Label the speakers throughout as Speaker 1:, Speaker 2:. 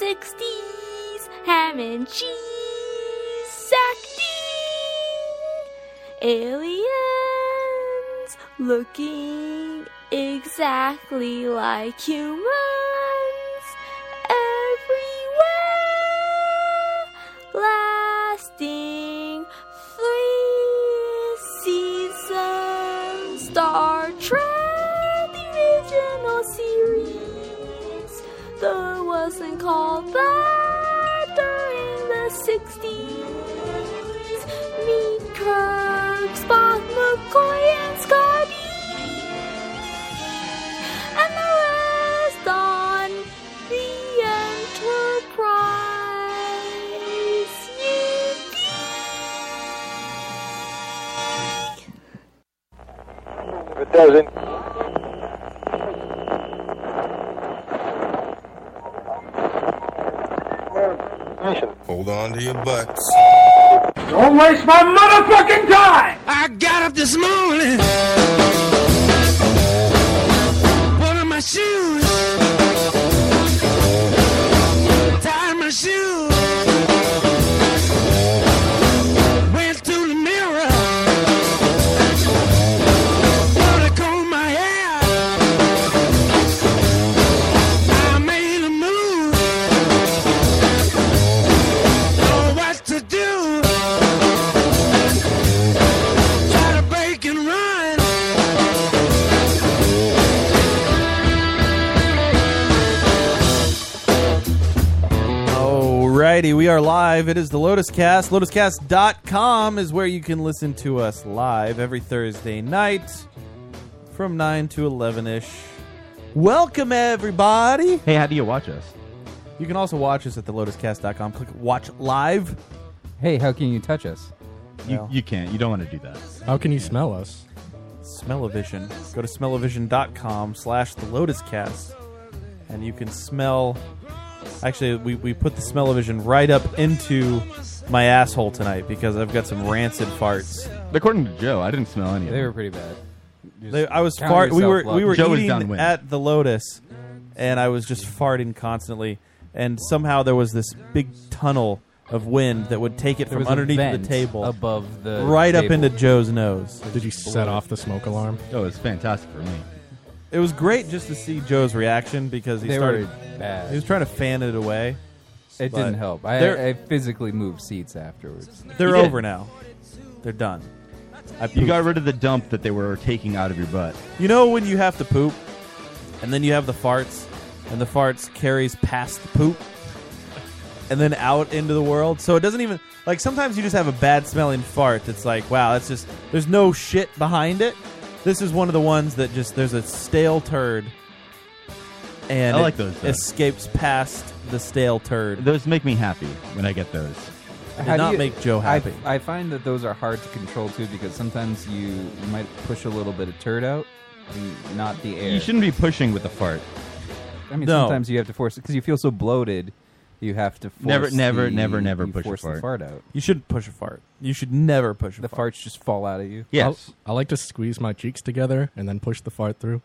Speaker 1: 1960s ham and cheese acting aliens looking exactly like humans everywhere lasting three seasons Star Trek the original series though it wasn't called that during the 60s meet Kirk Spock McCoy and Scotty and the rest on the Enterprise. Yippee!
Speaker 2: It doesn't.
Speaker 3: Hold on to your butts.
Speaker 2: Don't waste my motherfucking time!
Speaker 4: I got up this morning. Put on my shoes. Tied my shoes. Went to the mirror. Put a comb my hair. I made a move. Know what to do. Try to break and run.
Speaker 5: Alrighty, we are live. It is the Lotus Cast. LotusCast.com is where you can listen to us live every Thursday night from 9 to 11 ish. Welcome, everybody.
Speaker 6: Hey, how do you watch us?
Speaker 5: You can also watch us at thelotuscast.com. Click Watch Live.
Speaker 7: Hey, how can you touch us?
Speaker 5: No.
Speaker 6: You, you can't. You don't want to do that.
Speaker 8: How can you smell us?
Speaker 5: Smell-O-Vision. Go to smellovision.com slash the Lotus Cast, and you can smell. Actually, we, we put the smell-o-vision right up into my asshole tonight because I've got some rancid farts.
Speaker 6: According to Joe, I didn't smell any of
Speaker 7: They
Speaker 6: it.
Speaker 7: were pretty bad.
Speaker 5: They- I was
Speaker 7: Count
Speaker 5: fart. We
Speaker 7: yourself
Speaker 5: were
Speaker 7: lucky.
Speaker 5: we were
Speaker 6: Joe is
Speaker 5: eating
Speaker 6: downwind.
Speaker 5: at the Lotus, and I was just farting constantly. And somehow there was this big tunnel of wind that would take it
Speaker 7: There
Speaker 5: from
Speaker 7: was a
Speaker 5: underneath the
Speaker 7: vent
Speaker 5: table
Speaker 7: above the
Speaker 5: right up
Speaker 7: table.
Speaker 5: into Joe's nose.
Speaker 8: Did you set off the smoke alarm?
Speaker 6: Oh, it's fantastic for me.
Speaker 5: It was great just to see Joe's reaction because he
Speaker 7: They
Speaker 5: started.
Speaker 7: were bad.
Speaker 5: He was trying to fan it away.
Speaker 7: it
Speaker 5: but
Speaker 7: didn't help. I,
Speaker 5: they're-
Speaker 7: I physically moved seats afterwards.
Speaker 5: They're
Speaker 6: did.
Speaker 5: over now. They're done. I
Speaker 6: You
Speaker 5: pooped.
Speaker 6: got rid of the dump that they were taking out of your butt.
Speaker 5: You know when you have to poop, and then you have the farts, and the farts carries past the poop, and then out into the world. So it doesn't even like sometimes you just have a bad smelling fart that's like, wow, that's just there's no shit behind it. This is one of the ones that just there's a stale turd, and
Speaker 6: I
Speaker 5: it
Speaker 6: like those, though.
Speaker 5: escapes past the stale turd.
Speaker 6: Those make me happy when I get those.
Speaker 7: How do
Speaker 5: not
Speaker 7: you-
Speaker 5: make Joe
Speaker 7: I-
Speaker 5: happy.
Speaker 7: I, find that those are hard to control too because sometimes you, you might push a little bit of turd out, and not the air.
Speaker 6: You shouldn't be pushing with a fart.
Speaker 7: I mean,
Speaker 5: No.
Speaker 7: sometimes you have to force it because you feel so bloated. You have to force
Speaker 6: Never- never,
Speaker 7: the-
Speaker 6: never, never
Speaker 7: you
Speaker 6: push a
Speaker 7: force the
Speaker 6: fart.
Speaker 7: fart out.
Speaker 5: you should push a fart. You should never push a
Speaker 7: The
Speaker 5: fart. Oh.
Speaker 7: farts just fall out of you.
Speaker 6: Yes.
Speaker 8: I like to squeeze my cheeks together and then push the fart through.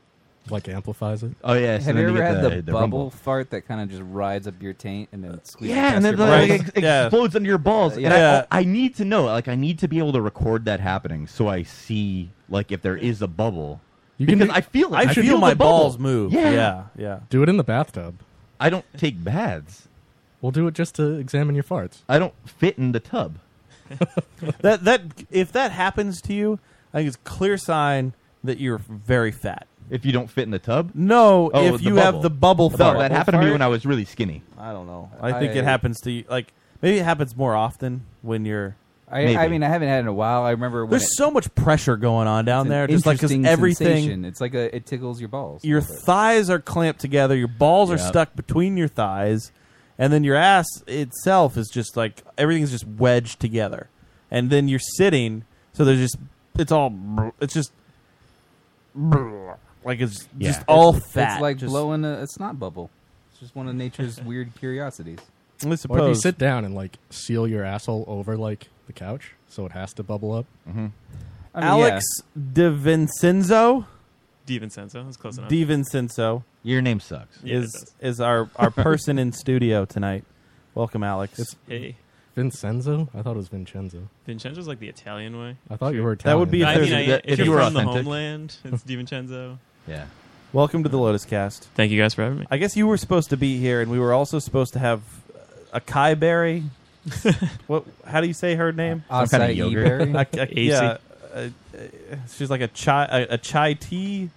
Speaker 8: Like it amplifies it.
Speaker 6: Oh yes.
Speaker 7: Have
Speaker 6: and
Speaker 7: you
Speaker 6: then
Speaker 7: ever
Speaker 6: get
Speaker 7: had the, bubble
Speaker 6: rumble.
Speaker 7: fart that kind of just rides up your taint and then squeezes
Speaker 6: Yeah, and
Speaker 7: past
Speaker 6: then
Speaker 7: your
Speaker 5: Right.
Speaker 6: like,
Speaker 7: balls?
Speaker 6: ex-
Speaker 5: Yeah.
Speaker 6: explodes under your balls. And
Speaker 5: Yeah.
Speaker 6: I, I need to know. Like, I need to be able to record that happening so I see like if there is a bubble.
Speaker 8: You can
Speaker 6: because
Speaker 8: do-
Speaker 6: I feel it.
Speaker 5: I, feel,
Speaker 6: the
Speaker 5: my
Speaker 6: bubble.
Speaker 5: balls move.
Speaker 6: Yeah.
Speaker 5: yeah, yeah.
Speaker 8: Do it in the bathtub.
Speaker 6: I don't take baths.
Speaker 8: We'll do it just to examine your farts.
Speaker 6: I don't fit in the tub.
Speaker 5: that that if that happens to you, I think it's a clear sign that you're very fat.
Speaker 6: If you don't fit in the tub.
Speaker 5: No,
Speaker 6: Oh,
Speaker 5: if
Speaker 6: the
Speaker 5: you
Speaker 6: bubble.
Speaker 5: have the bubble
Speaker 6: No,
Speaker 5: fart.
Speaker 6: that happened to me when I was really skinny.
Speaker 5: I don't know. I think it
Speaker 7: I-
Speaker 5: happens to you. Like maybe it happens more often when you're.
Speaker 7: I, I
Speaker 6: Maybe.
Speaker 7: mean, I haven't had it in a while. I remember when
Speaker 5: There's
Speaker 7: it,
Speaker 5: so much pressure going on down
Speaker 7: It's an
Speaker 5: there. Just like 'cause
Speaker 7: interesting
Speaker 5: everything,
Speaker 7: sensation. It's like a, it tickles your balls. a
Speaker 5: your
Speaker 7: little bit.
Speaker 5: thighs are clamped together. Your balls are
Speaker 6: Yeah.
Speaker 5: stuck between your thighs, and then your ass itself is just like everything's just wedged together. And then you're sitting, so there's just it's all it's just like it's
Speaker 6: Yeah.
Speaker 5: just all
Speaker 7: it's,
Speaker 5: fat.
Speaker 7: It's like
Speaker 5: just,
Speaker 7: blowing a, a snot bubble. It's just one of nature's weird curiosities.
Speaker 5: I
Speaker 8: Or if you
Speaker 5: suppose.
Speaker 8: sit down and like seal your asshole over like the
Speaker 6: Mm-hmm.
Speaker 8: couch so it has to bubble up.
Speaker 7: I mean,
Speaker 5: Alex DeVincenzo
Speaker 9: DiVincenzo. That's close enough.
Speaker 5: DiVincenzo
Speaker 6: Your name sucks.
Speaker 9: Yeah, it
Speaker 5: is
Speaker 9: does.
Speaker 5: is our our person in studio tonight. Welcome, Alex.
Speaker 9: hey,
Speaker 8: Vincenzo? I thought it was Vincenzo.
Speaker 9: Vincenzo's like the Italian way.
Speaker 8: I thought you were Italian.
Speaker 5: That would be
Speaker 9: No, I
Speaker 5: there's-
Speaker 9: mean, I,
Speaker 6: that-
Speaker 9: if,
Speaker 6: if
Speaker 9: you're
Speaker 6: you were
Speaker 9: from the
Speaker 6: authentic.
Speaker 9: homeland, it's DiVincenzo.
Speaker 6: Yeah.
Speaker 5: welcome to the Lotus Cast.
Speaker 9: Thank you guys for having me.
Speaker 5: I guess you were supposed to be here, and we were also supposed to have uh, a Kai Berry. what? How do you say her name?
Speaker 6: Some kind of
Speaker 7: Acai
Speaker 6: yogurt.
Speaker 7: berry?
Speaker 5: A- a-
Speaker 9: Acey.
Speaker 5: yeah, uh, uh, she's like a chai a, a chai tea.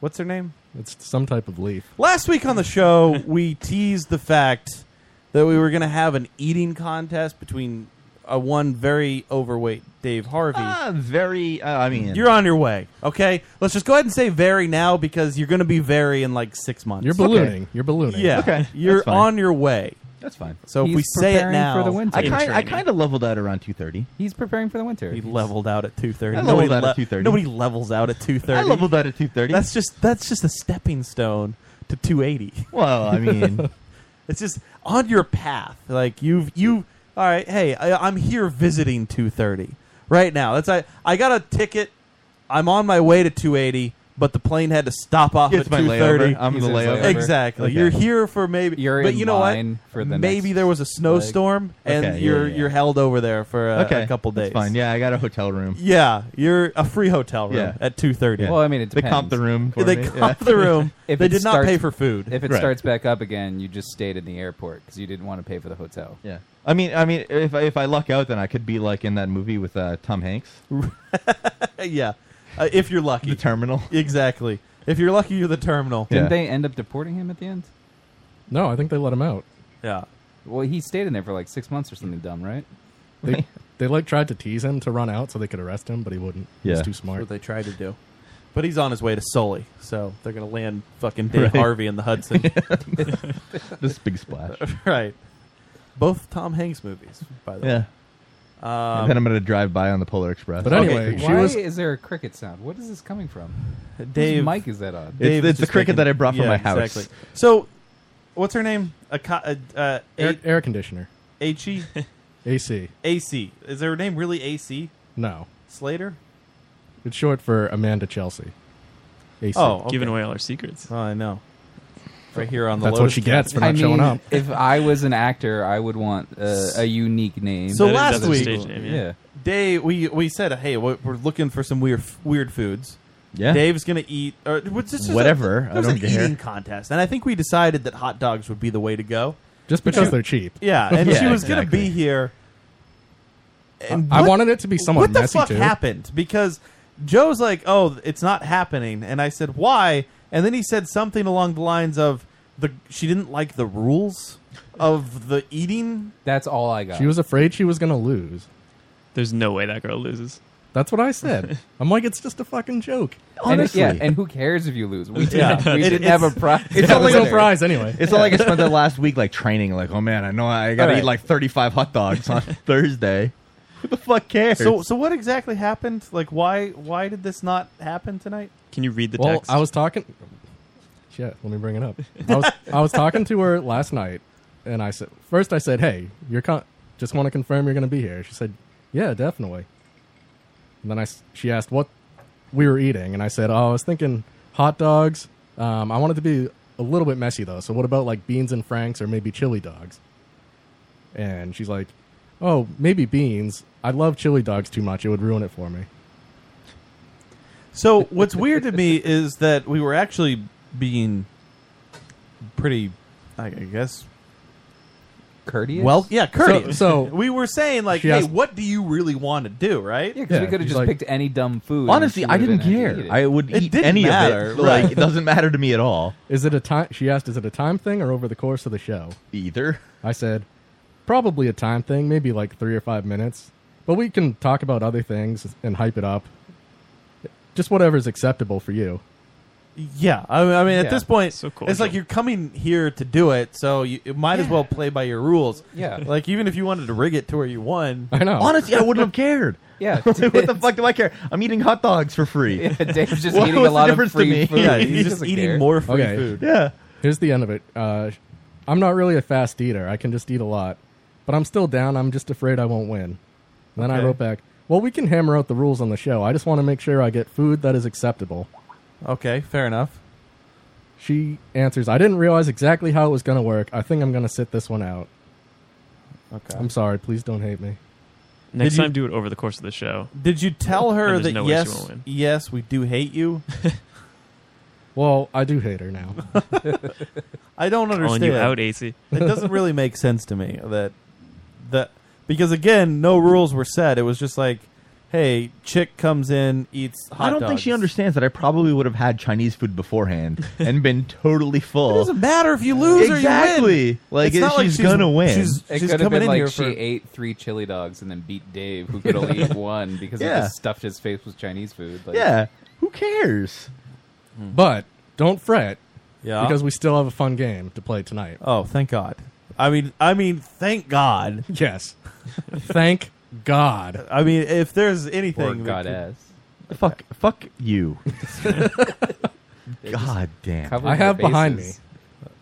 Speaker 5: What's her name?
Speaker 8: It's some type of leaf.
Speaker 5: Last week on the show, we teased the fact that we were going to have an eating contest between a one very overweight Dave Harvey.
Speaker 6: Ah, very. Uh, I mean,
Speaker 5: You're on your way. Okay, let's just go ahead and say very now because you're going to be very in like six months.
Speaker 8: You're ballooning. You're ballooning.
Speaker 5: yeah,
Speaker 6: Okay, that's
Speaker 5: you're
Speaker 6: fine.
Speaker 5: on your way.
Speaker 6: that's fine.
Speaker 5: So if
Speaker 7: He's
Speaker 5: we say it
Speaker 7: preparing
Speaker 5: now,
Speaker 7: for the winter.
Speaker 6: I kind I
Speaker 9: training.
Speaker 6: kind of leveled out around two thirty.
Speaker 7: He's preparing for the winter.
Speaker 5: we leveled out at two thirty.
Speaker 6: I leveled out at 2:30.
Speaker 5: Nobody levels out at two thirty.
Speaker 6: I leveled out at two thirty.
Speaker 5: That's just that's just a stepping stone to two eighty.
Speaker 6: well. I mean,
Speaker 5: It's just on your path. Like you've you. All right, hey, I, I'm here visiting 2:30 right now. That's I. I got a ticket. I'm on my way to 280, but the plane had to stop off
Speaker 6: it's
Speaker 5: at
Speaker 6: my
Speaker 5: 2:30.
Speaker 6: layover. I'm
Speaker 7: He's
Speaker 6: the
Speaker 7: in his
Speaker 6: layover.
Speaker 7: layover.
Speaker 5: Exactly.
Speaker 6: Okay.
Speaker 5: You're here for maybe.
Speaker 7: You're
Speaker 5: but
Speaker 7: in
Speaker 5: you know
Speaker 7: line
Speaker 5: what?
Speaker 7: for the
Speaker 5: maybe
Speaker 7: next
Speaker 5: there was a snowstorm and
Speaker 6: Okay, yeah,
Speaker 5: you're
Speaker 6: yeah, yeah.
Speaker 5: you're held over there for a,
Speaker 6: okay,
Speaker 5: a couple
Speaker 6: That's
Speaker 5: days.
Speaker 6: fine. Yeah, I got a hotel room.
Speaker 5: Yeah, you're a free hotel room
Speaker 6: Yeah.
Speaker 5: at 2:30.
Speaker 6: Yeah.
Speaker 7: Well, I mean, it
Speaker 6: They
Speaker 7: depends.
Speaker 6: comped the room. For
Speaker 5: they
Speaker 6: me.
Speaker 5: cop
Speaker 6: Yeah.
Speaker 5: the room.
Speaker 7: If
Speaker 5: they
Speaker 7: it
Speaker 5: did not
Speaker 7: starts-
Speaker 5: pay for food.
Speaker 7: If it
Speaker 6: Right.
Speaker 7: starts back up again, you just stayed in the airport because you didn't want to pay for the hotel.
Speaker 6: Yeah. I mean, I mean, if I, if I luck out, then I could be like in that movie with uh, Tom Hanks,
Speaker 5: yeah, uh, if you're lucky.
Speaker 6: The Terminal.
Speaker 5: exactly. If you're lucky, you're the terminal.
Speaker 6: Yeah.
Speaker 7: Didn't they end up deporting him at the end?
Speaker 8: No, I think they let him out.
Speaker 5: Yeah.
Speaker 7: Well, he stayed in there for like six months or something dumb, right?
Speaker 8: They, they like tried to tease him to run out so they could arrest him, but he wouldn't. He was
Speaker 6: Yeah.
Speaker 8: too
Speaker 5: That's
Speaker 8: smart.
Speaker 5: what they tried to do. But he's on his way to Sully, so they're gonna land fucking Dave
Speaker 6: Right.
Speaker 5: Harvey in the Hudson.
Speaker 6: This big splash.
Speaker 5: right. Both Tom Hanks movies, by the way. Um,
Speaker 6: Yeah.
Speaker 7: Um,
Speaker 6: and then I'm gonna drive by on the Polar Express.
Speaker 8: But
Speaker 6: Oh,
Speaker 8: anyway, she
Speaker 7: Why
Speaker 8: was.
Speaker 7: is there a cricket sound? What is this coming from?
Speaker 5: Dave
Speaker 7: Whose mic is that on?
Speaker 6: It's-
Speaker 5: Dave's
Speaker 6: it's the
Speaker 5: just
Speaker 6: cricket that I brought from
Speaker 5: yeah,
Speaker 6: my house.
Speaker 5: Exactly. So, what's her name? Aka- uh, uh,
Speaker 8: Air,
Speaker 5: A-
Speaker 8: air conditioner.
Speaker 5: H-E?
Speaker 8: AC.
Speaker 5: AC. Is her name really AC
Speaker 8: No.
Speaker 5: Slater?
Speaker 8: It's short for Amanda Chelsea. AC.
Speaker 5: Oh, okay.
Speaker 9: Giving away all our secrets.
Speaker 5: Oh, I know. Right here on the
Speaker 8: That's what
Speaker 5: Lotus
Speaker 8: she
Speaker 5: cast.
Speaker 8: gets for not showing up.
Speaker 7: if I was an actor, I would want uh, a unique name.
Speaker 5: So
Speaker 9: That is-
Speaker 5: last
Speaker 9: that's a
Speaker 5: week-
Speaker 9: stage name, yeah.
Speaker 7: yeah.
Speaker 5: Dave, we we said, hey, we're we're looking for some weird weird foods.
Speaker 6: yeah.
Speaker 5: Dave's gonna eat or what's this?
Speaker 6: Whatever,
Speaker 5: A,
Speaker 6: I
Speaker 5: there was
Speaker 6: don't
Speaker 5: an
Speaker 6: care.
Speaker 5: eating contest, and I think we decided that hot dogs would be the way to go.
Speaker 8: Just because they're cheap.
Speaker 5: Yeah, and
Speaker 6: Yeah,
Speaker 5: she was gonna
Speaker 6: exactly.
Speaker 5: be here. And
Speaker 8: I
Speaker 5: what-
Speaker 8: wanted it to be somewhat
Speaker 5: what the
Speaker 8: messy
Speaker 5: fuck
Speaker 8: too.
Speaker 5: happened? Because Joe's like, "Oh, it's not happening," and I said, "Why?" And then he said something along the lines of, "The she didn't like the rules of the eating."
Speaker 7: That's all I got.
Speaker 8: She was afraid she was gonna lose.
Speaker 9: There's no way that girl loses.
Speaker 8: That's what I said. I'm like, it's just a fucking joke.
Speaker 7: And-
Speaker 6: Honestly,
Speaker 7: yeah, and who cares if you lose? We didn't,
Speaker 5: Yeah.
Speaker 7: we
Speaker 5: It-
Speaker 7: didn't
Speaker 5: it's-
Speaker 7: have a prize.
Speaker 6: it's
Speaker 7: That
Speaker 6: only
Speaker 7: was
Speaker 8: No
Speaker 6: a
Speaker 7: there.
Speaker 8: prize anyway.
Speaker 6: it's not like I spent the last week like training. Like, oh man, I know I gotta
Speaker 7: All right.
Speaker 6: eat like 35 hot dogs on Thursday. Who the fuck cares?
Speaker 5: So, so what exactly happened? Like, why why did this not happen tonight?
Speaker 9: Can you read the
Speaker 8: Well,
Speaker 9: text?
Speaker 8: I was talking. Shit, let me bring it up. I was I was talking to her last night, and I said first I said, "Hey, you're con- just want to confirm you're gonna be here." She said, "Yeah, definitely." And then I s- she asked what we were eating, and I said, "Oh, I was thinking hot dogs. Um, I wanted to be a little bit messy though. So what about like beans and franks or maybe chili dogs?" And she's like, "Oh, maybe beans. I love chili dogs too much. It would ruin it for me."
Speaker 5: So what's weird to me is that we were actually being pretty, I guess.
Speaker 7: Courteous?
Speaker 5: Well, yeah, courteous.
Speaker 8: so-
Speaker 5: we were saying like,
Speaker 8: She
Speaker 5: hey,
Speaker 8: asked-
Speaker 5: what do you really want to do, right?
Speaker 7: Yeah, because
Speaker 8: Yeah,
Speaker 7: we could have
Speaker 8: he's
Speaker 7: just
Speaker 8: like-
Speaker 7: picked any dumb food. and
Speaker 6: honestly,
Speaker 7: she
Speaker 6: I
Speaker 7: would've
Speaker 6: didn't
Speaker 7: been happy to
Speaker 6: care.
Speaker 7: eat it.
Speaker 6: I would
Speaker 5: It
Speaker 6: eat
Speaker 5: didn't
Speaker 6: any
Speaker 5: matter,
Speaker 6: of it.
Speaker 5: right.
Speaker 6: Like, it doesn't matter to me at all.
Speaker 8: Is it a time? She asked, "Is it a time thing or over the course of the show?"
Speaker 6: Either.
Speaker 8: I said, probably a time thing, maybe like three or five minutes. But we can talk about other things and hype it up. Just whatever's acceptable for you.
Speaker 5: Yeah, I mean, I mean at
Speaker 7: Yeah.
Speaker 5: this point,
Speaker 9: So cool.
Speaker 5: it's like you're coming here to do it, so you it might as well play by your rules.
Speaker 7: Yeah.
Speaker 5: like even if you wanted to rig it to where you won,
Speaker 8: I know.
Speaker 6: Honestly, I wouldn't have cared.
Speaker 7: Yeah.
Speaker 6: what the fuck do I care? I'm eating hot dogs for free.
Speaker 7: Yeah, Dave's just
Speaker 6: What
Speaker 7: eating
Speaker 6: was
Speaker 7: a
Speaker 6: the
Speaker 7: lot of
Speaker 6: difference to
Speaker 7: free
Speaker 6: me?
Speaker 7: food.
Speaker 5: yeah,
Speaker 7: He
Speaker 5: he's just
Speaker 7: doesn't
Speaker 5: eating
Speaker 7: care.
Speaker 5: more free
Speaker 8: Okay.
Speaker 5: food.
Speaker 6: Yeah.
Speaker 8: Here's the end of it. Uh, I'm not really a fast eater. I can just eat a lot. But I'm still down. I'm just afraid I won't win. And then I
Speaker 5: Okay.
Speaker 8: wrote back, well, we can hammer out the rules on the show. I just want to make sure I get food that is acceptable.
Speaker 5: Okay, fair enough.
Speaker 8: She answers, I didn't realize exactly how it was going to work. I think I'm going to sit this one out.
Speaker 5: Okay.
Speaker 8: I'm sorry. Please don't hate me.
Speaker 9: Next
Speaker 5: you-
Speaker 9: time, do it over the course of the show.
Speaker 5: Did you tell her
Speaker 9: And there's
Speaker 5: that
Speaker 9: no way she
Speaker 5: yes,
Speaker 9: won't win.
Speaker 5: yes, we do hate you?
Speaker 8: Well, I do hate her now.
Speaker 5: I don't
Speaker 9: Calling
Speaker 5: understand.
Speaker 9: you out, AC.
Speaker 5: it doesn't really make sense to me that that because again, no rules were set. It was just like, hey, chick comes in, eats. Hot
Speaker 6: I don't think
Speaker 5: dogs.
Speaker 6: she understands that I probably would have had Chinese food beforehand and been totally
Speaker 5: It
Speaker 6: full.
Speaker 5: doesn't matter if you lose or you win.
Speaker 6: exactly. Like
Speaker 5: It's not like
Speaker 6: she's
Speaker 5: she's-
Speaker 6: gonna win.
Speaker 5: she's-
Speaker 7: It
Speaker 5: She's
Speaker 7: could have
Speaker 5: coming
Speaker 7: been
Speaker 5: in
Speaker 7: like
Speaker 5: here
Speaker 7: she
Speaker 5: for-
Speaker 7: ate three chili dogs and then beat Dave, who could only eat one because he
Speaker 6: Yeah.
Speaker 7: just stuffed his face with Chinese food. Like,
Speaker 6: yeah. Who cares?
Speaker 8: but don't fret
Speaker 5: Yeah.
Speaker 8: because we still have a fun game to play tonight.
Speaker 5: oh, thank God. I mean, I mean, thank God.
Speaker 8: Yes. Thank God.
Speaker 5: I mean, if there's
Speaker 7: Poor
Speaker 5: anything, that could-
Speaker 7: goddess.
Speaker 6: Fuck. Fuck you. God damn.
Speaker 7: Covered
Speaker 8: I
Speaker 7: their
Speaker 8: have behind me
Speaker 7: faces.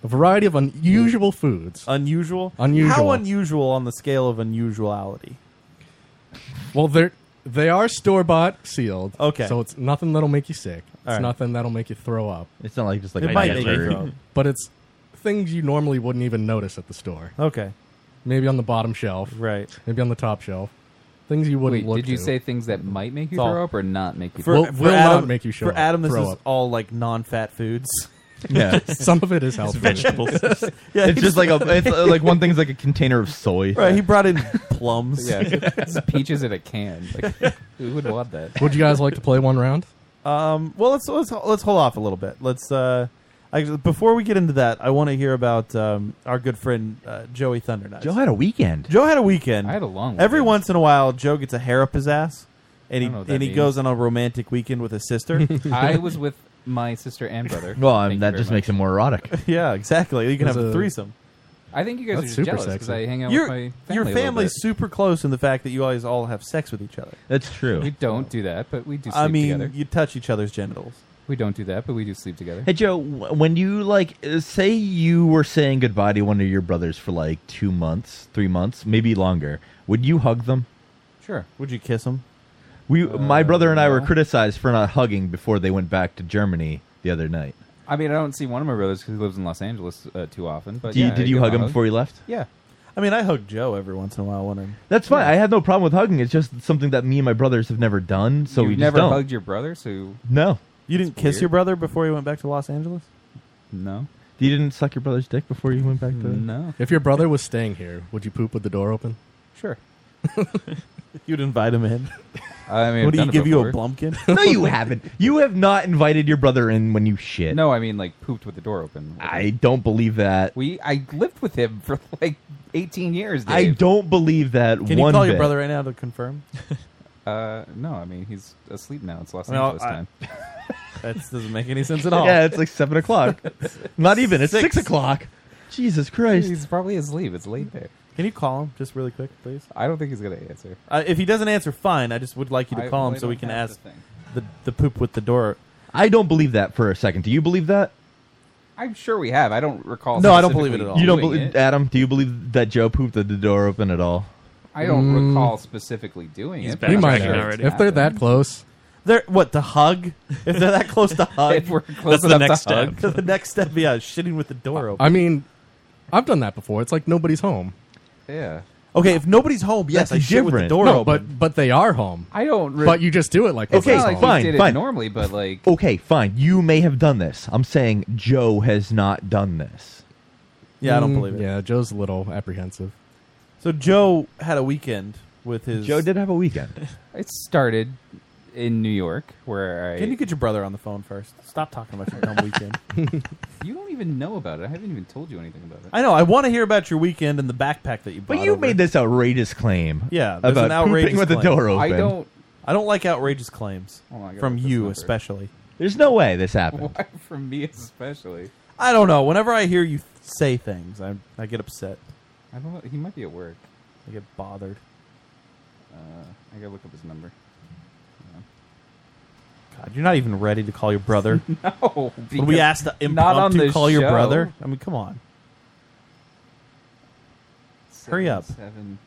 Speaker 8: a variety of unusual foods.
Speaker 5: unusual,
Speaker 8: Unusual.
Speaker 5: How unusual on the scale of unusuality?
Speaker 8: Well, they're they are store bought sealed.
Speaker 5: Okay.
Speaker 8: So it's nothing that'll make you sick. It's
Speaker 5: All right.
Speaker 8: nothing that'll make you throw up.
Speaker 6: It's not like just like
Speaker 5: It
Speaker 6: a
Speaker 5: might
Speaker 6: bad
Speaker 5: make
Speaker 6: turd.
Speaker 5: you throw. up.
Speaker 8: But it's things you normally wouldn't even notice at the store.
Speaker 5: Okay,
Speaker 8: Maybe on the bottom shelf.
Speaker 5: right.
Speaker 8: Maybe on the top shelf. Things you wouldn't
Speaker 7: Wait,
Speaker 8: look
Speaker 7: did you
Speaker 8: to.
Speaker 7: say things that might make you
Speaker 5: It's all-
Speaker 7: throw up or not make you
Speaker 5: For,
Speaker 7: throw
Speaker 8: Will-
Speaker 5: for
Speaker 8: will not
Speaker 5: Adam,
Speaker 8: make you show
Speaker 5: for
Speaker 8: up,
Speaker 5: Adam, this
Speaker 8: throw
Speaker 5: is
Speaker 8: up.
Speaker 5: all like non-fat foods.
Speaker 6: Yeah.
Speaker 8: some of it is healthy.
Speaker 9: Vegetables.
Speaker 5: yeah,
Speaker 6: It's
Speaker 5: he
Speaker 6: just like a it's uh, like one thing's like a container of soy.
Speaker 5: right. He brought in plums.
Speaker 7: Yeah, it's peaches in a can. Like, who would want that?
Speaker 8: Would you guys like to play one round?
Speaker 5: Um, well, let's let's let's hold off a little bit. Let's uh, I, before we get into that, I want to hear about um, our good friend uh, Joey Thundernut.
Speaker 6: Joe had a weekend.
Speaker 5: Joe had a weekend.
Speaker 7: I had a long
Speaker 5: Every
Speaker 7: weekend.
Speaker 5: once in a while, Joe gets a hair up his ass, and he
Speaker 7: I don't know
Speaker 5: and
Speaker 7: what that
Speaker 5: he
Speaker 7: means.
Speaker 5: goes on a romantic weekend with his sister.
Speaker 7: I was with my sister and brother.
Speaker 6: well, I mean,
Speaker 7: Thank you
Speaker 6: that
Speaker 7: very
Speaker 6: just
Speaker 7: much.
Speaker 6: makes it more erotic.
Speaker 5: yeah, exactly. You can
Speaker 8: It
Speaker 5: have
Speaker 8: was
Speaker 5: a
Speaker 8: a-
Speaker 5: threesome.
Speaker 7: I think you guys
Speaker 8: That's
Speaker 7: are
Speaker 8: super
Speaker 7: just jealous because
Speaker 8: sexy.
Speaker 7: I hang out
Speaker 5: Your
Speaker 7: with my family.
Speaker 5: your
Speaker 7: a little
Speaker 5: family's
Speaker 7: bit.
Speaker 5: super close in the fact that you always all have sex with each other.
Speaker 6: That's
Speaker 7: We
Speaker 6: true.
Speaker 7: don't do that, but we do. Sleep
Speaker 5: I mean,
Speaker 7: together.
Speaker 5: you touch each other's genitals.
Speaker 7: we don't do that, but we do sleep together.
Speaker 6: Hey Joe, w- when you like uh, say you were saying goodbye to one of your brothers for like two months, three months, maybe longer, would you hug them?
Speaker 7: Sure.
Speaker 5: Would you kiss Uh, them?
Speaker 6: We, my brother and I were
Speaker 7: no.
Speaker 6: criticized for not hugging before they went back to Germany the other night.
Speaker 7: I mean, I don't see one of my brothers because he lives in Los Angeles uh, too often. But
Speaker 6: Do you,
Speaker 7: yeah,
Speaker 6: did
Speaker 7: I
Speaker 6: you
Speaker 7: give
Speaker 6: hug
Speaker 7: a
Speaker 6: him before you left?
Speaker 7: Yeah.
Speaker 5: I mean, I hug Joe every once in a while when I'm
Speaker 6: That's fine. I have no problem with hugging. It's just something that me and my brothers have never done, so
Speaker 7: you
Speaker 6: we just
Speaker 7: never
Speaker 6: don't.
Speaker 7: hugged your brother, so
Speaker 6: No,
Speaker 5: You didn't kiss
Speaker 7: weird.
Speaker 5: your brother before he went back to Los Angeles?
Speaker 7: no,
Speaker 6: you didn't suck your brother's dick before you went back to.
Speaker 7: no.
Speaker 8: If your brother was staying here, would you poop with the door open?
Speaker 7: Sure.
Speaker 5: You'd invite him in.
Speaker 7: I mean, I've
Speaker 5: what do
Speaker 7: done
Speaker 5: you
Speaker 7: it
Speaker 5: give you a
Speaker 7: before.
Speaker 5: blumpkin?
Speaker 6: no, you haven't. You have not invited your brother in when you shit.
Speaker 7: No, I mean like pooped with the door open.
Speaker 6: I don't believe that.
Speaker 7: we I lived with him for like 18 years. Dave.
Speaker 6: I don't believe that
Speaker 5: Can you
Speaker 6: one
Speaker 5: call
Speaker 6: bit.
Speaker 5: your brother right now to confirm?
Speaker 7: Uh, no, I mean he's asleep now. It's Los
Speaker 5: I mean,
Speaker 7: Angeles
Speaker 5: I-
Speaker 7: time.
Speaker 5: That doesn't make any sense at all.
Speaker 6: Yeah, it's like seven o'clock. Not even. It's six, o'clock. Jesus Christ.
Speaker 7: He's probably asleep. It's late there.
Speaker 5: Can you call him just really quick, please?
Speaker 7: I don't think he's gonna answer.
Speaker 5: Uh, if he doesn't answer, fine. I just would like you to
Speaker 7: I
Speaker 5: call him
Speaker 7: really
Speaker 5: so we
Speaker 7: don't
Speaker 5: can
Speaker 7: have
Speaker 5: ask
Speaker 7: the thing.
Speaker 5: the, the poop with the door.
Speaker 6: I don't believe that for a second. Do you believe that?
Speaker 7: I'm sure we have. I don't recall.
Speaker 5: No, I don't believe it at all.
Speaker 7: Oh, specifically
Speaker 6: you don't
Speaker 7: doing
Speaker 6: believe
Speaker 7: it.
Speaker 6: Adam? Do you believe that Joe pooped the the door open at all?
Speaker 7: I don't
Speaker 8: Mm.
Speaker 7: recall specifically doing
Speaker 9: He's
Speaker 7: it.
Speaker 9: back
Speaker 8: we
Speaker 7: but
Speaker 8: might
Speaker 7: I'm
Speaker 9: tracking
Speaker 8: have.
Speaker 7: sure
Speaker 9: already.
Speaker 7: it's
Speaker 8: If they're that
Speaker 7: happened.
Speaker 8: close,
Speaker 5: They're what to hug? If they're that close to hug,
Speaker 7: if we're close
Speaker 9: the
Speaker 7: enough
Speaker 9: next
Speaker 7: to hug. Uh,
Speaker 9: step.
Speaker 5: the next step, yeah, shitting with the door open.
Speaker 8: I mean, I've done that before. It's like nobody's home.
Speaker 7: Yeah,
Speaker 5: okay, if nobody's home, yes,
Speaker 6: That's
Speaker 5: I shit with the
Speaker 6: different.
Speaker 5: door
Speaker 8: No,
Speaker 5: open.
Speaker 8: but but they are home.
Speaker 7: I don't. Re-
Speaker 8: But you just do it like
Speaker 7: it's not
Speaker 8: nobody's
Speaker 6: Okay,
Speaker 7: like
Speaker 8: home.
Speaker 6: fine,
Speaker 7: we did
Speaker 6: fine.
Speaker 7: it normally, but like
Speaker 6: Okay, fine. You may have done this. I'm saying Joe has not done this.
Speaker 5: yeah, I don't
Speaker 8: Mm,
Speaker 5: believe it.
Speaker 8: Yeah, Joe's a little apprehensive.
Speaker 5: So Joe had a weekend with his.
Speaker 6: Joe did have a weekend.
Speaker 7: it started in New York, where I
Speaker 5: Can you get your brother on the phone first? Stop talking about your dumb weekend.
Speaker 7: You don't even know about it. I haven't even told you anything about it.
Speaker 5: I know. I want to hear about your weekend and the backpack that you bought.
Speaker 6: But you
Speaker 5: over.
Speaker 6: made this outrageous claim.
Speaker 5: Yeah, there's
Speaker 6: about
Speaker 5: an outrageous
Speaker 6: pooping with the
Speaker 5: claim.
Speaker 6: door open.
Speaker 7: I don't. Oh
Speaker 5: I don't like outrageous claims
Speaker 7: Hold on, I gotta
Speaker 5: from
Speaker 7: look this
Speaker 5: you,
Speaker 7: number.
Speaker 5: especially.
Speaker 6: There's no way this happened.
Speaker 7: Why from me especially?
Speaker 5: I don't know. Whenever I hear you say things, I I get upset.
Speaker 7: I don't. know. He might be at work.
Speaker 5: I get bothered.
Speaker 7: Uh, I gotta look up his number.
Speaker 5: God, you're not even ready to call your brother.
Speaker 7: No,
Speaker 5: when we
Speaker 7: because-
Speaker 5: asked to
Speaker 7: not on
Speaker 5: impromptu
Speaker 7: this
Speaker 5: call your
Speaker 7: show.
Speaker 5: brother, I mean, come on.
Speaker 7: Seven,
Speaker 5: Hurry up.
Speaker 7: Seven.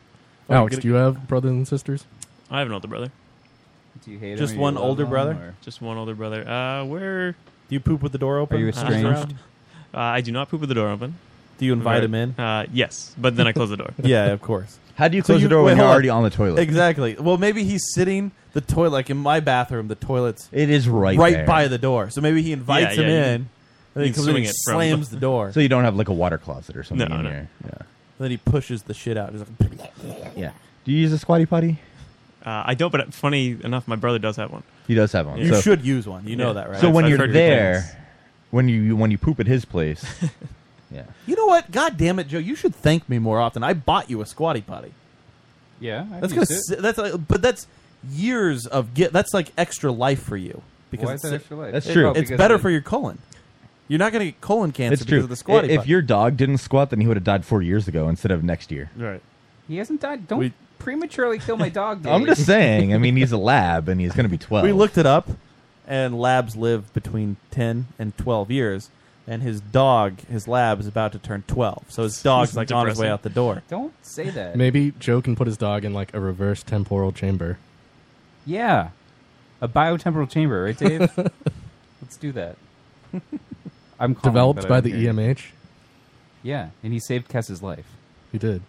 Speaker 5: Oh,
Speaker 8: Alex,
Speaker 5: get- Oh,
Speaker 8: do you have brothers and sisters?
Speaker 9: I have an older brother.
Speaker 7: Do you hate him
Speaker 5: Just
Speaker 7: or you
Speaker 5: one
Speaker 7: love
Speaker 5: older
Speaker 7: him,
Speaker 5: brother?
Speaker 7: or-
Speaker 9: Just one older brother. Uh, where
Speaker 5: Do you poop with the door open?
Speaker 7: Are you
Speaker 5: Just
Speaker 7: estranged?
Speaker 5: around?
Speaker 9: uh, I do not poop with the door open.
Speaker 5: Do you invite him in?
Speaker 9: Uh, yes, but then I close the door.
Speaker 5: yeah, of course.
Speaker 6: How do you
Speaker 5: So
Speaker 6: close
Speaker 5: you-
Speaker 6: the door
Speaker 5: wait,
Speaker 6: when you're
Speaker 5: hold on.
Speaker 6: already on the toilet?
Speaker 5: Exactly. Well, maybe he's sitting the toilet, like in my bathroom. The toilet's
Speaker 6: It is right
Speaker 5: right
Speaker 6: there.
Speaker 5: by the door, so maybe he invites
Speaker 9: Yeah,
Speaker 5: him
Speaker 9: yeah, you-
Speaker 5: in. and then he
Speaker 9: you
Speaker 5: comes in
Speaker 9: swing
Speaker 5: and
Speaker 9: it from
Speaker 5: slams the door.
Speaker 6: So you don't have like a water closet or something
Speaker 9: No,
Speaker 6: in
Speaker 9: no.
Speaker 6: there.
Speaker 5: And then he pushes the shit out. He's like,
Speaker 6: Yeah. yeah. Do you use a squatty potty?
Speaker 9: Uh, I don't, but funny enough, my brother does have one.
Speaker 6: He does have one.
Speaker 5: "You
Speaker 6: so
Speaker 5: should use one. You know
Speaker 9: Yeah.
Speaker 5: that, right?"
Speaker 6: so when
Speaker 9: I've
Speaker 6: you're
Speaker 9: heard good
Speaker 6: there,
Speaker 9: things.
Speaker 6: when you when you poop at his place, yeah.
Speaker 5: you know what? God damn it, Joe! You should thank me more often. I bought you a squatty potty.
Speaker 7: Yeah, I've
Speaker 5: That's gonna.
Speaker 7: used
Speaker 5: s that's uh, but that's years of get. That's like extra life for you
Speaker 7: it.
Speaker 5: because
Speaker 7: Why is that
Speaker 5: it's,
Speaker 7: extra life?
Speaker 6: That's
Speaker 7: It's
Speaker 6: true.
Speaker 7: probably
Speaker 5: it's
Speaker 7: because
Speaker 5: better
Speaker 7: it-
Speaker 5: for your colon. You're not gonna get colon cancer
Speaker 6: It's
Speaker 5: because
Speaker 6: true.
Speaker 5: of the squatty.
Speaker 6: I- if
Speaker 5: potty.
Speaker 6: your dog didn't squat, then he would have died four years ago instead of next year.
Speaker 9: Right.
Speaker 7: He hasn't died. Don't
Speaker 5: We-
Speaker 7: prematurely kill my dog.
Speaker 6: I'm
Speaker 7: Dave.
Speaker 6: just saying. I mean, he's a lab, and he's going to be 12.
Speaker 5: We looked it up, and labs live between 10 and 12 years. And his dog, his lab, is about to turn 12. So his dog's like on his way
Speaker 9: Depressing.
Speaker 5: out the door.
Speaker 7: Don't say that.
Speaker 8: Maybe Joe can put his dog in like a reverse temporal chamber.
Speaker 7: Yeah, a biotemporal chamber, right, Dave? Let's do that. I'm calm,
Speaker 8: Developed
Speaker 7: but I
Speaker 8: by
Speaker 7: don't
Speaker 8: the E
Speaker 7: care.
Speaker 5: E
Speaker 8: EMH.
Speaker 7: Yeah, and he saved Kess's life.
Speaker 8: He did.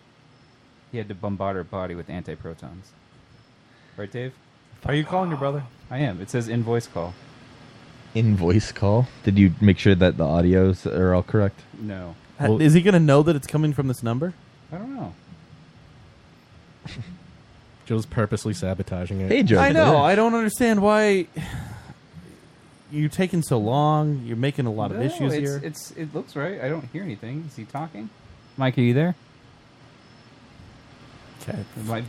Speaker 7: He had to bombard her body with antiprotons. Right, Dave?
Speaker 5: Are you calling your brother?
Speaker 7: I am. It says invoice call.
Speaker 6: Invoice call. Did you make sure that the audios are all correct?
Speaker 7: No,
Speaker 5: Ha- is he going to know that it's coming from this number?
Speaker 7: I don't know.
Speaker 8: Joe's purposely sabotaging it.
Speaker 6: Hey, Joe.
Speaker 5: I know. I don't understand why you're taking so long. You're making a lot of
Speaker 7: No,
Speaker 5: issues
Speaker 7: it's,
Speaker 5: here.
Speaker 7: It's it looks right. I don't hear anything. Is he talking? Mike, are you there?
Speaker 5: okay.
Speaker 7: My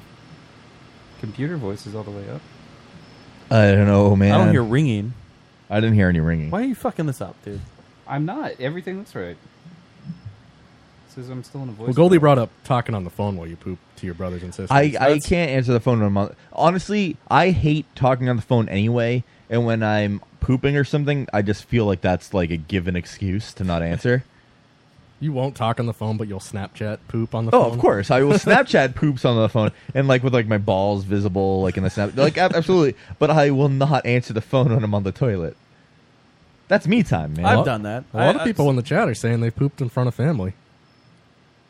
Speaker 7: computer voice is all the way up.
Speaker 6: I don't know, man.
Speaker 5: I don't hear ringing.
Speaker 6: I didn't hear any ringing.
Speaker 5: Why are you fucking this up, dude?
Speaker 7: I'm not. Everything looks right. It says I'm still in a voice.
Speaker 8: Well, Goldie
Speaker 7: call.
Speaker 8: brought up talking on the phone while you poop to your brothers and sisters.
Speaker 6: I, I
Speaker 8: That's-
Speaker 6: can't answer the phone when I'm on. Honestly, I hate talking on the phone anyway. And when I'm pooping or something, I just feel like that's like a given excuse to not answer.
Speaker 8: You won't talk on the phone, but you'll Snapchat poop on the
Speaker 6: oh,
Speaker 8: phone.
Speaker 6: of course. I will Snapchat poops on the phone and like with like my balls visible, like in the snap. Like ab- absolutely. But I will not answer the phone when I'm on the toilet. That's me time, man.
Speaker 5: I've done that.
Speaker 8: A lot
Speaker 5: I-
Speaker 8: of people in the chat are saying they pooped in front of family.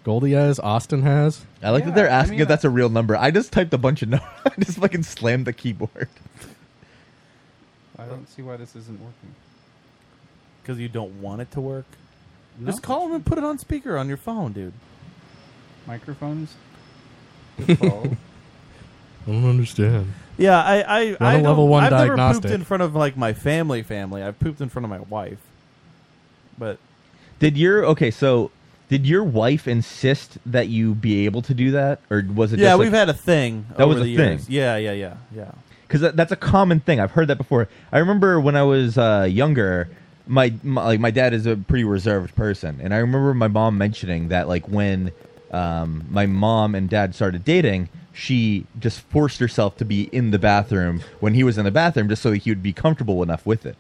Speaker 8: Goldie has, Austin has.
Speaker 6: I like
Speaker 7: Yeah,
Speaker 6: that they're
Speaker 7: I
Speaker 6: asking
Speaker 7: mean,
Speaker 6: if that's a real number. I just typed a bunch of numbers. I just fucking slammed the keyboard.
Speaker 7: I don't see why this isn't working.
Speaker 5: Because you don't want it to work.
Speaker 7: No?
Speaker 5: Just call him and put it on speaker on your phone, dude.
Speaker 7: microphones. Default.
Speaker 8: I don't understand.
Speaker 5: Yeah, I I, I
Speaker 8: a
Speaker 5: don't-
Speaker 8: level one
Speaker 5: I've never
Speaker 8: diagnostic.
Speaker 5: pooped in front of like my family family. I've pooped in front of my wife. But
Speaker 6: Did your okay? So did your wife insist that you be able to do that, or was it?
Speaker 5: yeah,
Speaker 6: just
Speaker 5: we've had a thing.
Speaker 6: That was
Speaker 5: over
Speaker 6: a
Speaker 5: the years.
Speaker 6: thing.
Speaker 5: Yeah, yeah, yeah, yeah.
Speaker 6: because that, that's a common thing. I've heard that before. I remember when I was uh, younger, my, my like my dad is a pretty reserved person, and I remember my mom mentioning that like when um, my mom and dad started dating, she just forced herself to be in the bathroom when he was in the bathroom, just so he would be comfortable enough with it.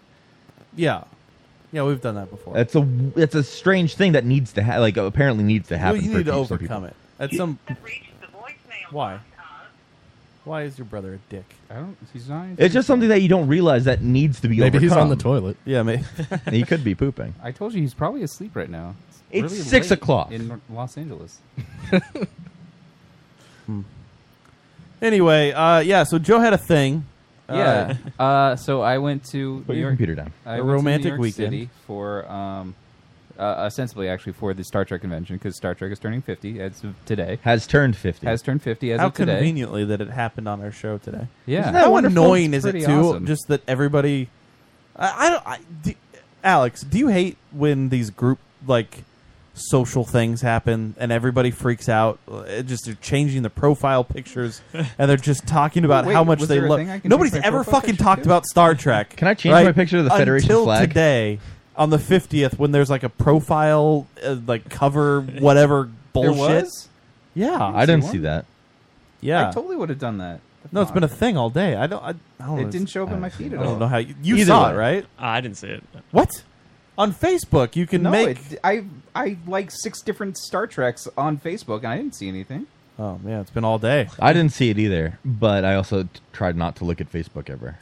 Speaker 5: Yeah. Yeah, we've done that before.
Speaker 6: That's a that's a strange thing that needs to ha- like apparently needs to
Speaker 5: well,
Speaker 6: happen.
Speaker 5: you
Speaker 6: for
Speaker 5: need to
Speaker 6: pe- some people.
Speaker 5: overcome it. At some Why?
Speaker 1: Why?
Speaker 5: why is your brother a dick?
Speaker 7: I don't. He's not.
Speaker 6: It's just something that you don't realize that needs to be.
Speaker 8: Maybe he's on the
Speaker 6: overcome.
Speaker 8: toilet.
Speaker 5: Yeah, me.
Speaker 6: He could be pooping.
Speaker 7: I told you he's probably asleep right now.
Speaker 6: It's six
Speaker 7: late
Speaker 6: o'clock.
Speaker 7: in Los Angeles.
Speaker 5: anyway, uh yeah, so Joe had a thing.
Speaker 7: yeah. Uh, so I went to
Speaker 6: Put
Speaker 7: New
Speaker 6: your
Speaker 7: York.
Speaker 6: computer down.
Speaker 7: I went
Speaker 5: A
Speaker 7: to New
Speaker 5: romantic
Speaker 7: York
Speaker 5: weekend.
Speaker 7: City for um, uh, ostensibly actually for the Star Trek convention because Star Trek is turning fifty as of today.
Speaker 6: Has turned fifty.
Speaker 7: Has turned fifty as
Speaker 5: How
Speaker 7: of today.
Speaker 5: conveniently that it happened on our show today.
Speaker 7: Yeah.
Speaker 6: Isn't that
Speaker 5: How
Speaker 6: wonderful?
Speaker 5: annoying
Speaker 7: It's
Speaker 5: is it
Speaker 7: pretty
Speaker 5: too?
Speaker 7: awesome.
Speaker 5: Just that everybody. I, I don't. I, do, Alex, do you hate when these group like social things happen and everybody freaks out? It just they're changing the profile pictures and they're just talking about
Speaker 7: Wait,
Speaker 5: how much
Speaker 7: was
Speaker 5: they
Speaker 7: there a
Speaker 5: love.
Speaker 7: thing I can
Speaker 5: Nobody's
Speaker 7: change my
Speaker 5: ever
Speaker 7: profile
Speaker 5: fucking
Speaker 7: picture
Speaker 5: talked
Speaker 7: to?
Speaker 5: about Star Trek.
Speaker 6: Can I change
Speaker 5: right?
Speaker 6: my picture to the Federation
Speaker 5: Until
Speaker 6: flag?
Speaker 5: today? On the fiftieth, when there's like a profile, uh, like cover, whatever
Speaker 7: There
Speaker 5: bullshit.
Speaker 7: was?
Speaker 8: Ah,
Speaker 5: Yeah,
Speaker 6: I didn't
Speaker 7: See
Speaker 6: see that.
Speaker 5: yeah.
Speaker 7: I totally would have done that.
Speaker 5: no, it's been a
Speaker 7: Fuck.
Speaker 5: thing all day. I don't. I, I don't know.
Speaker 7: It didn't show up in my feed
Speaker 5: I
Speaker 7: at all. Uh,
Speaker 5: don't know how you, you
Speaker 6: Either
Speaker 5: saw
Speaker 6: way.
Speaker 5: it, right?
Speaker 9: I didn't see it.
Speaker 5: What? On Facebook, you can
Speaker 7: No,
Speaker 5: make.
Speaker 7: it, I I like six different Star Treks on Facebook, and I didn't see anything.
Speaker 5: Oh man, it's been all day.
Speaker 6: I didn't see it either, but I also t- tried not to look at Facebook ever.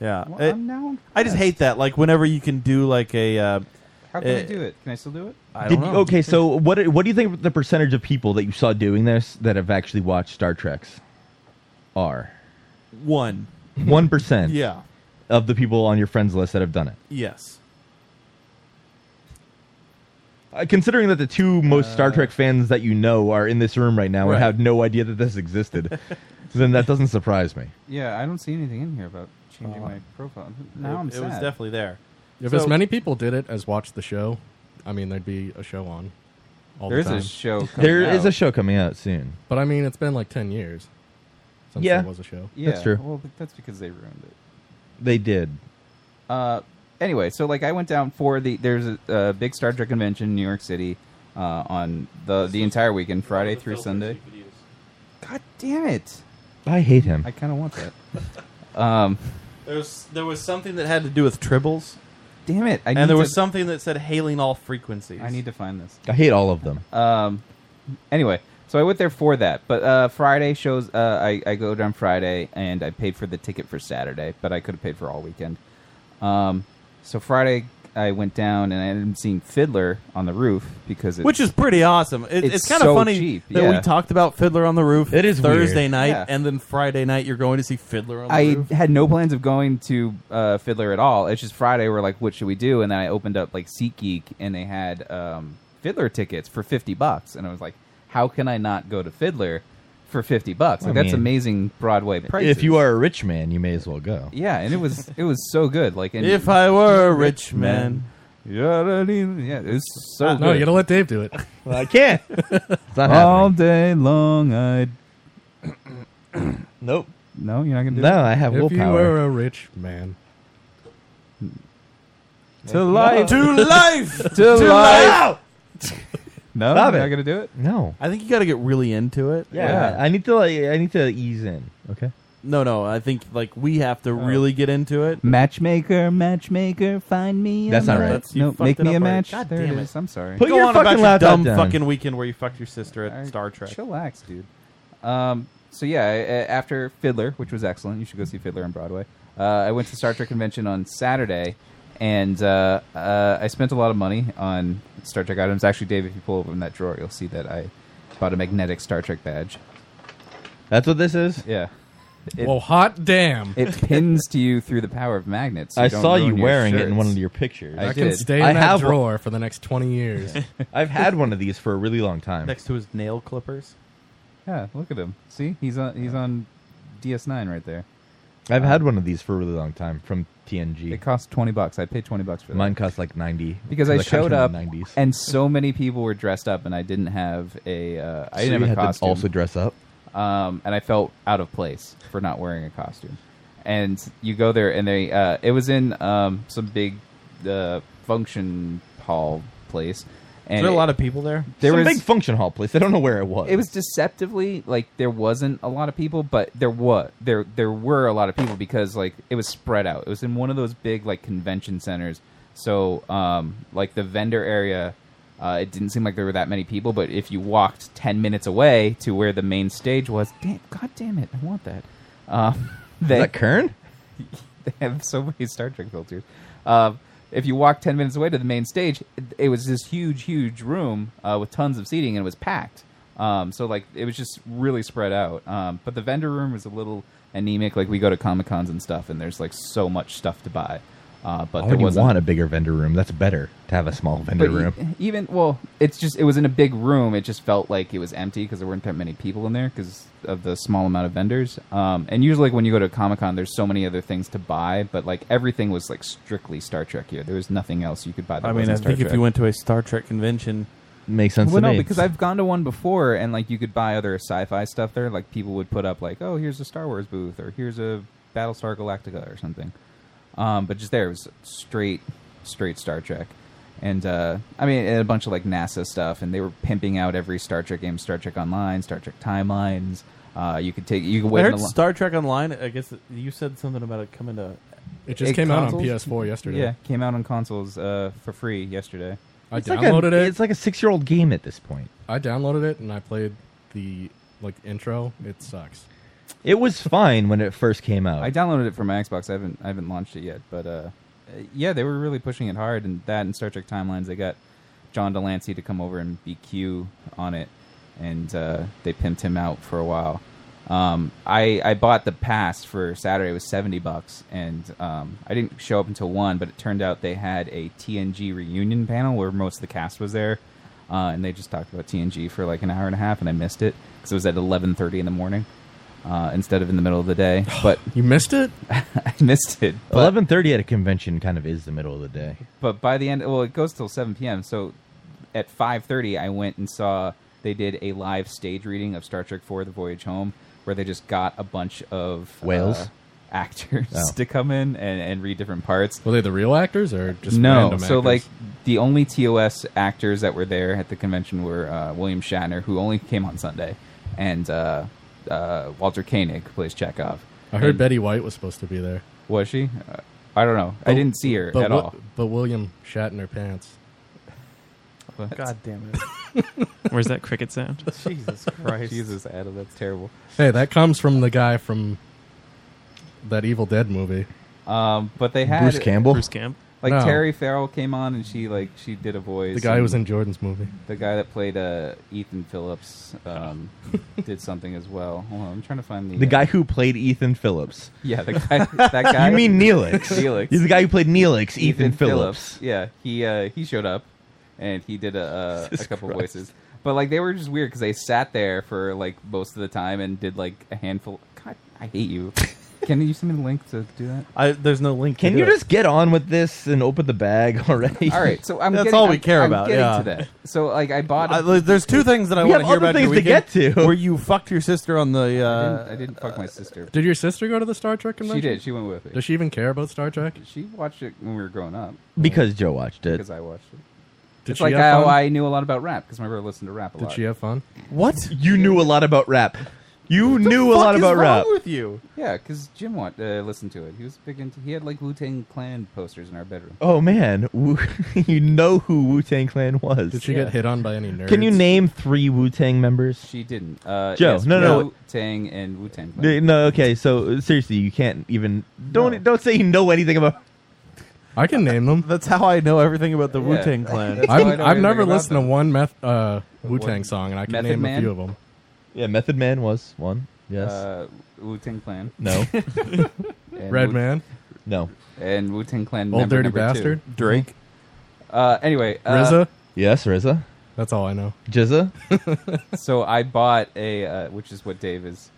Speaker 5: Yeah,
Speaker 7: Well,
Speaker 5: It-
Speaker 7: I'm now
Speaker 5: I just hate that. Like whenever you can do like a, uh,
Speaker 7: How can I
Speaker 5: Uh,
Speaker 7: do it? Can I still do it?
Speaker 5: I
Speaker 6: Did
Speaker 5: don't
Speaker 6: you-
Speaker 5: know.
Speaker 6: okay, so what what do you think the percentage of people that you saw doing this that have actually watched Star Trek's are?
Speaker 5: one.
Speaker 6: One percent
Speaker 5: Yeah.
Speaker 6: of the people on your friends list that have done it.
Speaker 5: Yes.
Speaker 6: Uh, considering that the two most Star Trek fans that you know are in this room right now
Speaker 5: Right.
Speaker 6: and have no idea that this existed, then that doesn't surprise me.
Speaker 7: Yeah, I don't see anything in here about changing my profile. Now
Speaker 5: Oh. it,
Speaker 7: I'm
Speaker 5: it
Speaker 7: sad.
Speaker 5: was definitely there.
Speaker 8: If
Speaker 5: So-
Speaker 8: as many people did it as watched the show, I mean, there'd be a show on all
Speaker 7: There's
Speaker 8: the time.
Speaker 7: a show. Coming
Speaker 6: There is
Speaker 7: out.
Speaker 6: a show coming out soon.
Speaker 8: but I mean, it's been like 10 years since
Speaker 6: Yeah.
Speaker 8: there was a show.
Speaker 7: Yeah,
Speaker 6: That's true.
Speaker 7: Well, but that's because they ruined it.
Speaker 6: They did.
Speaker 7: uh, anyway, so like I went down for the there's a, a big Star Trek convention in New York City uh, on the the entire weekend, Friday through Sunday. God damn it!
Speaker 6: I hate him.
Speaker 7: I kind of want that. um,
Speaker 5: There was there was something that had to do with tribbles,
Speaker 7: damn it! I need
Speaker 5: and there was
Speaker 7: to,
Speaker 5: something that said hailing all frequencies.
Speaker 7: I need to find this.
Speaker 6: I hate all of them.
Speaker 7: Um, anyway, so I went there for that. But uh, Friday shows. Uh, I I go down Friday and I paid for the ticket for Saturday, but I could have paid for all weekend. Um, so Friday I went down and I ended up seeing Fiddler on the roof because it,
Speaker 5: which is pretty awesome. It, it's
Speaker 7: It's
Speaker 5: kind of
Speaker 7: so
Speaker 5: funny
Speaker 7: cheap,
Speaker 5: that
Speaker 7: yeah.
Speaker 5: we talked about Fiddler on the Roof.
Speaker 6: It is
Speaker 5: Thursday
Speaker 6: weird.
Speaker 5: night,
Speaker 7: Yeah.
Speaker 5: and then Friday night you're going to see Fiddler on the
Speaker 7: I
Speaker 5: Roof.
Speaker 7: had no plans of going to uh, Fiddler at all. It's just Friday. We're like, what should we do? And then I opened up like SeatGeek, and they had um, Fiddler tickets for fifty bucks. And I was like, how can I not go to Fiddler for fifty bucks? Like
Speaker 6: I
Speaker 7: that's
Speaker 6: mean,
Speaker 7: amazing Broadway prices.
Speaker 6: If you are a rich man, you may as well go.
Speaker 7: yeah. And it was it was so good. Like, and
Speaker 5: If I were a rich man,
Speaker 7: yeah, yeah, it was so
Speaker 8: No, Oh,
Speaker 7: good.
Speaker 8: you gotta let Dave do it.
Speaker 6: I can't. it's not
Speaker 7: all
Speaker 6: happening.
Speaker 7: day long, I
Speaker 6: Nope.
Speaker 7: no, you're not gonna do
Speaker 6: No, I have
Speaker 8: if you
Speaker 6: willpower.
Speaker 8: were a rich man,
Speaker 7: it. to life,
Speaker 5: to life,
Speaker 7: to, life. No,
Speaker 6: Stop
Speaker 7: you're not
Speaker 6: it.
Speaker 7: gonna do it.
Speaker 6: No.
Speaker 5: I think you got to get really into it.
Speaker 7: Yeah.
Speaker 6: I need to like I need to ease in. Okay.
Speaker 5: No, no. I think like we have
Speaker 7: Oh.
Speaker 5: to really get into it.
Speaker 7: Matchmaker, matchmaker, find me.
Speaker 6: That's
Speaker 7: a
Speaker 6: not right.
Speaker 7: match.
Speaker 5: That's- you
Speaker 7: No,
Speaker 5: fucked
Speaker 7: make
Speaker 5: it
Speaker 7: me
Speaker 5: up
Speaker 7: a
Speaker 5: already.
Speaker 7: match.
Speaker 5: God
Speaker 7: there
Speaker 5: damn
Speaker 7: it
Speaker 5: it.
Speaker 7: is. I'm sorry.
Speaker 6: Put
Speaker 5: Go
Speaker 6: your
Speaker 5: on
Speaker 6: fucking
Speaker 5: about your
Speaker 6: laptop
Speaker 5: dumb
Speaker 6: down.
Speaker 5: fucking weekend where you fucked your sister at Star Trek.
Speaker 7: Chillax, dude. Um, so yeah, I- I- after Fiddler, which was excellent, you should go see Fiddler on Broadway. Uh, I went to Star Trek convention on Saturday, and uh, uh, I spent a lot of money on Star Trek items. Actually, Dave, if you pull open that drawer, you'll see that I bought a magnetic Star Trek badge.
Speaker 6: That's what this is.
Speaker 7: Yeah, It-
Speaker 8: well, hot damn.
Speaker 7: it pins to you through the power of magnets. so
Speaker 6: I
Speaker 7: don't
Speaker 6: saw you
Speaker 7: ruin your
Speaker 6: wearing it in
Speaker 7: shirts.
Speaker 6: one of your pictures.
Speaker 7: I
Speaker 8: I
Speaker 6: I,
Speaker 8: can
Speaker 7: did.
Speaker 8: stay in
Speaker 6: I
Speaker 8: that
Speaker 6: have one.
Speaker 8: drawer for the next 20 years.
Speaker 6: have had one of these for a really long time.
Speaker 5: Next to his nail clippers.
Speaker 7: Yeah, look at him. See, he's on he's on DS9 right there.
Speaker 6: I've had one of these for a really long time from TNG.
Speaker 7: It cost twenty bucks. I paid twenty bucks for that
Speaker 6: Mine cost like ninety
Speaker 7: because I
Speaker 6: got it in
Speaker 7: showed
Speaker 6: the
Speaker 7: up
Speaker 6: 90s.
Speaker 7: and so many people were dressed up, and I didn't have a uh, I
Speaker 6: So
Speaker 7: didn't
Speaker 6: you
Speaker 7: have a
Speaker 6: had to
Speaker 7: costume.
Speaker 6: also dress up.
Speaker 7: um, and I felt out of place for not wearing a costume. And you go there, and they uh, it was in um, some big uh, function hall place, and
Speaker 5: Is there a
Speaker 7: it-
Speaker 5: lot of people there?
Speaker 7: there
Speaker 6: Some
Speaker 7: was
Speaker 6: big function hall place. I don't know where it was.
Speaker 7: it was deceptively like there wasn't a lot of people, but there was there there were a lot of people because like it was spread out. It was in one of those big like convention centers, so um, like the vendor area. Uh, it didn't seem like there were that many people, but if you walked ten minutes away to where the main stage was, damn, god damn it, I want that. Um,
Speaker 6: Is
Speaker 7: they,
Speaker 6: that Kern?
Speaker 7: they have so many Star Trek filters. Um, if you walk ten minutes away to the main stage, it, it was this huge, huge room uh, with tons of seating, and it was packed. Um, so like it was just really spread out. Um, but the vendor room was a little anemic. Like we go to comic cons and stuff, and there's like so much stuff to buy. Uh, but
Speaker 6: Why
Speaker 7: there
Speaker 6: would you
Speaker 7: wasn't.
Speaker 6: want a bigger vendor room? That's better to have a small vendor
Speaker 7: But e-
Speaker 6: room.
Speaker 7: even well, it's just it was in a big room. It just felt like it was empty because there weren't that many people in there because of the small amount of vendors. Um, and usually, like when you go to Comic Con, there's so many other things to buy, but like everything was like strictly Star Trek here. There was nothing else you could buy. That
Speaker 5: I mean,
Speaker 7: wasn't
Speaker 5: I
Speaker 7: Star
Speaker 5: think if
Speaker 7: Trek.
Speaker 5: you went to a Star Trek convention,
Speaker 6: Makes sense
Speaker 7: Well,
Speaker 6: to
Speaker 7: no,
Speaker 6: me.
Speaker 7: because I've gone to one before, and like you could buy other sci-fi stuff there. Like people would put up like, "Oh, here's a Star Wars booth," or "Here's a Battlestar Galactica" or something. Um, but just there it was straight, straight Star Trek, and uh, I mean, and a bunch of like NASA stuff, and they were pimping out every Star Trek game, Star Trek Online, Star Trek Timelines. Uh, you could take, you could
Speaker 5: I
Speaker 7: wait. in
Speaker 5: heard
Speaker 7: a li-
Speaker 5: Star Trek Online. I guess it- you said something about it coming to.
Speaker 8: It just
Speaker 7: It
Speaker 8: came out on
Speaker 7: consoles?
Speaker 8: PS4 yesterday.
Speaker 7: yeah, came out on consoles uh, for free yesterday.
Speaker 8: I
Speaker 6: it's like
Speaker 8: downloaded
Speaker 6: a,
Speaker 8: it.
Speaker 6: It's like a six-year-old game at this point.
Speaker 8: I downloaded it and I played the like intro. It sucks.
Speaker 6: It was fine when it first came out.
Speaker 7: I downloaded it for my Xbox. I haven't I haven't launched it yet, but uh, uh, yeah, they were really pushing it hard. And that and Star Trek Timelines, they got John Delancey to come over and be Q on it, and uh, they pimped him out for a while. Um, I I bought the pass for Saturday. It was seventy bucks, and um, I didn't show up until one. But it turned out they had a TNG reunion panel where most of the cast was there, uh, and they just talked about TNG for like an hour and a half, and I missed it because it was at eleven thirty in the morning. Uh, instead of in the middle of the day, but
Speaker 8: You missed it?
Speaker 7: I missed it. But,
Speaker 6: Eleven thirty at a convention kind of is the middle of the day.
Speaker 7: but by the end, well, it goes till 7 p.m. So at 5:30, I went and saw they did a live stage reading of Star Trek IV: The Voyage Home, where they just got a bunch of
Speaker 6: Whales?
Speaker 7: uh, actors
Speaker 6: Oh.
Speaker 7: to come in and, and read different parts.
Speaker 8: Were they the real actors or just
Speaker 7: no,
Speaker 8: Random
Speaker 7: so
Speaker 8: actors?
Speaker 7: like the only TOS actors that were there at the convention were uh, William Shatner, who only came on Sunday, and uh, uh, Walter Koenig who plays Chekhov.
Speaker 8: I heard
Speaker 7: And-
Speaker 8: Betty White was supposed to be there.
Speaker 7: Was she? Uh, I don't know. I
Speaker 8: But-
Speaker 7: didn't see her
Speaker 8: but
Speaker 7: at
Speaker 8: Wi-
Speaker 7: all.
Speaker 8: But William shat in her pants.
Speaker 7: What?
Speaker 10: God damn it.
Speaker 9: Where's that cricket sound?
Speaker 10: Jesus Christ.
Speaker 7: Jesus, Adam, that's terrible.
Speaker 8: Hey, that comes from the guy from that Evil Dead movie.
Speaker 7: Um, but they had
Speaker 6: Bruce Campbell.
Speaker 9: Bruce Camp.
Speaker 7: like
Speaker 8: No.
Speaker 7: Terry Farrell came on and she like she did a voice.
Speaker 8: The guy who
Speaker 7: and
Speaker 8: was in Jordan's movie.
Speaker 7: the guy that played uh, Ethan Phillips um, did something as well. Hold on, I'm trying to find the
Speaker 6: The
Speaker 7: uh,
Speaker 6: guy who played Ethan Phillips.
Speaker 7: Yeah, the guy. That guy.
Speaker 6: You mean Neelix?
Speaker 7: Neelix.
Speaker 6: He's the guy who played Neelix. Ethan, Phillips.
Speaker 7: Yeah, he uh, he showed up and he did a, a, a
Speaker 5: Jesus
Speaker 7: couple
Speaker 5: Christ.
Speaker 7: voices. But like they were just weird because they sat there for like most of the time and did like a handful. God, I hate you. Can you send me the link to do that?
Speaker 5: I, there's no link. to
Speaker 6: Can
Speaker 5: do
Speaker 6: you
Speaker 5: it.
Speaker 6: just get on with this and open the bag already?
Speaker 7: All right, so I'm.
Speaker 5: That's
Speaker 7: getting-
Speaker 5: all we
Speaker 7: I'm-
Speaker 5: care
Speaker 7: I'm
Speaker 5: about,
Speaker 7: Getting
Speaker 5: yeah.
Speaker 7: to that. So like I bought.
Speaker 5: I, like, there's two things that I
Speaker 6: We
Speaker 5: want
Speaker 6: have
Speaker 5: to hear
Speaker 6: other
Speaker 5: about your
Speaker 6: things to
Speaker 5: weekend,
Speaker 6: get to.
Speaker 5: Where you fucked your sister on the.
Speaker 7: I
Speaker 5: Uh,
Speaker 7: didn't, I didn't fuck my sister.
Speaker 8: Did your sister go to the Star Trek
Speaker 7: She
Speaker 8: convention?
Speaker 7: did. She went with me.
Speaker 8: Does she even care about Star Trek?
Speaker 7: She watched it when we were growing up
Speaker 6: Because Joe watched it.
Speaker 7: because I watched it.
Speaker 8: Did
Speaker 7: it's
Speaker 8: she
Speaker 7: like
Speaker 8: have
Speaker 7: how
Speaker 8: fun?
Speaker 7: I knew a lot about rap because my brother listened to rap a
Speaker 8: Did
Speaker 7: lot.
Speaker 8: she have fun?
Speaker 5: what?
Speaker 6: You knew a lot about rap. You knew a lot
Speaker 5: Fuck
Speaker 6: about
Speaker 5: is
Speaker 6: rap.
Speaker 5: wrong with you?
Speaker 7: yeah, because Jim wa- uh, listened to it. He was big into. He had like Wu Tang Clan posters in our bedroom.
Speaker 6: oh man, Wu- you know who Wu Tang Clan was.
Speaker 8: Did she
Speaker 7: Yeah.
Speaker 8: get hit on by any nerds?
Speaker 6: Can you name three Wu Tang members?
Speaker 7: She didn't. Uh,
Speaker 6: Joe,
Speaker 7: yes,
Speaker 6: no, no.
Speaker 7: Wu Tang and Wu Tang
Speaker 6: They-
Speaker 7: Clan.
Speaker 6: No, okay. So uh, seriously, you can't even don't
Speaker 7: No.
Speaker 6: don't say you know anything about.
Speaker 8: I can name them.
Speaker 5: That's how I know everything about the
Speaker 7: Yeah.
Speaker 5: Wu Tang Clan.
Speaker 7: That's
Speaker 8: I've,
Speaker 7: why I know
Speaker 8: I've
Speaker 7: everything
Speaker 8: never
Speaker 7: about
Speaker 8: listened to
Speaker 7: them.
Speaker 8: one Meth, uh, Wu Tang
Speaker 7: What?
Speaker 8: song, and I can
Speaker 7: Method
Speaker 8: name
Speaker 7: Man?
Speaker 8: a few of them.
Speaker 6: Yeah, Method Man was one. Yes.
Speaker 7: Uh, Wu Tang Clan.
Speaker 6: no.
Speaker 7: and
Speaker 8: Red
Speaker 7: Wu-
Speaker 8: Man,
Speaker 6: No.
Speaker 7: and Wu Tang Clan.
Speaker 8: Old
Speaker 7: member
Speaker 8: Dirty
Speaker 7: number two.
Speaker 8: Bastard,
Speaker 5: Drake.
Speaker 7: Uh, anyway, uh,
Speaker 8: RZA.
Speaker 6: Yes, Riza.
Speaker 8: That's all I know.
Speaker 6: Jizza.
Speaker 7: so I bought a, uh, which is what Dave is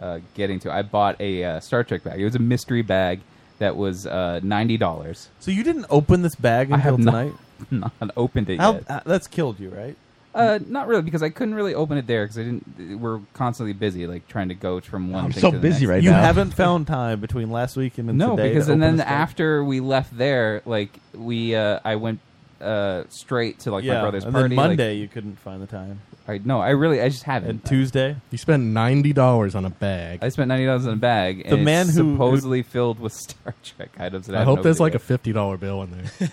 Speaker 7: uh, getting to. I bought a uh, Star Trek bag. It was a mystery bag that was uh, ninety dollars.
Speaker 5: So you didn't open this bag
Speaker 7: I
Speaker 5: until
Speaker 7: have not-
Speaker 5: tonight.
Speaker 7: Not opened it
Speaker 5: How,
Speaker 7: yet.
Speaker 5: uh, that's killed you, right?
Speaker 7: Uh, not really, because I couldn't really open it there because I didn't. We're constantly busy, like trying to go from one.
Speaker 6: I'm
Speaker 7: thing
Speaker 6: so
Speaker 7: to the
Speaker 6: busy
Speaker 7: next.
Speaker 6: right
Speaker 5: you
Speaker 6: now.
Speaker 5: haven't found time between last week and
Speaker 7: No,
Speaker 5: today
Speaker 7: because
Speaker 5: to
Speaker 7: and then
Speaker 5: open this bag?
Speaker 7: after we left there, like we, uh, I went uh straight to like
Speaker 5: yeah,
Speaker 7: my brother's
Speaker 5: and
Speaker 7: party.
Speaker 5: Then
Speaker 7: like-
Speaker 5: Monday you couldn't find the time,
Speaker 7: I, no, I really, I just
Speaker 5: and
Speaker 7: haven't.
Speaker 5: Tuesday.
Speaker 8: You spent ninety dollars on a bag.
Speaker 7: I spent ninety dollars in a bag. And
Speaker 5: The man
Speaker 7: it's
Speaker 5: who-
Speaker 7: supposedly filled with Star Trek items. That I,
Speaker 8: I,
Speaker 7: haven't
Speaker 8: hope there's
Speaker 7: opened
Speaker 8: like
Speaker 7: yet.
Speaker 8: a fifty dollar bill in there.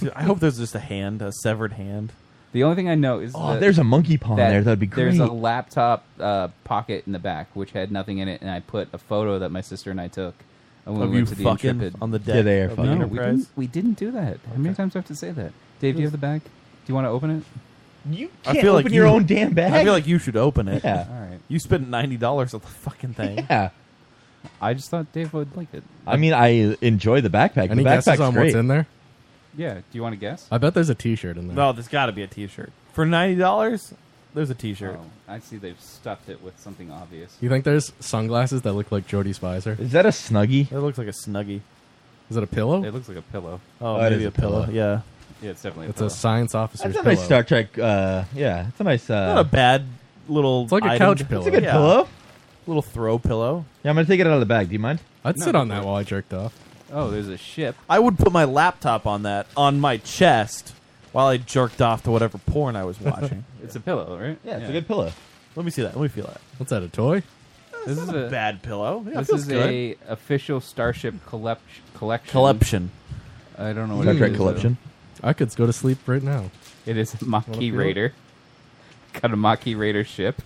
Speaker 5: Dude, I hope there's just a hand, a severed hand.
Speaker 7: The only thing I know is
Speaker 6: Oh,
Speaker 7: that,
Speaker 6: there's a monkey paw in
Speaker 7: that
Speaker 6: there. That'd be great.
Speaker 7: There's a laptop uh, pocket in the back which had nothing in it, and I put a photo that my sister and I took when
Speaker 5: of
Speaker 7: we
Speaker 5: you
Speaker 7: went to the
Speaker 5: fucking
Speaker 7: Intrepid.
Speaker 5: on the deck.
Speaker 6: Yeah, they are
Speaker 5: of the
Speaker 6: fucking.
Speaker 7: no, we
Speaker 5: Enterprise.
Speaker 7: didn't, we didn't do that. How many times do I have to say that? Dave, do you have the bag? Do you want to open it?
Speaker 6: you
Speaker 5: I
Speaker 6: can't
Speaker 5: feel like
Speaker 6: open your
Speaker 5: you-
Speaker 6: own damn bag.
Speaker 5: I feel like you should open it.
Speaker 6: yeah,
Speaker 7: All right.
Speaker 5: You spent ninety dollars on the fucking thing.
Speaker 6: yeah.
Speaker 7: I just thought Dave would like it.
Speaker 6: I mean, I enjoy the backpack.
Speaker 8: Any
Speaker 6: the backpack's
Speaker 8: guesses on
Speaker 6: great.
Speaker 8: what's in there?
Speaker 7: Yeah. Do you want to guess?
Speaker 8: I bet there's a T-shirt in there.
Speaker 5: No, there's got to be a T-shirt for ninety dollars. There's a T-shirt.
Speaker 7: Oh, I see they've stuffed it with something obvious.
Speaker 8: You think there's sunglasses that look like Jodie Spicer?
Speaker 6: Is that a snuggie?
Speaker 5: It looks like a snuggie.
Speaker 8: Is it a pillow?
Speaker 7: It looks like a pillow.
Speaker 5: Oh,
Speaker 6: Oh, it
Speaker 5: maybe
Speaker 6: is
Speaker 5: a
Speaker 6: a pillow.
Speaker 5: pillow. Yeah,
Speaker 7: Yeah, it's definitely a
Speaker 8: It's
Speaker 7: pillow.
Speaker 8: a science officer's
Speaker 6: That's a
Speaker 8: pillow.
Speaker 6: nice Star Trek. Uh, yeah, it's a nice. Uh,
Speaker 5: not a bad little.
Speaker 8: It's like a
Speaker 5: item.
Speaker 8: couch pillow.
Speaker 6: It's a good
Speaker 5: Yeah.
Speaker 6: pillow.
Speaker 5: Little throw pillow.
Speaker 6: Yeah, I'm gonna take it out of the bag. Do you mind?
Speaker 8: I'd
Speaker 7: No,
Speaker 8: sit on
Speaker 7: it
Speaker 8: that while I jerked off.
Speaker 7: oh, there's a ship.
Speaker 5: I would put my laptop on that on my chest while I jerked off to whatever porn I was watching.
Speaker 7: It's a pillow, right?
Speaker 6: Yeah, it's a good pillow.
Speaker 5: Let me see that. Let me feel that.
Speaker 8: What's that? A toy?
Speaker 7: This is a
Speaker 5: Bad pillow. Yeah, it
Speaker 7: this
Speaker 5: feels
Speaker 7: is
Speaker 5: good.
Speaker 7: a official starship collect- collection.
Speaker 5: collection.
Speaker 7: I don't know what
Speaker 6: Star
Speaker 7: it
Speaker 6: Trek
Speaker 7: is,
Speaker 6: collection.
Speaker 8: Hmm. I could go to sleep right now.
Speaker 7: though. It is a
Speaker 8: Wanna
Speaker 7: Maquis
Speaker 8: feel it?
Speaker 7: Raider. Got a Maquis Raider ship.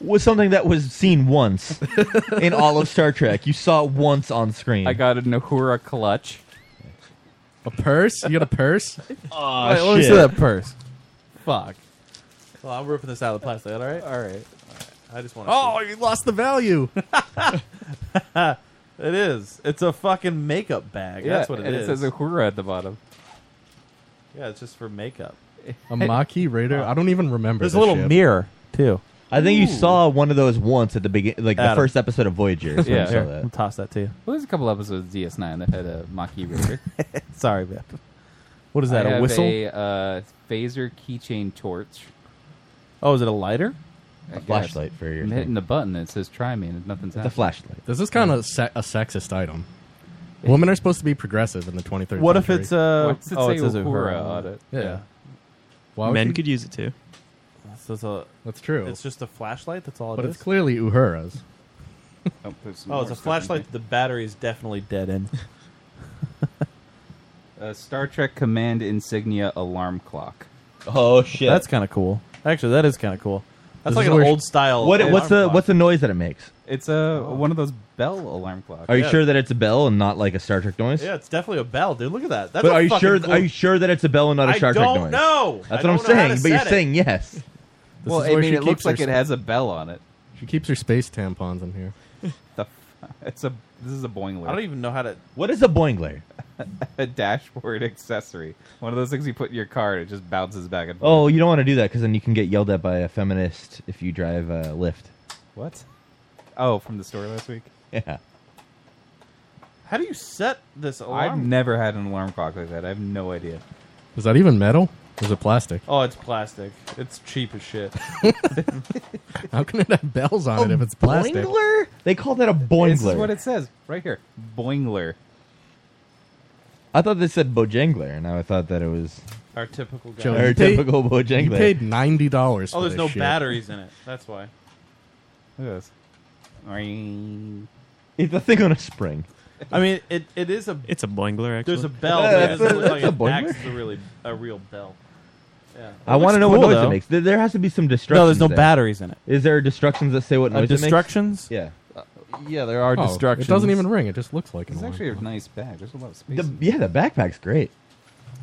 Speaker 6: was something that was seen once in all of Star Trek. You saw it once on screen.
Speaker 7: I got an Uhura clutch.
Speaker 8: A purse? You got a purse?
Speaker 6: Aw,
Speaker 5: Oh, Wait, let me see
Speaker 6: Ah, shit.
Speaker 5: that purse. Fuck. Well, I'm ripping this out of the plastic. All right. All right. I just want.
Speaker 8: Oh, you lost the value.
Speaker 5: It is. It's a fucking makeup bag. That's what
Speaker 7: and
Speaker 5: is.
Speaker 7: It says Uhura at the bottom.
Speaker 5: yeah, it's just for makeup.
Speaker 8: A Maquis Raider? I don't even remember.
Speaker 5: There's a
Speaker 8: this
Speaker 5: little
Speaker 8: ship.
Speaker 5: mirror too.
Speaker 6: I think you saw one of those once at the beginning, like the
Speaker 5: Adam.
Speaker 6: first episode of Voyager. is when
Speaker 7: Yeah.
Speaker 6: you
Speaker 5: Here,
Speaker 6: saw
Speaker 5: I'll
Speaker 6: that.
Speaker 5: toss that to you.
Speaker 7: Well, there's a couple episodes of DS9 that had a Maquis Raider.
Speaker 5: Sorry, Vip. What is
Speaker 7: I
Speaker 5: that? A
Speaker 7: have
Speaker 5: whistle?
Speaker 7: A uh, phaser keychain torch.
Speaker 5: oh, is it a lighter?
Speaker 7: I
Speaker 6: A
Speaker 7: guess.
Speaker 6: flashlight for your
Speaker 7: I'm
Speaker 6: thing.
Speaker 7: hitting the button. It says try me, and nothing's
Speaker 6: the
Speaker 7: happening.
Speaker 6: flashlight.
Speaker 8: This is kind of se- a sexist item. Women are supposed to be progressive in the 23rd
Speaker 5: What if
Speaker 8: century.
Speaker 5: it's a?
Speaker 6: uh,
Speaker 7: Why does it
Speaker 5: oh,
Speaker 7: say
Speaker 5: it says
Speaker 7: Uhura
Speaker 5: Uhura.
Speaker 7: on it?
Speaker 8: Yeah. Why would
Speaker 9: Men
Speaker 8: you-
Speaker 9: could use it too.
Speaker 5: So it's a.
Speaker 8: That's true.
Speaker 5: It's just a flashlight. That's all it
Speaker 8: but
Speaker 5: is.
Speaker 8: it's clearly Uhura's.
Speaker 7: Oh, there's some
Speaker 5: Oh,
Speaker 7: more
Speaker 5: it's a
Speaker 7: stuff in
Speaker 5: flashlight. that The battery is definitely dead in.
Speaker 7: there. A Star Trek command insignia alarm clock.
Speaker 6: Oh shit!
Speaker 5: That's kind of cool. Actually, that is kind of cool. That's
Speaker 8: This
Speaker 5: like
Speaker 8: is
Speaker 5: an
Speaker 8: where-
Speaker 5: old style.
Speaker 6: what,
Speaker 5: alarm
Speaker 6: what's the
Speaker 5: clock.
Speaker 6: what's the noise that it makes?
Speaker 7: It's a one of those bell alarm clocks.
Speaker 6: Are you
Speaker 5: Yeah.
Speaker 6: sure that it's a bell and not like a Star Trek noise?
Speaker 5: Yeah, it's definitely a bell, dude. Look at that. That's
Speaker 6: But
Speaker 5: a
Speaker 6: are you
Speaker 5: fucking
Speaker 6: sure?
Speaker 5: cool-
Speaker 6: Are you sure that it's a bell and not a
Speaker 5: I
Speaker 6: Star Trek
Speaker 5: don't
Speaker 6: noise?
Speaker 5: know. I
Speaker 6: That's
Speaker 5: don't
Speaker 6: what
Speaker 5: know
Speaker 6: I'm
Speaker 5: how to
Speaker 6: saying. But you're
Speaker 5: set it.
Speaker 6: saying yes.
Speaker 8: This
Speaker 7: well,
Speaker 8: is
Speaker 7: I
Speaker 8: where
Speaker 7: mean,
Speaker 8: she
Speaker 7: it looks
Speaker 8: keeps her
Speaker 7: like it
Speaker 8: sp-
Speaker 7: has a bell on it.
Speaker 8: She keeps her space tampons in here.
Speaker 7: The f- it's a this is a Boingler.
Speaker 5: I don't even know how to.
Speaker 6: What is a boingler?
Speaker 7: a dashboard accessory. One of those things you put in your car and it just bounces back and forth.
Speaker 6: Oh, you don't want to do that because then you can get yelled at by a feminist if you drive a Lyft.
Speaker 7: What? Oh, from the store last week?
Speaker 6: Yeah.
Speaker 5: How do you set this
Speaker 7: I've
Speaker 5: alarm?
Speaker 7: never had an alarm clock like that. I have no idea.
Speaker 8: Is that even metal? Or is it plastic?
Speaker 5: oh, it's plastic. It's cheap as shit.
Speaker 8: How can it have bells on it if it's plastic?
Speaker 6: Boingler? They call that a
Speaker 7: This is
Speaker 6: boingler.
Speaker 7: what it says right here. Boingler.
Speaker 6: I thought they said bojangler, and I thought that it was
Speaker 5: Our typical guy.
Speaker 8: Joe,
Speaker 6: our
Speaker 8: you paid-
Speaker 6: typical bojangler.
Speaker 8: You paid ninety dollars.
Speaker 5: Oh, there's no
Speaker 8: shit.
Speaker 5: batteries in it. That's why.
Speaker 7: Look at this. Ring.
Speaker 6: It's a thing on a spring.
Speaker 5: I mean, it, it is a.
Speaker 9: It's a boingler, actually.
Speaker 5: There's a bell.
Speaker 6: Yeah,
Speaker 5: but it
Speaker 6: that's
Speaker 5: doesn't
Speaker 6: a-
Speaker 5: look like
Speaker 6: that's a
Speaker 5: it
Speaker 6: boiler.
Speaker 5: acts as a really a real bell. Yeah.
Speaker 6: I want
Speaker 5: looks
Speaker 6: to know
Speaker 5: cool,
Speaker 6: what noise
Speaker 5: though.
Speaker 6: it makes. There- There has to be some destructions.
Speaker 5: No, there's no
Speaker 6: there.
Speaker 5: batteries in it.
Speaker 6: Is there destructions that say what
Speaker 5: Uh,
Speaker 6: noise
Speaker 5: destructions?
Speaker 6: it makes? Yeah.
Speaker 5: Yeah, there are
Speaker 8: Oh,
Speaker 5: destructions.
Speaker 8: It doesn't even ring. It just looks like an
Speaker 7: It's
Speaker 8: alarm.
Speaker 7: actually a nice bag. There's a lot of space.
Speaker 6: The,
Speaker 7: in it.
Speaker 6: yeah, the backpack's great.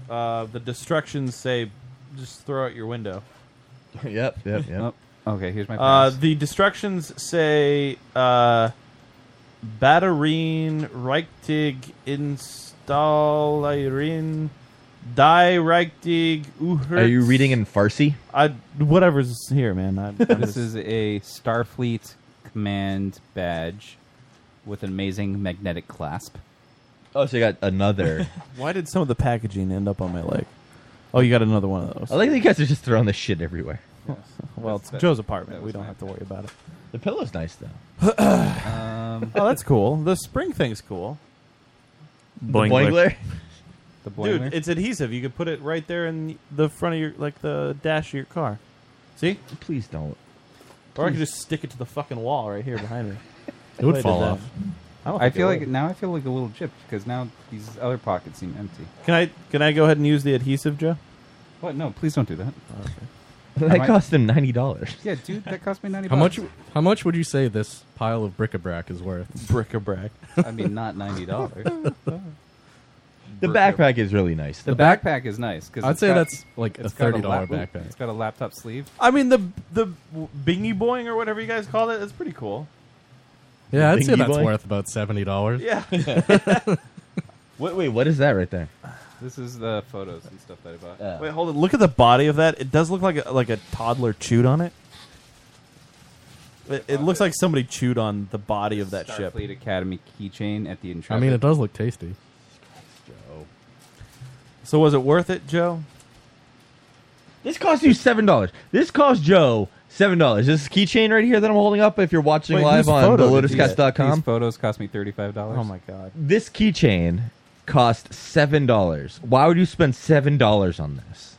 Speaker 5: Uh, the destructions say, just throw out your window.
Speaker 6: yep, yep, yep.
Speaker 7: Oh, okay, here's my
Speaker 5: Uh,
Speaker 7: pass.
Speaker 5: the destructions say, uh, Batterien Reichtig Installerin Die Reichtig Uhertz.
Speaker 6: Are you reading in Farsi?
Speaker 5: I, whatever's here, man. I, I'm
Speaker 7: this
Speaker 5: just-
Speaker 7: is a Starfleet command badge with an amazing magnetic clasp.
Speaker 6: Oh, so you got another.
Speaker 5: Why did some of the packaging end up on my leg? Oh, you got another one of those.
Speaker 6: I like that you guys are just throwing this shit everywhere.
Speaker 5: well, it's
Speaker 7: that-
Speaker 5: Joe's apartment.
Speaker 7: that
Speaker 5: We
Speaker 7: was
Speaker 5: don't
Speaker 7: my
Speaker 5: have to worry about it.
Speaker 6: The pillow's nice though.
Speaker 7: Um,
Speaker 5: Oh, that's cool. The spring thing's cool.
Speaker 9: boingler.
Speaker 7: the boiler.
Speaker 5: Dude, it's adhesive. You could put it right there in the front of your, like the dash of your car. See?
Speaker 6: Please don't.
Speaker 5: Or I could just stick it to the fucking wall right here behind me.
Speaker 8: It would fall off.
Speaker 7: I feel like now I feel like a little gypped because now these other pockets seem empty.
Speaker 5: Can I can I go ahead and use the adhesive, Joe?
Speaker 7: What? No, please don't do that.
Speaker 6: That
Speaker 7: might-
Speaker 6: cost him ninety dollars.
Speaker 7: Yeah, dude, that cost me ninety.
Speaker 8: How much?
Speaker 7: bucks.
Speaker 8: How much would you say this pile of bric-a-brac is worth?
Speaker 5: Bric-a-brac.
Speaker 7: I mean, not ninety dollars.
Speaker 6: The backpack is really nice.
Speaker 7: The
Speaker 6: Though.
Speaker 7: backpack is nice because
Speaker 8: I'd say that's like a $30 backpack.
Speaker 7: It's got a laptop sleeve.
Speaker 5: I mean the the bingy boing or whatever you guys call it. It's pretty cool.
Speaker 8: Yeah, I'd
Speaker 6: Bingy
Speaker 8: say that's
Speaker 6: boy.
Speaker 8: worth about seventy dollars.
Speaker 5: Yeah.
Speaker 6: Wait, wait, what is that right there?
Speaker 7: This is the photos and stuff that I bought.
Speaker 6: Uh,
Speaker 5: Wait, hold on. Look at the body of that. It does look like a, like a toddler chewed on it. It, it looks like somebody chewed on the body of that ship.
Speaker 7: Starfleet Academy keychain at the
Speaker 8: I
Speaker 7: Intrepid.
Speaker 8: mean, it does look tasty.
Speaker 5: So was it worth it, Joe?
Speaker 6: This cost you seven dollars. This cost Joe seven dollars. This keychain right here that I'm holding up. If you're watching
Speaker 5: Wait,
Speaker 6: live
Speaker 5: whose
Speaker 6: on
Speaker 5: photo did you get?
Speaker 7: These
Speaker 6: thelotuscast.com,
Speaker 7: photos cost me thirty-five dollars.
Speaker 5: Oh my god.
Speaker 6: this keychain cost seven dollars. Why would you spend seven dollars on this?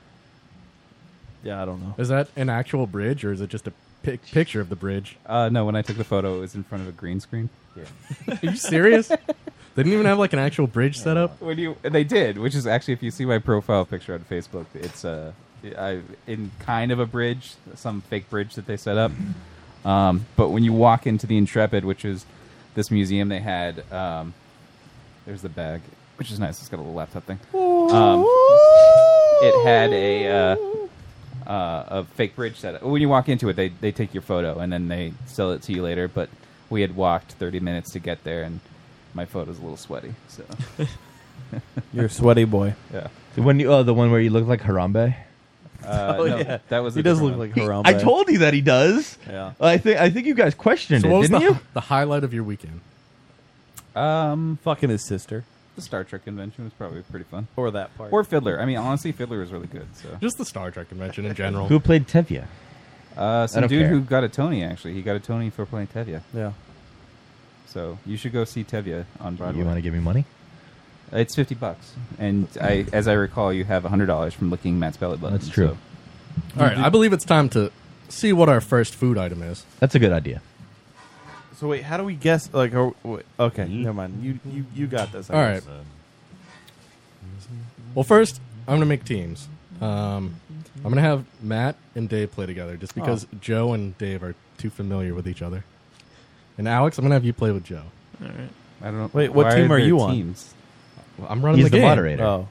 Speaker 5: Yeah, I don't know.
Speaker 8: Is that an actual bridge or is it just a pic- picture of the bridge?
Speaker 7: Uh, no, when I took the photo, it was in front of a green screen.
Speaker 8: Are you serious? they didn't even have like an actual bridge set up.
Speaker 7: When you they did, which is actually if you see my profile picture on Facebook, it's uh, I in kind of a bridge, some fake bridge that they set up. Um, but when you walk into the Intrepid, which is this museum, they had um, there's the bag, which is nice. It's got a little laptop thing. Um, it had a uh, uh, a fake bridge set up. When you walk into it, they they take your photo and then they sell it to you later. But we had walked 30 minutes to get there, and my photo's a little sweaty. So
Speaker 5: You're a sweaty boy.
Speaker 7: yeah.
Speaker 6: The one, you, oh, the one where you look like Harambe.
Speaker 7: Uh,
Speaker 5: Oh,
Speaker 7: no,
Speaker 5: yeah.
Speaker 7: that was a
Speaker 5: He does
Speaker 7: different
Speaker 5: look
Speaker 7: one.
Speaker 5: like Harambe.
Speaker 6: I told you that he does.
Speaker 5: Yeah.
Speaker 6: I think I think you guys questioned
Speaker 8: So
Speaker 6: it,
Speaker 8: what was
Speaker 6: didn't
Speaker 8: the,
Speaker 6: you?
Speaker 8: the highlight of your weekend?
Speaker 7: um
Speaker 5: Fucking his sister.
Speaker 7: the Star Trek convention was probably pretty fun.
Speaker 5: Or that part.
Speaker 7: Or Fiddler. I mean, honestly, Fiddler was really good. So
Speaker 8: Just the Star Trek convention in general.
Speaker 6: Who played Tevye?
Speaker 7: uh, some
Speaker 6: don't
Speaker 7: dude
Speaker 6: care.
Speaker 7: who got a Tony actually, he got a Tony for playing Tevye.
Speaker 5: yeah.
Speaker 7: So you should go see Tevye on Broadway.
Speaker 6: You want to give me money?
Speaker 7: It's fifty bucks, and I, as I recall, you have hundred dollars from licking Matt's belly button.
Speaker 6: That's true.
Speaker 8: All right, I believe it's time to see what our first food item is.
Speaker 6: That's a good idea.
Speaker 5: So wait, how do we guess? Like, are, wait, okay,
Speaker 6: Mm-hmm.
Speaker 5: never mind. You you you got this. I
Speaker 8: All
Speaker 5: guess.
Speaker 8: right. Well, first, I'm going to make teams. Um, I'm going to have Matt and Dave play together just
Speaker 5: Oh.
Speaker 8: because Joe and Dave are too familiar with each other. And Alex, I'm going to have you play with Joe.
Speaker 7: So I don't know.
Speaker 5: Wait, what
Speaker 7: why
Speaker 5: team are
Speaker 7: there
Speaker 5: you on?
Speaker 7: Teams?
Speaker 8: Well, I'm running
Speaker 6: He's
Speaker 8: the
Speaker 6: the
Speaker 8: game.
Speaker 6: moderator.
Speaker 5: Oh.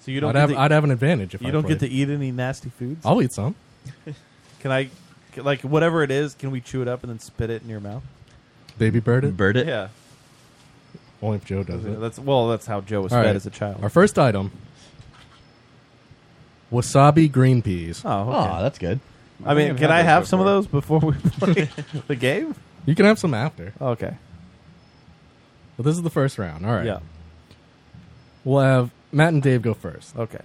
Speaker 5: So you don't
Speaker 8: I'd
Speaker 5: get
Speaker 8: have,
Speaker 5: to,
Speaker 8: I'd have an advantage if
Speaker 5: you
Speaker 8: I
Speaker 5: don't get to
Speaker 8: played.
Speaker 5: eat any nasty foods.
Speaker 8: I'll eat some.
Speaker 5: Can I, can- like, whatever it is, can we chew it up and then spit it in your mouth?
Speaker 8: Baby bird it.
Speaker 6: Bird it.
Speaker 5: Yeah.
Speaker 8: Only if Joe does it.
Speaker 5: That's well. That's how Joe was
Speaker 8: All
Speaker 5: fed
Speaker 8: right.
Speaker 5: as a child.
Speaker 8: Our first item wasabi green peas.
Speaker 5: oh, okay.
Speaker 6: Oh, that's good.
Speaker 5: I
Speaker 7: think
Speaker 5: mean,
Speaker 7: I've
Speaker 5: can
Speaker 7: had
Speaker 5: I
Speaker 7: those
Speaker 5: have some of
Speaker 7: before.
Speaker 5: those before we play the game?
Speaker 8: You can have some after.
Speaker 5: Okay.
Speaker 8: But this is the first round. All right.
Speaker 5: Yeah.
Speaker 8: We'll have Matt and Dave go first.
Speaker 5: Okay.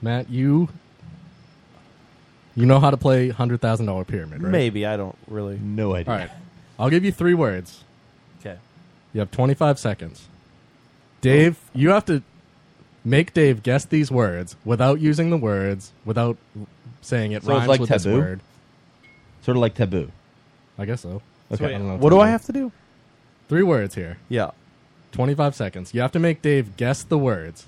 Speaker 8: Matt, you you know how to play hundred thousand dollar pyramid, right?
Speaker 5: Maybe I don't really.
Speaker 6: No idea.
Speaker 8: All right. I'll give you three words.
Speaker 5: Okay.
Speaker 8: You have twenty five seconds. Dave, you have to make Dave guess these words without using the words, without saying it
Speaker 6: So it's
Speaker 8: rhymes
Speaker 6: like
Speaker 8: with this
Speaker 6: taboo?
Speaker 8: word.
Speaker 6: Sort of like taboo.
Speaker 8: I guess so.
Speaker 6: Okay.
Speaker 8: I don't know if
Speaker 5: What do
Speaker 8: taboo.
Speaker 5: I have to do?
Speaker 8: Three words here.
Speaker 5: Yeah.
Speaker 8: 25 seconds. You have to make Dave guess the words,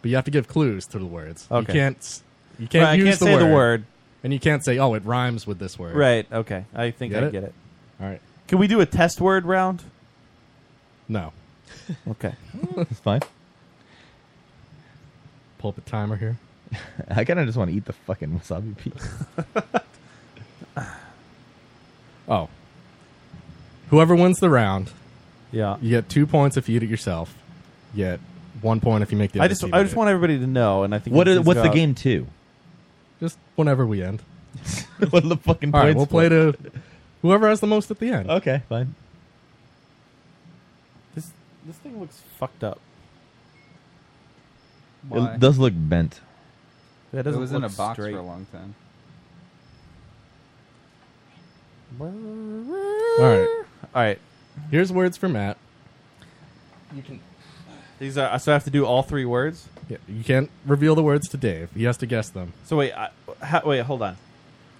Speaker 8: but you have to give clues to the words.
Speaker 5: Okay.
Speaker 8: You can't s- you can't
Speaker 5: Right, I
Speaker 8: use
Speaker 5: can't
Speaker 8: the,
Speaker 5: say
Speaker 8: word,
Speaker 5: the word.
Speaker 8: and you can't say oh it rhymes with this word.
Speaker 5: Right. Okay. I think
Speaker 8: Get
Speaker 5: I
Speaker 8: it?
Speaker 5: get it.
Speaker 8: All right.
Speaker 5: Can we do a test word round?
Speaker 8: No.
Speaker 5: Okay.
Speaker 6: That's fine.
Speaker 8: Pull up a timer here.
Speaker 6: I kind of just want to eat the fucking wasabi piece.
Speaker 8: Oh. Whoever wins the round,
Speaker 5: Yeah.
Speaker 8: you get 2 points if you eat it yourself. You get 1 point if you make the
Speaker 5: I
Speaker 8: other
Speaker 5: just
Speaker 8: team
Speaker 5: I
Speaker 8: eat
Speaker 5: just
Speaker 8: it.
Speaker 5: want everybody to know, and I think
Speaker 6: What
Speaker 5: it's
Speaker 6: is
Speaker 5: his
Speaker 6: what's the
Speaker 5: job.
Speaker 6: game two?
Speaker 8: uh, just whenever we end.
Speaker 6: what are the fucking
Speaker 8: All right,
Speaker 6: points
Speaker 8: we'll play to whoever has the most at the end.
Speaker 6: for? Okay, fine.
Speaker 5: This this thing looks fucked up.
Speaker 7: Why?
Speaker 6: It does look bent.
Speaker 5: That
Speaker 7: It
Speaker 5: doesn't
Speaker 7: was in a
Speaker 5: look
Speaker 7: box
Speaker 5: straight.
Speaker 7: for a long time.
Speaker 8: All right.
Speaker 5: All right.
Speaker 8: Here's words for Matt.
Speaker 5: These are Uh, so I have to do all three words.
Speaker 8: Yeah, You can't reveal the words to Dave. He has to guess them.
Speaker 5: So wait, I, ha, wait, hold on.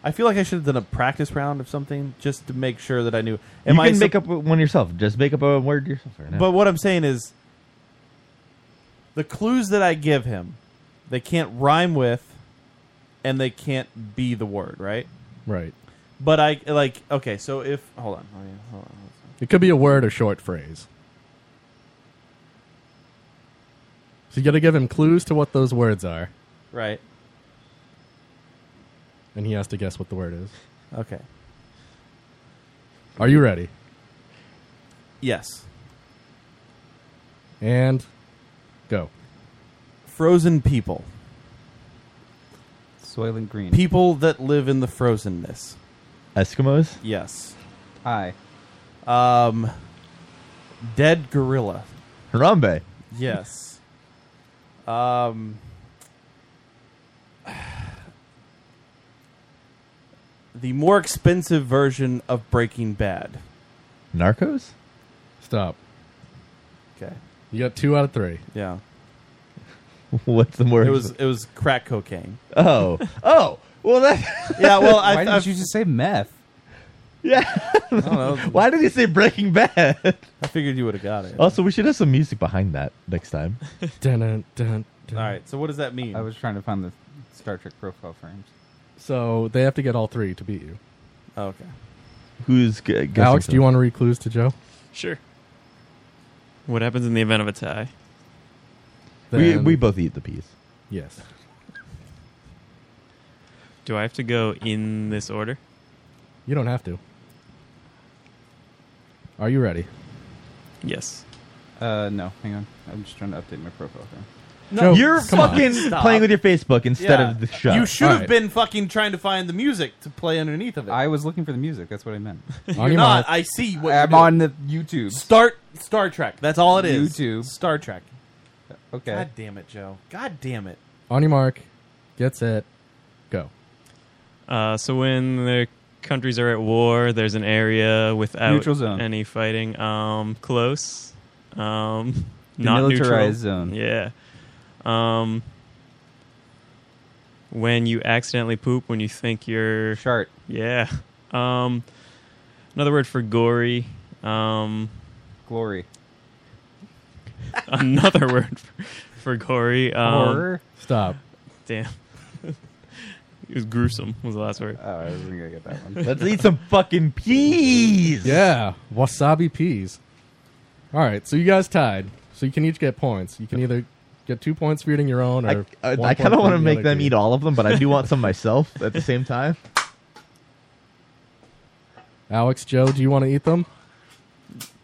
Speaker 5: I feel like I should have done a practice round of something just to make sure that I knew.
Speaker 6: you
Speaker 5: I
Speaker 6: can
Speaker 5: sup-
Speaker 6: make up one yourself. Just make up a word yourself. Right now.
Speaker 5: But what I'm saying is, the clues that I give him, they can't rhyme with, and they can't be the word, right?
Speaker 8: Right.
Speaker 5: But I like okay. So if hold on, hold on, hold on.
Speaker 8: It could be a word or short phrase. So you got to give him clues to what those words are,
Speaker 5: right?
Speaker 8: and he has to guess what the word is.
Speaker 5: Okay.
Speaker 8: Are you ready?
Speaker 5: Yes.
Speaker 8: And go.
Speaker 5: Frozen people.
Speaker 7: Soylent Green.
Speaker 5: People that live in the frozenness.
Speaker 6: Eskimos,
Speaker 5: Yes.
Speaker 7: Hi.
Speaker 5: Um. Dead gorilla.
Speaker 6: Harambe,
Speaker 5: Yes. um. The more expensive version of Breaking Bad.
Speaker 6: Narcos,
Speaker 8: Stop.
Speaker 5: Okay.
Speaker 8: You got two out of three.
Speaker 5: Yeah.
Speaker 6: What's the word?
Speaker 5: It was it was crack cocaine.
Speaker 6: oh oh well that
Speaker 5: Yeah. Well,
Speaker 7: Why
Speaker 5: I,
Speaker 7: did
Speaker 5: I,
Speaker 7: you just say meth?
Speaker 6: yeah.
Speaker 5: I don't know.
Speaker 6: Why did he say Breaking Bad?
Speaker 5: I figured you would have got it.
Speaker 6: Also, we should have some music behind that next time.
Speaker 8: Dun, dun, dun,
Speaker 5: All
Speaker 8: dun.
Speaker 5: right. So what does that mean?
Speaker 7: I was trying to find the Star Trek profile frames.
Speaker 8: So they have to get all three to beat you.
Speaker 5: Oh, okay.
Speaker 6: Who's g- guessing
Speaker 8: Alex, do you
Speaker 6: something?
Speaker 8: want to read clues to Joe?
Speaker 9: Sure. What happens in the event of a tie?
Speaker 6: We,
Speaker 8: Then-
Speaker 6: we both eat the peas.
Speaker 8: Yes.
Speaker 9: Do I have to go in this order?
Speaker 8: You don't have to. Are you ready?
Speaker 9: Yes.
Speaker 7: Uh, no, hang on. I'm just trying to update my profile here.
Speaker 8: No,
Speaker 6: You're
Speaker 8: come on.
Speaker 6: fucking
Speaker 5: Stop.
Speaker 6: playing with your Facebook instead
Speaker 5: Yeah.
Speaker 6: of the show.
Speaker 5: You should have
Speaker 8: Alright.
Speaker 5: been fucking trying to find the music to play underneath of it.
Speaker 7: I was looking for the music. That's what I meant.
Speaker 8: On
Speaker 5: You're
Speaker 8: your
Speaker 5: not.
Speaker 8: mark.
Speaker 5: I see what
Speaker 7: I'm
Speaker 5: you're doing.
Speaker 7: on the YouTube.
Speaker 5: Start Star Trek. That's all it is.
Speaker 7: YouTube.
Speaker 5: Star Trek.
Speaker 7: Okay.
Speaker 5: God damn it, Joe. God damn it.
Speaker 8: On your mark. Get set. Go.
Speaker 9: Uh, so when the countries are at war, there's an area without
Speaker 7: Neutral zone.
Speaker 9: any fighting. Um, close. Um,
Speaker 7: The
Speaker 9: not neutral.
Speaker 7: militarized zone.
Speaker 9: Yeah. Um, when you accidentally poop when you think you're
Speaker 7: Chart.
Speaker 9: yeah. Um, another word for gory. Um,
Speaker 7: Glory.
Speaker 9: another word for, for gory. Um,
Speaker 7: Horror.
Speaker 8: Stop.
Speaker 9: Damn. it was gruesome. Was the last word.
Speaker 7: Oh, I was gonna get that one.
Speaker 6: Let's eat some fucking peas.
Speaker 8: Yeah. Wasabi peas. All right. So you guys tied. So you can each get points. You can either get two points for eating your own,
Speaker 6: I, uh,
Speaker 8: or
Speaker 6: I,
Speaker 8: one
Speaker 6: I kind
Speaker 8: point
Speaker 6: of
Speaker 8: for
Speaker 6: want to
Speaker 8: the
Speaker 6: make
Speaker 8: other
Speaker 6: them
Speaker 8: dude.
Speaker 6: eat all of them, but I do want some myself at the same time.
Speaker 8: Alex, Joe, do you want to eat them?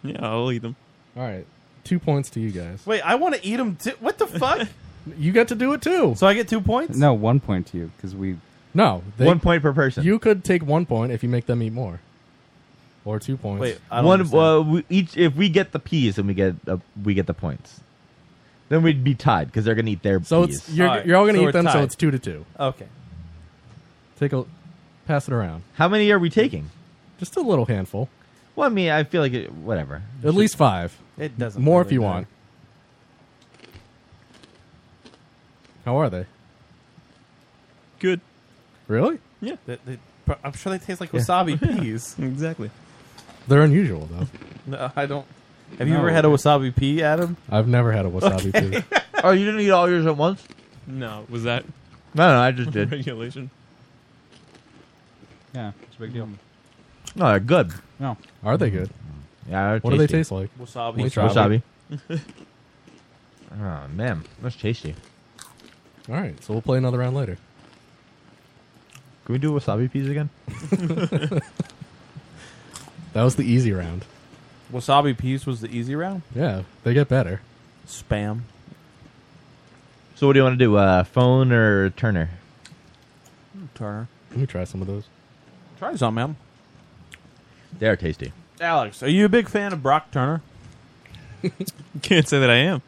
Speaker 9: Yeah, I'll eat them.
Speaker 8: All right. Two points to you guys.
Speaker 5: Wait, I want to eat them too. What the fuck?
Speaker 8: You get to do it too.
Speaker 5: so I get two points?
Speaker 7: No, one point to you because we.
Speaker 8: No, they,
Speaker 6: one point per person.
Speaker 8: You could take one point if you make them eat more, or two points.
Speaker 5: Wait, I don't
Speaker 6: one
Speaker 5: understand.
Speaker 6: uh, we, each. If we get the peas, then we get uh, we get the points. Then we'd be tied because they're gonna eat their
Speaker 8: so
Speaker 6: peas.
Speaker 8: it's you're,
Speaker 5: All right,
Speaker 8: you're all gonna
Speaker 5: so we're
Speaker 8: eat them. So
Speaker 5: tied.
Speaker 8: it's two to two.
Speaker 5: Okay.
Speaker 8: Take a pass it around.
Speaker 6: How many are we taking?
Speaker 8: Just a little handful,
Speaker 6: Well, I mean, I feel like it, whatever.
Speaker 8: at least five.
Speaker 5: It doesn't.
Speaker 8: More if
Speaker 5: really
Speaker 8: you
Speaker 5: matter.
Speaker 8: want. How are they?
Speaker 9: Good.
Speaker 8: Really?
Speaker 9: Yeah.
Speaker 5: They- they- pro- I'm sure they taste like wasabi peas.
Speaker 9: Exactly.
Speaker 8: They're unusual though.
Speaker 5: No, I don't. Have you
Speaker 7: No.
Speaker 5: ever had a wasabi pea, Adam?
Speaker 8: I've never had a wasabi pea.
Speaker 6: oh, you didn't eat all yours at once?
Speaker 9: No, was that
Speaker 6: No, no, I just did.
Speaker 9: regulation?
Speaker 7: Yeah, it's a big deal.
Speaker 6: No, they're good.
Speaker 7: No,
Speaker 8: Are they good?
Speaker 6: Yeah, they're
Speaker 8: What do they
Speaker 6: tasty.
Speaker 8: taste like?
Speaker 5: Wasabi.
Speaker 6: Wasabi. oh man, that's tasty.
Speaker 8: All right, so we'll play another round later.
Speaker 6: Can we do wasabi peas again?
Speaker 8: That was the easy round.
Speaker 5: Wasabi peas was the easy round.
Speaker 8: Yeah, they get better.
Speaker 5: Spam.
Speaker 6: So, what do you want to do? Uh, phone or Turner?
Speaker 5: Turner.
Speaker 8: Let me try some of those.
Speaker 5: Try some, man.
Speaker 6: They are tasty.
Speaker 5: Alex, are you a big fan of Brock Turner?
Speaker 9: Can't say that I am.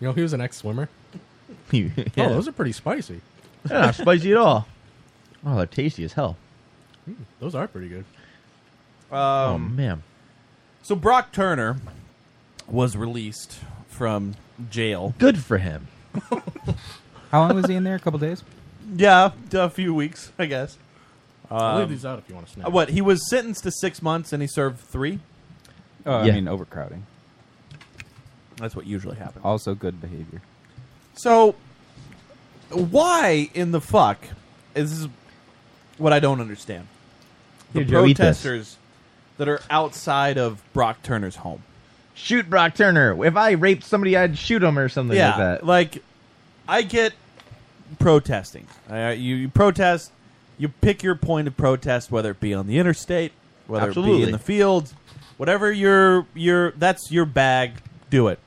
Speaker 8: You know, he was an ex-swimmer.
Speaker 6: yeah.
Speaker 8: Oh, those are pretty spicy.
Speaker 6: They're not spicy at all. Oh, they're tasty as hell.
Speaker 8: Hmm, Those are pretty good.
Speaker 6: Oh man.
Speaker 5: Um, So Brock Turner was released from jail.
Speaker 6: Good for him.
Speaker 7: how long was he in there? A couple days.
Speaker 5: Yeah, a few weeks, I guess. Um,
Speaker 8: I'll leave these out if you want to snap.
Speaker 5: What he was sentenced to six months and he served three.
Speaker 7: Oh,
Speaker 6: Yeah.
Speaker 7: I mean overcrowding.
Speaker 5: That's what usually happens.
Speaker 7: Also good behavior.
Speaker 5: So, why in the fuck is this? Is what I don't understand. The
Speaker 6: Here, Joe, eat this.
Speaker 5: protesters that are outside of Brock Turner's home.
Speaker 6: Shoot Brock Turner. If I raped somebody, I'd shoot him or something like
Speaker 5: yeah,
Speaker 6: that.
Speaker 5: like I get protesting. Uh, you, you protest. You pick your point of protest, whether it be on the interstate, whether it be
Speaker 6: Absolutely.
Speaker 5: in the fields, whatever your your that's your bag. Do it.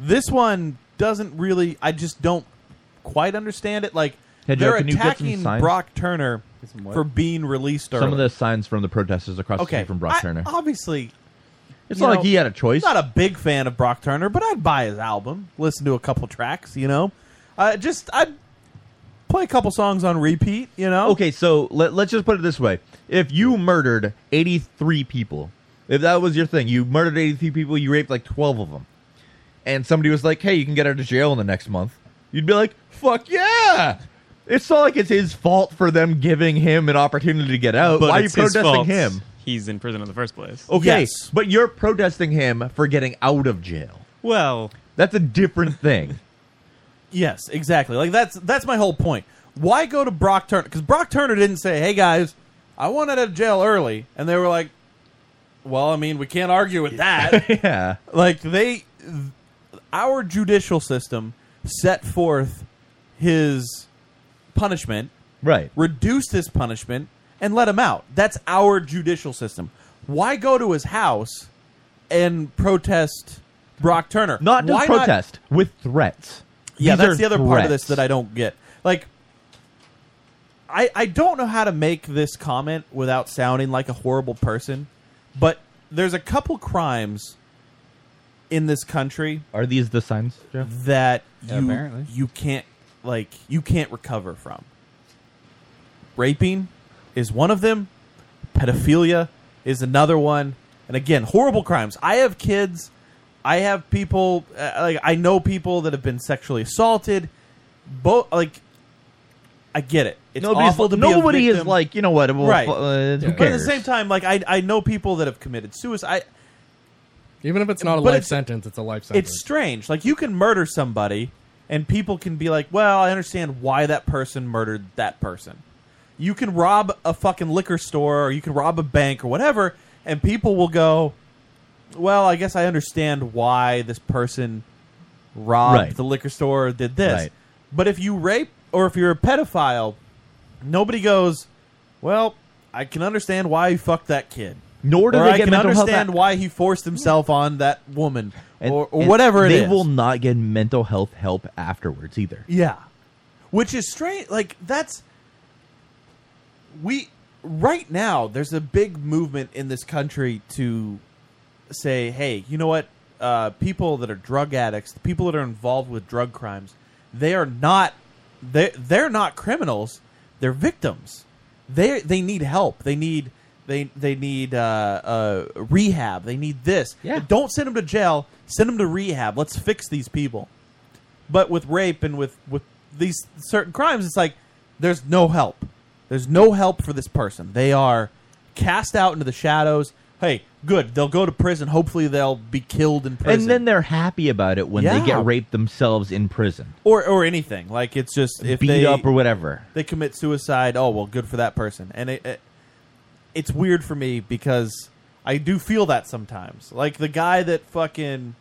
Speaker 5: This one doesn't really. I just don't quite understand it. Like
Speaker 6: Hey, Joe,
Speaker 5: they're
Speaker 6: can you get some
Speaker 5: attacking
Speaker 6: signs?
Speaker 5: Brock Turner
Speaker 7: Get some what?
Speaker 5: for being released early.
Speaker 6: Some of the signs from the protesters across the
Speaker 5: okay
Speaker 6: street from Brock
Speaker 5: I-
Speaker 6: Turner.
Speaker 5: Obviously,
Speaker 6: it's
Speaker 5: you
Speaker 6: not
Speaker 5: know,
Speaker 6: like he had a choice.
Speaker 5: not a big fan of Brock Turner, but I'd buy his album, listen to a couple tracks, you know. Uh, just I'd play a couple songs on repeat, you know.
Speaker 6: okay, so let, let's just put it this way: if you murdered eighty-three people, if that was your thing, you murdered eighty-three people, you raped like twelve of them, and somebody was like, "Hey, you can get out of jail in the next month," you'd be like, "Fuck yeah!" It's not like it's his fault for them giving him an opportunity to get out.
Speaker 9: But
Speaker 6: Why are you
Speaker 9: it's his
Speaker 6: protesting
Speaker 9: fault.
Speaker 6: him?
Speaker 9: He's in prison in the first place.
Speaker 6: Okay,
Speaker 5: Yes.
Speaker 6: but you're protesting him for getting out of jail.
Speaker 9: Well,
Speaker 6: That's a different thing.
Speaker 5: Yes, exactly. Like that's that's my whole point. Why go to Brock Turner? Because Brock Turner didn't say, "Hey guys, I want out of jail early, and they were like, "Well, I mean, we can't argue with that."
Speaker 6: yeah,
Speaker 5: like they, our judicial system set forth his punishment,
Speaker 6: right.
Speaker 5: reduced his punishment, and let him out. That's our judicial system. Why go to his house and protest Brock Turner?
Speaker 6: Not just
Speaker 5: Why
Speaker 6: protest with threats.
Speaker 5: yeah,
Speaker 6: These
Speaker 5: that's
Speaker 6: are
Speaker 5: the other part of this
Speaker 6: threats.
Speaker 5: that I don't get. Like, I I don't know how to make this comment without sounding like a horrible person, but there's a couple crimes in this country
Speaker 6: are these the signs. Jeff?
Speaker 5: that you
Speaker 7: Yeah, apparently.
Speaker 5: you can't like you can't recover from. Raping is one of them. Pedophilia is another one. And again, horrible crimes. I have kids. I have people uh, like I know people that have been sexually assaulted. Both like I get it. It's
Speaker 6: Nobody's,
Speaker 5: awful to be a
Speaker 6: nobody is
Speaker 5: victim.
Speaker 6: like you know what. Well,
Speaker 5: Right.
Speaker 6: fu- uh, who
Speaker 8: Yeah.
Speaker 6: cares?
Speaker 5: But at the same time, like I I know people that have committed suicide. I,
Speaker 8: Even if it's not a
Speaker 5: But
Speaker 8: life
Speaker 5: it's-
Speaker 8: sentence, it's a life sentence.
Speaker 5: it's strange. Like you can murder somebody, and people can be like, "Well, I understand why that person murdered that person." You can rob a fucking liquor store, or you can rob a bank, or whatever, and people will go, "Well, I guess I understand why this person robbed
Speaker 6: Right.
Speaker 5: the liquor store, or did this."
Speaker 6: Right.
Speaker 5: But if you rape, or if you're a pedophile, nobody goes, "Well, I can understand why you fucked that kid."
Speaker 6: Nor do
Speaker 5: or
Speaker 6: they
Speaker 5: I
Speaker 6: get
Speaker 5: can
Speaker 6: mental health
Speaker 5: understand
Speaker 6: a-
Speaker 5: why he forced himself on that woman
Speaker 6: And-
Speaker 5: or, or
Speaker 6: and
Speaker 5: whatever it is.
Speaker 6: They will not get mental health help afterwards either.
Speaker 5: yeah, which is strange. Like that's we right now. There's a big movement in this country to say, hey, you know what? Uh, people that are drug addicts, the people that are involved with drug crimes, they are not they they're not criminals. They're victims. They they need help. They need they they need uh, uh, rehab. They need this.
Speaker 6: Yeah.
Speaker 5: Don't send them to jail. Send them to rehab. Let's fix these people. But with rape and with with these certain crimes, it's like there's no help. There's no help for this person. They are cast out into the shadows. Hey, good. They'll go to prison. Hopefully, they'll be killed in prison.
Speaker 6: And then they're happy about it when they
Speaker 5: Yeah.
Speaker 6: get raped themselves in prison,
Speaker 5: or or anything like it's just if
Speaker 6: beat
Speaker 5: they
Speaker 6: up or whatever.
Speaker 5: they commit suicide. Oh well, good for that person. And it, it it's weird for me because I do feel that sometimes. Like the guy that fucking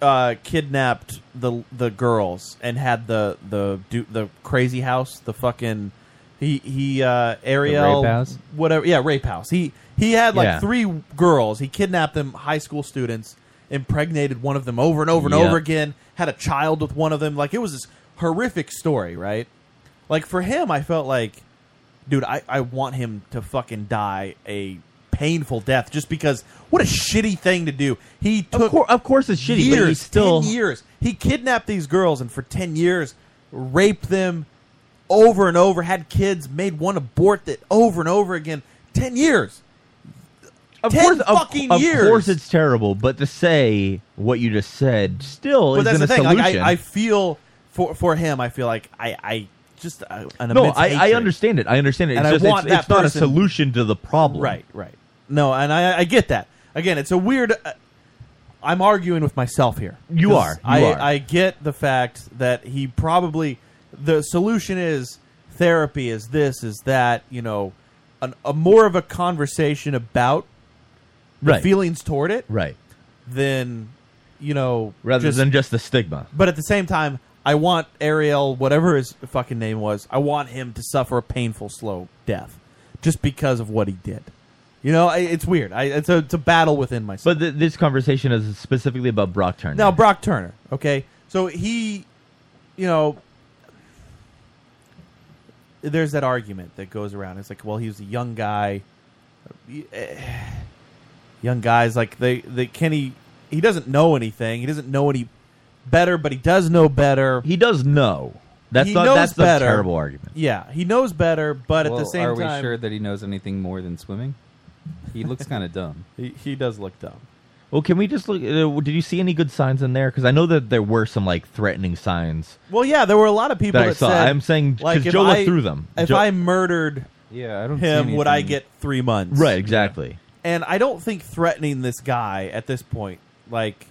Speaker 5: uh, kidnapped the the girls and had the the du- the crazy house, the fucking he he uh, Ariel
Speaker 7: house?
Speaker 5: whatever yeah rape house. He he had like
Speaker 6: Yeah.
Speaker 5: three girls. He kidnapped them, high school students, impregnated one of them over and over and
Speaker 6: Yeah.
Speaker 5: over again. Had a child with one of them. Like it was this horrific story, right? Like for him, I felt like, dude, I, I want him to fucking die a painful death just because what a shitty thing to do. He took
Speaker 6: Of, cour- of course, it's shitty,
Speaker 5: years,
Speaker 6: but he's still
Speaker 5: 10 years. He kidnapped these girls and for 10 years raped them over and over, had kids, made one abort that over and over again. 10 years.
Speaker 6: of
Speaker 5: 10
Speaker 6: course, of-
Speaker 5: fucking
Speaker 6: of,
Speaker 5: years.
Speaker 6: course, it's terrible. But to say what you just said still
Speaker 5: But
Speaker 6: isn't
Speaker 5: that's the
Speaker 6: a
Speaker 5: thing. Like,
Speaker 6: solution.
Speaker 5: I, I feel for for him, I feel like I, I just uh, an
Speaker 6: no,
Speaker 5: immense
Speaker 6: I, I
Speaker 5: hatred.
Speaker 6: understand it. I understand it.
Speaker 5: And
Speaker 6: it's
Speaker 5: I
Speaker 6: just
Speaker 5: want
Speaker 6: it's,
Speaker 5: that
Speaker 6: it's not a
Speaker 5: person-
Speaker 6: solution to the problem.
Speaker 5: Right, right. No, and I, I get that. Again, it's a weird. Uh, I'm arguing with myself here.
Speaker 6: You
Speaker 5: 'Cause
Speaker 6: are, you
Speaker 5: I,
Speaker 6: are.
Speaker 5: I get the fact that he probably the solution is therapy. Is this? Is that? You know, an, a more of a conversation about the
Speaker 6: right,
Speaker 5: feelings toward it
Speaker 6: right.
Speaker 5: than you know
Speaker 6: Rather
Speaker 5: just-
Speaker 6: than just the stigma.
Speaker 5: But at the same time, I want Ariel, whatever his fucking name was, I want him to suffer a painful, slow death just because of what he did. You know, I, it's weird. I, it's, a, it's a battle within myself.
Speaker 6: But th- this conversation is specifically about Brock Turner.
Speaker 5: now, Brock Turner, okay? So he, you know, there's that argument that goes around. It's like, well, he was a young guy. Young guys, like, they, they can he, he doesn't know anything. He doesn't know any better, but he does know better.
Speaker 6: he does know. That's
Speaker 5: He
Speaker 6: not
Speaker 5: knows
Speaker 6: that's
Speaker 5: better.
Speaker 6: a terrible argument.
Speaker 5: Yeah, he knows better, but at
Speaker 7: Well,
Speaker 5: the same
Speaker 7: are
Speaker 5: time,
Speaker 7: we sure that he knows anything more than swimming? He looks kind of dumb.
Speaker 5: he, he does look dumb.
Speaker 6: Well, can we just look? Uh, did you see any good signs in there? Because I know that there were some like threatening signs.
Speaker 5: Well, yeah, there were a lot of people
Speaker 6: That I
Speaker 5: that,
Speaker 6: saw.
Speaker 5: said.
Speaker 6: I'm saying- 'cause
Speaker 5: like, if
Speaker 6: Joe looked
Speaker 5: I-
Speaker 6: through them.
Speaker 5: If
Speaker 6: Joe-
Speaker 5: I murdered
Speaker 7: Yeah, I don't.
Speaker 5: him, would I get three months?
Speaker 6: Right, exactly.
Speaker 5: And I don't think threatening this guy at this point, like,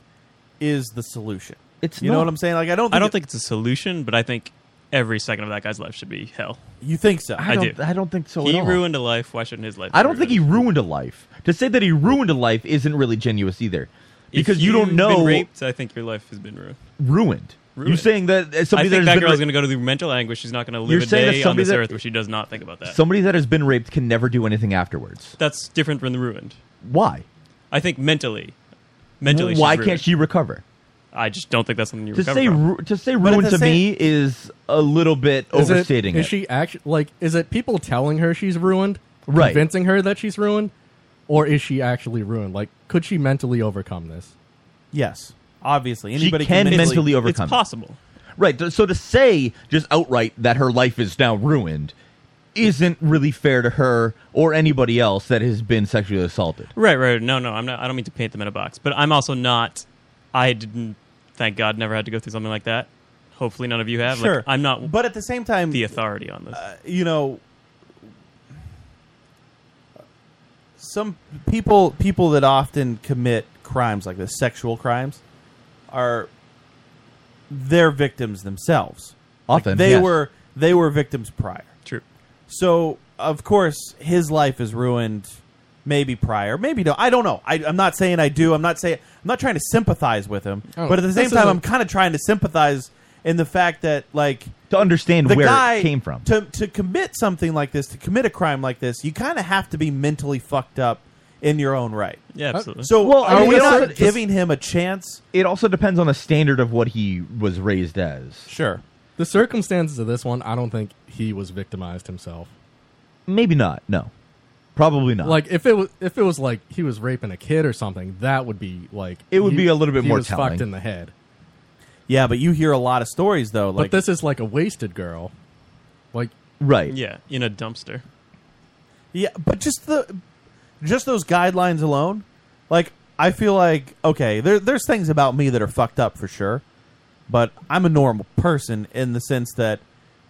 Speaker 5: is the solution.
Speaker 6: It's
Speaker 5: you know
Speaker 6: not-
Speaker 5: what I'm saying? Like, I don't. Think
Speaker 9: I don't
Speaker 5: it-
Speaker 9: think it's a solution, but I think every second of that guy's life should be hell.
Speaker 5: You think so?
Speaker 9: I,
Speaker 6: I
Speaker 9: do.
Speaker 6: don't- I don't think so
Speaker 9: He
Speaker 6: at all.
Speaker 9: ruined a life. Why shouldn't his life?
Speaker 6: I don't think he ruined a life. To say that he ruined a life isn't really genuous either, because you don't
Speaker 9: Been
Speaker 6: know
Speaker 9: raped. I think your life has been ruined.
Speaker 6: ruined. You're
Speaker 9: Ruined.
Speaker 6: saying that uh,
Speaker 9: I
Speaker 6: somebody
Speaker 9: think
Speaker 6: that, has
Speaker 9: that
Speaker 6: been
Speaker 9: girl is
Speaker 6: ra-
Speaker 9: going to go to the mental anguish. She's not going to
Speaker 6: You're
Speaker 9: live a
Speaker 6: saying that
Speaker 9: day on
Speaker 6: somebody
Speaker 9: this
Speaker 6: that-
Speaker 9: earth where she does not think about that.
Speaker 6: somebody that has been raped can never do anything afterwards.
Speaker 9: That's different from the ruined.
Speaker 6: Why?
Speaker 9: I think mentally, mentally,
Speaker 6: Why
Speaker 9: she's ruined.
Speaker 6: can't she recover?
Speaker 9: I just don't think that's something you
Speaker 6: To
Speaker 9: recover
Speaker 6: say
Speaker 9: from.
Speaker 6: ru- to say ruined
Speaker 5: the
Speaker 6: to
Speaker 5: same-
Speaker 6: me is a little bit
Speaker 8: Is it,
Speaker 6: overstating
Speaker 8: is she actually like? Is it people telling her she's ruined,
Speaker 6: Right.
Speaker 8: Convincing her that she's ruined, or is she actually ruined? Like, could she mentally overcome this?
Speaker 5: Yes, obviously.
Speaker 6: She
Speaker 5: Anybody
Speaker 6: can
Speaker 5: can
Speaker 6: mentally
Speaker 9: It's
Speaker 6: overcome. it.
Speaker 9: possible.
Speaker 6: Right. th- So to say just outright that her life is now ruined isn't really fair to her or anybody else that has been sexually assaulted.
Speaker 9: Right, right. No, no. I'm not. I don't mean to paint them in a box, but I'm also not. I didn't. Thank God, never had to go through something like that. Hopefully, none of you have.
Speaker 5: Sure,
Speaker 9: Like, I'm not
Speaker 5: But at the same time,
Speaker 9: the authority on this.
Speaker 6: uh,
Speaker 5: you know some people people that often commit crimes like this sexual crimes are their victims themselves
Speaker 6: Often
Speaker 5: they
Speaker 6: yes.
Speaker 5: were they were victims prior
Speaker 9: True.
Speaker 5: so of course his life is ruined maybe prior maybe no i don't know I, i'm not saying i do i'm not saying i'm not trying to sympathize with him
Speaker 8: Oh,
Speaker 5: but at the
Speaker 8: this
Speaker 5: same time
Speaker 8: isn't-
Speaker 5: i'm kind of trying to sympathize in the fact that like
Speaker 6: to understand
Speaker 5: the
Speaker 6: where
Speaker 5: guy
Speaker 6: it came from.
Speaker 5: To to commit something like this, to commit a crime like this, you kind of have to be mentally fucked up in your own right.
Speaker 9: Yeah, absolutely.
Speaker 5: So
Speaker 6: Well, I
Speaker 5: are
Speaker 6: mean,
Speaker 5: we
Speaker 6: it's
Speaker 5: not
Speaker 6: not just-
Speaker 5: giving him a chance?
Speaker 6: it also depends on the standard of what he was raised as.
Speaker 5: Sure.
Speaker 8: The circumstances of this one, I don't think he was victimized himself.
Speaker 6: Maybe not. No. Probably not.
Speaker 8: Like if it was if it was like he was raping a kid or something, that would be like
Speaker 6: It would
Speaker 8: he-
Speaker 6: be a little bit
Speaker 8: he
Speaker 6: more
Speaker 8: was
Speaker 6: telling.
Speaker 8: fucked in the head.
Speaker 5: Yeah, but you hear a lot of stories though. Like
Speaker 8: but this is like a wasted girl. Like
Speaker 6: right.
Speaker 9: yeah, in a dumpster.
Speaker 5: yeah, but just the just those guidelines alone, like I feel like okay, there, there's things about me that are fucked up for sure, but I'm a normal person in the sense that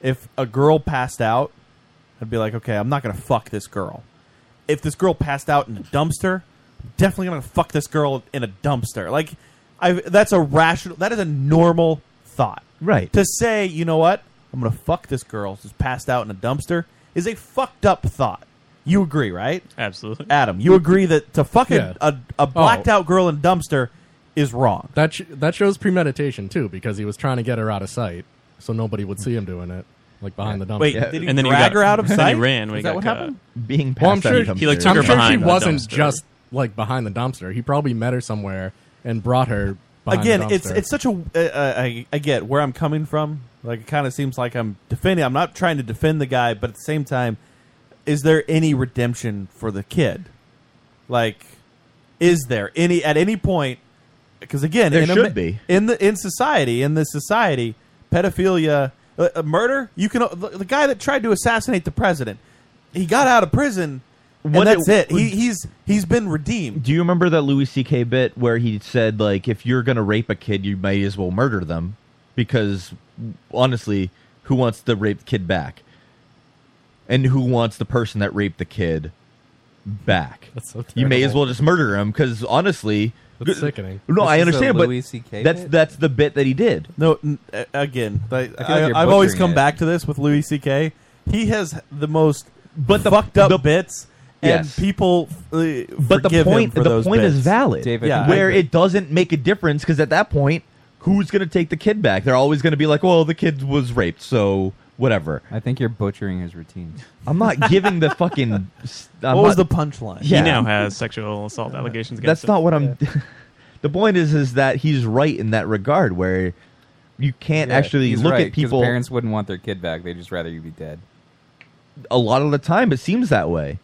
Speaker 5: if a girl passed out, I'd be like, okay, I'm not gonna fuck this girl. if this girl passed out in a dumpster, I'm definitely gonna fuck this girl in a dumpster. Like, I that's a rational, that is a normal thought,
Speaker 6: Right.
Speaker 5: To say, you know what, I'm gonna fuck this girl who's passed out in a dumpster is a fucked up thought. You agree, right,
Speaker 9: Absolutely.
Speaker 5: Adam? You agree that to fuck a-
Speaker 8: Yeah.
Speaker 5: a, a blacked out girl in a dumpster is wrong.
Speaker 8: Oh. that sh- that shows premeditation too because he was trying to get her out of sight so nobody would see him doing it like behind the dumpster.
Speaker 5: Wait, did he
Speaker 9: And then he
Speaker 5: drag
Speaker 9: got-
Speaker 5: her out of
Speaker 9: then
Speaker 5: sight?
Speaker 9: he ran when he
Speaker 5: Is that
Speaker 9: got
Speaker 5: what
Speaker 9: caught.
Speaker 5: happened?
Speaker 6: Being passed
Speaker 8: Well, I'm sure
Speaker 6: out
Speaker 8: he,
Speaker 9: like, took
Speaker 8: I'm
Speaker 9: her
Speaker 8: sure she
Speaker 9: behind the
Speaker 8: wasn't
Speaker 9: dumpster.
Speaker 8: just like behind the dumpster. He probably met her somewhere and brought her behind
Speaker 5: again
Speaker 8: the dumpster.
Speaker 5: it's it's such a uh, uh, I, I get where i'm coming from like it kind of seems like i'm defending i'm not trying to defend the guy but at the same time is there any redemption for the kid like is there any at any point because again
Speaker 6: There
Speaker 5: in a
Speaker 6: should
Speaker 5: ma-
Speaker 6: be.
Speaker 5: in the in society in this society pedophilia uh, uh, murder you can the, the guy that tried to assassinate the president he got out of prison
Speaker 6: What
Speaker 5: and that's
Speaker 6: it-
Speaker 5: it he, he's he's been redeemed
Speaker 6: Do you remember that Louis C.K. bit where he said, like, if you're gonna rape a kid, you may as well murder them, because honestly, who wants the raped kid back, and who wants the person that raped the kid back?
Speaker 8: That's so
Speaker 6: you may as
Speaker 8: terrible.
Speaker 6: well just murder him, because honestly,
Speaker 8: That's sickening.
Speaker 6: No,
Speaker 7: This
Speaker 6: I
Speaker 7: is a
Speaker 6: understand,
Speaker 7: Louis
Speaker 6: but
Speaker 7: C.K.
Speaker 6: that's
Speaker 7: bit?
Speaker 6: that's the bit that he did.
Speaker 5: No, n- a- again, I, I
Speaker 7: you're
Speaker 5: have always
Speaker 7: butchering
Speaker 5: come
Speaker 7: it.
Speaker 5: back to this with Louis C.K. He has the most
Speaker 6: But the-
Speaker 5: fucked up
Speaker 6: the-
Speaker 5: bits,
Speaker 6: Yes.
Speaker 5: and people. Uh,
Speaker 6: But the
Speaker 5: forgive him
Speaker 6: point
Speaker 5: for
Speaker 6: the
Speaker 5: those
Speaker 6: point is
Speaker 5: bits.
Speaker 6: valid,
Speaker 7: David,
Speaker 5: Yeah, I
Speaker 6: where
Speaker 5: agree.
Speaker 6: it doesn't make a difference, because at that point, who's gonna take the kid back? They're always gonna be like, well, the kid was raped, so whatever.
Speaker 7: I think you're butchering his routines.
Speaker 6: I'm not giving the fucking. s- I'm
Speaker 5: What was the
Speaker 6: not-
Speaker 5: punchline?
Speaker 6: Yeah.
Speaker 9: He now has sexual assault allegations against
Speaker 6: That's
Speaker 9: him.
Speaker 6: not what I'm. the point is, is that he's right in that regard, where you can't
Speaker 7: Yeah,
Speaker 6: actually
Speaker 7: he's
Speaker 6: look
Speaker 7: right,
Speaker 6: at
Speaker 7: 'cause
Speaker 6: people.
Speaker 7: Parents wouldn't want their kid back; they'd just rather you be dead.
Speaker 6: A lot of the time, it seems that way.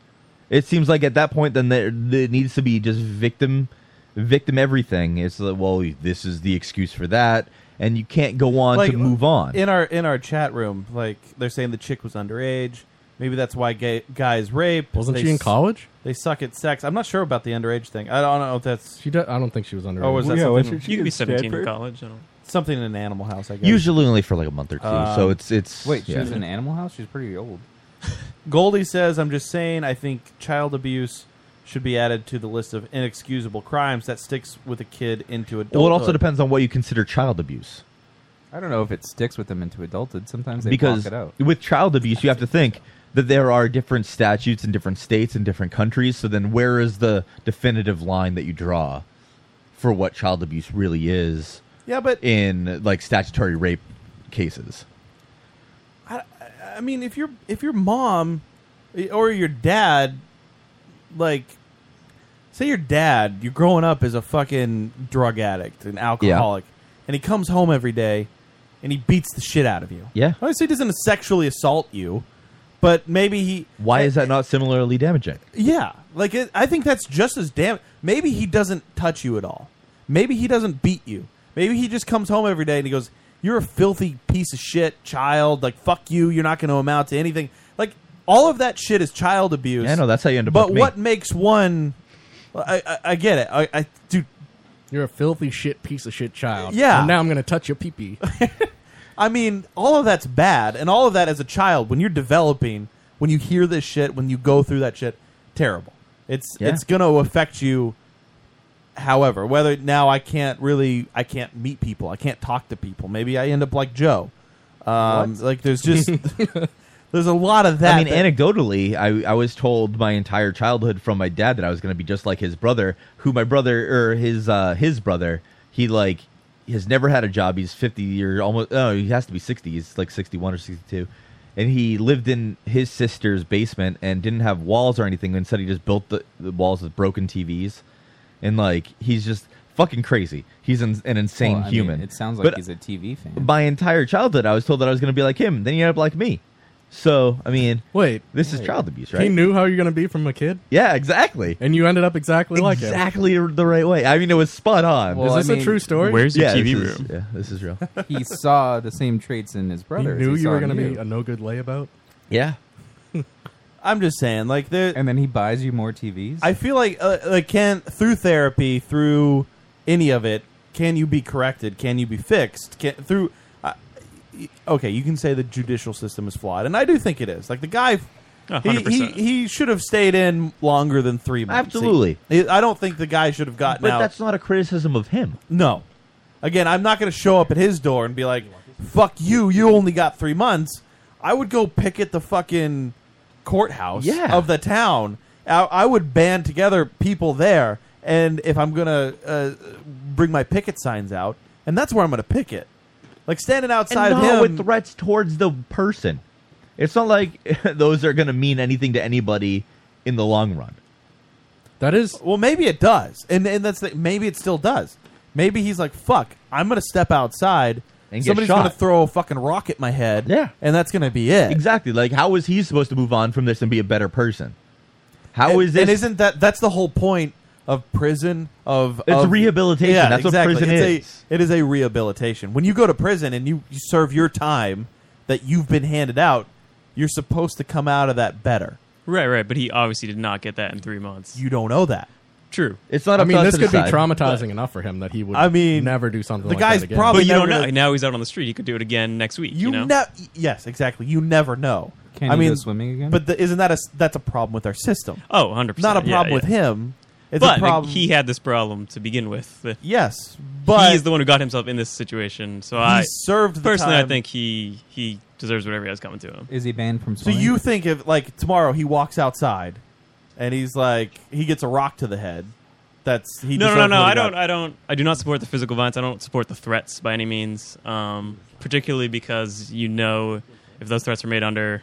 Speaker 6: It seems like at that point, then there, there needs to be just victim, victim everything. It's like, well, this is the excuse for that, and you can't go on
Speaker 5: Like, uh,
Speaker 6: to move on.
Speaker 5: in our in our chat room. Like they're saying the chick was underage. Maybe that's why gay, guys rape.
Speaker 8: Wasn't
Speaker 5: They
Speaker 8: she in
Speaker 5: s-
Speaker 8: college?
Speaker 5: They suck at sex. I'm not sure about the underage thing. I don't know if that's
Speaker 8: She did, I don't think she was under.
Speaker 5: or Oh, was that
Speaker 10: Yeah,
Speaker 5: something,
Speaker 10: wasn't she
Speaker 9: You could be
Speaker 10: in
Speaker 9: 17 in
Speaker 10: Stanford?
Speaker 9: college. I don't.
Speaker 5: something in Animal House? I guess.
Speaker 6: Usually only for like a month or two, so
Speaker 5: Um,
Speaker 6: it's it's
Speaker 7: Uh, Wait, she
Speaker 6: yeah.
Speaker 7: was in Animal House. She's pretty old.
Speaker 5: Goldie says, "I'm just saying. I think child abuse." Should be added to the list of inexcusable crimes that sticks with a kid into adulthood.
Speaker 6: well, it also depends on what you consider child abuse.
Speaker 7: I don't know if it sticks with them into adulthood. Sometimes they
Speaker 6: because
Speaker 7: block it out.
Speaker 6: with child abuse, you have to think that there are different statutes in different states and different countries. So then, where is the definitive line that you draw for what child abuse really is?
Speaker 5: Yeah, but-
Speaker 6: in like statutory rape cases,
Speaker 5: I mean, if your if your mom eh, or your dad, like, say your dad, you're growing up as a fucking drug addict, an alcoholic, and he comes home every day and he beats the shit out of you.
Speaker 6: Yeah.
Speaker 5: obviously he doesn't sexually assault you, but maybe he.
Speaker 6: why is that not similarly damaging?
Speaker 5: Yeah, like it, I think that's just as damn. Maybe he doesn't touch you at all. Maybe he doesn't beat you. Maybe he just comes home every day and he goes, "You're a filthy piece of shit child. Like fuck you. You're not going to amount to anything." Like all of that shit is child abuse.
Speaker 6: Yeah, I know, that's how you end up
Speaker 5: But
Speaker 6: with me.
Speaker 5: what makes one? I, I, I get it. I, I dude,
Speaker 8: You're a filthy shit piece of shit child.
Speaker 5: Yeah.
Speaker 8: And now I'm going to touch your pee pee.
Speaker 5: I mean, all of that's bad, and all of that as a child, when you're developing, when you hear this shit, when you go through that shit, terrible. It's
Speaker 6: Yeah.
Speaker 5: it's gonna affect you. However, whether now I can't really, I can't meet people, I can't talk to people. Maybe I end up like Joe. Um, Like there's just there's a lot of that.
Speaker 6: I mean,
Speaker 5: that-
Speaker 6: anecdotally, I, I was told my entire childhood from my dad that I was going to be just like his brother, who my brother or his uh, his brother, he like has never had a job. He's fifty or almost. Oh, he has to be sixty. He's like sixty one or sixty two, and he lived in his sister's basement and didn't have walls or anything. Instead, he just built the, the walls with broken TVs, and like he's just fucking crazy. He's an, an insane
Speaker 7: Well, I mean,
Speaker 6: human.
Speaker 7: it sounds like
Speaker 6: But
Speaker 7: he's a TV fan.
Speaker 6: my entire childhood, I was told that I was going to be like him. Then you end up like me. So, I mean,
Speaker 8: Wait.
Speaker 6: this is child abuse, right?
Speaker 8: He knew how you're going to be from a kid,
Speaker 6: Yeah, exactly.
Speaker 8: and you ended up exactly, like him.
Speaker 6: Exactly the right way. I mean, it was spot on.
Speaker 7: Well,
Speaker 8: is this
Speaker 7: I
Speaker 8: a
Speaker 7: mean,
Speaker 8: true story?
Speaker 9: Where's your
Speaker 6: yeah,
Speaker 9: TV
Speaker 6: this is-
Speaker 9: room?
Speaker 6: yeah, this is real.
Speaker 7: he saw the same traits in his
Speaker 8: he
Speaker 7: brother. as
Speaker 8: knew
Speaker 7: he
Speaker 8: you
Speaker 7: saw
Speaker 8: were
Speaker 7: in
Speaker 8: going to be a no good layabout?
Speaker 6: yeah.
Speaker 5: I'm just saying, like there,
Speaker 7: And then he buys you more TVs.
Speaker 5: I feel like uh, like can through therapy, through any of it, can you be corrected? Can you be fixed? Can, through uh, y- okay, you can say the judicial system is flawed, and I do think it is. Like the guy,
Speaker 9: A
Speaker 5: he,
Speaker 9: hundred
Speaker 5: he
Speaker 9: percent.
Speaker 5: he should have stayed in longer than three months.
Speaker 6: Absolutely.
Speaker 5: He- I don't think the guy should have gotten
Speaker 6: But
Speaker 5: out.
Speaker 6: that's not a criticism of him.
Speaker 5: No. Again, I'm not going to show up at his door and be like, fuck you, you only got three months. I would go picket the fucking courthouse
Speaker 6: Yeah.
Speaker 5: of the town. I, I would band together people there. And if I'm going to uh, bring my picket signs out, and that's where I'm going to picket. Like standing outside
Speaker 6: And not
Speaker 5: him.
Speaker 6: with threats towards the person. It's not like those are going to mean anything to anybody in the long run.
Speaker 8: That is
Speaker 5: well, maybe it does. And, and that's the, maybe it still does. Maybe he's like, fuck, I'm going to step outside.
Speaker 6: And get
Speaker 5: Somebody's
Speaker 6: shot.
Speaker 5: going to throw a fucking rock at my head.
Speaker 6: Yeah.
Speaker 5: And that's going to be it.
Speaker 6: Exactly. Like, how is he supposed to move on from this and be a better person? How
Speaker 5: and,
Speaker 6: is this?
Speaker 5: And isn't that that's the whole point of prison? Of
Speaker 6: It's
Speaker 5: of-
Speaker 6: rehabilitation.
Speaker 5: Yeah,
Speaker 6: That's what
Speaker 5: exactly.
Speaker 6: prison
Speaker 5: it's
Speaker 6: is.
Speaker 5: A, it is a rehabilitation. When you go to prison and you, you serve your time that you've been handed out, you're supposed to come out of that better.
Speaker 9: Right, right. But he obviously did not get that in three months.
Speaker 5: You don't know that.
Speaker 9: True.
Speaker 6: it's not.
Speaker 8: I
Speaker 6: up
Speaker 8: mean,
Speaker 6: to us
Speaker 8: this
Speaker 6: to
Speaker 8: could be
Speaker 6: decide.
Speaker 8: traumatizing enough for him that he would.
Speaker 5: I mean,
Speaker 8: never do something.
Speaker 5: the
Speaker 8: like
Speaker 5: guy's
Speaker 8: that again.
Speaker 5: probably-
Speaker 9: But you
Speaker 5: never
Speaker 9: don't know.
Speaker 5: really-
Speaker 9: Now he's out on the street. He could do it again next week. You,
Speaker 5: You,
Speaker 9: know.
Speaker 5: ne- yes, exactly. You never know.
Speaker 7: Can
Speaker 5: I
Speaker 7: he
Speaker 5: mean,
Speaker 7: go swimming again?
Speaker 5: But the, isn't that a s- that's a problem with our system?
Speaker 9: oh, 100
Speaker 5: Not a
Speaker 9: percent.
Speaker 5: problem with him. It's
Speaker 9: But
Speaker 5: a problem.
Speaker 9: he had this problem to begin with. that
Speaker 5: yes, but
Speaker 9: he is the one who got himself in this situation. So
Speaker 5: he
Speaker 9: I
Speaker 5: served the
Speaker 9: personally, I
Speaker 5: time.
Speaker 9: think he he deserves whatever he has coming to him.
Speaker 7: is he banned from
Speaker 5: So
Speaker 7: swimming?
Speaker 5: you think if like tomorrow he walks outside and he's like he gets a rock to the head. That's he
Speaker 9: no, no, no,
Speaker 5: deserves
Speaker 9: no.
Speaker 5: what he
Speaker 9: I don't.
Speaker 5: got.
Speaker 9: I don't. I do not support the physical violence. I don't support the threats by any means. Um, particularly because you know, if those threats are made under,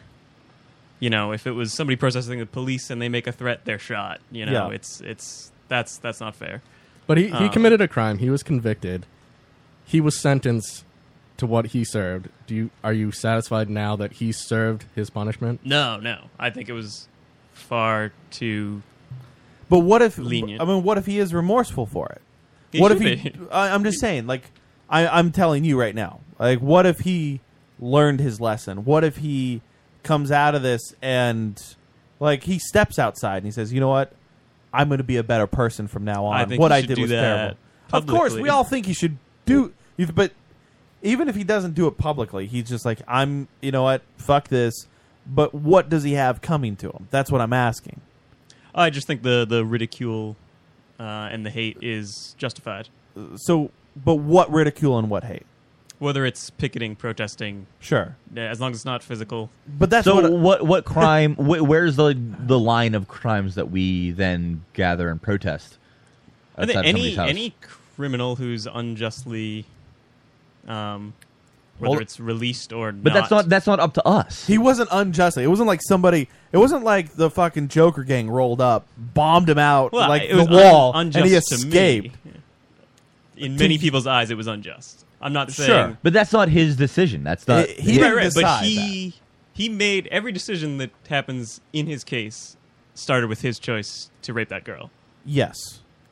Speaker 9: you know, if it was somebody protesting the police and they make a threat, they're shot. You know,
Speaker 5: Yeah.
Speaker 9: it's it's that's that's not fair.
Speaker 8: But he, he
Speaker 9: Uh.
Speaker 8: committed a crime. He was convicted. He was sentenced to what he served. Do you are you satisfied now that he served his punishment?
Speaker 9: No, no. I think it was far too.
Speaker 5: But what if
Speaker 9: Lenient.
Speaker 5: I mean, what if he is remorseful for it?
Speaker 9: He
Speaker 5: what if
Speaker 9: should
Speaker 5: he?
Speaker 9: be.
Speaker 5: I, I'm just saying, like I, I'm telling you right now, like what if he learned his lesson? What if he comes out of this and like he steps outside and he says, you know what, I'm going to be a better person from now on.
Speaker 9: I think
Speaker 5: what
Speaker 9: he
Speaker 5: I
Speaker 9: should
Speaker 5: did
Speaker 9: do
Speaker 5: was
Speaker 9: that
Speaker 5: terrible. Of course, we
Speaker 9: publicly.
Speaker 5: all think he should do, you- but even if he doesn't do it publicly, he's just like, I'm. You know what? Fuck this. But what does he have coming to him? That's what I'm asking.
Speaker 9: I just think the the ridicule uh, and the hate is justified.
Speaker 5: so but what ridicule and what hate
Speaker 9: whether it's picketing, protesting,
Speaker 5: Sure.
Speaker 9: yeah, as long as it's not physical.
Speaker 5: But that's
Speaker 6: so
Speaker 5: what.
Speaker 6: what what crime? wh- where's the the line of crimes that we then gather and protest?
Speaker 9: I think
Speaker 6: outside of
Speaker 9: any
Speaker 6: somebody's house?
Speaker 9: any criminal who's unjustly, um, whether
Speaker 6: Well,
Speaker 9: it's released or
Speaker 6: but that's not that's not up to us.
Speaker 5: he wasn't unjustly. It wasn't like somebody. It wasn't like the fucking Joker gang rolled up, bombed him out
Speaker 9: Well,
Speaker 5: like
Speaker 9: it
Speaker 5: the
Speaker 9: was un-
Speaker 5: wall, and
Speaker 9: unjust
Speaker 5: he
Speaker 9: to me.
Speaker 5: escaped.
Speaker 9: In many people's eyes, it was unjust. I'm not saying
Speaker 5: Sure.
Speaker 6: but that's not his decision. That's not.
Speaker 5: He- he-
Speaker 9: right,
Speaker 5: didn't
Speaker 9: right,
Speaker 5: decide
Speaker 9: but he he made every decision that happens in his case started with his choice to rape that girl.
Speaker 5: Yes,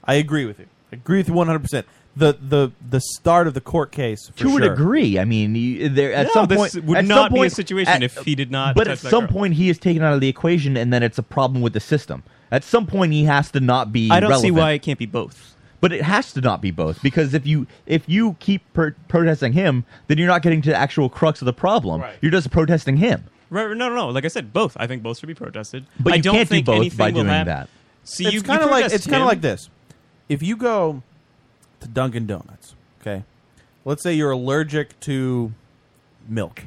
Speaker 5: I agree with you. I agree with you one hundred percent. The the the start of the court case for
Speaker 6: to a
Speaker 5: sure.
Speaker 6: degree, I mean, you, there at
Speaker 9: No,
Speaker 6: some
Speaker 9: this
Speaker 6: point
Speaker 9: would
Speaker 6: at
Speaker 9: not
Speaker 6: some
Speaker 9: be a
Speaker 6: point-
Speaker 9: situation if he did not
Speaker 6: But
Speaker 9: touch
Speaker 6: at
Speaker 9: that
Speaker 6: some
Speaker 9: girl.
Speaker 6: point, he is taken out of the equation, and then it's a problem with the system. At some point, he has to not be.
Speaker 9: I don't see
Speaker 6: relevant.
Speaker 9: why it can't be both.
Speaker 6: but it has to not be both because if you if you keep pro- protesting him, then you're not getting to the actual crux of the problem.
Speaker 9: Right.
Speaker 6: You're just protesting him.
Speaker 9: Right? No, no, no. Like I said, both. I think both should be protested.
Speaker 6: But
Speaker 9: I
Speaker 6: you
Speaker 9: don't
Speaker 6: can't do
Speaker 9: think
Speaker 6: both
Speaker 9: anything
Speaker 6: by
Speaker 9: will
Speaker 6: doing
Speaker 9: hap-
Speaker 6: that.
Speaker 9: See, you,
Speaker 5: it's kind of
Speaker 9: you
Speaker 5: like
Speaker 9: protest
Speaker 5: it's kind
Speaker 9: him.
Speaker 5: of like this. If you go to Dunkin' Donuts, okay, let's say you're allergic to milk,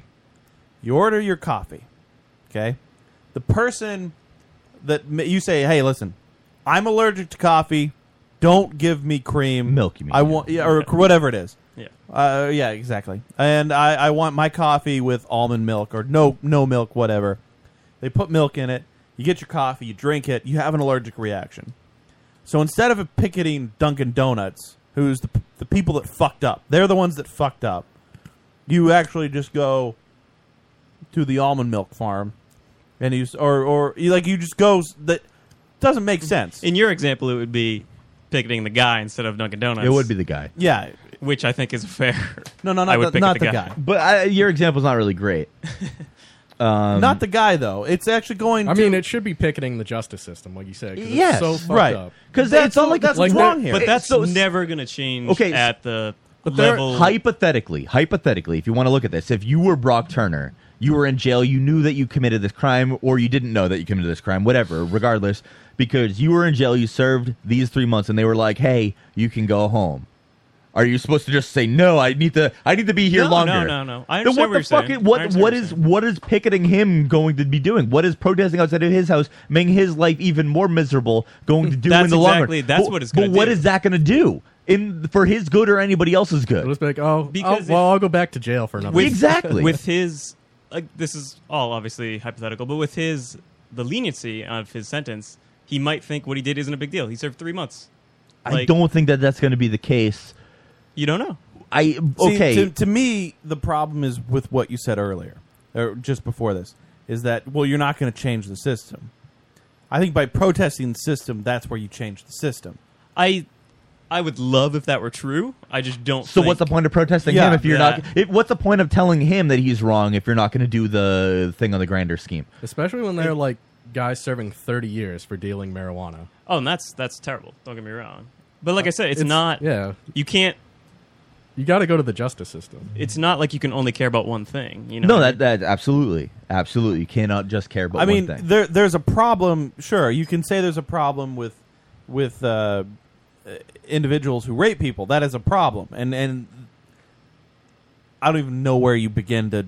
Speaker 5: you order your coffee, okay. The person that ma- you say, "Hey, listen, I'm allergic to coffee. Don't give me cream,
Speaker 6: Milk, you mean,
Speaker 5: I
Speaker 6: yeah.
Speaker 5: want yeah, or whatever it is.
Speaker 9: Yeah.
Speaker 5: Uh, yeah, exactly. And I, I want my coffee with almond milk or no no milk, whatever. They put milk in it. You get your coffee, you drink it, you have an allergic reaction. So instead of picketing Dunkin' Donuts, who's the, the people that fucked up, they're the ones that fucked up. You actually just go to the almond milk farm, and you s- or or you, like you just go s- that doesn't make sense.
Speaker 9: In your example, it would be picketing the guy instead of Dunkin' Donuts.
Speaker 6: It would be the guy.
Speaker 5: yeah,
Speaker 9: which I think is fair.
Speaker 5: no, no,
Speaker 9: I
Speaker 5: not
Speaker 9: would
Speaker 5: the,
Speaker 9: pick
Speaker 5: not
Speaker 9: the
Speaker 5: the
Speaker 9: guy.
Speaker 5: guy.
Speaker 6: But I, your example's not really great. Um,
Speaker 5: not the guy though. It's actually going.
Speaker 8: I
Speaker 5: to,
Speaker 8: mean, it should be picketing the justice system, like you said. 'cause
Speaker 6: Yes,
Speaker 8: it's so fucked
Speaker 5: right.
Speaker 8: up.
Speaker 6: Because
Speaker 5: That's
Speaker 6: it's not
Speaker 5: all-
Speaker 6: like
Speaker 5: that's
Speaker 8: like
Speaker 5: what's wrong
Speaker 6: that-
Speaker 5: here.
Speaker 9: But
Speaker 6: It-
Speaker 9: that's
Speaker 6: so-
Speaker 9: never going to change
Speaker 6: Okay, s-
Speaker 9: at the
Speaker 6: There-
Speaker 9: level.
Speaker 6: hypothetically, hypothetically, if you want to look at this, if you were Brock Turner, you were in jail, you knew that you committed this crime, or you didn't know that you committed this crime, whatever, regardless, because you were in jail, you served these three months, and they were like, "Hey, you can go home." Are you supposed to just say no? I need to. I need to be here
Speaker 9: No, no,
Speaker 6: longer.
Speaker 9: no, no. I
Speaker 6: Then
Speaker 9: understand
Speaker 6: what
Speaker 9: what
Speaker 6: the
Speaker 9: you're
Speaker 6: fuck?
Speaker 9: saying.
Speaker 6: Is, what
Speaker 9: I
Speaker 6: what,
Speaker 9: understand
Speaker 6: what
Speaker 9: what you're
Speaker 6: is
Speaker 9: saying.
Speaker 6: what is picketing him going to be doing? What is protesting outside of his house, making his life even more miserable, going to do
Speaker 9: That's
Speaker 6: in the long
Speaker 9: exactly-
Speaker 6: run?
Speaker 9: that's
Speaker 6: but,
Speaker 9: what it's
Speaker 6: But
Speaker 9: gonna
Speaker 6: what
Speaker 9: do.
Speaker 6: is that going to do in for his good or anybody else's good?
Speaker 8: It'll just be like, oh,
Speaker 9: Because
Speaker 8: oh,
Speaker 9: if-
Speaker 8: well, I'll go back to jail for another.
Speaker 9: with-
Speaker 6: exactly.
Speaker 9: with his like this is all obviously hypothetical, but with his the leniency of his sentence, he might think what he did isn't a big deal. He served three months.
Speaker 6: I
Speaker 9: like-
Speaker 6: don't think that that's going to be the case.
Speaker 9: You don't know.
Speaker 6: I
Speaker 5: See,
Speaker 6: okay.
Speaker 5: to, to me, the problem is with what you said earlier, or just before this, is that well, you're not going to change the system. I think by protesting the system, that's where you change the system.
Speaker 9: I I would love if that were true. I just don't.
Speaker 6: so
Speaker 9: think-
Speaker 6: what's the point of protesting
Speaker 5: Yeah,
Speaker 6: him if you're not?
Speaker 9: yeah.
Speaker 6: If, what's the point of telling him that he's wrong if you're not going to do the thing on the grander scheme?
Speaker 8: Especially when they're like guys serving 30 years for dealing marijuana.
Speaker 9: Oh, and that's that's terrible. Don't get me wrong. But like I said, it's, not.
Speaker 8: Yeah.
Speaker 9: You can't.
Speaker 8: You got to go to the justice system.
Speaker 9: It's not like you can only care about one thing. You know.
Speaker 6: No, that that absolutely, absolutely, you cannot just care about.
Speaker 5: I mean,
Speaker 6: one thing.
Speaker 5: there there's a problem. Sure, you can say there's a problem with with uh, uh, individuals who rape people. That is a problem, and and I don't even know where you begin to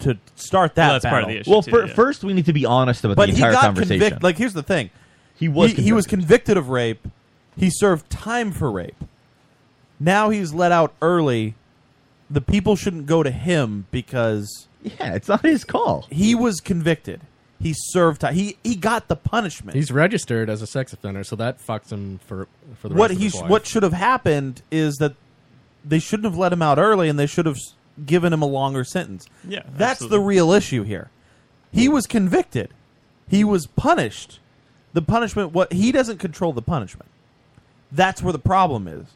Speaker 5: to start that.
Speaker 9: Well, that's part of
Speaker 5: battle.
Speaker 9: the issue.
Speaker 6: well,
Speaker 9: too,
Speaker 6: fir-
Speaker 9: yeah.
Speaker 6: first we need to be honest about
Speaker 5: But
Speaker 6: the
Speaker 5: he
Speaker 6: entire
Speaker 5: got
Speaker 6: conversation.
Speaker 5: convicted. Like, here's the thing.
Speaker 6: he was
Speaker 5: he, he was
Speaker 6: convicted.
Speaker 5: convicted of rape. He served time for rape. Now he's let out early. The people shouldn't go to him because
Speaker 6: yeah, it's not his call.
Speaker 5: he was convicted. He served time. He he got the punishment.
Speaker 8: He's registered as a sex offender, so that fucks him for for the
Speaker 5: what
Speaker 8: rest
Speaker 5: he
Speaker 8: of his
Speaker 5: sh-
Speaker 8: life.
Speaker 5: what should have happened is that they shouldn't have let him out early, and they should have s- given him a longer sentence.
Speaker 9: Yeah,
Speaker 5: that's the
Speaker 9: absolutely.
Speaker 5: real issue here. He was convicted. He was punished. The punishment. What he doesn't control the punishment. That's where the problem is.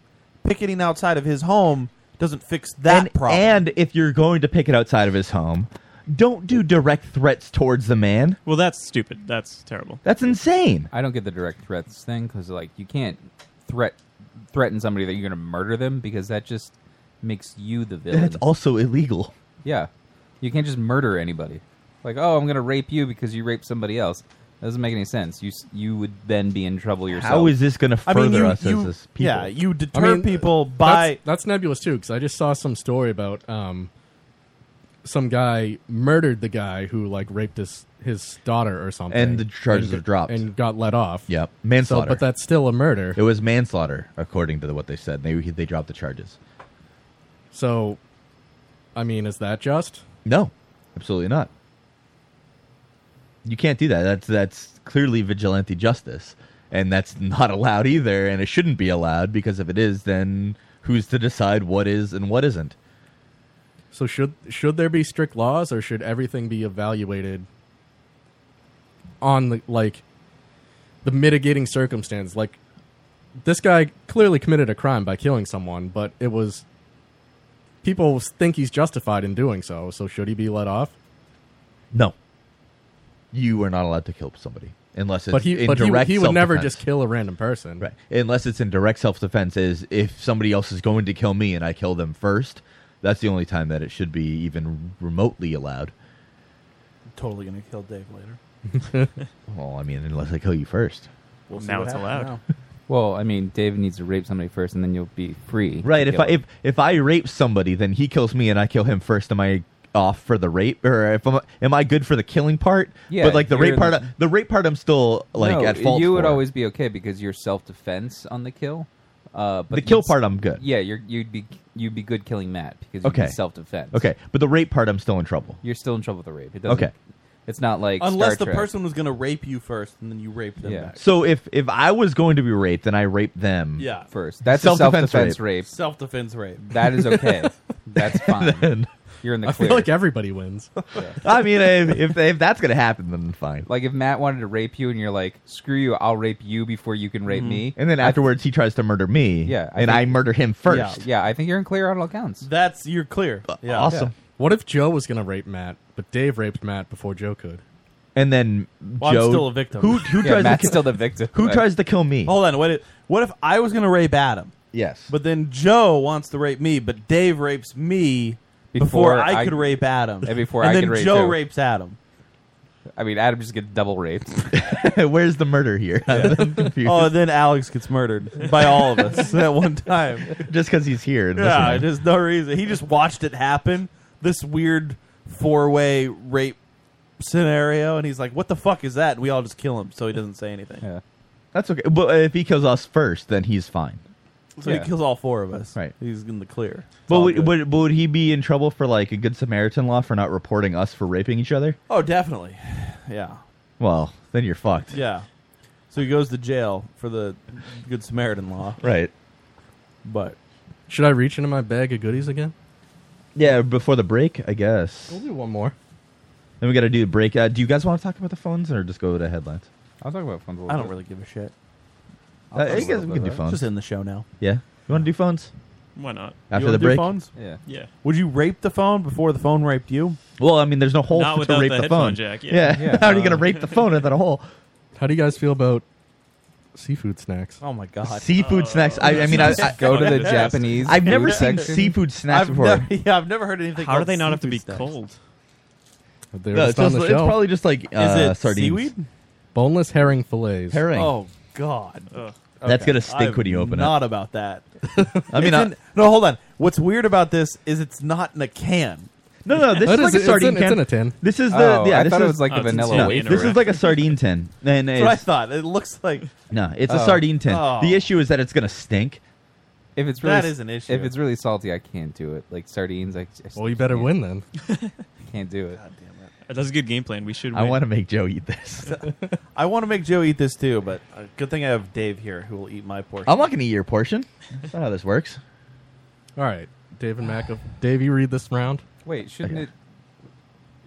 Speaker 5: Picketing outside of his home doesn't fix that
Speaker 6: and,
Speaker 5: problem.
Speaker 6: and if you're going to pick it outside of his home, don't do direct threats towards the man.
Speaker 9: Well, that's stupid. That's terrible.
Speaker 6: That's insane.
Speaker 7: I don't get the direct threats thing because like you can't threat threaten somebody that you're gonna murder them because that just makes you the villain.
Speaker 6: That's also illegal.
Speaker 7: Yeah, you can't just murder anybody. Like, oh, I'm gonna rape you because you raped somebody else. That doesn't make any sense. You s- you would then be in trouble yourself.
Speaker 6: How is this going to
Speaker 7: I
Speaker 6: further
Speaker 7: mean, you-
Speaker 6: us
Speaker 7: you-
Speaker 6: as this people?
Speaker 7: yeah,
Speaker 8: I
Speaker 5: you deter
Speaker 8: mean,
Speaker 5: people
Speaker 8: that's-
Speaker 5: by.
Speaker 8: That's, nebulous too, because I just saw some story about um, some guy murdered the guy who like raped his his daughter or something,
Speaker 6: And the charges
Speaker 8: and,
Speaker 6: are dropped.
Speaker 8: and got let off.
Speaker 6: Yeah, manslaughter.
Speaker 8: So, but that's still a murder.
Speaker 6: It was manslaughter, according to the- what they said. They they dropped the charges.
Speaker 8: So, I mean, is that just?
Speaker 6: No, absolutely not. You can't do that. That's that's clearly vigilante justice, and that's not allowed either, and it shouldn't be allowed because if it is, then who's to decide what is and what isn't?
Speaker 8: So should should there be strict laws, or should everything be evaluated on the like the mitigating circumstance? Like this guy clearly committed a crime by killing someone, but it was people think he's justified in doing so. So should he be let off?
Speaker 6: No. You are not allowed to kill somebody unless it's
Speaker 8: But he
Speaker 6: in
Speaker 8: but he,
Speaker 6: direct
Speaker 8: he would never
Speaker 6: self-defense.
Speaker 8: just kill a random person.
Speaker 6: Right. Unless it's in direct self defense, is if somebody else is going to kill me and I kill them first, that's the only time that it should be even remotely allowed.
Speaker 10: totally gonna kill Dave later.
Speaker 6: well, I mean, unless I kill you first.
Speaker 10: We'll see what happens now.
Speaker 7: Well, I mean, Dave needs to rape somebody first, and then you'll be free. to
Speaker 6: Right. If
Speaker 7: kill
Speaker 6: I if, if I rape somebody, then he kills me and I kill him first. Am I off for the rape, or if I'm, am I good for the killing part?
Speaker 7: Yeah,
Speaker 6: But like the
Speaker 7: you're
Speaker 6: rape part,
Speaker 7: the-
Speaker 6: the, rape part, I'm still like
Speaker 7: No,
Speaker 6: at fault.
Speaker 7: You would
Speaker 6: for.
Speaker 7: always be okay because you're self defense on the kill. Uh, but
Speaker 6: The kill
Speaker 7: you'd-
Speaker 6: part, I'm good.
Speaker 7: Yeah, you're, you'd be you'd be good killing Matt because you'd
Speaker 6: okay
Speaker 7: self defense.
Speaker 6: Okay, but the rape part, I'm still in trouble.
Speaker 7: you're still in trouble with the rape. It doesn't,
Speaker 6: Okay.
Speaker 7: it's not like
Speaker 5: Unless
Speaker 7: Star
Speaker 5: the
Speaker 7: Trek.
Speaker 5: person was going to rape you first, and then you raped them
Speaker 7: Yeah.
Speaker 5: back.
Speaker 6: So if if I was going to be raped, then I raped them.
Speaker 5: Yeah.
Speaker 7: first. That's a
Speaker 6: Self-defense
Speaker 7: self-defense
Speaker 6: rape.
Speaker 7: rape.
Speaker 5: Self-defense rape.
Speaker 7: That is okay. That's fine.
Speaker 6: Then-
Speaker 7: You're in the
Speaker 8: I
Speaker 7: clear.
Speaker 8: feel like everybody wins.
Speaker 6: I mean, if, if if that's gonna happen, then fine.
Speaker 7: Like, if Matt wanted to rape you and you're like, "Screw you, I'll rape you before you can
Speaker 5: Mm-hmm.
Speaker 7: rape me."
Speaker 6: Mm-hmm. And then afterwards, he tries to murder me.
Speaker 7: Yeah, I
Speaker 6: and
Speaker 7: think-
Speaker 6: I murder him first.
Speaker 7: yeah, I think you're in clear on all counts.
Speaker 5: That's you're clear. Yeah.
Speaker 6: Awesome.
Speaker 8: What if Joe was gonna rape Matt, but Dave raped Matt before Joe could?
Speaker 6: And then
Speaker 5: Well, I'm
Speaker 6: Joe,
Speaker 5: still a victim.
Speaker 6: Who who
Speaker 7: Yeah,
Speaker 6: tries to
Speaker 7: Matt's
Speaker 6: kill,
Speaker 7: still the victim.
Speaker 6: who
Speaker 7: but-
Speaker 6: tries to kill me?
Speaker 5: Hold on. What if, what if I was going to rape Adam,
Speaker 6: yes,
Speaker 5: but then Joe wants to rape me, but Dave rapes me before,
Speaker 7: Before
Speaker 5: I,
Speaker 7: I-
Speaker 5: could rape Adam,
Speaker 7: and before
Speaker 5: and
Speaker 7: I
Speaker 5: then
Speaker 7: could rape
Speaker 5: Joe
Speaker 7: Joe.
Speaker 5: rapes Adam.
Speaker 7: I mean, Adam just gets double raped.
Speaker 6: where's the murder here? I'm confused.
Speaker 5: Oh, and then Alex gets murdered by all of us at one time.
Speaker 6: just because he's here. And
Speaker 5: Yeah,
Speaker 6: listening.
Speaker 5: there's no reason. He just watched it happen. This weird four-way rape scenario, and he's like, "What the fuck is that?" And we all just kill him, so he doesn't say anything.
Speaker 7: yeah.
Speaker 6: that's okay. But if he kills us first, then he's fine.
Speaker 5: So
Speaker 7: Yeah.
Speaker 5: he kills all four of us.
Speaker 6: Right.
Speaker 5: He's in the clear. It's
Speaker 6: But
Speaker 5: all
Speaker 6: would,
Speaker 5: good.
Speaker 6: would, but would he be in trouble for like a good Samaritan law for not reporting us for raping each other?
Speaker 5: oh, definitely. Yeah.
Speaker 6: Well, then you're fucked.
Speaker 5: Yeah. So he goes to jail for the Good Samaritan law,
Speaker 6: Right.
Speaker 5: but
Speaker 8: Should I reach into my bag of goodies again?
Speaker 6: Yeah. Before the break, I guess.
Speaker 8: We'll do one more.
Speaker 6: Then we got to do the break. Uh, do you guys want to talk about the phones or just go to headlines?
Speaker 7: I'll talk about phones. a little
Speaker 5: I don't
Speaker 7: bit.
Speaker 5: really give a shit.
Speaker 7: I'll
Speaker 6: Uh,
Speaker 7: talk
Speaker 6: I
Speaker 7: a
Speaker 6: guess
Speaker 7: little
Speaker 6: we
Speaker 7: bit
Speaker 6: can do
Speaker 7: about
Speaker 6: phones.
Speaker 5: Just in the show now.
Speaker 6: Yeah. You want to do phones
Speaker 9: Why not?
Speaker 6: after
Speaker 5: you
Speaker 6: the
Speaker 5: wanna do
Speaker 6: break?
Speaker 5: phones?
Speaker 7: it. Yeah.
Speaker 9: Yeah.
Speaker 5: Would you rape the phone before the phone raped you?
Speaker 6: Well, I mean, there's no hole
Speaker 9: Not
Speaker 5: Oh,
Speaker 6: for to
Speaker 9: without
Speaker 6: rape
Speaker 9: the
Speaker 6: the,
Speaker 9: headphone
Speaker 6: phone.
Speaker 9: jack, yeah.
Speaker 6: Yeah.
Speaker 7: Yeah.
Speaker 6: How are you
Speaker 5: Uh,
Speaker 6: gonna rape the phone without a hole?
Speaker 8: How do you guys feel about seafood snacks?
Speaker 5: Oh my god!
Speaker 6: Seafood snacks. I, I mean, I, I,
Speaker 7: Go to the
Speaker 9: Fucking disgusting.
Speaker 7: Japanese.
Speaker 6: I've never
Speaker 7: food
Speaker 6: seen
Speaker 7: section.
Speaker 6: seafood snacks
Speaker 5: I've
Speaker 6: before.
Speaker 5: never, yeah, I've never heard anything.
Speaker 9: How do
Speaker 5: called
Speaker 9: they not have to
Speaker 5: seafood
Speaker 9: be
Speaker 5: snacks.
Speaker 9: cold?
Speaker 8: They're
Speaker 6: No,
Speaker 8: just
Speaker 6: it's,
Speaker 8: on
Speaker 6: just,
Speaker 8: the
Speaker 6: it's
Speaker 8: shelf.
Speaker 6: probably just like uh,
Speaker 5: Is it
Speaker 6: sardines.
Speaker 5: seaweed?
Speaker 8: Boneless herring fillets.
Speaker 6: Herring.
Speaker 5: Oh God!
Speaker 9: Ugh.
Speaker 6: That's
Speaker 5: Okay.
Speaker 6: gonna stink
Speaker 5: I'm
Speaker 6: when you open
Speaker 5: Not about that.
Speaker 6: it. I mean,
Speaker 5: It's
Speaker 6: I,
Speaker 5: in- no, hold on. What's weird about this is it's not in a can.
Speaker 6: no, no, this
Speaker 8: That
Speaker 6: is
Speaker 8: is-
Speaker 6: like a
Speaker 8: it's
Speaker 6: sardine
Speaker 8: in-
Speaker 6: tin.
Speaker 8: it's in a tin.
Speaker 6: This is the
Speaker 7: Oh,
Speaker 6: yeah.
Speaker 7: I
Speaker 6: this
Speaker 7: thought it
Speaker 6: is,
Speaker 7: was like
Speaker 9: Oh,
Speaker 7: a
Speaker 9: it's in
Speaker 7: vanilla.
Speaker 9: Japan.
Speaker 6: no,
Speaker 9: a
Speaker 7: wafer.
Speaker 9: wafer.
Speaker 6: this is like a sardine tin, and
Speaker 5: That's what I
Speaker 6: it's,
Speaker 5: thought. It looks like
Speaker 6: no, it's a
Speaker 7: Oh.
Speaker 6: sardine tin.
Speaker 5: Oh.
Speaker 6: The issue is that it's gonna stink.
Speaker 7: If it's really,
Speaker 5: That is an issue.
Speaker 7: If it's really salty, I can't do it. Like sardines, I just
Speaker 8: Well, you better
Speaker 7: can't-
Speaker 8: win then.
Speaker 7: Can't do it.
Speaker 9: That's a good game plan. We should.
Speaker 6: I
Speaker 9: win.
Speaker 6: want to make Joe eat this.
Speaker 5: I want to make Joe eat this too, but uh, good thing I have Dave here who will eat my portion.
Speaker 6: I'm not gonna eat your portion. That's not how this works.
Speaker 8: All right, Dave and Mac. Dave, you read this round.
Speaker 7: Wait, shouldn't it?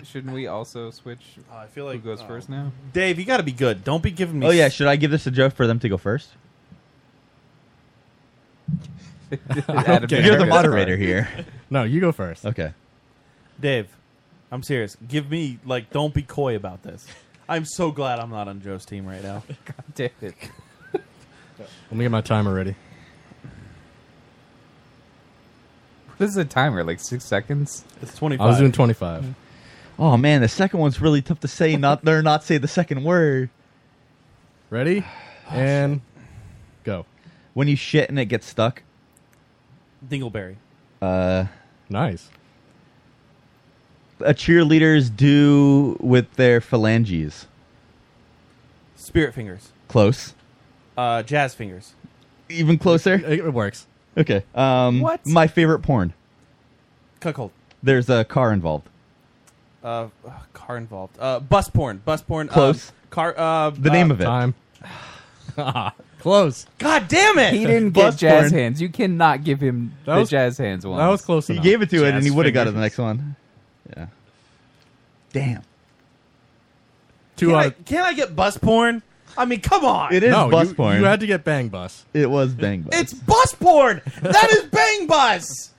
Speaker 7: Shouldn't we also switch?
Speaker 5: Oh, I feel
Speaker 7: Who
Speaker 5: like
Speaker 7: goes
Speaker 5: oh.
Speaker 7: first now?
Speaker 5: Dave, you got to be good. Don't be giving me.
Speaker 6: Oh yeah,
Speaker 5: s-
Speaker 6: should I give this to Joe for them to go first?
Speaker 7: Adam
Speaker 8: care.
Speaker 7: Becker
Speaker 6: You're the
Speaker 7: goes
Speaker 6: moderator
Speaker 7: first.
Speaker 6: here.
Speaker 8: No, you go first.
Speaker 6: Okay.
Speaker 5: Dave. I'm serious. Give me like. Don't be coy about this. I'm so glad I'm not on Joe's team right now.
Speaker 7: Damn it.
Speaker 8: Let me get my timer ready.
Speaker 7: This is a timer, like six seconds.
Speaker 5: It's 25.
Speaker 8: I was doing 25.
Speaker 6: Oh man, the second one's really tough to say. Not or not say the second word. Oh,
Speaker 8: Ready? and go.
Speaker 6: When you shit and it gets stuck.
Speaker 5: Dingleberry.
Speaker 6: Uh,
Speaker 8: nice.
Speaker 6: A cheerleaders do with their phalanges.
Speaker 5: Spirit fingers.
Speaker 6: Close.
Speaker 5: Uh, jazz fingers.
Speaker 6: Even closer.
Speaker 8: It, works.
Speaker 6: Okay. Um,
Speaker 5: What?
Speaker 6: My favorite porn.
Speaker 5: Cuckold.
Speaker 6: There's a car involved.
Speaker 5: Uh, ugh, car involved. Uh, bus porn. Bus porn. um,
Speaker 6: Close.
Speaker 5: car. Uh,
Speaker 6: The
Speaker 5: uh,
Speaker 6: name of it.
Speaker 8: Time. Close.
Speaker 5: God damn it!
Speaker 7: He didn't
Speaker 6: Bus
Speaker 7: get jazz
Speaker 6: porn.
Speaker 7: hands. You cannot give him
Speaker 8: That
Speaker 7: the
Speaker 8: was-
Speaker 7: jazz hands one.
Speaker 8: That was close
Speaker 6: He
Speaker 8: enough.
Speaker 6: gave it to it, and
Speaker 9: Jazz
Speaker 6: he would have got it
Speaker 9: fingers.
Speaker 6: the next one. Yeah. Damn.
Speaker 8: two
Speaker 5: Can
Speaker 8: out
Speaker 5: I,
Speaker 8: of
Speaker 5: can I get bus porn? I mean, come on.
Speaker 6: It is
Speaker 8: no,
Speaker 6: bus
Speaker 8: you,
Speaker 6: porn.
Speaker 8: you had to get bang bus.
Speaker 6: it was bang bus.
Speaker 5: It's bus porn. That is bang bus.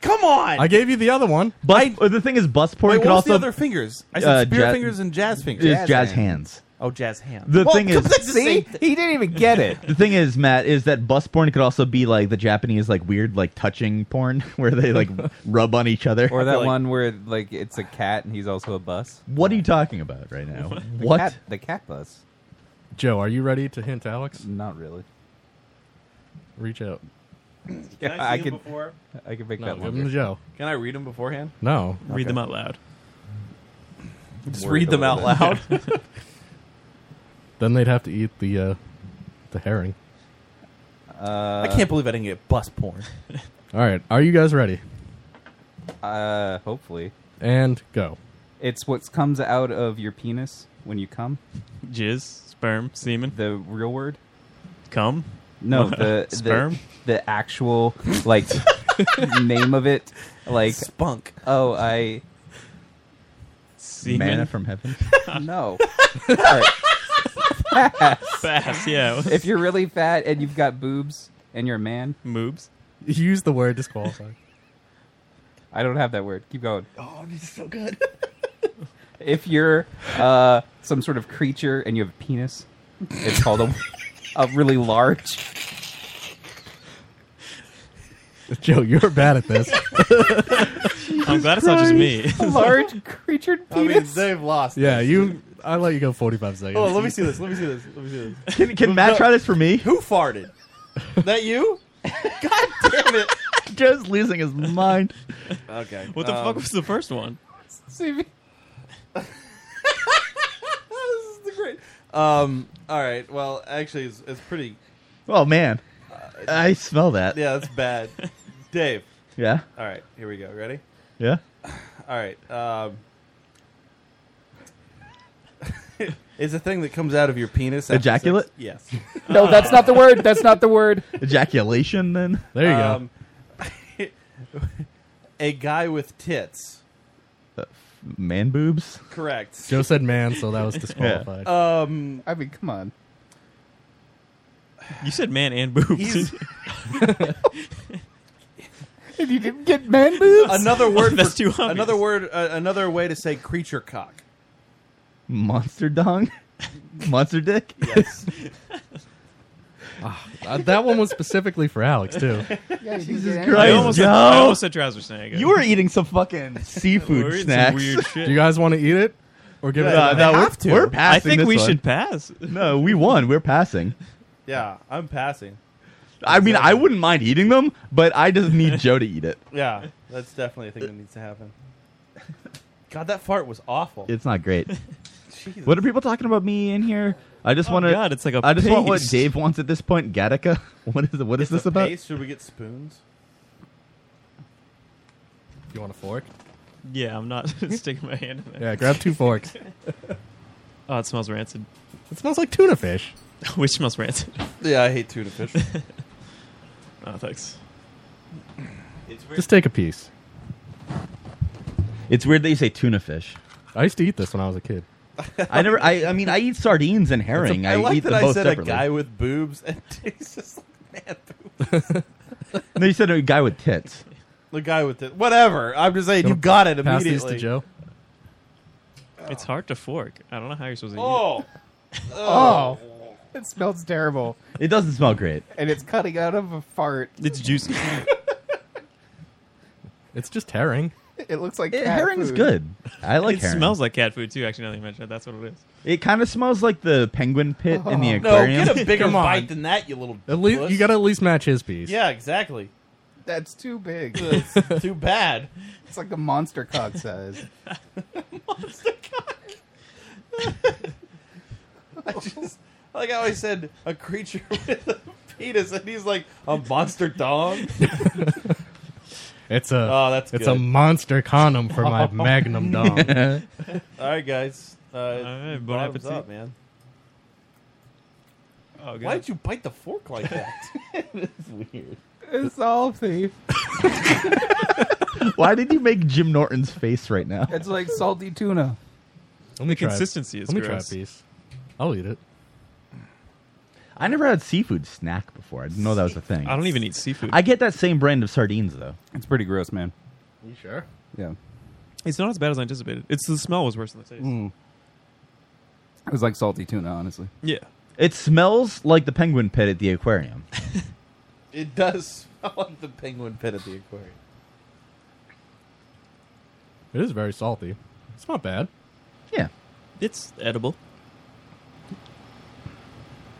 Speaker 5: Come on.
Speaker 8: I gave you the other one.
Speaker 6: bus. or the thing is, bus porn
Speaker 5: Wait,
Speaker 6: could
Speaker 5: what was
Speaker 6: also
Speaker 5: the other fingers? I said
Speaker 6: uh,
Speaker 5: spirit
Speaker 6: jazz-
Speaker 5: fingers and jazz fingers.
Speaker 6: is jazz,
Speaker 5: hand.
Speaker 6: hands.
Speaker 5: Oh, jazz hand.
Speaker 6: The
Speaker 5: Well,
Speaker 6: thing is-
Speaker 5: that's the
Speaker 7: See,
Speaker 5: same thing.
Speaker 7: he didn't even get it.
Speaker 6: The thing is, Matt, is that bus porn could also be like the Japanese, like weird, like touching porn where they like rub on each other.
Speaker 7: Or that
Speaker 5: like-
Speaker 7: one where like it's a cat and he's also a bus.
Speaker 6: what are you talking about right now?
Speaker 7: The
Speaker 6: what?
Speaker 7: cat- the cat bus.
Speaker 8: Joe, are you ready to hint Alex?
Speaker 7: Not really.
Speaker 8: Reach out.
Speaker 7: Can I I see 'em could-
Speaker 5: before?
Speaker 7: I can make
Speaker 8: No,
Speaker 7: that
Speaker 8: give him
Speaker 7: one.
Speaker 8: to Joe.
Speaker 5: Can I read them beforehand?
Speaker 8: No.
Speaker 9: Read them out loud.
Speaker 5: Just
Speaker 7: Word
Speaker 5: read them
Speaker 7: a
Speaker 5: out
Speaker 7: little
Speaker 5: loud.
Speaker 8: Then they'd have to eat the uh, the herring.
Speaker 5: I can't believe I didn't get bus porn.
Speaker 8: All right. Are you guys ready?
Speaker 7: Uh, hopefully,
Speaker 8: And go.
Speaker 7: it's what comes out of your penis when you come.
Speaker 9: Jizz, sperm, semen,
Speaker 7: The real word.
Speaker 9: cum.
Speaker 7: No, the
Speaker 9: Sperm?
Speaker 7: The, the actual like name of it. Like,
Speaker 5: Spunk.
Speaker 7: oh, I
Speaker 6: Manna
Speaker 9: Semen.
Speaker 6: from heaven.
Speaker 7: no. All right.
Speaker 9: Fast, yeah.
Speaker 7: If you're really fat and you've got boobs and you're a man,
Speaker 9: Moobs.
Speaker 8: Use the word disqualify.
Speaker 7: I don't have that word. Keep going.
Speaker 6: Oh, this is so good.
Speaker 7: If you're uh, some sort of creature and you have a penis, it's called a, a really large.
Speaker 8: Joe, you're bad at this.
Speaker 9: I'm glad it's not just me.
Speaker 7: A large creatured penis.
Speaker 5: lost.
Speaker 8: yeah, you. I let you go 45 seconds.
Speaker 5: Oh, let me see this. Let me see this. Let me see this.
Speaker 6: Can, can Matt try this for me?
Speaker 5: Who farted? that you? God damn it.
Speaker 6: Joe's losing his mind.
Speaker 5: Okay.
Speaker 9: What the
Speaker 7: um,
Speaker 9: fuck was the first one?
Speaker 7: See,
Speaker 5: this is the great. Um. All right. Well, actually, it's, it's pretty.
Speaker 6: Oh man, I smell that.
Speaker 5: Yeah, that's bad. Dave.
Speaker 6: Yeah.
Speaker 5: All right. Here we go. Ready?
Speaker 6: Yeah.
Speaker 5: All right. Um. It's a thing that comes out of your penis. after
Speaker 6: Ejaculate?
Speaker 5: sex. Yes.
Speaker 7: No, that's not the word. That's not the word.
Speaker 6: Ejaculation. Then
Speaker 8: There you go.
Speaker 5: Um, a guy with tits.
Speaker 6: Uh, man boobs.
Speaker 5: Correct.
Speaker 8: Joe said man, so that was disqualified.
Speaker 5: Um,
Speaker 7: I mean, come on.
Speaker 9: You said man and boobs.
Speaker 5: he's
Speaker 7: If you didn't get man boobs,
Speaker 5: another word.
Speaker 9: That's
Speaker 5: for,
Speaker 9: too obvious.
Speaker 5: Another word. Uh, another way to say creature cock.
Speaker 6: Monster dong. Monster dick.
Speaker 5: Yes.
Speaker 8: Uh, that one was specifically for Alex, too.
Speaker 6: Jesus
Speaker 9: I
Speaker 6: Christ,
Speaker 9: almost,
Speaker 6: Joe.
Speaker 9: said, I almost said trouser snake.
Speaker 6: you were eating some fucking
Speaker 9: We're
Speaker 6: seafood
Speaker 9: eating
Speaker 6: snacks.
Speaker 9: Some weird shit.
Speaker 8: Do you guys want to eat it? Or give it
Speaker 6: Uh,
Speaker 8: to
Speaker 6: no, we're,
Speaker 5: have to.
Speaker 6: we're
Speaker 9: I
Speaker 6: passing.
Speaker 9: think
Speaker 6: this
Speaker 9: we
Speaker 6: one.
Speaker 9: should pass.
Speaker 6: No, we won. We're passing.
Speaker 5: yeah, I'm passing.
Speaker 6: I mean, I wouldn't mind eating them, but I just need Joe to eat it.
Speaker 5: Yeah, that's definitely a thing that needs to happen. God, that fart was awful.
Speaker 6: It's not great.
Speaker 5: Jesus.
Speaker 6: What are people talking about me in here? I just
Speaker 9: Oh
Speaker 6: want to.
Speaker 9: God, it's like a
Speaker 6: I just want what
Speaker 9: paste.
Speaker 6: Dave wants at this point. Gattaca. What is what is
Speaker 5: The
Speaker 6: this about?
Speaker 5: paste, Should we get spoons?
Speaker 8: You want a fork?
Speaker 9: Yeah, I'm not sticking my hand in there.
Speaker 8: Yeah, grab two forks.
Speaker 9: Oh, it smells rancid.
Speaker 8: It smells like tuna fish.
Speaker 9: Which smells rancid?
Speaker 5: Yeah, I hate tuna fish.
Speaker 9: Oh, thanks.
Speaker 8: Just take a piece.
Speaker 6: It's weird that you say tuna fish.
Speaker 8: I used to eat this when I was a kid.
Speaker 6: I never. I, I mean, I eat sardines and herring.
Speaker 5: I like
Speaker 6: eat
Speaker 5: that
Speaker 6: them
Speaker 5: I
Speaker 6: both
Speaker 5: said
Speaker 6: separately.
Speaker 5: a guy with boobs, and he's just like, man, boobs.
Speaker 6: No, you said a guy with tits.
Speaker 5: the guy with it. Whatever. I'm just saying, you got it
Speaker 8: Pass
Speaker 5: immediately.
Speaker 8: these to Joe.
Speaker 9: It's hard to fork. I don't know how you're supposed to eat
Speaker 5: Oh,
Speaker 7: oh, it smells terrible,
Speaker 6: It doesn't smell great.
Speaker 7: and it's cutting out of a fart.
Speaker 9: it. It's juicy.
Speaker 8: It's just herring.
Speaker 11: It looks like
Speaker 6: Eh,
Speaker 11: cat
Speaker 6: herring's
Speaker 11: food.
Speaker 6: good. I like
Speaker 9: it
Speaker 6: herring.
Speaker 9: smells like cat food too. Actually, now that you mention it, that's what it is.
Speaker 6: It kind of smells like the penguin pit in the
Speaker 8: Oh. No,
Speaker 6: aquarium.
Speaker 8: get a bigger
Speaker 11: Come on.
Speaker 5: bite than that, you little.
Speaker 8: At least you got to at least match his piece.
Speaker 5: Yeah, exactly.
Speaker 11: That's too big.
Speaker 5: It's too bad.
Speaker 11: it's like a monster cock size.
Speaker 5: I just like I always said, a creature with a penis, and he's like a monster dog.
Speaker 8: It's a
Speaker 5: Oh, that's
Speaker 8: it's
Speaker 5: good.
Speaker 8: a monster condom for my magnum dong.
Speaker 5: All right, guys. Uh,
Speaker 9: right, bon
Speaker 5: bottoms
Speaker 9: appetit.
Speaker 5: up, man.
Speaker 9: Oh, God.
Speaker 5: Why'd you bite the fork like that?
Speaker 11: it's weird. It's all thief.
Speaker 6: Why did you make Jim Norton's face right now?
Speaker 7: It's like salty tuna.
Speaker 8: Let me
Speaker 9: The consistency is
Speaker 8: Let me try a
Speaker 9: gross.
Speaker 8: piece. I'll eat it.
Speaker 6: I never had seafood snack before. I didn't know that was a thing.
Speaker 9: I don't even eat seafood.
Speaker 6: I get that same brand of sardines though.
Speaker 7: It's pretty gross, man.
Speaker 8: You sure?
Speaker 7: Yeah.
Speaker 9: it's not as bad as I anticipated. It's the smell was worse than the taste.
Speaker 7: It was like salty tuna, honestly.
Speaker 9: Yeah,
Speaker 6: It smells like the penguin pit at the aquarium.
Speaker 5: it does smell like the penguin pit at the aquarium.
Speaker 8: It is very salty. It's not bad.
Speaker 6: yeah.
Speaker 9: it's edible.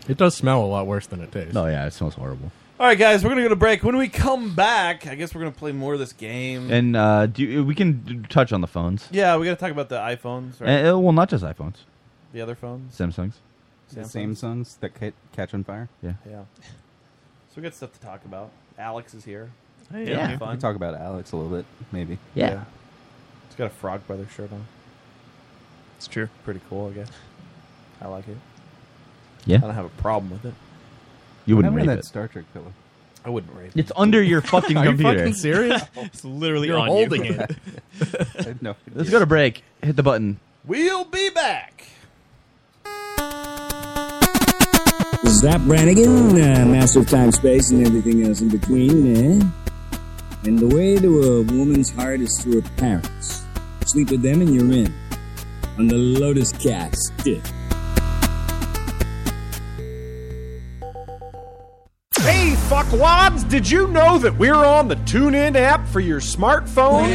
Speaker 8: It does smell a lot worse than it tastes.
Speaker 6: Oh yeah, it smells horrible.
Speaker 5: All right, guys, we're gonna go to break. When we come back, I guess we're gonna play more of this game.
Speaker 6: And uh, do you- we can d- touch on the phones.
Speaker 5: yeah, we gotta talk about the iPhones, right?
Speaker 6: Uh, well, not just iPhones,
Speaker 5: the other phones,
Speaker 6: Samsungs.
Speaker 7: The
Speaker 5: Samsung.
Speaker 7: Samsungs that ca- catch on fire.
Speaker 5: Yeah. So we got stuff to talk about. Alex is here.
Speaker 6: Yeah.
Speaker 5: It'll be
Speaker 7: We
Speaker 5: Fun.
Speaker 7: can talk about Alex a little bit, maybe.
Speaker 5: Yeah. He's got a Frog Brother shirt on.
Speaker 9: it's true.
Speaker 5: Pretty cool, I guess. I like it.
Speaker 6: Yeah.
Speaker 5: I don't have a problem with it.
Speaker 6: You
Speaker 7: What
Speaker 6: wouldn't
Speaker 7: happened to
Speaker 6: read
Speaker 7: that
Speaker 6: it.
Speaker 7: Star Trek pillow?
Speaker 5: I wouldn't rate it.
Speaker 6: It's under your fucking
Speaker 8: Are you
Speaker 6: computer.
Speaker 8: fucking serious?
Speaker 9: It's literally
Speaker 8: You're
Speaker 9: on
Speaker 8: holding
Speaker 9: you.
Speaker 8: it.
Speaker 7: I had no
Speaker 6: Let's
Speaker 7: idea.
Speaker 6: go to break. Hit the button.
Speaker 5: We'll be back.
Speaker 1: Zap Brannigan, uh, master of time, space, and everything else in between, eh? And the way to a woman's heart is through her parents. Sleep with them and you're in. On the Lotus Cast.
Speaker 12: Hey, fuckwads! Did you know that we're on the TuneIn app for your smartphone?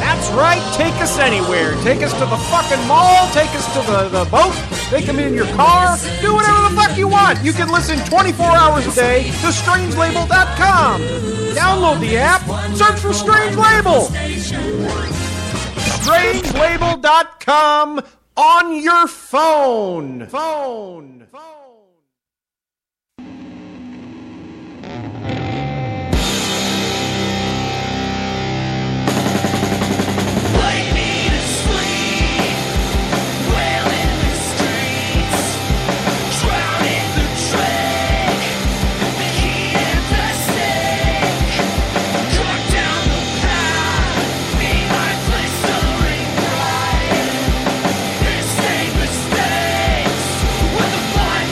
Speaker 12: That's right, take us anywhere. Take us to the fucking mall, take us to the, the boat, take them in your car, do whatever the fuck you want. You can listen 24 hours a day to strangelabel.com. Download the app, search for Strange Label. Strangelabel.com on your phone. Phone. Phone.
Speaker 3: Mistakes with the blind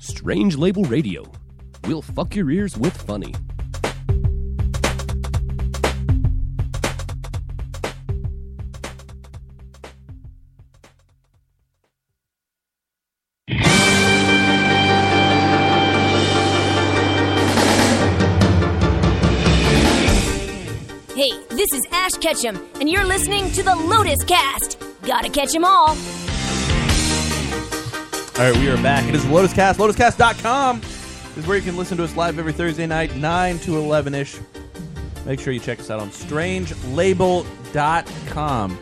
Speaker 13: Strange Label Radio. We'll fuck your ears with funny.
Speaker 14: Hey, this is Ash Ketchum, and you're listening to the Lotus Cast. Gotta catch 'em all.
Speaker 5: All right, we are back. It is the Lotus Cast. LotusCast.com is where you can listen to us live every Thursday night, 9 to 11 ish. Make sure you check us out on strangelabel.com.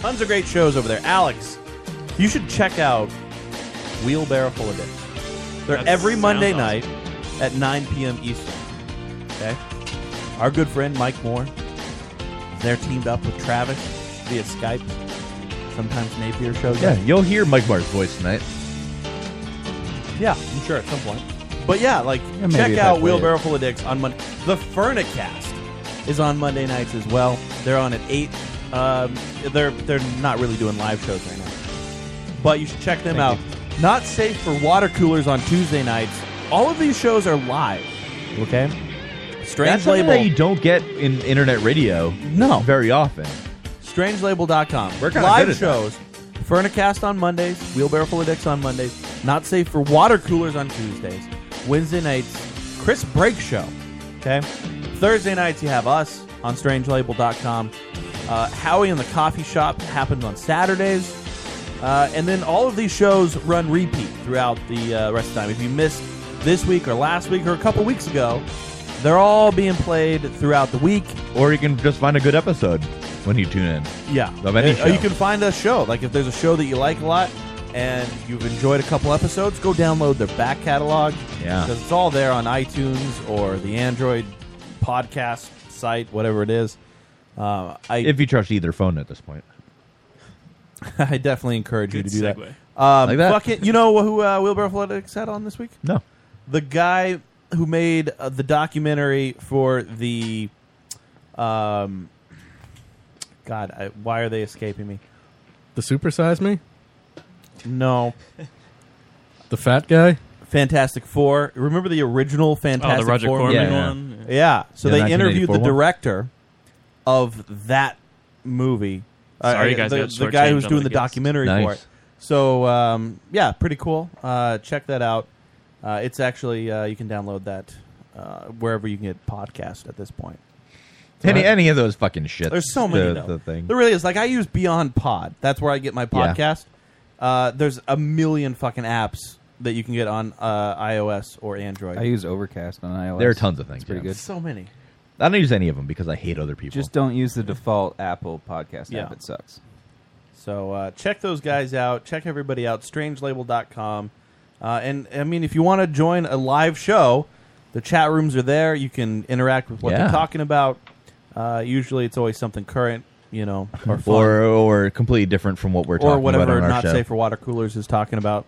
Speaker 5: Tons of great shows over there. Alex, you should check out Wheelbarrow Full of Dicks. They're
Speaker 10: That
Speaker 5: every
Speaker 10: sounds
Speaker 5: Monday
Speaker 10: awesome.
Speaker 5: night at 9 p.m. Eastern. Okay? Our good friend Mike Moore, they're teamed up with Travis via Skype. Sometimes Napier shows
Speaker 6: Yeah,
Speaker 5: up.
Speaker 6: you'll hear Mike Barr's voice tonight.
Speaker 5: Yeah, I'm sure at some point. But yeah, like
Speaker 6: Yeah, maybe
Speaker 5: check
Speaker 6: if I
Speaker 5: out
Speaker 6: play
Speaker 5: Wheelbarrow Full of Dicks on Monday. The Furnicast is on Monday nights as well. They're on at eight. Um, they're they're not really doing live shows right now, but you should check them out. Not safe for water coolers on Tuesday nights. All of these shows are live. Okay. Strange
Speaker 6: That's something
Speaker 5: label.
Speaker 6: that you don't get in internet radio.
Speaker 5: No,
Speaker 6: very often.
Speaker 5: Strangelabel.com. We're
Speaker 6: kinda
Speaker 5: live
Speaker 6: good at
Speaker 5: shows. Furnicast on Mondays, Wheelbarrow Full of Dicks on Mondays, Not Safe for Water Coolers on Tuesdays, Wednesday nights, Chris Break Show. Okay. Thursday nights, you have us on Strangelabel.com. Uh, Howie in the Coffee Shop happens on Saturdays. Uh, and then all of these shows run repeat throughout the uh, rest of the time. If you missed this week or last week or a couple weeks ago, they're all being played throughout the week.
Speaker 6: Or you can just find a good episode when you tune in.
Speaker 5: Yeah.
Speaker 6: Of any
Speaker 5: Uh,
Speaker 6: show.
Speaker 5: You can find a show. Like if there's a show that you like a lot and you've enjoyed a couple episodes, go download their back catalog.
Speaker 6: Yeah.
Speaker 5: Because it's all there on iTunes or the Android podcast site, whatever it is. Uh, I
Speaker 6: if you trust either phone at this point.
Speaker 5: I definitely encourage you
Speaker 6: Good
Speaker 5: to do
Speaker 6: segue.
Speaker 5: that. Um,
Speaker 6: Like that.
Speaker 5: fucking- you know who uh, Wheelbarrow Athletics had on this week?
Speaker 6: No.
Speaker 5: The guy who made uh, the documentary for the. Um, God, I, why are they escaping me?
Speaker 8: The supersize me?
Speaker 5: No.
Speaker 8: The fat guy?
Speaker 5: Fantastic Four. Remember the
Speaker 9: Oh,
Speaker 5: original Fantastic
Speaker 8: Oh, Roger
Speaker 5: Four
Speaker 8: Corman
Speaker 5: movie?
Speaker 8: Yeah. one?
Speaker 5: Yeah.
Speaker 8: Yeah.
Speaker 5: So
Speaker 8: The
Speaker 5: they interviewed
Speaker 8: 1984
Speaker 5: the
Speaker 8: one?
Speaker 5: director of that movie.
Speaker 9: Sorry, you guys
Speaker 5: uh, the,
Speaker 9: got
Speaker 5: the guy
Speaker 9: shortchanged
Speaker 5: who's
Speaker 9: on
Speaker 5: doing
Speaker 9: the
Speaker 5: the
Speaker 9: guests.
Speaker 5: documentary for
Speaker 9: Nice.
Speaker 5: it. So um, yeah, pretty cool. Uh, check that out. Uh, it's actually uh, you can download that uh, wherever you can get podcast at this point.
Speaker 6: Any any of those fucking shit.
Speaker 5: There's so many.
Speaker 6: The,
Speaker 5: though.
Speaker 6: the thing.
Speaker 5: There really is. Like I use Beyond Pod. That's where I get my
Speaker 6: Yeah.
Speaker 5: podcast. Uh, there's a million fucking apps that you can get on uh, iOS or Android.
Speaker 7: I use Overcast on iOS.
Speaker 6: There are tons of things.
Speaker 7: It's pretty
Speaker 6: yeah.
Speaker 7: good.
Speaker 5: So many.
Speaker 6: I don't use any of them because I hate other people.
Speaker 7: Just don't use the default Apple podcast
Speaker 5: Yeah.
Speaker 7: app. It sucks.
Speaker 5: So uh, check those guys out. Check everybody out. Strangelabel.com. Uh, and I mean, if you want to join a live show, the chat rooms are there. You can interact with what
Speaker 6: Yeah.
Speaker 5: they're talking about. Uh, usually, it's always something current, you know, or fun,
Speaker 6: or or completely different from what we're talking
Speaker 5: or whatever.
Speaker 6: about on our
Speaker 5: not
Speaker 6: show.
Speaker 5: safe for water coolers is talking about.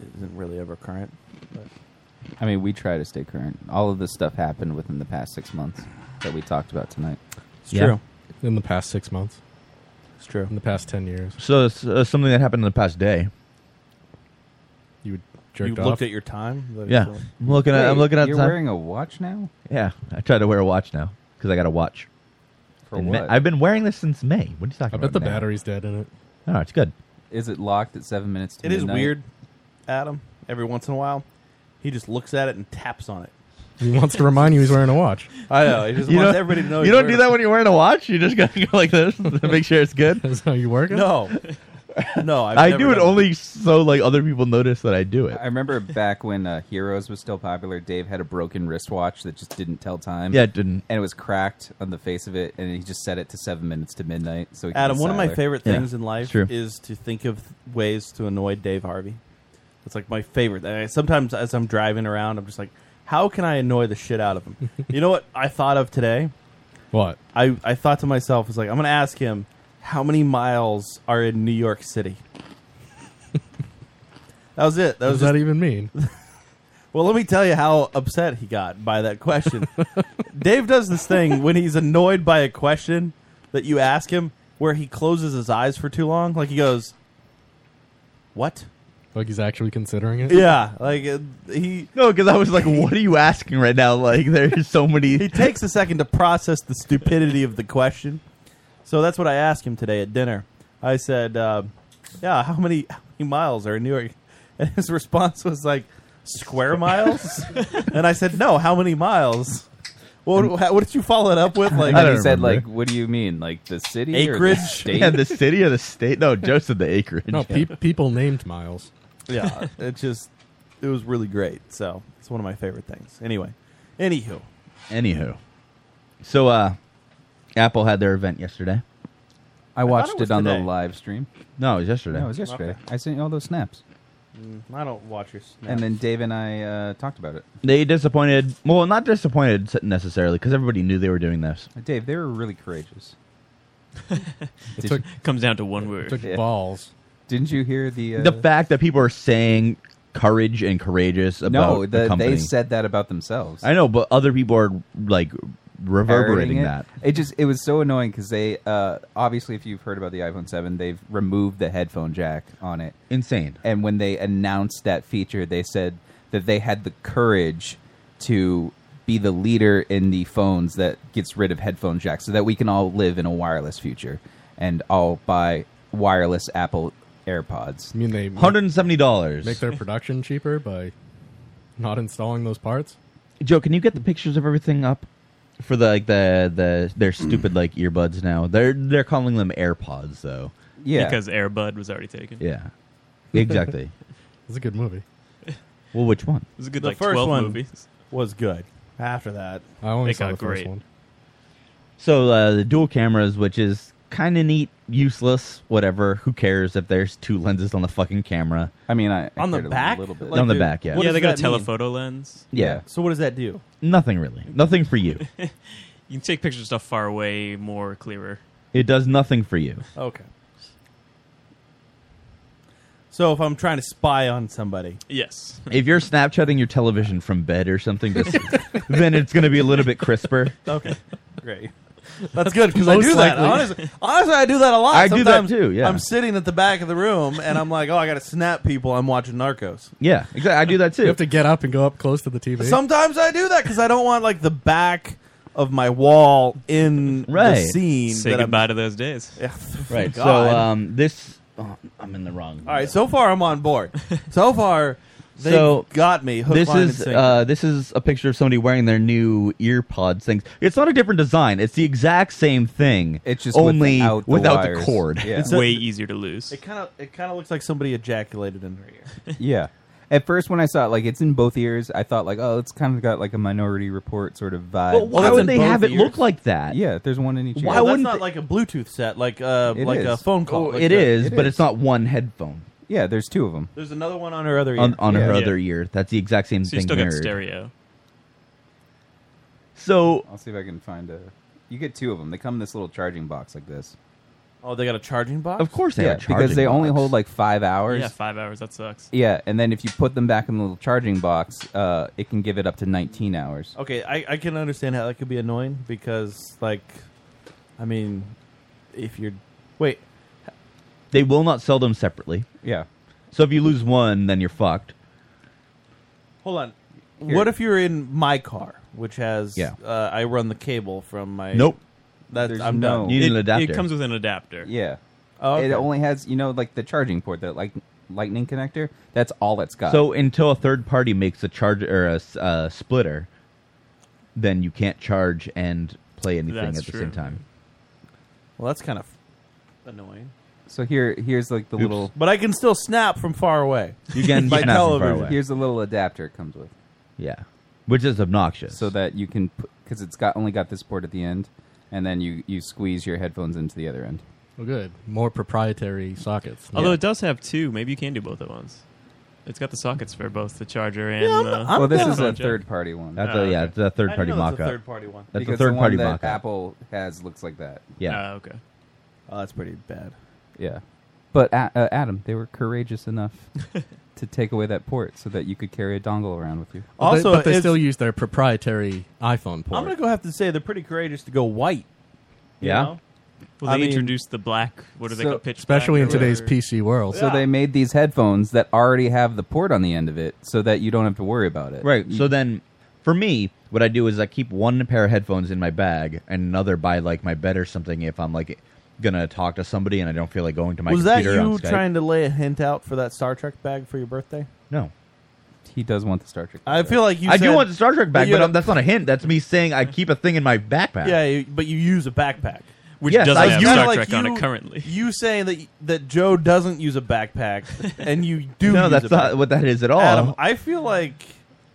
Speaker 5: It isn't really ever current. But.
Speaker 7: I mean, we try to stay current. All of this stuff happened within the past six months that we talked about tonight.
Speaker 5: It's Yeah. true.
Speaker 8: In the past six months.
Speaker 5: It's true.
Speaker 8: In the past 10 years.
Speaker 6: So it's, uh, something that happened in the past day.
Speaker 8: You
Speaker 5: You
Speaker 8: jerked off.
Speaker 5: looked at your time. That is
Speaker 6: Yeah,
Speaker 5: so-
Speaker 6: I'm looking at. I'm
Speaker 7: Wait,
Speaker 6: looking at.
Speaker 7: You're
Speaker 6: the time.
Speaker 7: wearing a watch now.
Speaker 6: Yeah, I try to wear a watch now because I got a watch.
Speaker 7: For
Speaker 6: In
Speaker 7: what?
Speaker 6: I've been wearing this since May. What are you talking
Speaker 8: I bet
Speaker 6: about?
Speaker 8: the
Speaker 6: now?
Speaker 8: battery's dead in it.
Speaker 6: No, it's good.
Speaker 7: Is it locked at seven minutes? To
Speaker 5: It is
Speaker 7: midnight?
Speaker 5: weird, Adam. Every once in a while, he just looks at it and taps on it.
Speaker 8: He wants to remind you he's wearing a watch.
Speaker 5: I know. He just
Speaker 6: You
Speaker 5: wants
Speaker 6: don't-
Speaker 5: everybody to know.
Speaker 6: You
Speaker 5: he's
Speaker 6: don't
Speaker 5: wearing
Speaker 6: do
Speaker 5: a-
Speaker 6: that when you're wearing a watch. You just gotta go like this to make sure it's good.
Speaker 8: That's how you work.
Speaker 5: No, no. I've
Speaker 6: I
Speaker 7: never
Speaker 6: do it
Speaker 7: done
Speaker 6: only so like other people notice that I do it.
Speaker 7: I remember back when uh, Heroes was still popular. Dave had a broken wristwatch that just didn't tell time.
Speaker 6: Yeah, it didn't.
Speaker 7: and it was cracked on the face of it, and he just set it to seven minutes to midnight. So he could
Speaker 5: Adam,
Speaker 7: be
Speaker 5: one of my
Speaker 7: silent.
Speaker 5: favorite things in life is to think of ways to annoy Dave Harvey. It's like my favorite. And I, sometimes as I'm driving around, I'm just like, how can I annoy the shit out of him? you know what I thought of today?
Speaker 8: What?
Speaker 5: I, I thought to myself, it's like, I'm going to ask him how many miles are in New York City? that was it. That
Speaker 8: What
Speaker 5: was
Speaker 8: does that
Speaker 5: just-
Speaker 8: even mean?
Speaker 5: well, let me tell you how upset he got by that question. Dave does this thing when he's annoyed by a question that you ask him where he closes his eyes for too long. Like he goes, What?
Speaker 8: Like he's actually considering it.
Speaker 5: Yeah,
Speaker 6: Oh,
Speaker 5: like uh, he.
Speaker 6: No, because I was like, "What are you asking right now?" Like, there's so many.
Speaker 5: He takes a second to process the stupidity of the question. So that's what I asked him today at dinner. I said, uh, "Yeah, how many, how many miles are in New York?" And his response was like, "Square miles." and I said, "No, how many miles?" What, how, what did you follow it up with? Like
Speaker 7: And he said, like, what do you mean? Like the city? Or the
Speaker 5: Acreage?
Speaker 7: state?
Speaker 6: Yeah, the city or the state? No, Joe said the acreage.
Speaker 8: No, pe- people named miles.
Speaker 5: yeah, it just it was really great. So it's one of my favorite things. Anyway, anywho,
Speaker 6: Anywho, so uh, Apple had their event yesterday.
Speaker 7: I watched it, on the live stream.
Speaker 6: No, it was yesterday.
Speaker 7: No, it was yesterday. I sent you all those snaps.
Speaker 5: Mm, I don't watch your.
Speaker 7: And then Dave and I uh, talked about it.
Speaker 6: They disappointed. Well, not disappointed necessarily, because everybody knew they were doing this.
Speaker 7: Uh, Dave, they were really courageous.
Speaker 9: It took- comes down to one word. took balls.
Speaker 7: Didn't you hear the? Uh,
Speaker 6: the fact that people are saying courage and courageous about
Speaker 7: no,
Speaker 6: the,
Speaker 7: the,
Speaker 6: company.
Speaker 7: they said that about themselves.
Speaker 6: I know, but other people are like
Speaker 7: Parroting
Speaker 6: reverberating
Speaker 7: it.
Speaker 6: that.
Speaker 7: It just it was so annoying because they uh, obviously, if you've heard about the iPhone Seven, they've removed the headphone jack on it.
Speaker 6: Insane.
Speaker 7: And when they announced that feature, they said that they had the courage to be the leader in the phones that gets rid of headphone jack, so that we can all live in a wireless future and all buy wireless Apple AirPods.
Speaker 8: I mean, they
Speaker 6: Hundred and seventy dollars.
Speaker 8: make their production cheaper by not installing those parts.
Speaker 6: Joe, can you get the pictures of everything up for the like the the their stupid like earbuds now? They're they're calling them AirPods though.
Speaker 9: Because Airbud was already taken.
Speaker 6: yeah, exactly.
Speaker 8: It's a good movie.
Speaker 6: well, which one?
Speaker 9: It was a good
Speaker 5: The
Speaker 9: like
Speaker 5: first
Speaker 9: twelve
Speaker 5: one
Speaker 9: movies.
Speaker 5: was good. After that,
Speaker 8: I
Speaker 9: only It saw got the first great. one.
Speaker 6: So uh, the dual cameras, which is kind of neat, useless, whatever. Who cares if there's two lenses on the fucking camera?
Speaker 7: I mean, I,
Speaker 5: On the heard a back? little bit. Like,
Speaker 6: on the
Speaker 5: dude,
Speaker 6: back, yeah.
Speaker 5: what
Speaker 9: yeah,
Speaker 5: does
Speaker 9: they got a
Speaker 5: that mean?
Speaker 9: telephoto lens.
Speaker 6: Yeah.
Speaker 5: So what does that do?
Speaker 6: Nothing really. Nothing for you.
Speaker 9: You can take pictures of stuff far away, more clearer.
Speaker 6: It does nothing for you.
Speaker 5: Okay. So if I'm trying to spy on somebody,
Speaker 9: yes.
Speaker 6: If you're Snapchatting your television from bed or something, just, then it's going to be a little bit crisper.
Speaker 5: Okay, great. That's good because I
Speaker 6: Most
Speaker 5: do that.
Speaker 6: likely.
Speaker 5: Honestly, honestly, I do that a lot.
Speaker 6: I do that
Speaker 5: Sometimes
Speaker 6: too, yeah.
Speaker 5: I'm sitting at the back of the room and I'm like, oh, I got to snap people. I'm watching Narcos.
Speaker 6: Yeah, exactly. I do that too.
Speaker 8: You have to get up and go up close to the TV.
Speaker 5: Sometimes I do that because I don't want like the back of my wall in the scene.
Speaker 9: Say
Speaker 5: that I'm-
Speaker 9: goodbye to those days.
Speaker 5: Yeah.
Speaker 6: Right.
Speaker 5: God.
Speaker 6: So um, this,
Speaker 5: Uh-huh.
Speaker 6: oh, I'm in the wrong.
Speaker 5: All right. So far, I'm on board. So far, they
Speaker 6: so
Speaker 5: got me. Hook,
Speaker 6: this
Speaker 5: line, and
Speaker 6: is
Speaker 5: sinker.
Speaker 6: uh, this is a picture of somebody wearing their new ear pods things. It's not a different design. It's the exact same thing. It's
Speaker 7: just
Speaker 6: only
Speaker 7: without the wires.
Speaker 6: cord.
Speaker 7: Yeah.
Speaker 9: It's way easier to lose.
Speaker 5: It kind of it kind of looks like somebody ejaculated in her ear.
Speaker 7: yeah. At first, when I saw it, like it's in both ears, I thought like, oh, it's kind of got like a Minority Report sort of vibe.
Speaker 6: But why would they have it look like that?
Speaker 7: Yeah, there's one in each.
Speaker 5: Why
Speaker 7: ear.
Speaker 5: that's not like a Bluetooth set, like uh,
Speaker 7: It
Speaker 5: like a
Speaker 7: is.
Speaker 5: phone call.
Speaker 7: Oh,
Speaker 5: like
Speaker 7: it
Speaker 5: the-
Speaker 7: is,
Speaker 6: Is, but it's not one headphone.
Speaker 7: Yeah, there's two of them.
Speaker 5: There's another one on her other ear.
Speaker 6: On, on her
Speaker 5: Yeah.
Speaker 6: other ear. That's the exact same
Speaker 9: So
Speaker 6: thing.
Speaker 9: you still got
Speaker 6: mirrored.
Speaker 9: stereo.
Speaker 6: So
Speaker 7: I'll see if I can find a. You get two of them. They come in this little charging box like this.
Speaker 5: Oh, they got a charging box.
Speaker 7: Of course, yeah, because they only hold like five hours.
Speaker 9: Yeah, five hours. That sucks.
Speaker 7: Yeah, and then if you put them back in the little charging box, uh, it can give it up to 19 hours.
Speaker 5: Okay, I, I can understand how that could be annoying because like, I mean, if you're wait,
Speaker 6: They will not sell them separately.
Speaker 7: Yeah.
Speaker 6: So if you lose one, then you're fucked.
Speaker 5: hold on.
Speaker 6: Here.
Speaker 5: What if you're in my car, which has
Speaker 6: Yeah.
Speaker 5: uh, I run the cable from my
Speaker 6: Nope.
Speaker 5: That
Speaker 7: There's
Speaker 5: I'm
Speaker 7: no-
Speaker 5: done.
Speaker 7: You need an
Speaker 5: It-
Speaker 7: adapter.
Speaker 9: It comes with an adapter.
Speaker 7: Yeah.
Speaker 5: Oh,
Speaker 7: It only has, you know, like the charging port, that like lightning connector. That's all it's got.
Speaker 6: So until a third party makes a charge or a s- uh, splitter, then you can't charge and play anything
Speaker 7: That's
Speaker 6: at the
Speaker 7: true.
Speaker 6: same time.
Speaker 5: Well, that's kind of annoying.
Speaker 7: So here, here's like the
Speaker 5: Oops.
Speaker 7: little.
Speaker 5: But I can still snap from far away. my television.
Speaker 7: Here's the little adapter it comes with.
Speaker 6: Yeah, which is obnoxious.
Speaker 7: So that you can, because it's got only got this port at the end, and then you you squeeze your headphones into the other end.
Speaker 8: Well, good. More proprietary sockets.
Speaker 9: Although it does have two, maybe you can do both at once. It's got the sockets for both the charger and.
Speaker 7: I'm-
Speaker 9: the
Speaker 7: I'm Well, this down. is a third-party one.
Speaker 6: That's
Speaker 9: Oh,
Speaker 6: a, yeah,
Speaker 9: okay.
Speaker 6: it's a third party mock up. That's
Speaker 7: Because
Speaker 6: a third
Speaker 7: the
Speaker 6: party
Speaker 7: one that
Speaker 6: mock up.
Speaker 7: Apple has looks like that.
Speaker 6: Yeah.
Speaker 9: okay.
Speaker 5: Oh, that's pretty bad.
Speaker 7: Yeah. But A- uh, Adam, they were courageous enough to take away that port so that you could carry a dongle around with you.
Speaker 8: But they-
Speaker 5: Also,
Speaker 8: but they,
Speaker 5: it's-
Speaker 8: still use their proprietary iPhone
Speaker 5: I'm
Speaker 8: port.
Speaker 5: gonna go have to say they're pretty courageous to go white. you
Speaker 8: Yeah?
Speaker 5: know?
Speaker 9: Well, they introduced the black. What are they?
Speaker 7: so-
Speaker 9: a pitch
Speaker 8: Especially
Speaker 9: black
Speaker 8: in
Speaker 9: or
Speaker 8: today's
Speaker 9: whatever.
Speaker 8: PC world.
Speaker 7: So they made these headphones that already have the port on the end of it, so that you don't have to worry about it.
Speaker 6: Right. So then, for me, what I do is I keep one pair of headphones in my bag and another by like my bed or something if I'm like gonna talk to somebody and I don't feel like going to my
Speaker 5: was that
Speaker 6: computer.
Speaker 5: you
Speaker 6: on Skype.
Speaker 5: trying to lay a hint out for that Star Trek bag for your birthday?
Speaker 6: No.
Speaker 7: He does want the Star Trek.
Speaker 5: I feel like you.
Speaker 6: I
Speaker 5: said-
Speaker 6: do want the Star Trek bag,
Speaker 5: you
Speaker 6: but
Speaker 5: had
Speaker 6: um, that's not a hint. That's me saying I keep a thing in my backpack.
Speaker 5: Yeah, you- but you use a backpack,
Speaker 6: Which Yes, doesn't I have use-
Speaker 5: Kinda
Speaker 6: Star Trek on
Speaker 5: you-
Speaker 6: it
Speaker 9: currently.
Speaker 5: You saying that that Joe doesn't use a backpack, and you do.
Speaker 6: No,
Speaker 5: use
Speaker 6: that's
Speaker 5: a
Speaker 6: not
Speaker 5: backpack.
Speaker 6: what that is at all.
Speaker 5: Adam, I feel like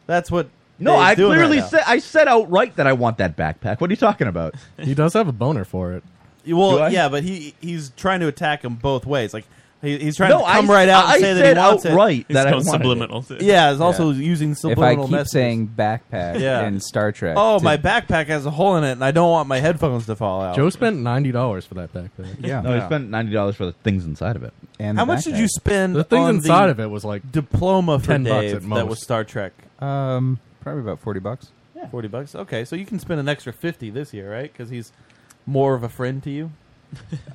Speaker 5: that's what.
Speaker 6: No,
Speaker 5: Dave's
Speaker 6: I
Speaker 5: doing right
Speaker 6: clearly
Speaker 5: now.
Speaker 6: said I said outright that I want that backpack. What are you talking about?
Speaker 8: He does have a boner for it.
Speaker 6: Do I?
Speaker 5: Well, yeah, but he he's trying to attack him both ways. Like he, he's trying
Speaker 6: No,
Speaker 5: to come
Speaker 6: I-
Speaker 5: right out and
Speaker 6: I
Speaker 5: say that
Speaker 6: said
Speaker 5: he wants
Speaker 6: outright
Speaker 5: it.
Speaker 6: that It's I called wanted it. subliminal.
Speaker 5: Yeah, it's also using
Speaker 7: If I
Speaker 5: subliminal
Speaker 7: keep
Speaker 5: messages.
Speaker 7: saying backpack
Speaker 5: Yeah.
Speaker 7: and Star Trek,
Speaker 5: oh,
Speaker 7: to-
Speaker 5: my backpack has a hole in it, and I don't want my headphones to fall out.
Speaker 8: Joe spent ninety dollars for that backpack.
Speaker 5: Yeah.
Speaker 6: No,
Speaker 5: Yeah.
Speaker 6: I spent ninety dollars for the things inside of it.
Speaker 7: And
Speaker 5: How much did you spend?
Speaker 8: The things
Speaker 5: on
Speaker 8: inside of it was like
Speaker 5: diploma for
Speaker 8: 10 bucks
Speaker 5: Dave
Speaker 8: at
Speaker 5: That
Speaker 8: most.
Speaker 5: was Star Trek.
Speaker 7: Um, probably about forty bucks.
Speaker 5: Yeah, forty bucks. Okay, so you can spend an extra fifty this year, right? Because he's more of a friend to you.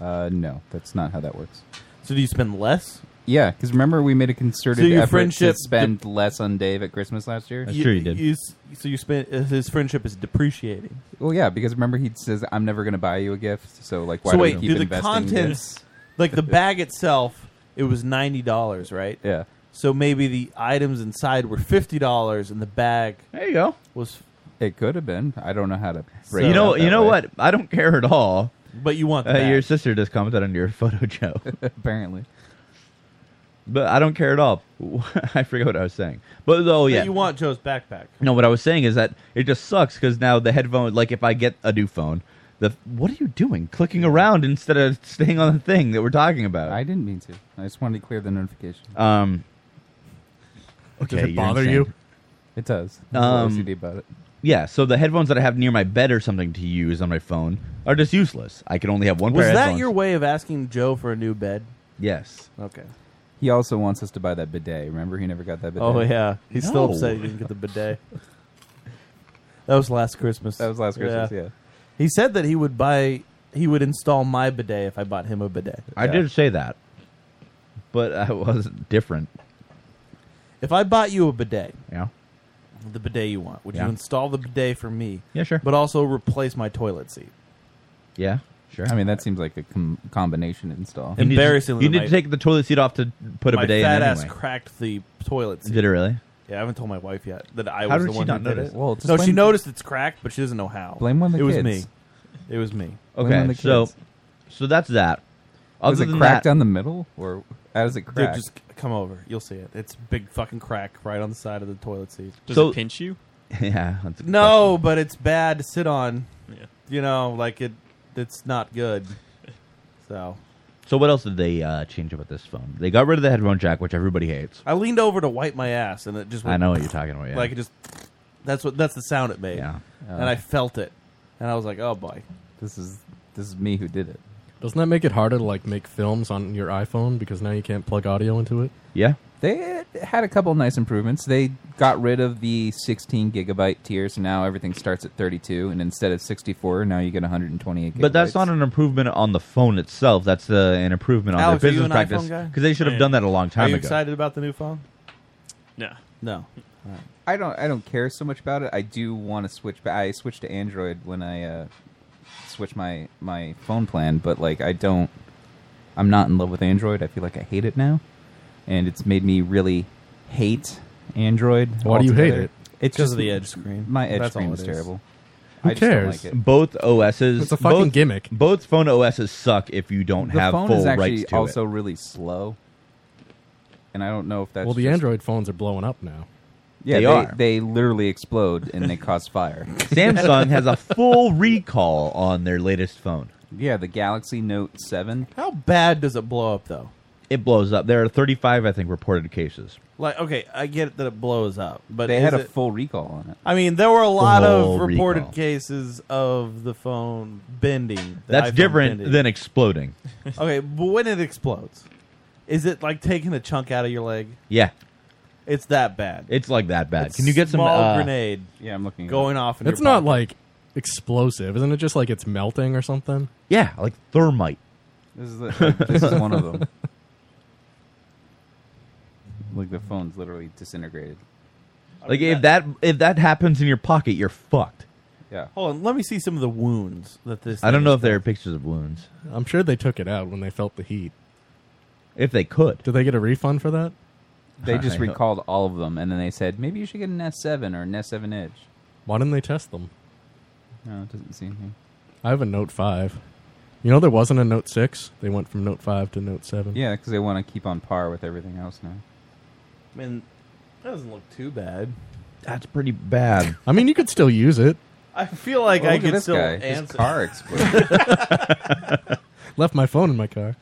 Speaker 7: Uh, no, that's not how that works.
Speaker 5: So do you spend less?
Speaker 7: Yeah, because remember we made a concerted
Speaker 5: So your
Speaker 7: effort
Speaker 5: friendship
Speaker 7: to spend less on Dave at Christmas last year.
Speaker 5: s- so you spent uh, his friendship is depreciating.
Speaker 7: Well, yeah, because remember he says I'm never going to buy you a gift, so like why
Speaker 5: so
Speaker 7: do
Speaker 5: wait,
Speaker 7: we keep
Speaker 5: do the
Speaker 7: investing? in
Speaker 5: contents,
Speaker 7: this?
Speaker 5: like the bag itself, it was ninety dollars, right?
Speaker 7: Yeah.
Speaker 5: So maybe the items inside were fifty dollars, and the bag.
Speaker 6: There you go.
Speaker 5: Was
Speaker 7: it could have been? I don't know how to. Break
Speaker 6: you
Speaker 7: it
Speaker 6: know,
Speaker 7: out that
Speaker 6: you know
Speaker 7: way.
Speaker 6: what? I don't care at all.
Speaker 5: But you want the
Speaker 6: uh, your
Speaker 5: bag.
Speaker 6: sister just commented on your photo, Joe.
Speaker 7: Apparently,
Speaker 6: but I don't care at all. I forgot what I was saying. But oh
Speaker 5: But
Speaker 6: yeah,
Speaker 5: you want Joe's backpack.
Speaker 6: No, what I was saying is that it just sucks because now the headphone. Like, if I get a new phone, the what are you doing? Clicking around instead of staying on the thing that we're talking about. I
Speaker 7: didn't mean to. I just wanted to clear the notification.
Speaker 6: Um.
Speaker 7: Does
Speaker 6: Okay.
Speaker 7: it
Speaker 6: you're
Speaker 7: bother
Speaker 6: insane. Um,
Speaker 7: you? It does. That's what OCD about it.
Speaker 6: Yeah. So the headphones that I have near my bed or something to use on my phone are just useless. I can only have one
Speaker 5: Was
Speaker 6: pair.
Speaker 5: that
Speaker 6: of headphones.
Speaker 5: your way of asking Joe for a new bed?
Speaker 6: Yes.
Speaker 5: Okay.
Speaker 7: He also wants us to buy that bidet. Remember, he never got that bidet.
Speaker 5: Oh yeah, he's still upset he didn't get the bidet. That was last Christmas.
Speaker 7: That was last Christmas, yeah.
Speaker 5: He said that he would buy, he would install my bidet if I bought him a bidet.
Speaker 6: I did say that, but I was different.
Speaker 5: If I bought you a bidet,
Speaker 6: Yeah.
Speaker 5: the bidet you want, would
Speaker 6: Yeah.
Speaker 5: you install the bidet for me?
Speaker 6: Yeah, sure.
Speaker 5: But also replace my toilet seat.
Speaker 6: Yeah, sure.
Speaker 7: I mean, that seems like a com- combination install.
Speaker 6: You need to- You need to take the toilet seat off to put a
Speaker 5: my
Speaker 6: bidet
Speaker 5: fat
Speaker 6: in.
Speaker 5: ass
Speaker 6: anyway.
Speaker 5: cracked the toilet seat.
Speaker 6: Did it really?
Speaker 5: Yeah, I haven't told my wife yet that I
Speaker 6: How
Speaker 5: was
Speaker 6: did
Speaker 5: the
Speaker 6: she
Speaker 5: one
Speaker 6: not
Speaker 5: who did
Speaker 6: notice?
Speaker 5: it.
Speaker 6: Well, just
Speaker 5: no, she
Speaker 6: blame-
Speaker 5: noticed it's cracked, but she doesn't know how.
Speaker 6: Blame one of the
Speaker 5: It was
Speaker 6: kids.
Speaker 5: me. It was me.
Speaker 6: Okay, so so that's that. Other
Speaker 7: Was it
Speaker 6: than
Speaker 7: cracked
Speaker 6: that,
Speaker 7: down the middle, or how does it
Speaker 5: Dude,
Speaker 7: crack?
Speaker 5: just come over. You'll see it. It's a big fucking crack right on the side of the toilet seat.
Speaker 9: Does So- it pinch you?
Speaker 6: Yeah, that's a good
Speaker 5: No, but it's bad to sit on. You know, like it. It's not good. So
Speaker 6: So what else did they uh, change about this phone? They got rid of the headphone jack, which everybody hates.
Speaker 5: I leaned over to wipe my ass, and it just. Went
Speaker 6: I know what you're talking about, yeah.
Speaker 5: Like it just. That's what. That's the sound it made.
Speaker 6: Yeah.
Speaker 5: and I felt it, and I was like, "Oh boy,
Speaker 7: this is this is me who did it."
Speaker 8: Doesn't that make it harder to like make films on your iPhone because now you can't plug audio into it?
Speaker 6: Yeah.
Speaker 7: They had a couple nice improvements. They got rid of the 16 gigabyte tier, so now everything starts at 32, and instead of 64, now you get 128. Gigabytes.
Speaker 6: But that's not an improvement on the phone itself. That's uh, an improvement on
Speaker 5: Alex,
Speaker 6: their
Speaker 5: are you
Speaker 6: business
Speaker 5: an
Speaker 6: practice
Speaker 5: iPhone guy?
Speaker 6: because they should have
Speaker 5: Yeah.
Speaker 6: done that a long time
Speaker 5: Are you
Speaker 6: ago.
Speaker 5: excited about the new phone?
Speaker 9: No.
Speaker 5: No.
Speaker 7: I don't. I don't care so much about it. I do want to switch. But I switched to Android when I uh, switched my my phone plan. But like, I don't. I'm not in love with Android. I feel like I hate it now, and it's made me really hate Android.
Speaker 8: Why do you hate
Speaker 7: altogether.
Speaker 8: it?
Speaker 7: It's
Speaker 5: 'Cause
Speaker 7: just
Speaker 5: of the edge screen.
Speaker 7: My edge
Speaker 5: That's all
Speaker 7: screen
Speaker 5: it
Speaker 7: was
Speaker 5: is.
Speaker 7: terrible.
Speaker 5: Who
Speaker 7: I just don't
Speaker 5: cares?
Speaker 7: like it.
Speaker 6: Both OSs.
Speaker 7: It's a fucking
Speaker 6: both,
Speaker 7: gimmick.
Speaker 6: Both phone OSs suck if you don't
Speaker 7: the
Speaker 6: have
Speaker 7: phone
Speaker 6: full
Speaker 7: is
Speaker 6: rights
Speaker 7: actually
Speaker 6: to
Speaker 7: also really slow, and I don't know if that's
Speaker 8: well, the
Speaker 7: just-
Speaker 8: Android phones are blowing up now.
Speaker 7: Yeah,
Speaker 8: They
Speaker 7: they,
Speaker 8: are.
Speaker 7: they literally explode and they cause fire.
Speaker 6: it. Samsung has a full recall on their latest phone.
Speaker 7: Yeah, the Galaxy Note 7.
Speaker 5: How bad does it blow up though?
Speaker 6: It blows up. There are 35, I think, reported cases.
Speaker 5: Like, okay, I get that it blows up, but
Speaker 7: They
Speaker 5: is
Speaker 7: had a
Speaker 5: it-
Speaker 7: full recall on it.
Speaker 5: I mean, there were a lot
Speaker 6: Full
Speaker 5: of reported
Speaker 6: recall.
Speaker 5: cases of the phone bending. the
Speaker 6: That's
Speaker 5: iPhone
Speaker 6: different
Speaker 5: bending.
Speaker 6: than exploding.
Speaker 5: okay, but when it explodes, is it like taking a chunk out of your leg?
Speaker 6: Yeah.
Speaker 5: It's that bad.
Speaker 6: It's like that bad.
Speaker 5: It's
Speaker 6: Can you get some
Speaker 5: small
Speaker 6: uh,
Speaker 5: grenade?
Speaker 7: Yeah, I'm looking
Speaker 5: going off. In
Speaker 8: It's
Speaker 5: your
Speaker 8: not like explosive, isn't it? Just like it's melting or something.
Speaker 6: Yeah, I like thermite.
Speaker 7: This is the, this is one of them. Like the phone's literally disintegrated.
Speaker 6: Like if that if that happens in your pocket, you're fucked.
Speaker 7: Yeah.
Speaker 5: Hold on. Let me see some of the wounds that this.
Speaker 6: I don't
Speaker 5: thing
Speaker 6: know
Speaker 5: is
Speaker 6: if there are pictures of wounds.
Speaker 8: I'm sure they took it out when they felt the heat.
Speaker 6: If they could.
Speaker 8: Did they get a refund for that?
Speaker 7: They just recalled all of them, and then they said maybe you should get an S seven or an S seven Edge.
Speaker 8: Why didn't they test them?
Speaker 7: No, it doesn't see anything.
Speaker 8: I have a Note 5. You know, there wasn't a Note 6. They went from Note 5 to Note 7.
Speaker 7: Yeah, because they want to keep on par with everything else now.
Speaker 5: I mean, that doesn't look too bad.
Speaker 6: That's pretty bad.
Speaker 8: I mean, you could still use it.
Speaker 5: I feel like
Speaker 7: Well,
Speaker 5: I
Speaker 7: look at
Speaker 5: could
Speaker 7: this
Speaker 5: still
Speaker 7: guy. His
Speaker 5: answer.
Speaker 7: car exploded.
Speaker 8: Left my phone in my car.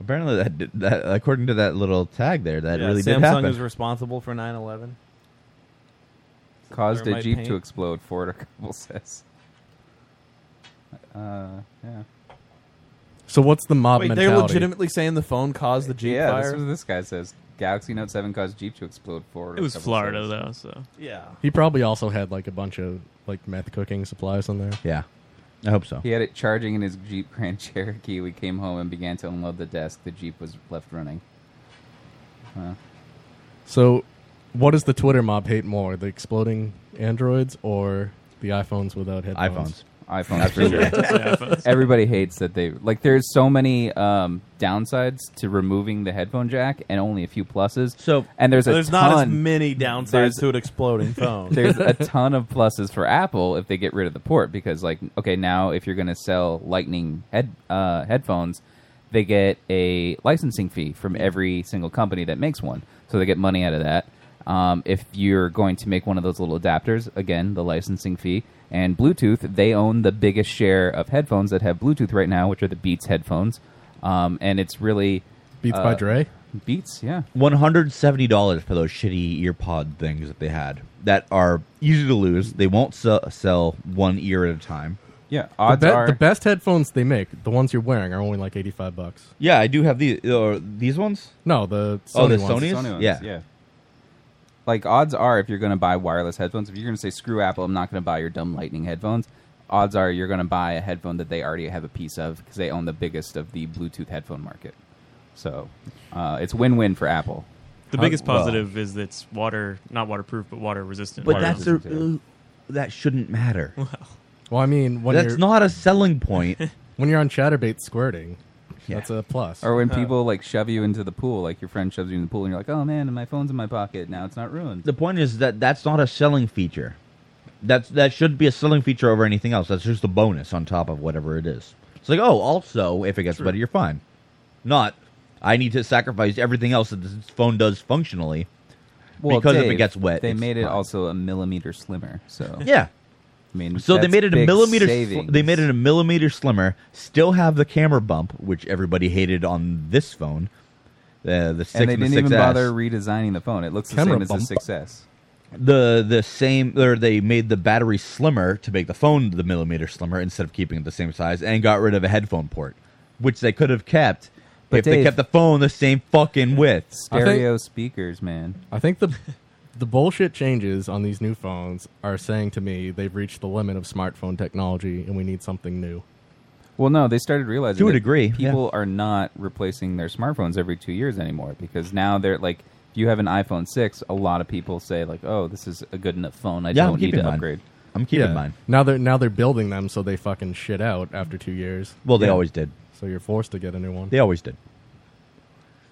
Speaker 6: Apparently, that, did, that according to that little tag there, that
Speaker 5: Yeah,
Speaker 6: really
Speaker 5: Samsung
Speaker 6: did happen.
Speaker 5: is responsible for 9/11.
Speaker 7: Caused a
Speaker 5: Thermite
Speaker 7: jeep
Speaker 5: paint.
Speaker 7: to explode. Ford or couple says. Uh, yeah.
Speaker 8: So what's the mob
Speaker 5: Wait,
Speaker 8: mentality?
Speaker 5: they're legitimately saying the phone caused the jeep
Speaker 7: yeah,
Speaker 5: fire.
Speaker 7: this is what this guy says. Galaxy Note 7 caused Jeep to explode forward.
Speaker 9: It was Florida, though, so.
Speaker 5: Yeah.
Speaker 8: He probably also had like a bunch of like meth cooking supplies on there.
Speaker 6: Yeah. I hope so.
Speaker 7: He had it charging in his Jeep Grand Cherokee. We came home and began to unload the desk. The Jeep was left running. Huh.
Speaker 8: So, what does the Twitter mob hate more, the exploding androids or the iPhones without headphones?
Speaker 7: iPhones. Absolutely. Everybody hates that they like. There's so many um, downsides to removing the headphone jack, and only a few pluses. So and there's a
Speaker 5: There's
Speaker 7: ton,
Speaker 5: not as many downsides
Speaker 7: there's-
Speaker 5: to an exploding phone.
Speaker 7: there's a ton of pluses for Apple if they get rid of the port because, like, okay, now if you're going to sell Lightning head uh, headphones, they get a licensing fee from every single company that makes one, so they get money out of that. Um, if you're going to make one of those little adapters, again, the licensing fee and Bluetooth, they own the biggest share of headphones that have Bluetooth right now, which are the Beats headphones, um, and it's really
Speaker 8: Beats by
Speaker 7: uh,
Speaker 8: Dre?
Speaker 7: Beats, yeah.
Speaker 6: One hundred seventy dollars for those shitty ear pod things that they had that are easy to lose. They won't sell, sell one ear at a time.
Speaker 7: Yeah,
Speaker 8: the, be- the best headphones they make, the ones you're wearing, are only like eighty-five bucks.
Speaker 6: Yeah, I do have these. Uh, these ones?
Speaker 8: No, the Sony
Speaker 6: oh, the
Speaker 8: ones.
Speaker 6: Sony's.
Speaker 7: Sony ones,
Speaker 6: yeah.
Speaker 7: yeah. Like odds are, if you're going to buy wireless headphones, if you're going to say screw Apple, I'm not going to buy your dumb Lightning headphones. Odds are you're going to buy a headphone that they already have a piece of because they own the biggest of the Bluetooth headphone market. So uh, it's win-win for Apple.
Speaker 9: The
Speaker 7: How-
Speaker 9: biggest
Speaker 7: well,
Speaker 9: positive is that it's water, not waterproof, but water resistant.
Speaker 6: But that's a, uh, that shouldn't matter.
Speaker 8: Well, I mean, when
Speaker 6: That's
Speaker 8: you're,
Speaker 6: not a selling point.
Speaker 8: when you're on ChatterBait squirting,
Speaker 6: Yeah.
Speaker 8: that's a plus.
Speaker 7: Or when people like shove you into the pool, like your friend shoves you in the pool, and you're like, "Oh man, my phone's in my pocket now; it's not ruined."
Speaker 6: the point is that that's not a selling feature. That's that should be a selling feature over anything else. That's just a bonus on top of whatever it is. It's like, oh, also, if it gets
Speaker 7: True.
Speaker 6: better, you're fine. Not, I need to sacrifice everything else that this phone does functionally
Speaker 7: Well,
Speaker 6: because if it
Speaker 7: Dave,
Speaker 6: gets wet,
Speaker 7: they
Speaker 6: it's
Speaker 7: made it
Speaker 6: fine.
Speaker 7: also a millimeter slimmer. So
Speaker 6: Yeah.
Speaker 7: I mean,
Speaker 6: So they
Speaker 7: that's
Speaker 6: made it a
Speaker 7: big
Speaker 6: millimeter. Sl-
Speaker 7: savings.
Speaker 6: they made it a millimeter slimmer. Still have the camera bump, which everybody hated on this phone. Uh, the six
Speaker 7: and they
Speaker 6: the
Speaker 7: didn't even
Speaker 6: 6S.
Speaker 7: bother redesigning the phone. It looks the
Speaker 6: Camera
Speaker 7: same as the
Speaker 6: bump.
Speaker 7: success.
Speaker 6: the the same or they made the battery slimmer to make the phone the millimeter slimmer instead of keeping it the same size and got rid of a headphone port which they could have kept
Speaker 7: But
Speaker 6: if they
Speaker 7: Dave-
Speaker 6: kept the phone the same fucking width
Speaker 7: Stereo speakers, man.
Speaker 8: I think the the bullshit changes on these new phones are saying to me they've reached the limit of smartphone technology and we need something new.
Speaker 7: Well, no, they started realizing
Speaker 8: To a
Speaker 7: that
Speaker 8: degree, yeah.
Speaker 7: people are not replacing their smartphones every two years anymore because now they're like, if you have an iPhone six, a lot of people say like, oh, this is a good enough phone. I
Speaker 6: Yeah,
Speaker 7: don't
Speaker 6: I'm
Speaker 7: need
Speaker 6: keeping
Speaker 7: to
Speaker 6: mine.
Speaker 7: upgrade.
Speaker 6: I'm keeping mine.
Speaker 8: Now they're now they're building them so they fucking shit out after two years.
Speaker 6: Well, they always did.
Speaker 8: So you're forced to get a new one.
Speaker 6: they always did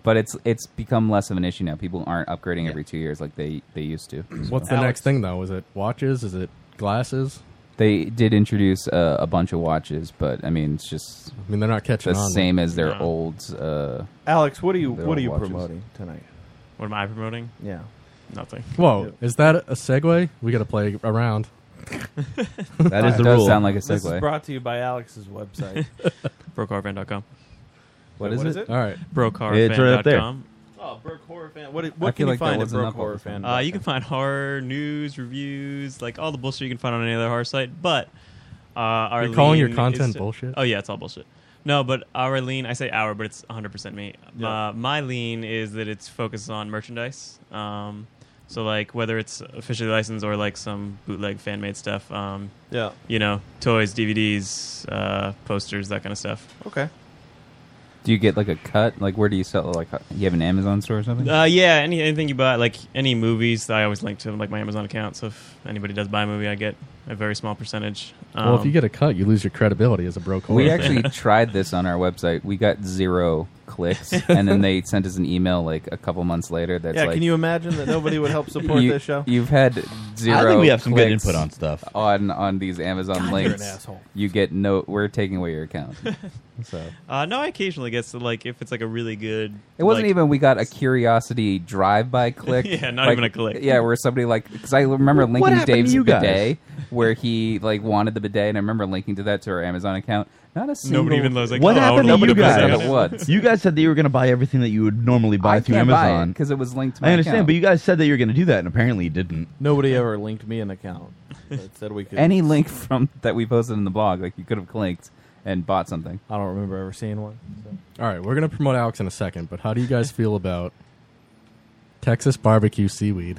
Speaker 7: But it's it's become less of an issue now. People aren't upgrading every two years like they they used to.
Speaker 8: What's the next thing though? Is it watches? Is it glasses?
Speaker 7: They did introduce uh, a bunch of watches, but I mean, it's just
Speaker 8: I mean they're not catching
Speaker 7: the
Speaker 8: on.
Speaker 7: same as their
Speaker 8: No.
Speaker 7: old. Uh,
Speaker 10: Alex, what are you
Speaker 7: their
Speaker 10: what
Speaker 7: old
Speaker 10: are you
Speaker 7: watches.
Speaker 10: promoting tonight?
Speaker 9: What am I promoting?
Speaker 10: Yeah.
Speaker 9: Nothing.
Speaker 8: Whoa, is that a segue? We got to play around.
Speaker 7: That is It the does rule. sound like a
Speaker 5: This is
Speaker 7: segue.
Speaker 5: brought to you by Alex's website.
Speaker 9: Brokeharfan.com.
Speaker 7: What
Speaker 5: Wait,
Speaker 7: is
Speaker 5: what
Speaker 7: it?
Speaker 5: is it?
Speaker 9: All right. Brokeharfan.com.
Speaker 6: It's right up there.
Speaker 5: Oh, Broke Horror Fan. What,
Speaker 9: I
Speaker 5: what
Speaker 9: feel
Speaker 5: can you
Speaker 9: like that
Speaker 5: find at
Speaker 9: wasn't
Speaker 5: Broke
Speaker 9: up
Speaker 5: Horror
Speaker 9: off
Speaker 5: Fan?
Speaker 9: Uh, you can find horror news, reviews, like all the bullshit you can find on any other horror site. But uh, our
Speaker 8: You're calling your
Speaker 9: lean
Speaker 8: content
Speaker 9: is-
Speaker 8: bullshit?
Speaker 9: Oh yeah, it's all bullshit. No, but our lean, I say our, but it's 100% me. Uh, my lean is that it's focused on merchandise. Um, So like whether it's officially licensed or like some bootleg fan made stuff. Um,
Speaker 5: Yeah.
Speaker 9: You know, toys, DVDs, uh, posters, that kind of stuff.
Speaker 5: Okay.
Speaker 7: Do you get like a cut? Like where do you sell? it? Like uh, you have an Amazon store or something?
Speaker 9: Uh, yeah, any, anything you buy, like any movies, I always link to like my Amazon account. So if anybody does buy a movie, I get a very small percentage. Um,
Speaker 8: well, if you get a cut, you lose your credibility as a broke.
Speaker 7: We actually tried this on our website. We got zero clicks, and then they sent us an email like a couple months later. That's
Speaker 5: yeah,
Speaker 7: like,
Speaker 5: can you imagine that nobody would help support
Speaker 7: you,
Speaker 5: this show?
Speaker 7: You've had zero.
Speaker 5: I think we have some good
Speaker 7: clicks
Speaker 5: input on stuff.
Speaker 7: on on these Amazon
Speaker 9: God, you're an
Speaker 7: links.
Speaker 9: asshole.
Speaker 7: You get no. We're taking away your account. so
Speaker 9: Uh, no, I occasionally get so like if it's like a really good.
Speaker 7: it wasn't
Speaker 9: like-
Speaker 7: even. We got a curiosity drive by click.
Speaker 9: Yeah, not
Speaker 7: like-
Speaker 9: even a click.
Speaker 7: Yeah, where somebody like because I remember
Speaker 9: What
Speaker 7: linking
Speaker 9: happened to
Speaker 7: Dave's
Speaker 9: you guys?
Speaker 7: bidet where he like wanted the bidet, and I remember linking to that to our Amazon account. Not a single.
Speaker 6: what
Speaker 8: oh,
Speaker 6: happened to you guys?
Speaker 7: What?
Speaker 6: You guys said that you were going to buy everything that you would normally buy through
Speaker 7: can't buy it
Speaker 6: Amazon
Speaker 7: 'cause it was linked to
Speaker 6: I
Speaker 7: my
Speaker 6: understand,
Speaker 7: account.
Speaker 6: but you guys said that you were going to do that, and apparently you didn't.
Speaker 5: Nobody ever linked me an account that said we could.
Speaker 7: any link from that we posted in the blog, like you could have clicked and bought something.
Speaker 5: I don't remember ever seeing one.
Speaker 8: All right, we're gonna promote Alex in a second, but how do you guys feel about Texas barbecue seaweed?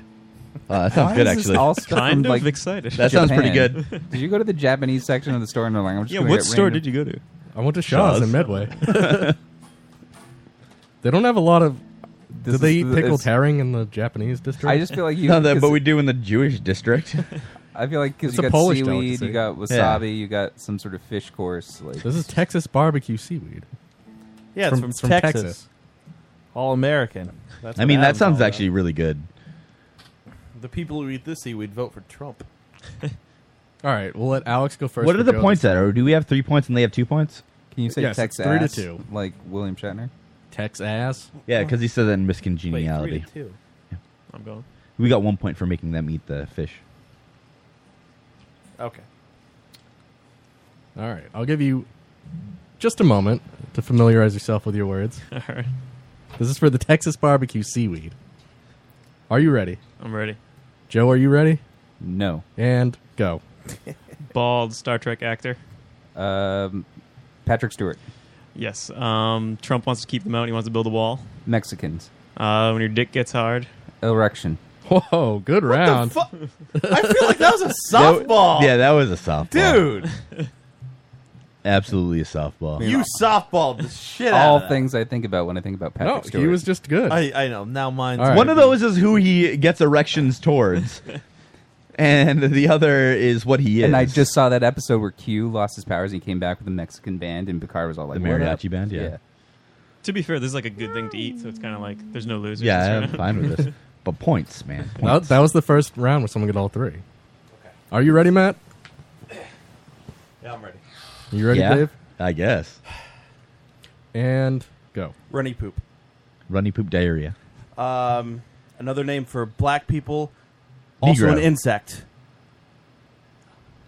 Speaker 6: Uh, that
Speaker 7: Why is this All stuff from, like, Japan?
Speaker 8: Japan?
Speaker 7: did you go to the Japanese section of the store and they're like, I'm just
Speaker 8: Yeah,
Speaker 7: gonna
Speaker 8: what
Speaker 7: get
Speaker 8: store
Speaker 7: random-
Speaker 8: did you go to? I went to Shaw's in Midway. They don't have a lot of. Do
Speaker 7: This
Speaker 8: they
Speaker 7: is-
Speaker 8: eat pickled
Speaker 7: it's-
Speaker 8: herring in the Japanese district?
Speaker 7: I just feel like you.
Speaker 6: No, that, but
Speaker 7: 'cause-
Speaker 6: we do in the Jewish district.
Speaker 7: I feel like because
Speaker 8: It's
Speaker 7: you
Speaker 8: a
Speaker 7: got
Speaker 8: Polish
Speaker 7: seaweed,
Speaker 8: delicacy.
Speaker 7: you got
Speaker 8: Yeah.
Speaker 7: wasabi, you got some sort of fish course. Like
Speaker 8: This is Texas barbecue seaweed.
Speaker 5: Yeah, it's from, Texas. All American. That's
Speaker 6: I
Speaker 5: what
Speaker 6: mean, that
Speaker 5: Adam's
Speaker 6: sounds
Speaker 5: all about.
Speaker 6: actually really good.
Speaker 5: The people who eat this seaweed vote for Trump.
Speaker 8: All right, we'll let Alex go first.
Speaker 6: what are
Speaker 8: with
Speaker 6: the
Speaker 8: Joe's.
Speaker 6: points at? Or do we have three points and they have two points?
Speaker 7: Can you say
Speaker 8: Yes,
Speaker 7: Texas?
Speaker 8: three to
Speaker 7: ass,
Speaker 8: two.
Speaker 7: like William Shatner.
Speaker 8: Tex ass.
Speaker 6: Yeah, because he said that in miscongeniality.
Speaker 5: two. I'm going.
Speaker 6: We got one point for making them eat the fish.
Speaker 5: Okay.
Speaker 8: All right, I'll give you just a moment to familiarize yourself with your words.
Speaker 9: All right.
Speaker 8: This is for the Texas barbecue seaweed. Are you ready?
Speaker 9: I'm ready.
Speaker 8: Joe, are you ready?
Speaker 7: No.
Speaker 8: And go.
Speaker 9: Bald Star Trek actor.
Speaker 7: Um, Patrick Stewart.
Speaker 9: Yes. Um, Trump wants to keep them out. He wants to build a wall.
Speaker 7: Mexicans.
Speaker 9: Uh, when your dick gets hard.
Speaker 7: Erection.
Speaker 8: Whoa, good round.
Speaker 5: I feel like that was a
Speaker 6: That-
Speaker 5: softball.
Speaker 6: yeah, that was a softball.
Speaker 5: Dude,
Speaker 6: Absolutely a softball.
Speaker 5: you softballed the shit
Speaker 7: All
Speaker 5: out of
Speaker 7: things I think about when I think about Patrick
Speaker 5: No, he
Speaker 7: Stewart.
Speaker 5: was
Speaker 8: just
Speaker 5: that. I, I know. Now mine's
Speaker 6: One of those is who he gets erections towards, and the other is what he is.
Speaker 7: And I just saw that episode where Q lost his powers. and He came back with a Mexican band, and Picard was all like,
Speaker 6: The
Speaker 7: "What up?"
Speaker 6: mariachi band, yeah.
Speaker 9: To be fair, this is like a good thing to eat, so it's kind of like there's no losers.
Speaker 6: yeah,
Speaker 9: It's
Speaker 6: I'm
Speaker 9: kinda-
Speaker 6: fine with this. But points, man.
Speaker 8: That,
Speaker 6: Points.
Speaker 8: that was the first round where someone got all three. Are you ready, Matt?
Speaker 5: Yeah, I'm ready.
Speaker 8: You ready,
Speaker 6: Yeah,
Speaker 8: Dave?
Speaker 6: I guess.
Speaker 8: And go.
Speaker 5: Runny poop.
Speaker 6: Runny poop diarrhea.
Speaker 5: Um, another name for black people. Also
Speaker 6: Negro.
Speaker 5: an insect.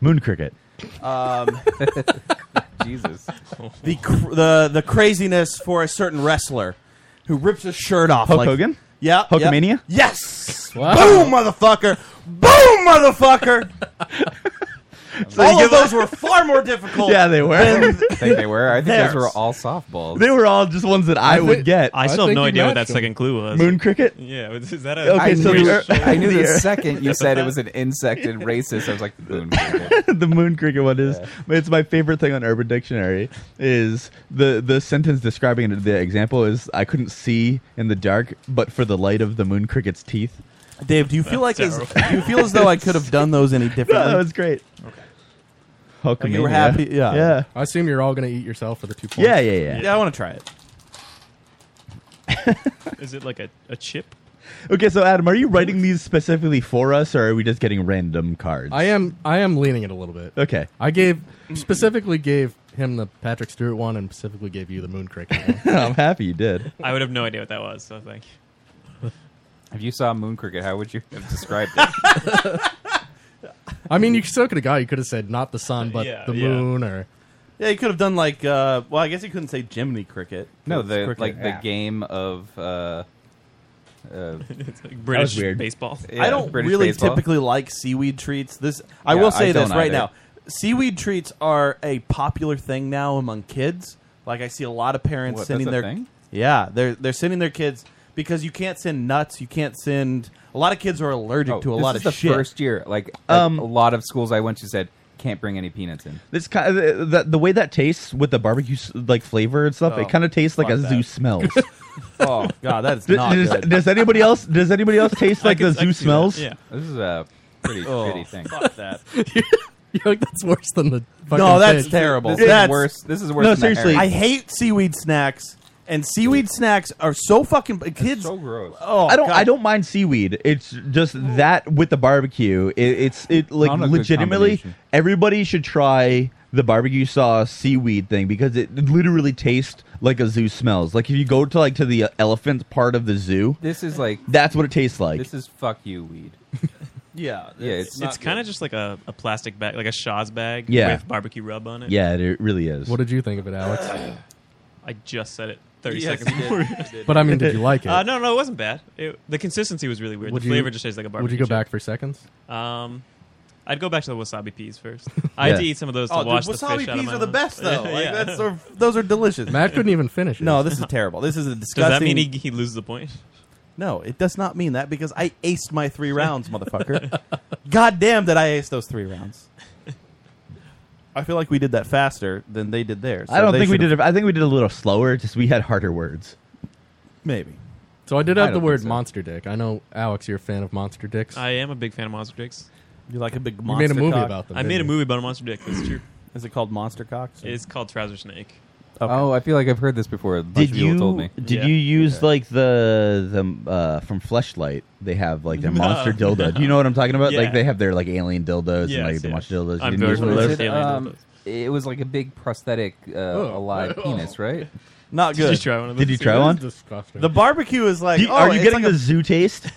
Speaker 6: Moon cricket.
Speaker 5: Um,
Speaker 7: Jesus.
Speaker 5: The cr- the the craziness for a certain wrestler who rips his shirt off.
Speaker 6: Hulk
Speaker 5: like,
Speaker 6: Hogan?
Speaker 5: Yeah. yeah.
Speaker 6: Hulkamania?
Speaker 5: Yes. Boom, motherfucker. Boom, motherfucker.
Speaker 6: So you
Speaker 5: all
Speaker 6: give
Speaker 5: of
Speaker 6: a-
Speaker 5: those were far more difficult.
Speaker 6: Yeah, they were.
Speaker 5: than
Speaker 6: I think
Speaker 7: they were. I think those
Speaker 5: theirs.
Speaker 7: were all softballs.
Speaker 6: They were all just ones that I,
Speaker 7: I thi-
Speaker 6: would get.
Speaker 7: I I still have think no you idea what matched that them.
Speaker 9: second clue was.
Speaker 6: Moon cricket.
Speaker 9: Yeah, was- is that a?
Speaker 6: Okay,
Speaker 7: I,
Speaker 6: so
Speaker 7: knew,
Speaker 6: the-
Speaker 7: I knew the
Speaker 6: the-
Speaker 7: second you said it was an insect and racist. I was like, "Boom."
Speaker 6: the moon cricket one is it's my favorite thing on urban dictionary is the the sentence describing it, the example is i couldn't see in the dark but for the light of the moon cricket's teeth
Speaker 5: Dave, do you feel like as, do you feel as though I could have done those any differently?
Speaker 6: that was great Hulkamania.
Speaker 5: you were happy- yeah.
Speaker 6: yeah
Speaker 8: I assume you're all going to eat yourself for the two points.
Speaker 6: Yeah, yeah, yeah.
Speaker 5: Yeah, I want to try it.
Speaker 9: Is it like a, a chip?
Speaker 6: okay so adam are you writing these specifically for us or are we just getting random cards
Speaker 8: I am I am leaning it a little bit.
Speaker 6: okay
Speaker 8: I gave specifically gave him the Patrick Stewart one and specifically gave you the Moon Cricket one.
Speaker 6: i'm happy you did
Speaker 9: I would have no idea what that was. So thank you.
Speaker 7: If you saw moon cricket, how would you have described it?
Speaker 8: I mean, you still could have got. You could have said not the sun, but
Speaker 5: Yeah,
Speaker 8: the
Speaker 5: yeah.
Speaker 8: moon, or
Speaker 5: Yeah, you could have done like. Uh, well, I guess you couldn't say Jiminy cricket.
Speaker 7: no,
Speaker 5: It's
Speaker 7: the
Speaker 5: cricket.
Speaker 7: like the
Speaker 5: Yeah.
Speaker 7: game of uh, uh,
Speaker 9: It's like British weird. baseball.
Speaker 5: I
Speaker 7: Yeah,
Speaker 5: don't
Speaker 7: British
Speaker 5: really
Speaker 7: baseball.
Speaker 5: typically like seaweed treats. This I
Speaker 7: Yeah,
Speaker 5: will
Speaker 7: I
Speaker 5: say this
Speaker 7: don't
Speaker 5: right
Speaker 7: either.
Speaker 5: now. Seaweed treats are a popular thing now among kids. Like I see a lot of parents
Speaker 7: What,
Speaker 5: sending
Speaker 7: that's a
Speaker 5: their
Speaker 7: thing?
Speaker 5: yeah they're they're sending their kids because you can't send nuts. You can't send. A lot of kids are allergic
Speaker 7: Oh,
Speaker 5: to a
Speaker 7: this
Speaker 5: lot
Speaker 7: is
Speaker 5: of
Speaker 7: the
Speaker 5: shit.
Speaker 7: First year, like a-
Speaker 6: Um,
Speaker 7: a lot of schools I went to said can't bring any peanuts in.
Speaker 6: This kind of, the, the way that tastes with the barbecue s- like flavor and stuff,
Speaker 7: Oh,
Speaker 6: it kind of tastes like
Speaker 7: fuck
Speaker 6: a
Speaker 7: that.
Speaker 6: zoo smells.
Speaker 5: oh god, that is
Speaker 6: D-
Speaker 5: not
Speaker 6: does,
Speaker 5: good.
Speaker 6: does anybody else? Does anybody else taste like the zoo smells?
Speaker 7: This is a pretty
Speaker 5: Oh,
Speaker 7: shitty thing.
Speaker 5: fuck that.
Speaker 8: that's worse than the. Fucking
Speaker 5: no, that's
Speaker 8: pig.
Speaker 5: terrible.
Speaker 7: This is
Speaker 5: that's
Speaker 7: worse- this is worse
Speaker 5: No,
Speaker 7: than the
Speaker 5: seriously, I
Speaker 7: herring.
Speaker 5: hate seaweed snacks, and seaweed snacks are so fucking kids. So
Speaker 7: gross.
Speaker 5: Oh,
Speaker 6: I don't.
Speaker 5: God.
Speaker 6: I don't mind seaweed. It's just that with the barbecue, it, it's it like
Speaker 7: Not a good
Speaker 6: legitimately.
Speaker 7: combination.
Speaker 6: Everybody should try the barbecue sauce seaweed thing because it literally tastes like a zoo smells. Like if you go to like to the elephant part of the zoo,
Speaker 7: This is like
Speaker 6: that's what it tastes like.
Speaker 7: This is fuck you weed.
Speaker 5: yeah,
Speaker 7: Uh,
Speaker 9: it's, it's kind of just like a, a plastic bag, like a Shaw's bag
Speaker 6: Yeah.
Speaker 9: with barbecue rub on it.
Speaker 6: Yeah, it- it really is.
Speaker 8: What did you think of it, Alex?
Speaker 9: I just said it 30
Speaker 8: Yes,
Speaker 9: seconds
Speaker 8: you did.
Speaker 9: before.
Speaker 8: You did. But, I mean, did you like it?
Speaker 9: Uh, no, no, it wasn't bad. It, the consistency was really weird.
Speaker 8: Would
Speaker 9: the
Speaker 8: you-
Speaker 9: flavor just tastes like a
Speaker 8: would
Speaker 9: barbecue.
Speaker 8: you go
Speaker 9: chip.
Speaker 8: back for seconds?
Speaker 9: Um, I'd go back to the wasabi peas first. I had to
Speaker 5: Yeah.
Speaker 9: eat some of those to
Speaker 5: Oh, dude,
Speaker 9: wash the
Speaker 5: wasabi
Speaker 9: fish out of
Speaker 5: peas
Speaker 9: my
Speaker 5: are the
Speaker 9: mouth.
Speaker 5: best, though. Like, that's sort of- those are delicious.
Speaker 8: Matt couldn't even finish it.
Speaker 5: No, this is terrible. This is a disgusting.
Speaker 9: Does that mean he, he loses the point?
Speaker 5: No, it does not mean that because I aced my three rounds, motherfucker. God damn that I aced those three rounds. I feel like we did that faster than they did theirs.
Speaker 6: I don't think we did. it- I think we did a little slower. Just we had harder words.
Speaker 5: Maybe.
Speaker 8: So I did
Speaker 6: I
Speaker 8: have the
Speaker 6: don't
Speaker 8: word
Speaker 6: think so.
Speaker 8: monster dick. I know Alex, you're a fan of monster dicks.
Speaker 9: I am a big fan of monster dicks.
Speaker 5: You like a big
Speaker 8: made a monster movie cock? about them,
Speaker 9: I
Speaker 8: didn't
Speaker 9: made a
Speaker 8: you?
Speaker 9: movie about a monster dick. That's true.
Speaker 5: Is it called Monster Cocks?
Speaker 9: It's called Trouser Snake.
Speaker 7: Oh, I feel like I've heard this before. A bunch
Speaker 6: Did
Speaker 7: of people
Speaker 6: you
Speaker 7: told me.
Speaker 6: did you use like the the uh, from Fleshlight? They have like their
Speaker 7: No,
Speaker 6: monster dildo. Do
Speaker 7: no.
Speaker 6: you know what I'm talking about?
Speaker 7: Yeah.
Speaker 6: Like they have their like alien dildos
Speaker 7: Yes,
Speaker 6: and like the
Speaker 7: yes.
Speaker 6: monster dildos. You
Speaker 7: I'm
Speaker 6: didn't
Speaker 7: very
Speaker 6: use one of
Speaker 7: familiar
Speaker 6: those?
Speaker 7: with Um, it was like a big prosthetic uh, alive penis, right?
Speaker 5: Not good.
Speaker 6: Did you try one?
Speaker 5: The barbecue is like.
Speaker 6: Do you-
Speaker 5: oh,
Speaker 6: are you
Speaker 5: it's
Speaker 6: getting
Speaker 5: like
Speaker 6: the zoo taste?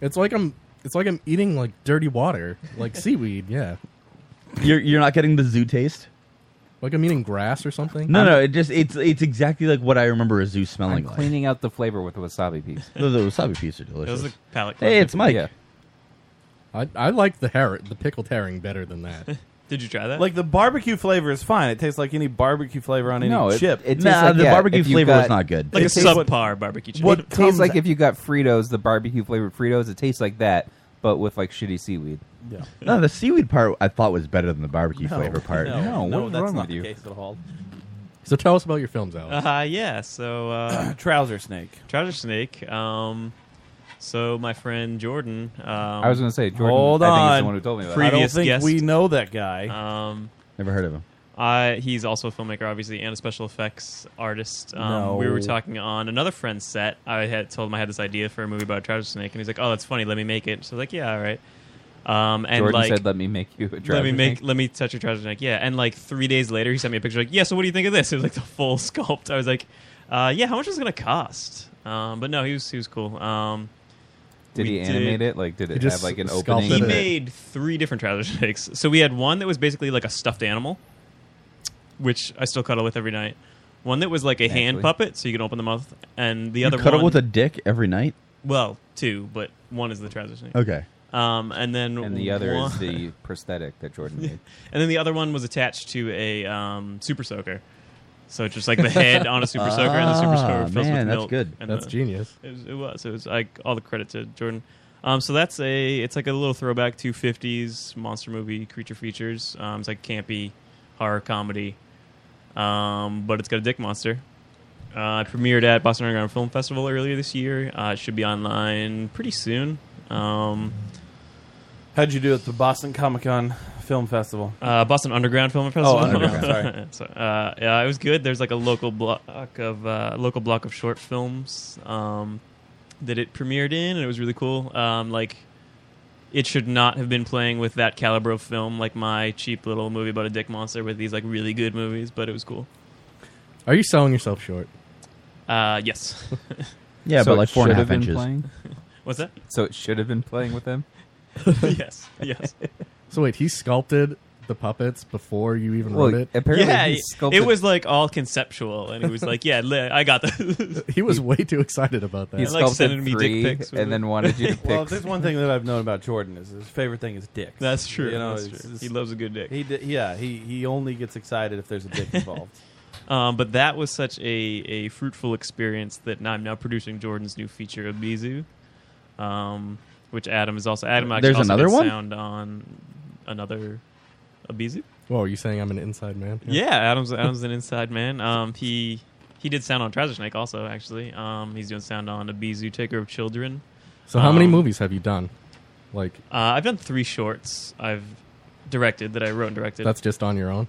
Speaker 8: It's like I'm. It's like I'm eating like dirty water, like seaweed. Yeah,
Speaker 6: You're you're not getting the zoo taste.
Speaker 8: like I'm eating grass or something.
Speaker 6: No, no. It just it's it's exactly like what I remember a zoo
Speaker 7: I'm
Speaker 6: smelling like.
Speaker 7: cleaning out the flavor with a wasabi piece.
Speaker 6: The, the wasabi piece are delicious.
Speaker 8: Those are
Speaker 9: palate
Speaker 6: hey, it's Mike.
Speaker 8: I, I like the herring, the pickled herring, better than that.
Speaker 9: Did you try that?
Speaker 5: Like the barbecue flavor is fine. It tastes like any barbecue flavor on any
Speaker 7: No, it-
Speaker 5: chip.
Speaker 7: it tastes Nah, like, the yeah, barbecue if you flavor got- was not good.
Speaker 5: It
Speaker 7: Like a
Speaker 5: tastes what-
Speaker 9: subpar barbecue chip.
Speaker 5: What
Speaker 7: it
Speaker 5: comes
Speaker 7: tastes like if you got Fritos, the barbecue flavored Fritos. It tastes like that, but with like shitty seaweed.
Speaker 5: Yeah.
Speaker 6: No, the seaweed part I thought was better than the barbecue flavor part.
Speaker 7: No,
Speaker 5: no,
Speaker 7: what's
Speaker 5: that's
Speaker 7: wrong
Speaker 5: not
Speaker 7: with
Speaker 5: the
Speaker 7: you?
Speaker 5: case at all.
Speaker 8: So tell us about your films, Alex.
Speaker 9: Uh, yeah, so uh,
Speaker 5: trouser snake.
Speaker 9: Trouser snake. Um, so my friend Jordan. Um,
Speaker 7: I was gonna say, Jordan,
Speaker 5: Hold
Speaker 7: I think, is
Speaker 5: on.
Speaker 7: the one who told me about
Speaker 9: Previous
Speaker 7: it.
Speaker 9: think guest. we
Speaker 5: know that guy.
Speaker 9: Um,
Speaker 6: Never heard of him.
Speaker 9: Uh, he's also a filmmaker, obviously, and a special effects artist. Um,
Speaker 5: No.
Speaker 9: We were talking on another friend's set. I had told him I had this idea for a movie about a trouser snake, and he's like, "Oh, that's funny. Let me make it." So I was like, "Yeah, all right." Um, and
Speaker 7: Jordan
Speaker 9: like,
Speaker 7: said, "Let me make you a
Speaker 9: Let
Speaker 7: trouser
Speaker 9: me make.
Speaker 7: snake."
Speaker 9: Let me touch your trouser snake. Yeah. And like three days later, he sent me a picture. Like, yeah. So what do you think of this? It was like the full sculpt. I was like, uh, yeah. How much is it gonna cost? Um, but no, he was he was cool. Um,
Speaker 7: Did
Speaker 9: we
Speaker 7: he animate it? Like, did it He just have, like, an sculpted opening?
Speaker 9: He
Speaker 7: it.
Speaker 9: made three different trouser snakes. So we had one that was basically like a stuffed animal, which I still cuddle with every night. One that was like a hand
Speaker 6: Naturally.
Speaker 9: puppet, so you can open the mouth, and the
Speaker 6: You
Speaker 9: other
Speaker 6: cuddle
Speaker 9: one,
Speaker 6: with a dick every night.
Speaker 9: well, two, but one is the trouser snake.
Speaker 6: Okay.
Speaker 9: Um, and then
Speaker 7: And the other
Speaker 9: one-
Speaker 7: is the prosthetic that Jordan made.
Speaker 9: and then the other one was attached to a um, super soaker. So it's just like the head on a super soaker, and the super
Speaker 6: Ah,
Speaker 9: soaker fills
Speaker 6: man,
Speaker 9: with
Speaker 6: that's
Speaker 9: milk.
Speaker 6: good.
Speaker 9: and
Speaker 8: That's
Speaker 9: the-
Speaker 8: genius.
Speaker 9: It was, it was. It was like all the credit to Jordan. Um, so that's a. It's like a little throwback to '50s monster movie creature features. Um, it's like campy horror comedy, um, but it's got a dick monster. Uh, it premiered at Boston Underground Film Festival earlier this year. Uh, it should be online pretty soon. Um,
Speaker 5: How'd you do at the Boston Comic Con Film Festival?
Speaker 9: Uh, Boston Underground Film Festival.
Speaker 5: Oh, Underground. Sorry.
Speaker 9: So, uh, yeah, it was good. There's like a local block of uh, local block of short films um, that it premiered in, and it was really cool. Um, like, it should not have been playing with that caliber of film, like my cheap little movie about a dick monster with these like really good movies, but it was cool.
Speaker 8: Are you selling yourself short?
Speaker 9: Uh, yes.
Speaker 6: Yeah,
Speaker 7: So
Speaker 6: but like
Speaker 7: it
Speaker 6: four and a
Speaker 7: should have
Speaker 6: half
Speaker 7: been
Speaker 6: inches.
Speaker 7: playing?
Speaker 9: What's that?
Speaker 7: So it should have been playing with them.
Speaker 9: yes. Yes.
Speaker 8: So wait, he sculpted the puppets before you even
Speaker 7: Well,
Speaker 8: wrote it.
Speaker 7: apparently
Speaker 9: yeah, it was like all conceptual, and he was like, "Yeah, li- I got this."
Speaker 8: he was way too excited about that.
Speaker 9: He He's like sculpted sending me dick three pics with and it. then wanted you to
Speaker 5: Well,
Speaker 9: pick-
Speaker 5: if there's one thing that I've known about Jordan is his favorite thing is dicks.
Speaker 9: That's true,
Speaker 5: You know,
Speaker 9: that's
Speaker 5: it's-
Speaker 9: true.
Speaker 5: it's-
Speaker 9: He loves a good dick.
Speaker 5: He d- yeah, he he only gets excited if there's a dick involved.
Speaker 9: Um, but that was such a, a fruitful experience that now I'm now producing Jordan's new feature, Abizu, um, which Adam is also Adam. actually
Speaker 6: There's
Speaker 9: also
Speaker 6: another
Speaker 9: did
Speaker 6: one?
Speaker 9: sound on another Abizu.
Speaker 8: Whoa, are you saying I'm an inside man?
Speaker 9: Yeah, Adam's Adam's an inside man. Um, he he did sound on Trouser Snake also. Actually, um, he's doing sound on Abizu, Taker of Children.
Speaker 8: So how many
Speaker 9: Um,
Speaker 8: movies have you done? Like
Speaker 9: Uh, I've done three shorts. I've directed that I wrote and directed.
Speaker 8: that's just on your own.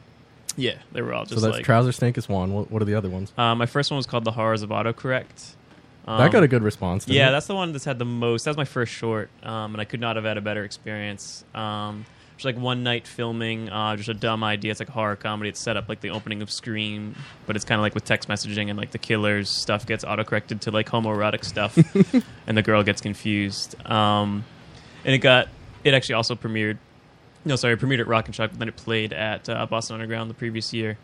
Speaker 9: yeah. They were all
Speaker 8: So
Speaker 9: just
Speaker 8: that's
Speaker 9: like
Speaker 8: Trouser Snake is one. What, what are the other ones?
Speaker 9: Uh, my first one was called "The Horrors of Autocorrect." Um,
Speaker 8: That got a good response, didn't
Speaker 9: yeah,
Speaker 8: it?
Speaker 9: that's the one that's had the most. That was my first short, um, and I could not have had a better experience. Um, just like one night filming, uh, just a dumb idea. It's like a horror comedy. It's set up like the opening of Scream, but it's kind of like with text messaging and like the killer's stuff gets autocorrected to like homoerotic stuff, and the girl gets confused. Um, and it got it actually also premiered. No, sorry, it premiered at Rock and Shock, but then it played at uh, Boston Underground the previous year.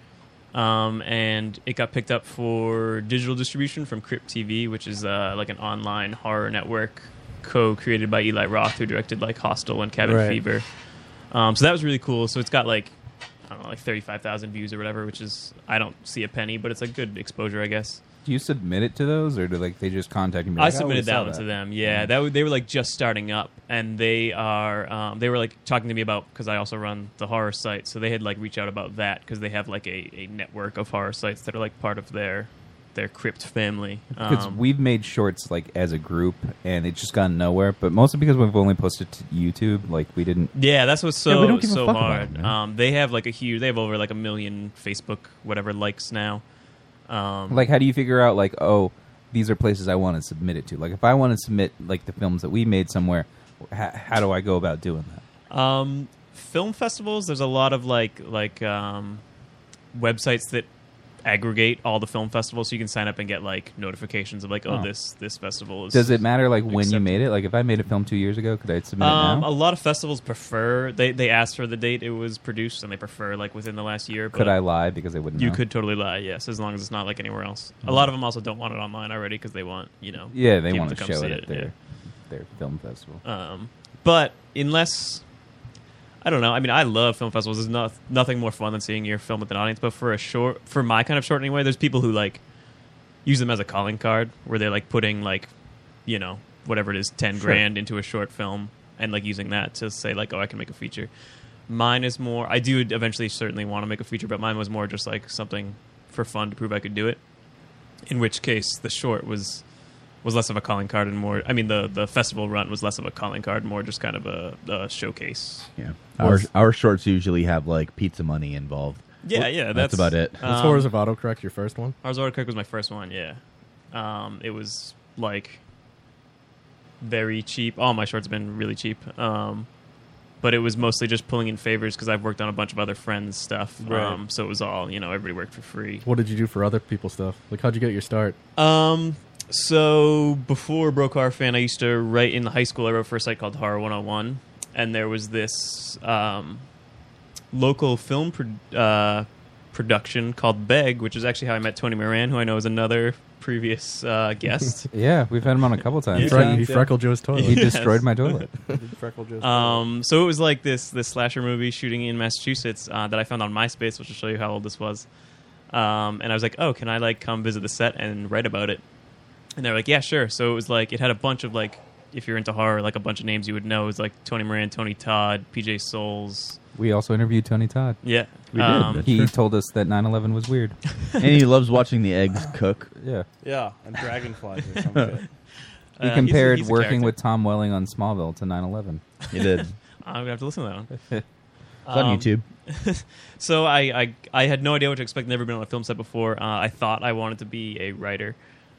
Speaker 9: Um, and it got picked up for digital distribution from Crypt TV, which is uh, like an online horror network co-created by Eli Roth, who directed like Hostel and Cabin
Speaker 12: Right.
Speaker 9: Fever. Um, so that was really cool. So it's got like I don't know, like thirty-five thousand views or whatever, which is I don't see a penny, but it's like good exposure, I guess.
Speaker 7: Do you submit it to those, or do like they just contact you? and be
Speaker 9: I
Speaker 7: like, "Oh, we
Speaker 9: submitted that
Speaker 7: saw Mm-hmm.
Speaker 9: one to them. Yeah, that w- they were like just starting up, and they are um, they were like talking to me about because I also run the horror site, so they had like reached out about that because they have like a, a network of horror sites that are like part of their their crypt family.
Speaker 7: Because
Speaker 9: Um,
Speaker 7: we've made shorts like as a group, and it's just gone nowhere. But mostly because we've only posted to YouTube. Like we didn't.
Speaker 9: yeah, that's what's so
Speaker 7: we don't give a
Speaker 9: so
Speaker 7: fuck about
Speaker 9: hard.
Speaker 7: it, man.
Speaker 9: um, they have like a huge. They have over like a million Facebook whatever likes now. Um,
Speaker 7: like how do you figure out like oh these are places i want to submit it to like if i want to submit like the films that we made somewhere how, how do i go about doing that
Speaker 9: Um, film festivals. There's a lot of like like um, websites that aggregate all the film festivals, so you can sign up and get like notifications of like, oh,
Speaker 7: Oh.
Speaker 9: this this festival is.
Speaker 7: does it matter like when you made it like if i made a film two years ago could i submit it
Speaker 9: Um,
Speaker 7: now
Speaker 9: a lot of festivals prefer they they ask for the date it was produced, and they prefer like within the last year.
Speaker 7: could
Speaker 9: but
Speaker 7: i lie because i wouldn't
Speaker 9: You
Speaker 7: know?
Speaker 9: could totally lie, yes, as long as it's not like anywhere else. A
Speaker 7: Mhm.
Speaker 9: lot of them also don't want it online already because they want you know.
Speaker 7: yeah they
Speaker 9: people
Speaker 7: want to
Speaker 9: come
Speaker 7: show
Speaker 9: see
Speaker 7: it at
Speaker 9: yeah.
Speaker 7: their their film festival
Speaker 9: Um, but unless I don't know, I mean, I love film festivals. There's not, nothing more fun than seeing your film with an audience. But for a short, for my kind of short anyway, there's people who like use them as a calling card where they're like putting like you know whatever it is, ten
Speaker 12: Sure.
Speaker 9: grand into a short film and like using that to say like, oh, I can make a feature. Mine is more. I do eventually certainly want to make a feature, but mine was more just like something for fun to prove I could do it. In which case, the short was was less of a calling card and more. I mean, the the festival run was less of a calling card, more just kind of a, a showcase.
Speaker 6: Yeah, our our shorts usually have like pizza money involved.
Speaker 9: Yeah, yeah, that's,
Speaker 6: about it.
Speaker 5: um,
Speaker 8: Was Horrors of Autocorrect your first one?
Speaker 9: Ours Order Cook was my first one. Yeah, um, it was like very cheap. All my shorts have been really cheap, um, but it was mostly just pulling in favors because I've worked on a bunch of other friends' stuff.
Speaker 8: Right.
Speaker 9: Um, so it was all you know, everybody worked for free.
Speaker 8: What did you do for other people's stuff? Like how'd you get your start?
Speaker 9: Um, so before Brokar fan, I used to write in the high school. I wrote for a site called Horror 101, and there was this um, local film pro- uh, production called Beg, which is actually how I met Tony Moran, who I know is another previous uh, guest.
Speaker 7: yeah we've had him on a couple times
Speaker 9: He fre- he freckled
Speaker 8: Joe's toilet.
Speaker 7: he
Speaker 9: Yes.
Speaker 7: destroyed my toilet
Speaker 10: uh,
Speaker 9: Um, so it was like this this slasher movie shooting in Massachusetts uh, that I found on MySpace, which will show you how old this was. Um, and I was like, oh, can I like come visit the set and write about it? And they were like, yeah, sure. So it was like it had a bunch of like, if you're into horror, like a bunch of names you would know. It was like Tony Moran, Tony Todd, PJ Souls.
Speaker 7: we also interviewed tony todd
Speaker 9: Yeah. We did, Um, that's
Speaker 7: he
Speaker 9: true.
Speaker 7: told us that 9-11 was weird
Speaker 6: and he loves watching the eggs cook.
Speaker 7: Yeah.
Speaker 10: Yeah, and dragonflies or some shit.
Speaker 7: he
Speaker 9: Uh, he's a-
Speaker 7: compared
Speaker 9: he's a
Speaker 7: working
Speaker 9: character.
Speaker 7: with tom welling on smallville to 9-11
Speaker 6: he did
Speaker 9: I'm gonna have to listen to that one. Um,
Speaker 7: It's
Speaker 6: on YouTube.
Speaker 9: so I, I I had no idea what to expect. Never been on a film set before. Uh, I thought I wanted to be a writer,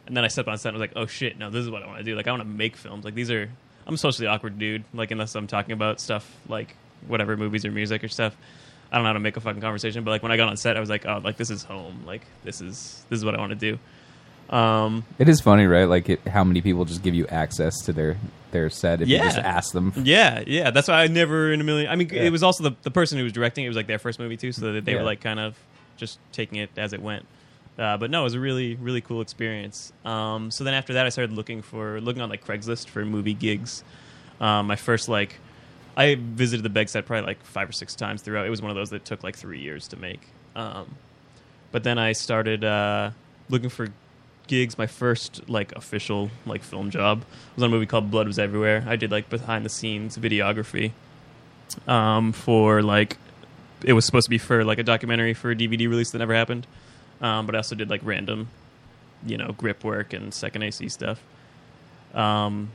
Speaker 9: and then I stepped on set and was like, oh shit, no, this is what I want to do. Like I want to make films. Like these are I'm a socially awkward dude. Like unless I'm talking about stuff like whatever movies or music or stuff. I don't know how to make a fucking conversation, but like when I got on set, I was like, oh, like this is home. Like this is this is what I want to do. Um,
Speaker 7: It is funny, right? Like it, how many people just give you access to their their set if you just ask them.
Speaker 9: Yeah, yeah. That's why I never in a million. I mean,
Speaker 7: Yeah.
Speaker 9: it was also the the person who was directing. It was like their first movie too, so that they
Speaker 7: Yeah.
Speaker 9: were like kind of just taking it as it went. Uh, but no, it was a really really cool experience. Um, so then after that, I started looking for looking on like Craigslist for movie gigs. Um, my first like. I visited the Beg set probably like five or six times throughout. It was one of those that took like three years to make. Um, But then I started uh, looking for gigs. My first like official like film job was on a movie called Blood Was Everywhere. I did like behind the scenes videography um, for like it was supposed to be for like a documentary for a DVD release that never happened. Um, but I also did like random, you know, grip work and second AC stuff. Um,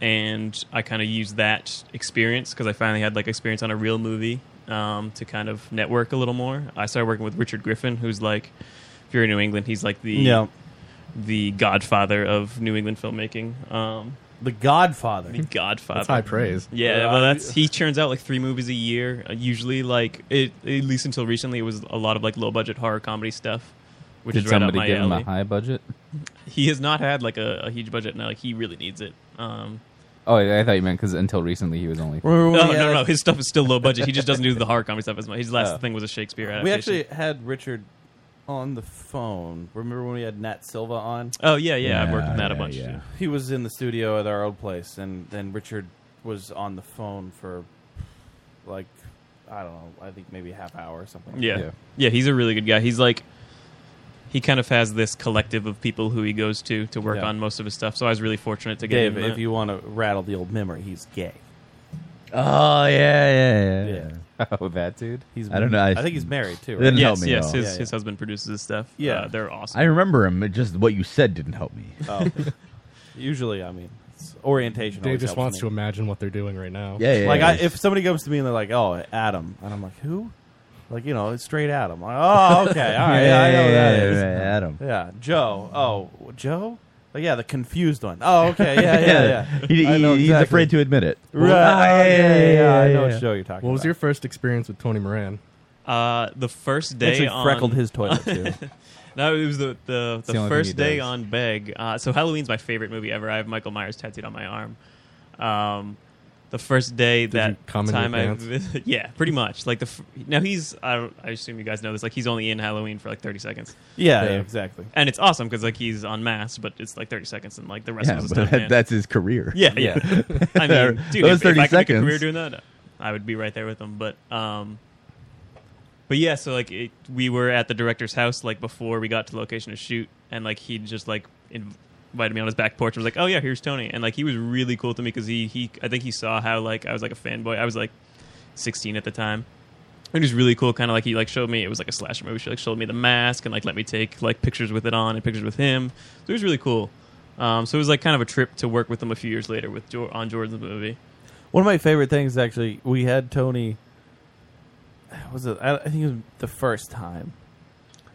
Speaker 9: and I kind of used that experience because I finally had like experience on a real movie um, to kind of network a little more. I started working with Richard Griffin, who's like, if you're in New England, he's like the
Speaker 5: Yeah.
Speaker 9: the godfather of New England filmmaking. Um,
Speaker 5: the Godfather.
Speaker 9: The Godfather.
Speaker 8: That's high praise.
Speaker 9: Yeah,
Speaker 5: Yeah.
Speaker 9: well, that's he churns out like three movies a year. Uh, usually, like it, at least until recently, it was a lot of like low budget horror comedy stuff, which
Speaker 7: Did
Speaker 9: is right up
Speaker 7: somebody
Speaker 9: my
Speaker 7: give him
Speaker 9: alley.
Speaker 7: a high budget?
Speaker 9: He has not had like a, a huge budget now. Like he really needs it. Um, Oh,
Speaker 7: Oh, I I thought you meant because until recently he was only.
Speaker 9: no, no, no. His stuff is still low budget. He just doesn't do the horror comedy stuff as much. His last
Speaker 5: Oh.
Speaker 9: thing was a Shakespeare
Speaker 5: We
Speaker 9: adaptation.
Speaker 5: actually had Richard on the phone. Remember when we had Nat Silva on?
Speaker 9: Oh, yeah, yeah, I've worked with Nat a bunch, too.
Speaker 5: He was in the studio at our old place, and then Richard was on the phone for like I don't know. I think maybe a half hour or something. like
Speaker 9: Yeah.
Speaker 5: that.
Speaker 9: yeah. he's a really good guy. He's like he kind of has this collective of people who he goes to to work
Speaker 5: Yeah.
Speaker 9: on most of his stuff. So I was really fortunate to get
Speaker 5: Dave,
Speaker 9: him uh,
Speaker 5: if
Speaker 9: that.
Speaker 5: you want to rattle the old memory, he's gay.
Speaker 6: Oh yeah, yeah,
Speaker 5: yeah.
Speaker 7: Oh, that dude.
Speaker 5: He's.
Speaker 6: I don't know. I,
Speaker 5: I think he's married too.
Speaker 6: It
Speaker 5: Right?
Speaker 6: Didn't
Speaker 9: yes,
Speaker 6: help me.
Speaker 9: yes,
Speaker 6: at all.
Speaker 9: his his husband produces his stuff.
Speaker 5: Yeah.
Speaker 9: Uh, they're awesome.
Speaker 6: I remember him. It just what you said didn't help me.
Speaker 5: Oh. Usually, I mean, it's orientation.
Speaker 8: Dave
Speaker 5: always
Speaker 8: just
Speaker 5: helps
Speaker 8: wants
Speaker 5: me.
Speaker 8: to imagine what they're doing right now.
Speaker 5: like I, if somebody comes to me and they're like, "Oh, Adam," and I'm like, "Who?" Like you know, it's straight Adam. Like, oh, okay, all right,
Speaker 6: Yeah,
Speaker 5: I know
Speaker 6: yeah,
Speaker 5: who that
Speaker 6: yeah,
Speaker 5: is.
Speaker 6: yeah, yeah, Adam.
Speaker 5: Yeah, Joe. Oh, Joe. Like, yeah, the confused one. Oh, okay, yeah, yeah, yeah.
Speaker 6: He-
Speaker 5: I
Speaker 6: he-
Speaker 5: know
Speaker 6: he's
Speaker 5: exactly.
Speaker 6: afraid to admit it.
Speaker 5: Right. Ah, yeah, yeah, yeah, I know
Speaker 8: yeah.
Speaker 5: what show you're talking
Speaker 8: What was
Speaker 5: about.
Speaker 8: your first experience with Tony Moran?
Speaker 9: Uh, the first day
Speaker 5: Actually
Speaker 9: on-
Speaker 5: freckled his toilet, too.
Speaker 9: no, it was the the,
Speaker 5: the
Speaker 9: the
Speaker 5: only thing he
Speaker 9: first day
Speaker 5: does.
Speaker 9: on Beg. Uh, so Halloween's my favorite movie ever. I have Michael Myers tattooed on my arm. Um, the first day that
Speaker 8: you cum in your
Speaker 9: time I
Speaker 8: pants?
Speaker 9: vi- yeah, pretty much like the fr- now he's I, don't- I assume you guys know this like he's only in Halloween for like thirty seconds.
Speaker 5: Yeah, yeah, exactly.
Speaker 9: And it's awesome because like he's on mass, but it's like thirty seconds, and like the rest
Speaker 6: Yeah,
Speaker 9: of us.
Speaker 6: but that- that's his career.
Speaker 9: Yeah, yeah.
Speaker 6: Yeah.
Speaker 9: I mean, dude,
Speaker 6: Those
Speaker 9: if, 30 if I
Speaker 6: 30
Speaker 9: could make a
Speaker 6: seconds.
Speaker 9: career doing that, I would be right there with him. But um, but yeah, so like it, we were at the director's house like before we got to location to shoot, and like he just like invited me on his back porch. and was like, oh yeah, here's Tony, and like he was really cool to me because he he I think he saw how like I was like a fanboy. I was like 16 at the time. It was really cool, kind of like he like showed me. It was like a slasher movie. She like showed me the mask and like let me take like pictures with it on and pictures with him. So it was really cool. Um, so it was like kind of a trip to work with him a few years later with jo- on Jordan's movie.
Speaker 5: One of my favorite things, actually, we had Tony. Was it? I I think it was the first time.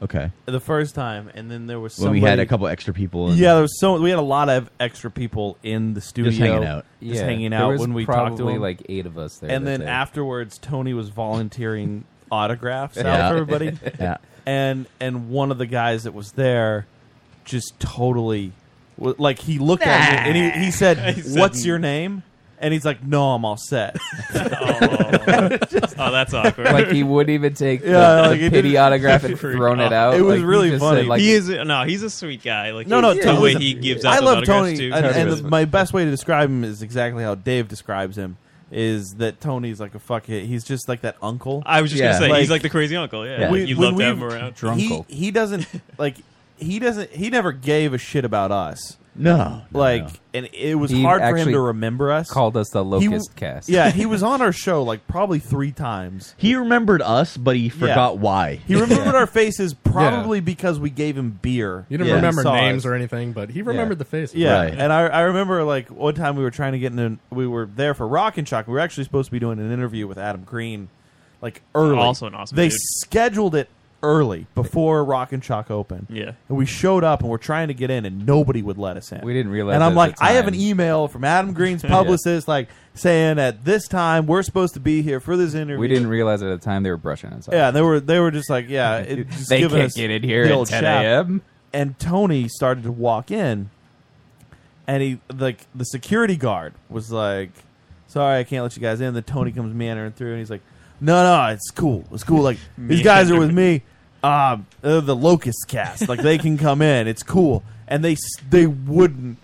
Speaker 6: Okay.
Speaker 5: The first time, and then there was
Speaker 6: When we
Speaker 5: somebody,
Speaker 6: had a couple extra people in.
Speaker 5: Yeah, there was so we had a lot of extra people in the studio,
Speaker 6: hanging out.
Speaker 5: just
Speaker 6: Yeah.
Speaker 5: hanging
Speaker 6: There
Speaker 5: out
Speaker 6: was
Speaker 5: when we talked to
Speaker 6: probably
Speaker 5: him.
Speaker 6: like eight of us there
Speaker 5: and
Speaker 6: that
Speaker 5: then
Speaker 6: day.
Speaker 5: afterwards, Tony was volunteering autographs
Speaker 6: Yeah.
Speaker 5: out for everybody.
Speaker 6: Yeah.
Speaker 5: and and one of the guys that was there just totally wa- like he looked at me and he, he said,
Speaker 9: He said,
Speaker 5: "What's your name?" And he's like, "No, I'm all set."
Speaker 9: Oh, that's awkward.
Speaker 7: Oh, like he wouldn't even take
Speaker 5: Yeah,
Speaker 7: the,
Speaker 5: like,
Speaker 7: the
Speaker 5: it
Speaker 7: pity
Speaker 5: didn't-
Speaker 7: autograph and thrown it out.
Speaker 5: It was
Speaker 7: Like, he
Speaker 5: really
Speaker 7: just
Speaker 5: funny.
Speaker 7: said, like,
Speaker 9: he is no, he's a sweet guy. Like
Speaker 5: no, no,
Speaker 9: the
Speaker 5: Tony's
Speaker 9: way
Speaker 5: a-
Speaker 9: Oh, he gives out
Speaker 5: I
Speaker 9: those
Speaker 5: love
Speaker 9: autographs
Speaker 5: Tony,
Speaker 9: too.
Speaker 5: and, and
Speaker 9: Tony's
Speaker 5: the-
Speaker 9: a-
Speaker 5: my best way to describe him is exactly how Dave describes him. Is that Tony's like a fuck it? He's just like that uncle.
Speaker 9: I was just gonna say he's like the crazy uncle. Yeah,
Speaker 5: We-
Speaker 9: Like, you
Speaker 5: when
Speaker 9: love to have
Speaker 5: we-
Speaker 9: him around.
Speaker 5: He, he doesn't like. He doesn't. He never gave a shit about us.
Speaker 6: No,
Speaker 5: like, and it was
Speaker 7: He
Speaker 5: hard for him
Speaker 7: actually
Speaker 5: to remember us.
Speaker 7: called us the
Speaker 5: He w-
Speaker 7: Locust Cast.
Speaker 5: Yeah, he was on our show like probably three times.
Speaker 6: He remembered us, but he forgot why.
Speaker 5: He remembered our faces probably because we gave him beer.
Speaker 6: You
Speaker 8: don't
Speaker 5: when he
Speaker 8: remember
Speaker 5: saw
Speaker 8: names
Speaker 5: us.
Speaker 8: or anything, but he remembered the faces.
Speaker 5: Yeah,
Speaker 8: Right.
Speaker 5: and I, I remember like one time we were trying to get in. An, we were there for Rock and Shock. We were actually supposed to be doing an interview with Adam Green, like early.
Speaker 9: Also an awesome
Speaker 5: They
Speaker 9: dude.
Speaker 5: scheduled it early before Rock and Shock opened.
Speaker 9: Yeah.
Speaker 5: and we showed up and we're trying to get in, and nobody would let us in.
Speaker 7: We didn't realize
Speaker 5: And
Speaker 7: at
Speaker 5: I'm
Speaker 7: the
Speaker 5: like, I have an
Speaker 7: time.
Speaker 5: email from Adam Green's
Speaker 7: Yeah.
Speaker 5: publicist, like saying at this time we're supposed to be here for this interview.
Speaker 7: we didn't realize it at the time they were brushing us off.
Speaker 5: Yeah, they were they were just like, yeah, it, just
Speaker 7: They
Speaker 5: giving
Speaker 7: can't
Speaker 5: us
Speaker 7: get in here
Speaker 5: the
Speaker 7: at
Speaker 5: old
Speaker 7: 10
Speaker 5: shaft.
Speaker 7: a.m..
Speaker 5: And Tony started to walk in, and he like the security guard was like, "Sorry, I can't let you guys in." Then Tony comes meandering through, and he's like, "No, no, it's cool, it's cool. Like these guys are with me. Um, uh, the Locust Cast, like they can come in. It's cool." And they s- they wouldn't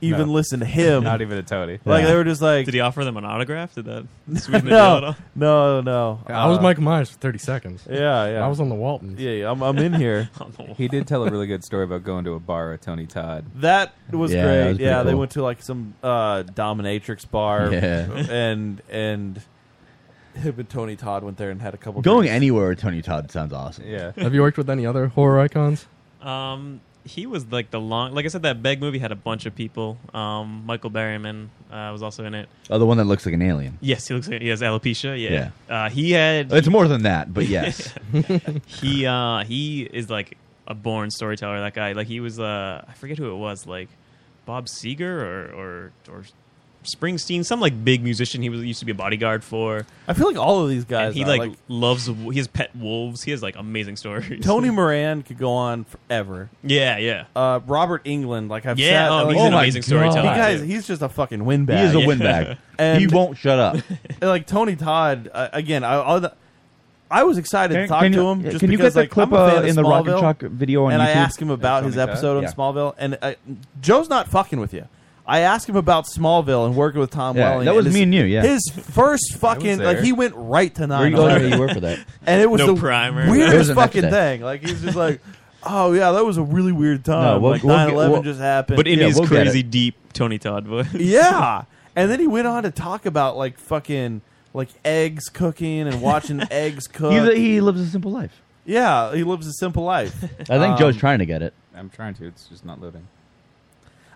Speaker 5: even listen to him.
Speaker 7: Not even to Tony.
Speaker 5: Like they were just like,
Speaker 9: did he offer them an autograph? Did that sweeten the deal at
Speaker 5: no,
Speaker 9: all?
Speaker 5: no, no.
Speaker 8: I was
Speaker 5: Uh,
Speaker 8: Michael Myers for 30 seconds.
Speaker 7: Oh,
Speaker 5: Yeah, yeah.
Speaker 8: I was on the Waltons.
Speaker 5: Yeah, yeah, I'm, I'm in here.
Speaker 7: he did tell a really good story about going to a bar with Tony Todd.
Speaker 5: That was
Speaker 7: Yeah, that
Speaker 5: great.
Speaker 7: was pretty
Speaker 5: yeah, they
Speaker 7: cool.
Speaker 5: went to like some uh, dominatrix bar.
Speaker 6: Yeah.
Speaker 5: and and him and Tony Todd went there and had a couple.
Speaker 6: Going
Speaker 5: drinks.
Speaker 6: anywhere with Tony Todd sounds awesome.
Speaker 8: Have you worked with any other horror icons?
Speaker 9: Um, he was like the long. Like I said, that Beg movie had a bunch of people. Um, Michael Berryman uh, was also in it.
Speaker 6: Oh, the one that looks like an alien.
Speaker 9: Yes, he looks like he has alopecia. Yeah, Uh, he
Speaker 7: Oh,
Speaker 9: had.
Speaker 6: It's more than that, but yes.
Speaker 9: he uh, he is like a born storyteller. That guy, like he was. Uh, I forget who it was. Like Bob Seger or or, or Springsteen, some like big musician. He was used to be a bodyguard for.
Speaker 5: I feel like all of these guys.
Speaker 9: And he
Speaker 5: are,
Speaker 9: like,
Speaker 5: like-
Speaker 9: loves. He has pet wolves. He has like amazing stories.
Speaker 5: Tony Moran could go on forever.
Speaker 9: Yeah, yeah.
Speaker 5: Uh, Robert England, like I've
Speaker 9: Yeah,
Speaker 5: sat,
Speaker 9: oh,
Speaker 5: like,
Speaker 9: he's an amazing storyteller,
Speaker 5: He guys,
Speaker 9: too.
Speaker 5: he's just a fucking windbag.
Speaker 9: He is a windbag.
Speaker 6: He won't shut up.
Speaker 5: and, like Tony Todd, uh, again, I, I, I was excited to
Speaker 6: Can-
Speaker 5: talk
Speaker 6: can
Speaker 5: to
Speaker 6: you-
Speaker 5: him. Just
Speaker 6: can you get
Speaker 5: because,
Speaker 6: the
Speaker 5: like,
Speaker 6: clip,
Speaker 5: I'm a fan
Speaker 6: uh,
Speaker 5: of
Speaker 6: in the Rock and
Speaker 5: Smallville,
Speaker 6: Chalk video on
Speaker 5: and I
Speaker 6: YouTube?
Speaker 5: asked him about
Speaker 6: Yeah,
Speaker 5: his
Speaker 6: Tony Todd.
Speaker 5: episode on
Speaker 6: Yeah.
Speaker 5: Smallville, and uh, Joe's not fucking with you. I asked him about Smallville and working with Tom
Speaker 6: Yeah,
Speaker 5: Welling.
Speaker 6: that was
Speaker 5: his-
Speaker 6: me and you, yeah.
Speaker 5: his first fucking like
Speaker 6: there.
Speaker 5: he went right to
Speaker 6: Where
Speaker 5: nine.
Speaker 6: you going? Yeah, you were for that.
Speaker 5: and it was
Speaker 6: No
Speaker 5: the
Speaker 6: primer. It was
Speaker 5: weirdest
Speaker 6: the next
Speaker 5: fucking
Speaker 6: day.
Speaker 5: thing. Like he's just like, oh yeah, that was a really weird time.
Speaker 6: we'll-
Speaker 5: like
Speaker 6: we'll get-
Speaker 5: 9 11
Speaker 6: we'll-
Speaker 5: just happened,
Speaker 9: But in
Speaker 5: Yeah,
Speaker 9: his
Speaker 5: we'll get it.
Speaker 9: crazy deep Tony Todd voice.
Speaker 5: Yeah. And then he went on to talk about like fucking like eggs cooking and watching eggs cook.
Speaker 6: He's a- he lives a simple life.
Speaker 5: yeah, he lives a simple life.
Speaker 6: I
Speaker 5: Um,
Speaker 6: think Joe's trying to get it.
Speaker 7: Um, I'm trying to. It's just not loading.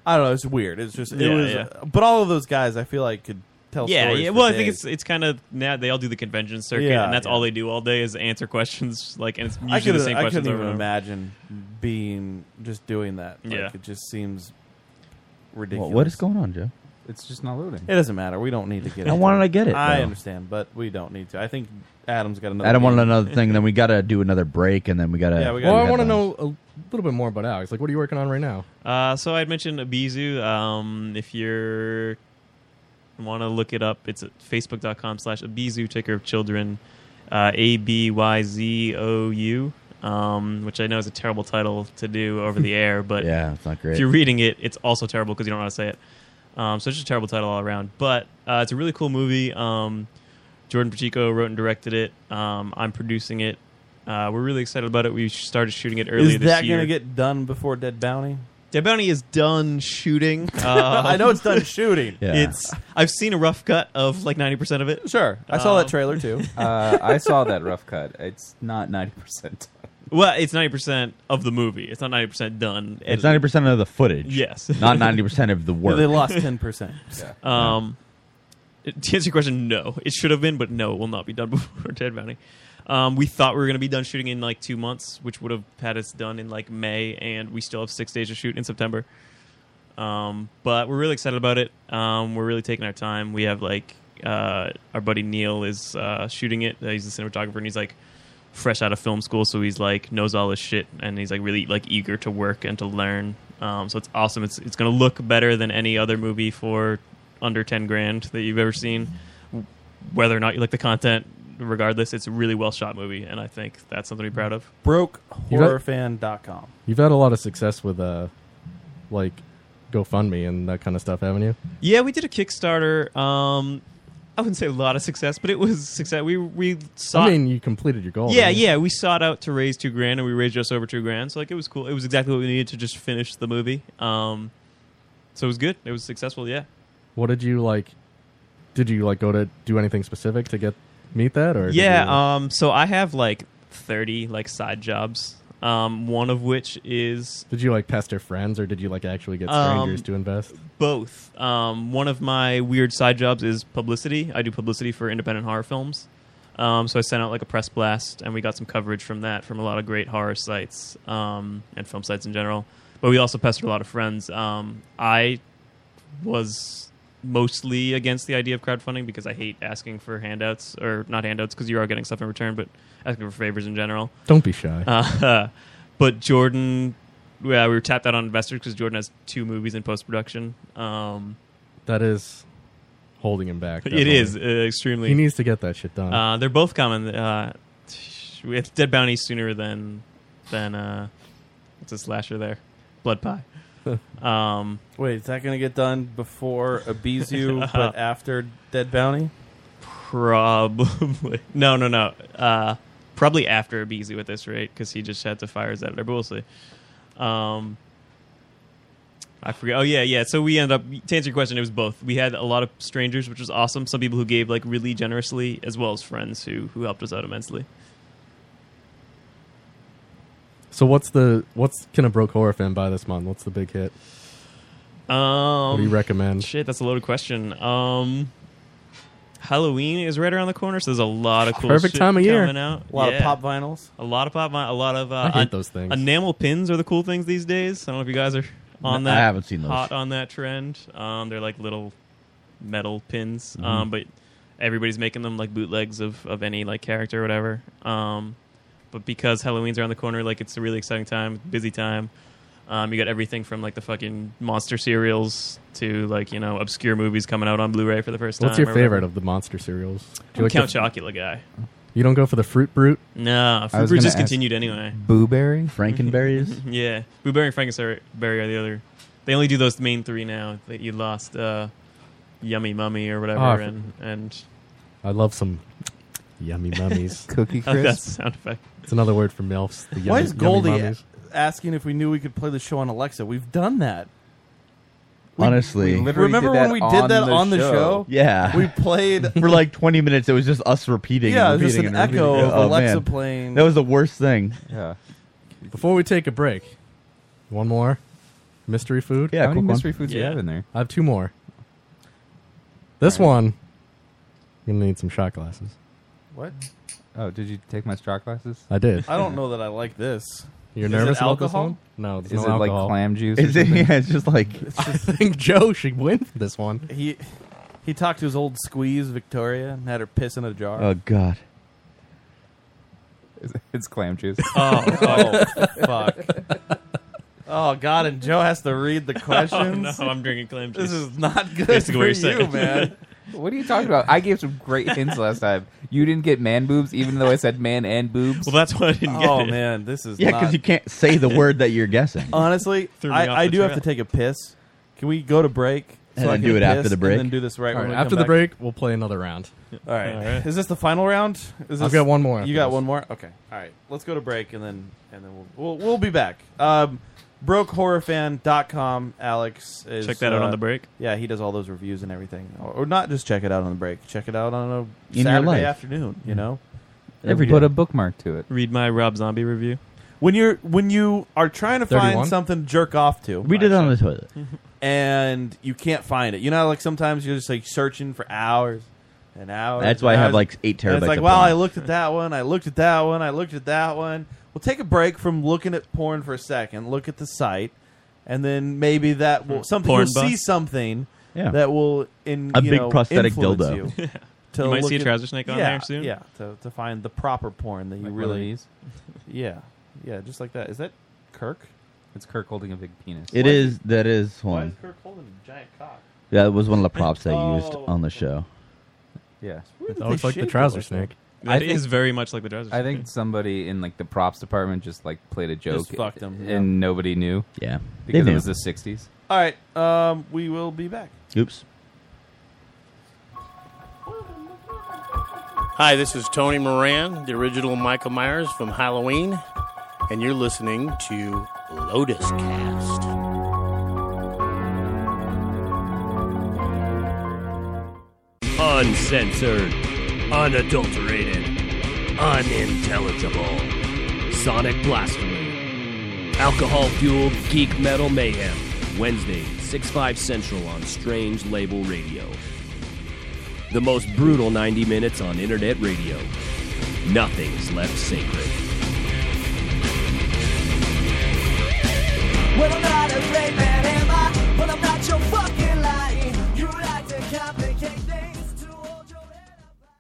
Speaker 5: I don't know. It's weird. It's just it
Speaker 9: Yeah,
Speaker 5: was. uh,
Speaker 9: yeah.
Speaker 5: But all of those guys, I feel like could tell.
Speaker 9: yeah,
Speaker 5: stories
Speaker 9: yeah.
Speaker 5: for
Speaker 9: Well, I think
Speaker 5: days.
Speaker 9: it's it's kind of now they all do the convention circuit,
Speaker 5: Yeah,
Speaker 9: and that's
Speaker 5: yeah.
Speaker 9: all they do all day is answer questions. Like, and it's usually
Speaker 5: I could
Speaker 9: the same
Speaker 5: I
Speaker 9: questions.
Speaker 5: couldn't
Speaker 9: over
Speaker 5: even
Speaker 9: and over.
Speaker 5: imagine being just doing that. Like,
Speaker 9: Yeah.
Speaker 5: it just seems
Speaker 6: Well,
Speaker 5: ridiculous.
Speaker 6: what is going on, Joe?
Speaker 7: It's just not loading.
Speaker 5: It doesn't matter. We don't need to get.
Speaker 6: I
Speaker 5: into
Speaker 6: wanted
Speaker 5: it.
Speaker 6: to get it,
Speaker 5: I
Speaker 6: though.
Speaker 5: understand, but we don't need to. I think Adam's got another.
Speaker 6: Adam wanted
Speaker 5: game.
Speaker 6: another thing, then we got to do another break, and then we got to.
Speaker 8: well, I want to know a little bit more about Alex. Like, what are you working on right now?
Speaker 9: Uh, so I would mentioned Abizu. Um, if you're want to look it up, it's at facebook.com slash Abizu Ticker of Children, uh, A B Y Z O U, um, which I know is a terrible title to do over the air, but
Speaker 6: Yeah, it's not great.
Speaker 9: If you're reading it, it's also terrible because you don't know how to say it. Um, so it's just a terrible title all around. But uh, it's a really cool movie. Um, Jordan Pacheco wrote and directed it. Um, I'm producing it. Uh, we're really excited about it. We started shooting it earlier
Speaker 5: Is
Speaker 9: this
Speaker 5: that
Speaker 9: year.
Speaker 5: gonna get done before Dead Bounty?
Speaker 9: Dead Bounty is done shooting.
Speaker 5: I know it's done shooting. Yeah.
Speaker 9: It's I've seen a rough cut of like ninety percent of it. Um,
Speaker 5: Sure, I saw that trailer too.
Speaker 7: Uh, I saw that rough cut. It's not ninety percent.
Speaker 9: Well, it's ninety percent of the movie. It's not ninety percent done.
Speaker 6: It's ninety percent of the footage.
Speaker 9: Yes.
Speaker 6: not ninety percent of the work.
Speaker 5: They lost ten percent.
Speaker 9: Um, to answer your question, no, it should have been, but no, it will not be done before Dead Bounty. Um, we thought we were going to be done shooting in like two months, which would have had us done in like May, and we still have six days to shoot in September. Um, but we're really excited about it. Um, we're really taking our time. We have like uh, our buddy Neil is uh, shooting it. Uh, he's a cinematographer, and he's like fresh out of film school, so he's like knows all this shit, and he's like really like eager to work and to learn. Um, so it's awesome. It's it's gonna look better than any other movie for under ten grand that you've ever seen. Whether or not you like the content, regardless, it's a really well shot movie, and I think that's something to be proud of.
Speaker 5: Brokehorrorfan.com.
Speaker 8: You've had a lot of success with, uh, like, GoFundMe and that kind of stuff, haven't you?
Speaker 9: Yeah, we did a Kickstarter. Um, I wouldn't say a lot of success, but it was success. We we saw.
Speaker 8: I mean, you completed your goal.
Speaker 9: yeah,
Speaker 8: didn't you?
Speaker 9: yeah, we sought out to raise two grand, and we raised just over two grand. So like, it was cool. It was exactly what we needed to just finish the movie. Um, so it was good. It was successful. Yeah.
Speaker 8: What did you like? Did you like go to do anything specific to get meet that or? did you-
Speaker 9: yeah um so i have like 30 like side jobs um one of which is
Speaker 8: Did you like pester friends or did you like actually get
Speaker 9: Um,
Speaker 8: strangers to invest?
Speaker 9: both um one of my weird side jobs is publicity i do publicity for independent horror films um so i sent out like a press blast and we got some coverage from that from a lot of great horror sites um and film sites in general but we also pestered a lot of friends um i was mostly against the idea of crowdfunding because I hate asking for handouts or not handouts because you are getting stuff in return, but asking for favors in general.
Speaker 8: Don't be shy.
Speaker 9: Uh, but Jordan, yeah, we were tapped out on investors because Jordan has two movies in post production. Um,
Speaker 8: That is holding him back.
Speaker 9: it
Speaker 8: definitely.
Speaker 9: is uh, extremely.
Speaker 8: He needs to get that shit done.
Speaker 9: Uh, they're both coming. Uh, it's Dead Bounty sooner than than uh, what's a slasher there, Blood Pie. Um,
Speaker 5: Wait, is that going to get done before Abizu but after Dead Bounty?
Speaker 9: Probably. No, no, no. Uh, probably after Abizu at this rate because he just had to fire his editor, but we'll see. Um, I forget. Oh yeah, yeah. So we ended up to answer your question. It was both. We had a lot of strangers, which was awesome. Some people who gave like really generously, as well as friends who who helped us out immensely.
Speaker 8: So what's the what's can a broke horror fan buy this month? What's the big hit?
Speaker 9: Um,
Speaker 8: What do you recommend?
Speaker 9: Shit, that's a loaded question. Um, Halloween is right around the corner, so there's a lot of cool
Speaker 8: Perfect
Speaker 9: shit
Speaker 8: time of year.
Speaker 9: coming out.
Speaker 8: A lot of pop
Speaker 5: vinyls,
Speaker 9: a lot of pop, vi- a lot of. Uh,
Speaker 8: I hate
Speaker 9: en-
Speaker 8: those things.
Speaker 9: Enamel pins are the cool things these days. I don't know if you guys are on
Speaker 5: No, I
Speaker 9: that.
Speaker 5: haven't seen those.
Speaker 9: Hot on that trend. Um, they're like little metal pins,
Speaker 8: Mm-hmm.
Speaker 5: Mhm.
Speaker 9: um, but everybody's making them like bootlegs of of any like character or whatever. Um, but because Halloween's around the corner, like it's a really exciting time, busy time. Um, you got everything from like the fucking monster serials to like you know obscure movies coming out on Blu-ray for the first
Speaker 8: What's
Speaker 9: time.
Speaker 8: your
Speaker 9: or whatever.
Speaker 8: favorite of the monster cereals? Do
Speaker 9: I'm
Speaker 8: like the-
Speaker 9: Count Chocula guy.
Speaker 8: You don't go for the fruit brute?
Speaker 9: No, Fruit Brute's discontinued anyway.
Speaker 6: Booberry, Frankenberries.
Speaker 9: Mm-hmm. yeah, Blueberry and Frankenberry are the other. They only do those main three now. That you lost, uh, Yummy Mummy or whatever,
Speaker 5: Ah,
Speaker 8: Oh, I for-
Speaker 9: and and
Speaker 8: I love some yummy mummies.
Speaker 9: Cookie I like that crisp. sound effect.
Speaker 8: It's another word for MILFs. The yummy,
Speaker 5: Why is
Speaker 8: yummy
Speaker 5: Goldie
Speaker 8: mummies.
Speaker 5: a- asking if we knew we could play the show on Alexa? We've done that.
Speaker 6: Honestly,
Speaker 5: we literally Remember did when that we did on that the on the show? show?
Speaker 6: Yeah,
Speaker 5: We played-
Speaker 6: for like twenty minutes. It was just us repeating.
Speaker 5: Yeah,
Speaker 6: and
Speaker 5: it was
Speaker 6: repeating
Speaker 5: just an
Speaker 6: and repeating.
Speaker 5: echo of
Speaker 6: Oh,
Speaker 5: Alexa
Speaker 6: man.
Speaker 5: playing-
Speaker 6: That was the worst thing.
Speaker 7: Yeah.
Speaker 8: Before we take a break, one more mystery food.
Speaker 7: Yeah, How many quick one. mystery foods do you Yeah. have in there?
Speaker 8: I have two more. This one, you're gonna need some shot glasses.
Speaker 5: What?
Speaker 7: Oh, did you take my shot glasses?
Speaker 8: I did.
Speaker 5: I don't know that I like this.
Speaker 8: You're
Speaker 5: Is it
Speaker 8: nervous about this
Speaker 5: alcohol?
Speaker 8: one? No, there's
Speaker 7: Is
Speaker 8: no
Speaker 7: it like
Speaker 8: alcohol.
Speaker 7: clam juice?
Speaker 8: Is
Speaker 7: or
Speaker 8: it-
Speaker 7: something?
Speaker 8: yeah, it's just like- I think Joe should win for this one.
Speaker 5: He he talked to his old squeeze Victoria and had her piss in a jar.
Speaker 6: Oh God.
Speaker 7: It's clam juice.
Speaker 5: Oh, oh, fuck. Oh God! And Joe has to read the
Speaker 8: Oh,
Speaker 5: questions.
Speaker 9: no, I'm drinking clam
Speaker 5: This
Speaker 9: juice.
Speaker 5: is not good
Speaker 9: Basically what
Speaker 5: for
Speaker 9: you're
Speaker 5: you,
Speaker 9: saying.
Speaker 5: man.
Speaker 7: What are you talking about? I gave some great hints last time. You didn't get man boobs, even though I said man and boobs.
Speaker 9: Well, that's why I didn't
Speaker 5: get Oh, it. man, this is
Speaker 6: Yeah, because you can't say the word that you're guessing.
Speaker 5: Honestly,
Speaker 7: Threw me
Speaker 5: I,
Speaker 7: off
Speaker 5: I
Speaker 7: the
Speaker 5: do have
Speaker 7: trail.
Speaker 5: to take a piss. Can we go to break?
Speaker 6: And
Speaker 5: I
Speaker 6: then
Speaker 5: can
Speaker 6: do it after
Speaker 5: piss
Speaker 6: the break?
Speaker 5: And then do this right,
Speaker 8: All
Speaker 5: when
Speaker 8: right,
Speaker 5: we
Speaker 8: after
Speaker 5: come
Speaker 8: the
Speaker 5: back?
Speaker 8: break, we'll play another round.
Speaker 5: All right. Is this the final round? Is this,
Speaker 8: I've got one more after
Speaker 5: You got
Speaker 8: this.
Speaker 5: one more. Okay. All right. Let's go to break and then and then we'll we'll, we'll be back. Um, BrokeHorrorFan.com. Alex is uh,
Speaker 9: Check that out on the break.
Speaker 5: Yeah, he does all those reviews and everything, or, or not just check it out on the break. Check it out on a
Speaker 9: In your life.
Speaker 5: Saturday afternoon. You know,
Speaker 7: Every put a bookmark to it.
Speaker 9: Read my Rob Zombie review.
Speaker 5: when you're when you are trying to find
Speaker 9: 31?
Speaker 5: something Mm-hmm. to jerk off to.
Speaker 6: We did it on the toilet.
Speaker 5: and you can't find it. You know, like sometimes you're just like searching for hours and hours.
Speaker 6: That's why
Speaker 5: and
Speaker 6: I have,
Speaker 5: hours.
Speaker 6: like, eight
Speaker 5: Oh, And It's
Speaker 6: terabytes
Speaker 5: like,
Speaker 6: of
Speaker 5: wow,
Speaker 6: porn.
Speaker 5: I looked at that one. I looked at that one. I looked at that one. We'll take a break from looking at porn for a second. Look at the site, and then maybe that
Speaker 6: Hmm.
Speaker 5: will something
Speaker 9: Porn
Speaker 5: you'll
Speaker 9: bus.
Speaker 5: see something
Speaker 9: Yeah.
Speaker 5: that will in
Speaker 6: A
Speaker 5: you
Speaker 6: big
Speaker 5: know,
Speaker 6: prosthetic
Speaker 5: influence
Speaker 6: dildo.
Speaker 5: You,
Speaker 9: You might
Speaker 5: look
Speaker 9: see a
Speaker 5: at-
Speaker 9: trouser snake on
Speaker 5: yeah,
Speaker 9: there soon.
Speaker 5: Yeah, to, to find the proper porn that you
Speaker 7: Like one of
Speaker 5: really.
Speaker 7: these?
Speaker 5: Yeah, yeah, just like that. Is that Kirk?
Speaker 7: It's Kirk holding a big penis.
Speaker 6: It is. That is
Speaker 5: Why is
Speaker 6: one.
Speaker 5: Kirk holding a giant cock? Oh.
Speaker 6: That was one of the props I used on the show.
Speaker 7: Yeah.
Speaker 8: did Oh, they it's like the shape it trouser like that? snake.
Speaker 9: It is very much like the trouser
Speaker 7: I think somebody in like the props department just like played a joke.
Speaker 5: Just fucked 'em,
Speaker 7: And
Speaker 5: yeah.
Speaker 7: nobody knew.
Speaker 6: Yeah. They
Speaker 7: Because
Speaker 6: knew.
Speaker 7: it was the 60s.
Speaker 5: All right, um, we will be back.
Speaker 6: Oops.
Speaker 12: Hi, this is Tony Moran, the original Michael Myers from Halloween, and you're listening to Lotus Cast.
Speaker 15: Uncensored, unadulterated, unintelligible. Sonic blasphemy. Alcohol fueled geek metal mayhem. Wednesday, 6 5 Central on Strange Label Radio. The most brutal 90 minutes on internet radio. Nothing's left sacred.
Speaker 1: Well, I'm not a great man, am I? But I'm not your fucking lying. You like to complicate things to hold your head up.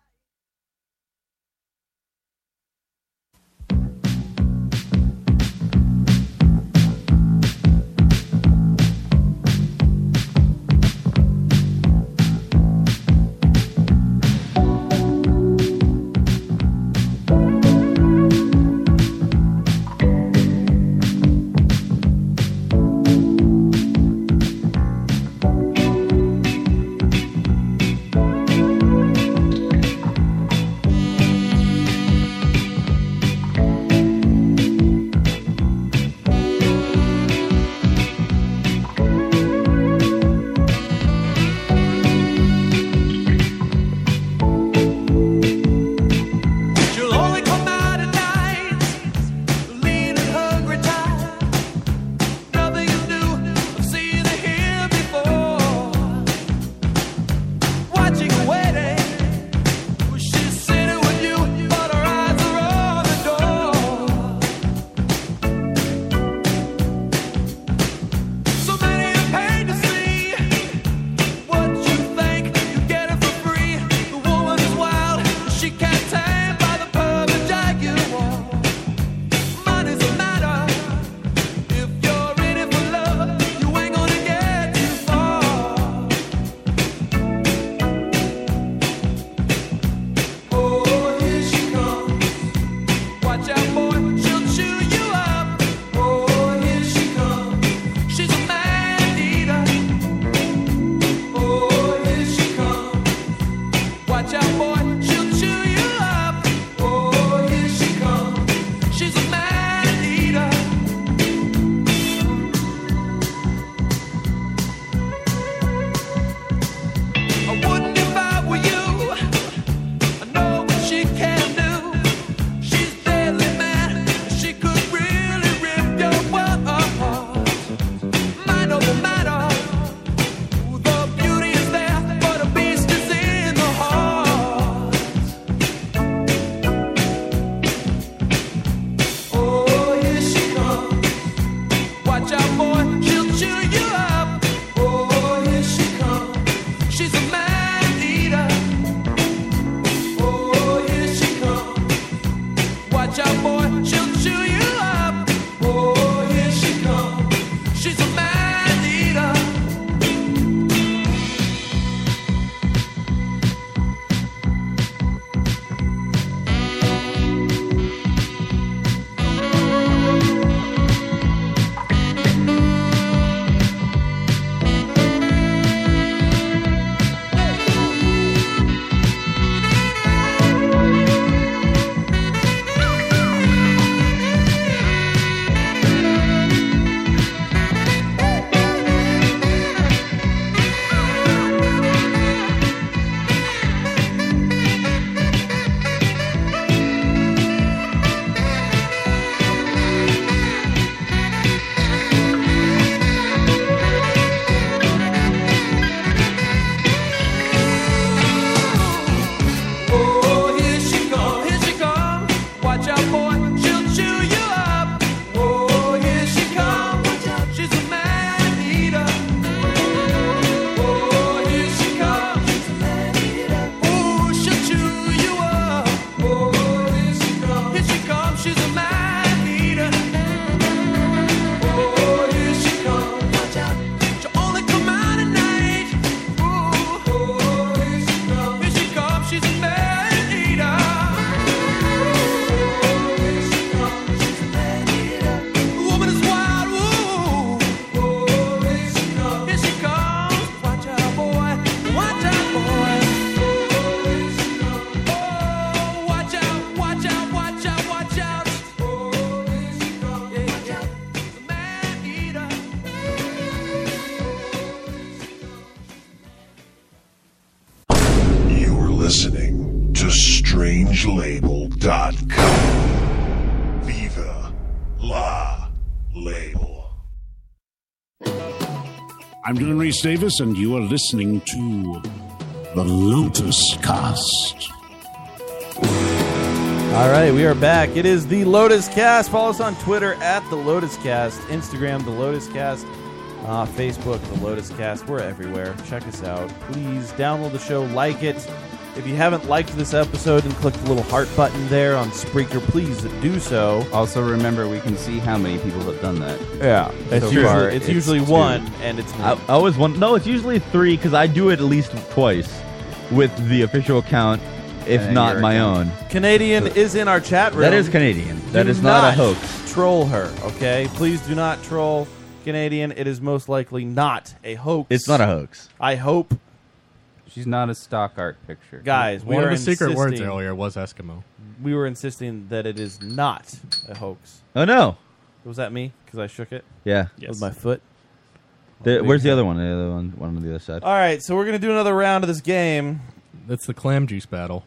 Speaker 16: listening to strangelabel.com. Viva la label.
Speaker 17: I'm Dylan Reese Davis, and you are listening to the Lotus Cast.
Speaker 5: All right, we are back. It is the Lotus Cast. Follow us on Twitter at the Lotus Cast, Instagram the Lotus Cast, uh, Facebook the Lotus Cast. We're everywhere. Check us out. Please download the show, like it. If you haven't liked this episode and click the little heart button there on Spreaker, please do so.
Speaker 7: Also, remember we can see how many people have done that.
Speaker 5: Yeah, it's
Speaker 7: So
Speaker 5: usually-
Speaker 7: far,
Speaker 5: it's usually one,
Speaker 7: two.
Speaker 5: and it's me.
Speaker 6: I, I always want. No, it's usually three because I do it at least twice with the official account, if
Speaker 5: And
Speaker 6: not
Speaker 5: your
Speaker 6: my
Speaker 5: account.
Speaker 6: own.
Speaker 5: Canadian is in our chat room.
Speaker 6: That is Canadian. That
Speaker 5: Do
Speaker 6: is not a hoax.
Speaker 5: Troll her, okay? Please do not troll Canadian. It is most likely not a hoax.
Speaker 6: It's not a hoax.
Speaker 5: I hope,
Speaker 7: She's not a stock art picture,
Speaker 5: guys. we
Speaker 8: One
Speaker 5: are
Speaker 8: of the secret words
Speaker 5: insisting-
Speaker 8: earlier Oh, was Eskimo.
Speaker 5: We were insisting that it is not a hoax.
Speaker 6: Oh no!
Speaker 5: Was that me? Because I shook it.
Speaker 6: Yeah.
Speaker 5: With my foot.
Speaker 6: The- where's the other one? The other one, one on the other side.
Speaker 5: All right, so we're gonna do another round of this game.
Speaker 8: That's the clam juice battle.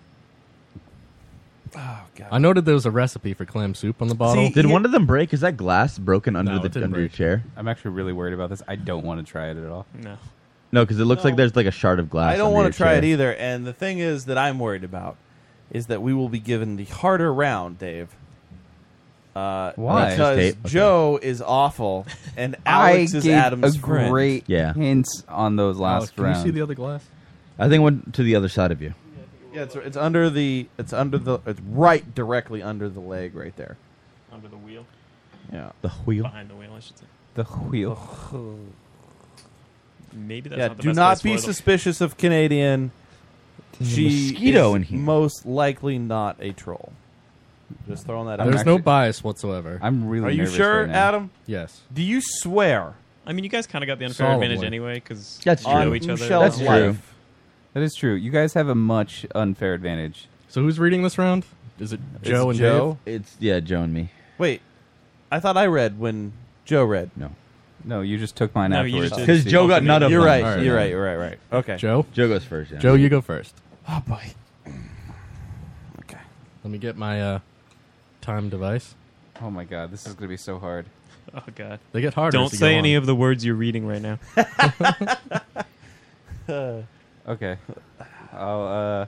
Speaker 5: Oh God!
Speaker 8: I noted there was a recipe for clam soup on the bottle.
Speaker 6: Did one of them break? Is that glass broken under
Speaker 8: No, it
Speaker 6: the
Speaker 8: didn't
Speaker 6: under your
Speaker 8: break.
Speaker 6: chair?
Speaker 7: I'm actually really worried about this. I don't want to try it at all.
Speaker 9: No.
Speaker 6: No, because it looks like there's like a shard of glass.
Speaker 5: I don't
Speaker 6: under
Speaker 5: want
Speaker 6: your
Speaker 5: to try
Speaker 6: chair.
Speaker 5: it either. And the thing is that I'm worried about is that we will be given the harder round, Dave. Uh,
Speaker 7: Why?
Speaker 5: Because
Speaker 7: Tape, okay.
Speaker 5: Joe is awful and Alex
Speaker 7: I
Speaker 5: is
Speaker 7: gave
Speaker 5: Adam's
Speaker 7: a
Speaker 5: friend.
Speaker 7: great
Speaker 6: Yeah.
Speaker 7: hints on those last
Speaker 5: can you
Speaker 7: rounds.
Speaker 5: see the other glass?
Speaker 6: I think it went to the other side of you.
Speaker 5: Yeah, it's, it's under the it's under the it's right directly under the leg right there.
Speaker 9: Under the wheel.
Speaker 5: Yeah.
Speaker 6: The wheel.
Speaker 9: Behind the wheel, I should say.
Speaker 7: The wheel.
Speaker 9: Maybe that's
Speaker 5: yeah,
Speaker 9: not the
Speaker 5: do
Speaker 9: best
Speaker 5: not
Speaker 9: place
Speaker 5: be
Speaker 9: for it.
Speaker 5: suspicious of Canadian.
Speaker 6: There's a
Speaker 5: She
Speaker 6: mosquito
Speaker 5: is
Speaker 6: in here.
Speaker 5: most likely not a troll. Just throwing that out.
Speaker 8: There's no bias whatsoever.
Speaker 7: I'm really.
Speaker 5: Are you sure, Adam?
Speaker 8: Yes.
Speaker 5: Do you swear?
Speaker 9: I mean, you guys kind of got the unfair
Speaker 7: Solidly.
Speaker 9: advantage anyway because
Speaker 7: That's
Speaker 9: you know
Speaker 7: true.
Speaker 9: each other.
Speaker 7: That's
Speaker 9: well.
Speaker 7: true. That is true. You guys have a much unfair advantage.
Speaker 8: So who's reading this round? Is it Joe and Joe?
Speaker 6: It's yeah, Joe and me.
Speaker 5: Wait, I thought I read when Joe read.
Speaker 6: No,
Speaker 7: no, you just took mine
Speaker 5: No, you
Speaker 7: afterwards
Speaker 5: just did. 'Cause Joe got none of You're them. right, you're right, you're right, right. Okay.
Speaker 8: Joe?
Speaker 6: Joe goes first. Yeah.
Speaker 8: Joe, you go first.
Speaker 5: Oh boy.
Speaker 8: Let me get my uh, time device.
Speaker 7: Oh my god, this is gonna be so hard.
Speaker 9: Oh god,
Speaker 8: They get harder.
Speaker 9: Don't
Speaker 8: as you
Speaker 9: say
Speaker 8: go
Speaker 9: any
Speaker 8: on.
Speaker 9: of the words you're reading right now.
Speaker 7: Okay. I'll uh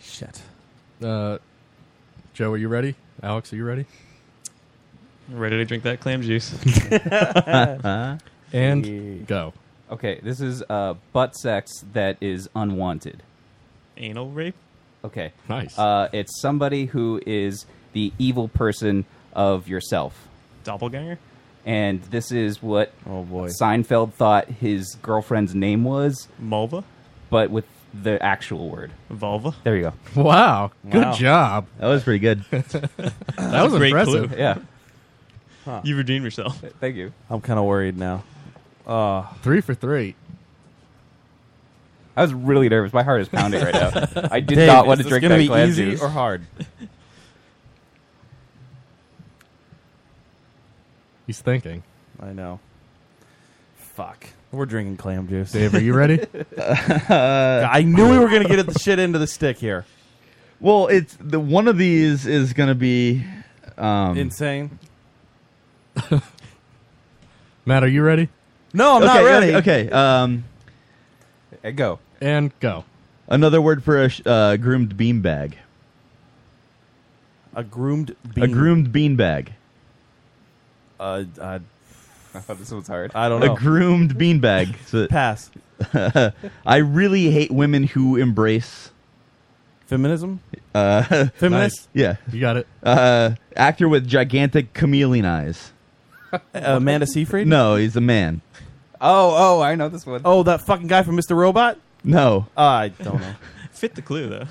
Speaker 5: shit.
Speaker 8: Uh, Joe, are you ready? Alex, are you ready?
Speaker 9: Ready to drink that clam juice?
Speaker 8: and
Speaker 7: go. Okay, this is uh butt sex that is unwanted.
Speaker 9: Anal rape.
Speaker 7: Okay.
Speaker 9: Nice.
Speaker 7: Uh it's somebody who is the evil person of yourself.
Speaker 9: Doppelganger.
Speaker 7: And this is what oh boy. Seinfeld thought his girlfriend's name was
Speaker 9: Mulva,
Speaker 7: but with the actual word
Speaker 9: Vulva.
Speaker 7: There you go.
Speaker 8: Wow. Good Wow. job.
Speaker 6: That was pretty good.
Speaker 9: That was a great impressive. clue.
Speaker 7: Yeah.
Speaker 5: Huh.
Speaker 9: You redeemed yourself.
Speaker 7: Thank you.
Speaker 5: I'm kind of worried now. Uh,
Speaker 8: three for three.
Speaker 7: I was really nervous. My heart is pounding right now. I did
Speaker 5: Dave,
Speaker 7: not want
Speaker 5: is
Speaker 7: to
Speaker 5: this
Speaker 7: drink
Speaker 5: gonna
Speaker 7: that
Speaker 5: be
Speaker 7: clam
Speaker 5: easy
Speaker 7: juice.
Speaker 5: or hard?
Speaker 8: He's thinking.
Speaker 5: I know. Fuck. We're drinking clam juice.
Speaker 8: Dave, are you ready?
Speaker 5: I knew we were gonna get the shit into the stick here.
Speaker 6: Well, it's the one of these is gonna be um,
Speaker 5: Insane.
Speaker 8: Matt, are you ready?
Speaker 5: No,
Speaker 6: okay, okay, Okay. Um,
Speaker 7: Uh, go
Speaker 8: and go.
Speaker 6: Another word for a sh- uh, groomed beanbag.
Speaker 5: A groomed
Speaker 6: A groomed beanbag.
Speaker 5: Uh, uh,
Speaker 7: I thought this was hard.
Speaker 5: I don't
Speaker 6: a
Speaker 5: know.
Speaker 6: groomed beanbag. So,
Speaker 5: Pass.
Speaker 6: I really hate women who embrace
Speaker 5: feminism.
Speaker 6: Uh,
Speaker 5: Feminist?
Speaker 6: Yeah,
Speaker 8: you got it.
Speaker 6: Uh, actor with gigantic chameleon eyes.
Speaker 5: Uh, Amanda Seyfried.
Speaker 6: No, he's a man.
Speaker 7: Oh, oh, I know this one.
Speaker 5: Oh, that fucking guy from Mr. Robot.
Speaker 6: No,
Speaker 5: I don't know.
Speaker 9: Fit the clue though.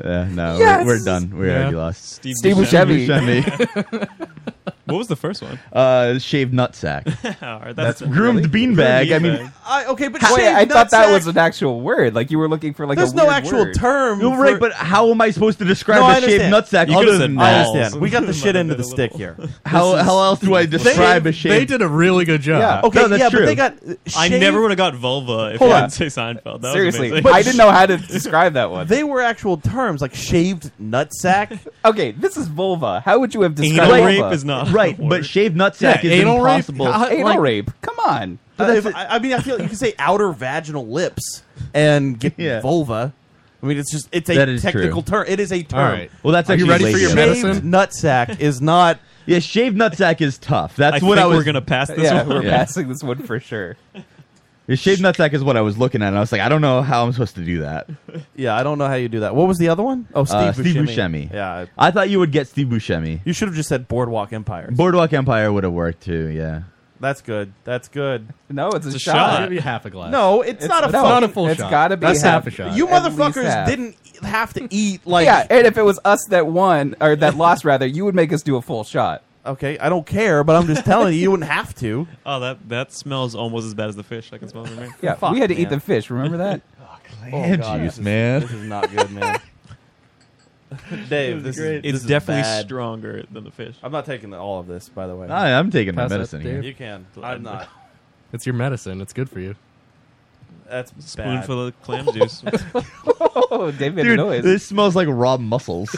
Speaker 6: Uh, no,
Speaker 5: Yes!
Speaker 6: we're, we're done. We
Speaker 5: Yeah.
Speaker 6: already lost.
Speaker 9: Steve Steve Buscemi. Buscemi.
Speaker 6: Buscemi.
Speaker 9: What was the first one? Oh,
Speaker 6: Uh, shaved nutsack.
Speaker 9: All right,
Speaker 6: that's groomed beanbag. I mean,
Speaker 5: I, okay, but
Speaker 7: Wait,
Speaker 5: shaved
Speaker 7: I thought that
Speaker 5: nutsack-
Speaker 7: was an actual word. Like you were looking for like
Speaker 5: There's
Speaker 7: a
Speaker 5: no
Speaker 7: weird
Speaker 5: actual
Speaker 7: word.
Speaker 5: term.
Speaker 6: Well, right, but how am I supposed to describe
Speaker 5: No, I
Speaker 6: a shaved nutsack
Speaker 5: understand. You could've
Speaker 6: other
Speaker 5: said
Speaker 6: than
Speaker 5: balls.
Speaker 6: that?
Speaker 5: I understand. We got the shit end of the stick here.
Speaker 6: How-
Speaker 5: This is-
Speaker 6: how else do I
Speaker 5: They-
Speaker 6: describe a shaved-
Speaker 8: They did a really good job.
Speaker 5: Okay,
Speaker 6: No, that's
Speaker 5: yeah,
Speaker 6: true.
Speaker 5: but they got. uh,
Speaker 9: I
Speaker 5: shaved-
Speaker 9: never would have got vulva if
Speaker 5: Hold
Speaker 9: you
Speaker 5: on.
Speaker 9: didn't say Seinfeld. That
Speaker 7: Seriously,
Speaker 9: was amazing.
Speaker 7: but I didn't know how to describe that one.
Speaker 5: They were actual terms like shaved nutsack.
Speaker 7: okay, this is vulva. How would you have described
Speaker 5: Anal
Speaker 7: vulva?
Speaker 5: rape is not
Speaker 6: Right, but shaved nutsack
Speaker 7: Yeah,
Speaker 6: is
Speaker 7: anal rape?
Speaker 6: impossible.
Speaker 7: How- Anal like- rape. Come on.
Speaker 5: Uh, if- I, I mean, I feel you can say outer vaginal lips and get vulva. I mean, it's just it's
Speaker 6: That
Speaker 5: a
Speaker 6: is
Speaker 5: technical
Speaker 6: true.
Speaker 5: term. It is a term.
Speaker 6: Well, that's actually
Speaker 5: Shaved Nutsack is not.
Speaker 6: Yeah, shaved nutsack is tough. That's
Speaker 7: I
Speaker 6: what
Speaker 7: think
Speaker 6: I was.
Speaker 7: we're gonna pass this Yeah, one. we're passing this one for sure.
Speaker 6: Yeah, shaved nutsack is what I was looking at. And I was like, I don't know how I'm supposed to do that.
Speaker 5: Yeah, I don't know how you do that. What was the other one? Oh, Steve
Speaker 6: Uh,
Speaker 5: Buscemi. Yeah,
Speaker 6: I thought you would get Steve Buscemi.
Speaker 5: You should have just said Boardwalk Empire.
Speaker 6: Boardwalk Empire would have worked too. Yeah.
Speaker 5: That's good. That's good.
Speaker 7: No, it's a It's a shot.
Speaker 8: shot. It's gotta be half a glass.
Speaker 5: No, it's,
Speaker 8: It's-
Speaker 5: not a
Speaker 8: no,
Speaker 5: full-
Speaker 8: not a full it's shot. gotta be
Speaker 5: That's
Speaker 8: half a shot.
Speaker 5: You
Speaker 8: At
Speaker 7: least
Speaker 5: motherfuckers
Speaker 7: half.
Speaker 5: didn't have to eat like
Speaker 7: yeah, and if it was us that won or that lost, rather, you would make us do a full shot.
Speaker 5: Okay, I don't care, but I'm just telling you, you wouldn't have to.
Speaker 9: Oh, that that smells almost as bad as the fish. I can smell it from here.
Speaker 7: Yeah, we had to eat the fish. Remember that?
Speaker 6: Hand juice, man.
Speaker 5: This is not good, man. Dave, this is,
Speaker 9: It's
Speaker 5: this is
Speaker 9: definitely
Speaker 5: bad.
Speaker 9: stronger than the fish.
Speaker 5: I'm not taking all of this, by the way.
Speaker 6: I- I'm taking my Pass that, medicine here. Dave.
Speaker 5: You can. I'm not.
Speaker 8: It's your medicine. It's good for you.
Speaker 5: That's
Speaker 9: Spoonful
Speaker 5: bad.
Speaker 9: of clam juice.
Speaker 7: oh, Dave made a
Speaker 6: Dude,
Speaker 7: noise.
Speaker 6: this smells like raw mussels.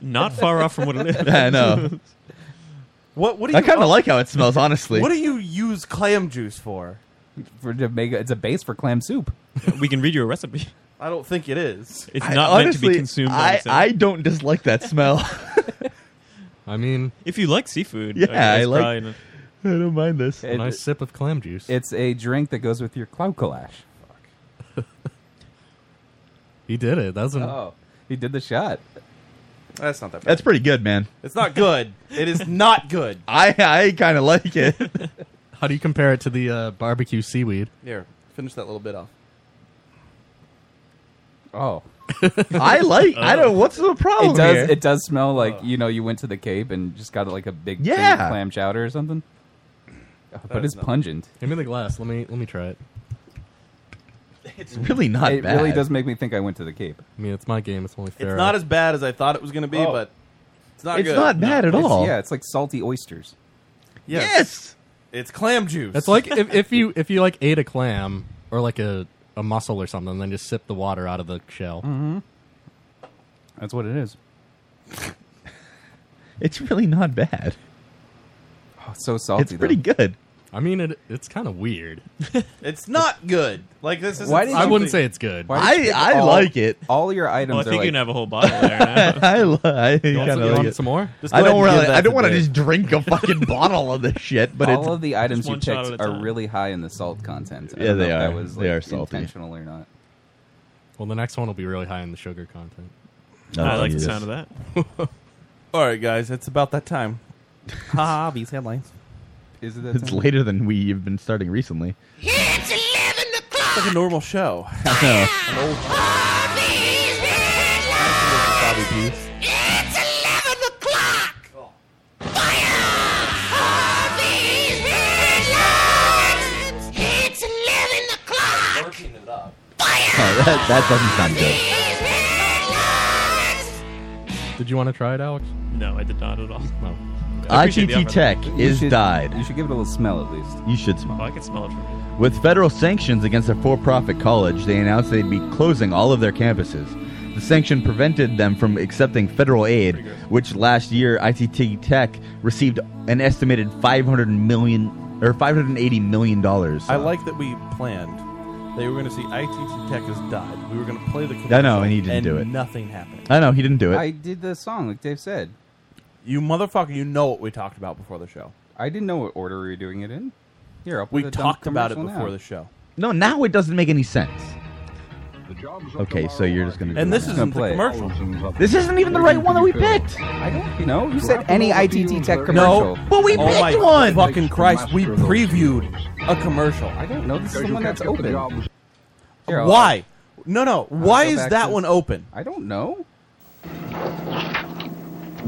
Speaker 9: Not far off from what it is.
Speaker 6: Yeah, I know.
Speaker 5: What? What do you?
Speaker 6: I kind of like how it smells, honestly.
Speaker 5: What do you use clam juice for?
Speaker 7: For to make it's a base for clam soup.
Speaker 9: we can read you a recipe.
Speaker 5: I don't think it is.
Speaker 9: It's
Speaker 6: I-
Speaker 9: not meant to be
Speaker 6: honestly,
Speaker 9: consumed. by
Speaker 6: I,
Speaker 9: itself.
Speaker 6: I don't dislike that smell.
Speaker 8: I mean,
Speaker 9: if you like seafood,
Speaker 6: Yeah, I
Speaker 9: it's
Speaker 6: like-
Speaker 9: probably not-
Speaker 6: I don't mind this.
Speaker 7: It-
Speaker 8: nice sip of clam juice.
Speaker 7: It's a drink that goes with your cloud colash.
Speaker 8: He did it. That was an,
Speaker 7: Oh, he did the shot.
Speaker 5: That's not that
Speaker 6: That's pretty good, man.
Speaker 5: It's not good. it is not good.
Speaker 6: I I kind of like it.
Speaker 8: How do you compare it to the uh, barbecue seaweed?
Speaker 5: Here, finish that little bit off.
Speaker 7: Oh,
Speaker 6: I like- I don't- what's the problem
Speaker 7: It does.
Speaker 6: here?
Speaker 7: It does smell like
Speaker 8: Oh.
Speaker 7: you know you went to the Cape and just got like a big thing of
Speaker 8: Yeah.
Speaker 7: clam chowder or something. Oh, but it's pungent.
Speaker 8: Give me the glass. Let me let me try it.
Speaker 6: It's really not
Speaker 7: It really does make me think I went to the Cape.
Speaker 8: I mean, it's my game. It's only fair.
Speaker 5: It's not as bad as I thought it was going to be,
Speaker 6: Oh.
Speaker 5: but it's not. good.
Speaker 7: It's- yeah, it's like salty oysters.
Speaker 5: Yes. It's clam juice.
Speaker 8: It's like if, if you if you like ate a clam or like a, a mussel or something, then just sip the water out of the shell.
Speaker 7: Mm-hmm. That's what it is.
Speaker 6: It's really not bad.
Speaker 7: Oh, it's so salty.
Speaker 6: It's pretty
Speaker 7: though.
Speaker 6: good.
Speaker 8: I mean, it it's kind of weird.
Speaker 5: It's not good. Like this is.
Speaker 7: Why did
Speaker 8: I
Speaker 7: you
Speaker 8: wouldn't
Speaker 7: pick-
Speaker 8: say it's good.
Speaker 7: why did you pick all- All your
Speaker 9: Well, I
Speaker 7: items
Speaker 9: think
Speaker 7: are
Speaker 9: you
Speaker 7: like
Speaker 9: can have a whole bottle there. Now.
Speaker 6: I, li- I
Speaker 9: You want some- you
Speaker 6: kinda like
Speaker 9: want
Speaker 6: it.
Speaker 9: some more? Just
Speaker 6: I
Speaker 9: go ahead
Speaker 6: don't
Speaker 9: and give
Speaker 6: want.
Speaker 9: that
Speaker 6: I don't
Speaker 9: to
Speaker 6: want to
Speaker 9: Dave.
Speaker 6: just drink a fucking bottle of this shit. But
Speaker 7: all
Speaker 6: it's,
Speaker 7: of the items you
Speaker 9: one shot at
Speaker 7: picked
Speaker 9: a
Speaker 7: are
Speaker 9: time.
Speaker 7: really high in the salt content. I
Speaker 6: Yeah,
Speaker 7: don't know
Speaker 6: they
Speaker 7: if
Speaker 6: are.
Speaker 7: That was,
Speaker 6: They
Speaker 7: like,
Speaker 6: are salty.
Speaker 7: Intentional or not?
Speaker 8: Well, the next one will be really high in the sugar content.
Speaker 6: Oh, I like the Jesus.
Speaker 9: sound of
Speaker 5: that. All right, guys, it's about that time. Ha! These headlines.
Speaker 7: Is it?
Speaker 6: it's later than we've been starting recently.
Speaker 5: It's like a normal show.
Speaker 6: I
Speaker 5: An old- Bobby Pease.
Speaker 1: It's 11 o'clock. Working it up.
Speaker 6: Oh, that, that doesn't sound good.
Speaker 8: Did you want to try it, Alex?
Speaker 9: No, I did not at all.
Speaker 8: No.
Speaker 9: I appreciate the
Speaker 6: ITT
Speaker 9: effort.
Speaker 6: Tech
Speaker 9: You
Speaker 6: is
Speaker 9: should-
Speaker 6: died.
Speaker 7: You should give it a little smell at least.
Speaker 6: You should smell.
Speaker 9: Oh, I can smell it from here.
Speaker 6: With federal sanctions against a for profit college, they announced they'd be closing all of their campuses. The sanction prevented them from accepting federal aid, which last year ITT Tech received an estimated 500 million or 580 million dollars.
Speaker 5: I like that we planned. They were going to see ITT Tech has died. We were going to play the commercial.
Speaker 6: I know, and he didn't do it.
Speaker 5: Nothing happened.
Speaker 6: I know he didn't do it.
Speaker 7: I did the song, like Dave said.
Speaker 5: You motherfucker! You know what we talked about before the show.
Speaker 7: I didn't know what order we were doing it in. Here, I'll put
Speaker 5: We
Speaker 7: a dumb
Speaker 5: talked about it
Speaker 7: commercial
Speaker 5: before
Speaker 7: now.
Speaker 5: the show.
Speaker 6: no, now it doesn't make any sense. Okay, so you're just gonna.
Speaker 5: And
Speaker 6: do
Speaker 5: this
Speaker 6: it.
Speaker 5: isn't the Play it. commercial.
Speaker 6: This isn't even the right one that we picked.
Speaker 7: I don't. You know, you said any ITT Tech commercial.
Speaker 5: No,
Speaker 6: but we
Speaker 5: oh
Speaker 6: picked
Speaker 5: my
Speaker 6: one.
Speaker 5: Fucking Christ! We previewed a commercial.
Speaker 7: I don't know. This is the one that's open. Here, I'll-
Speaker 5: Why? No, no. Why
Speaker 7: go
Speaker 5: is
Speaker 7: back
Speaker 5: that
Speaker 7: to-
Speaker 5: one open?
Speaker 7: I don't know.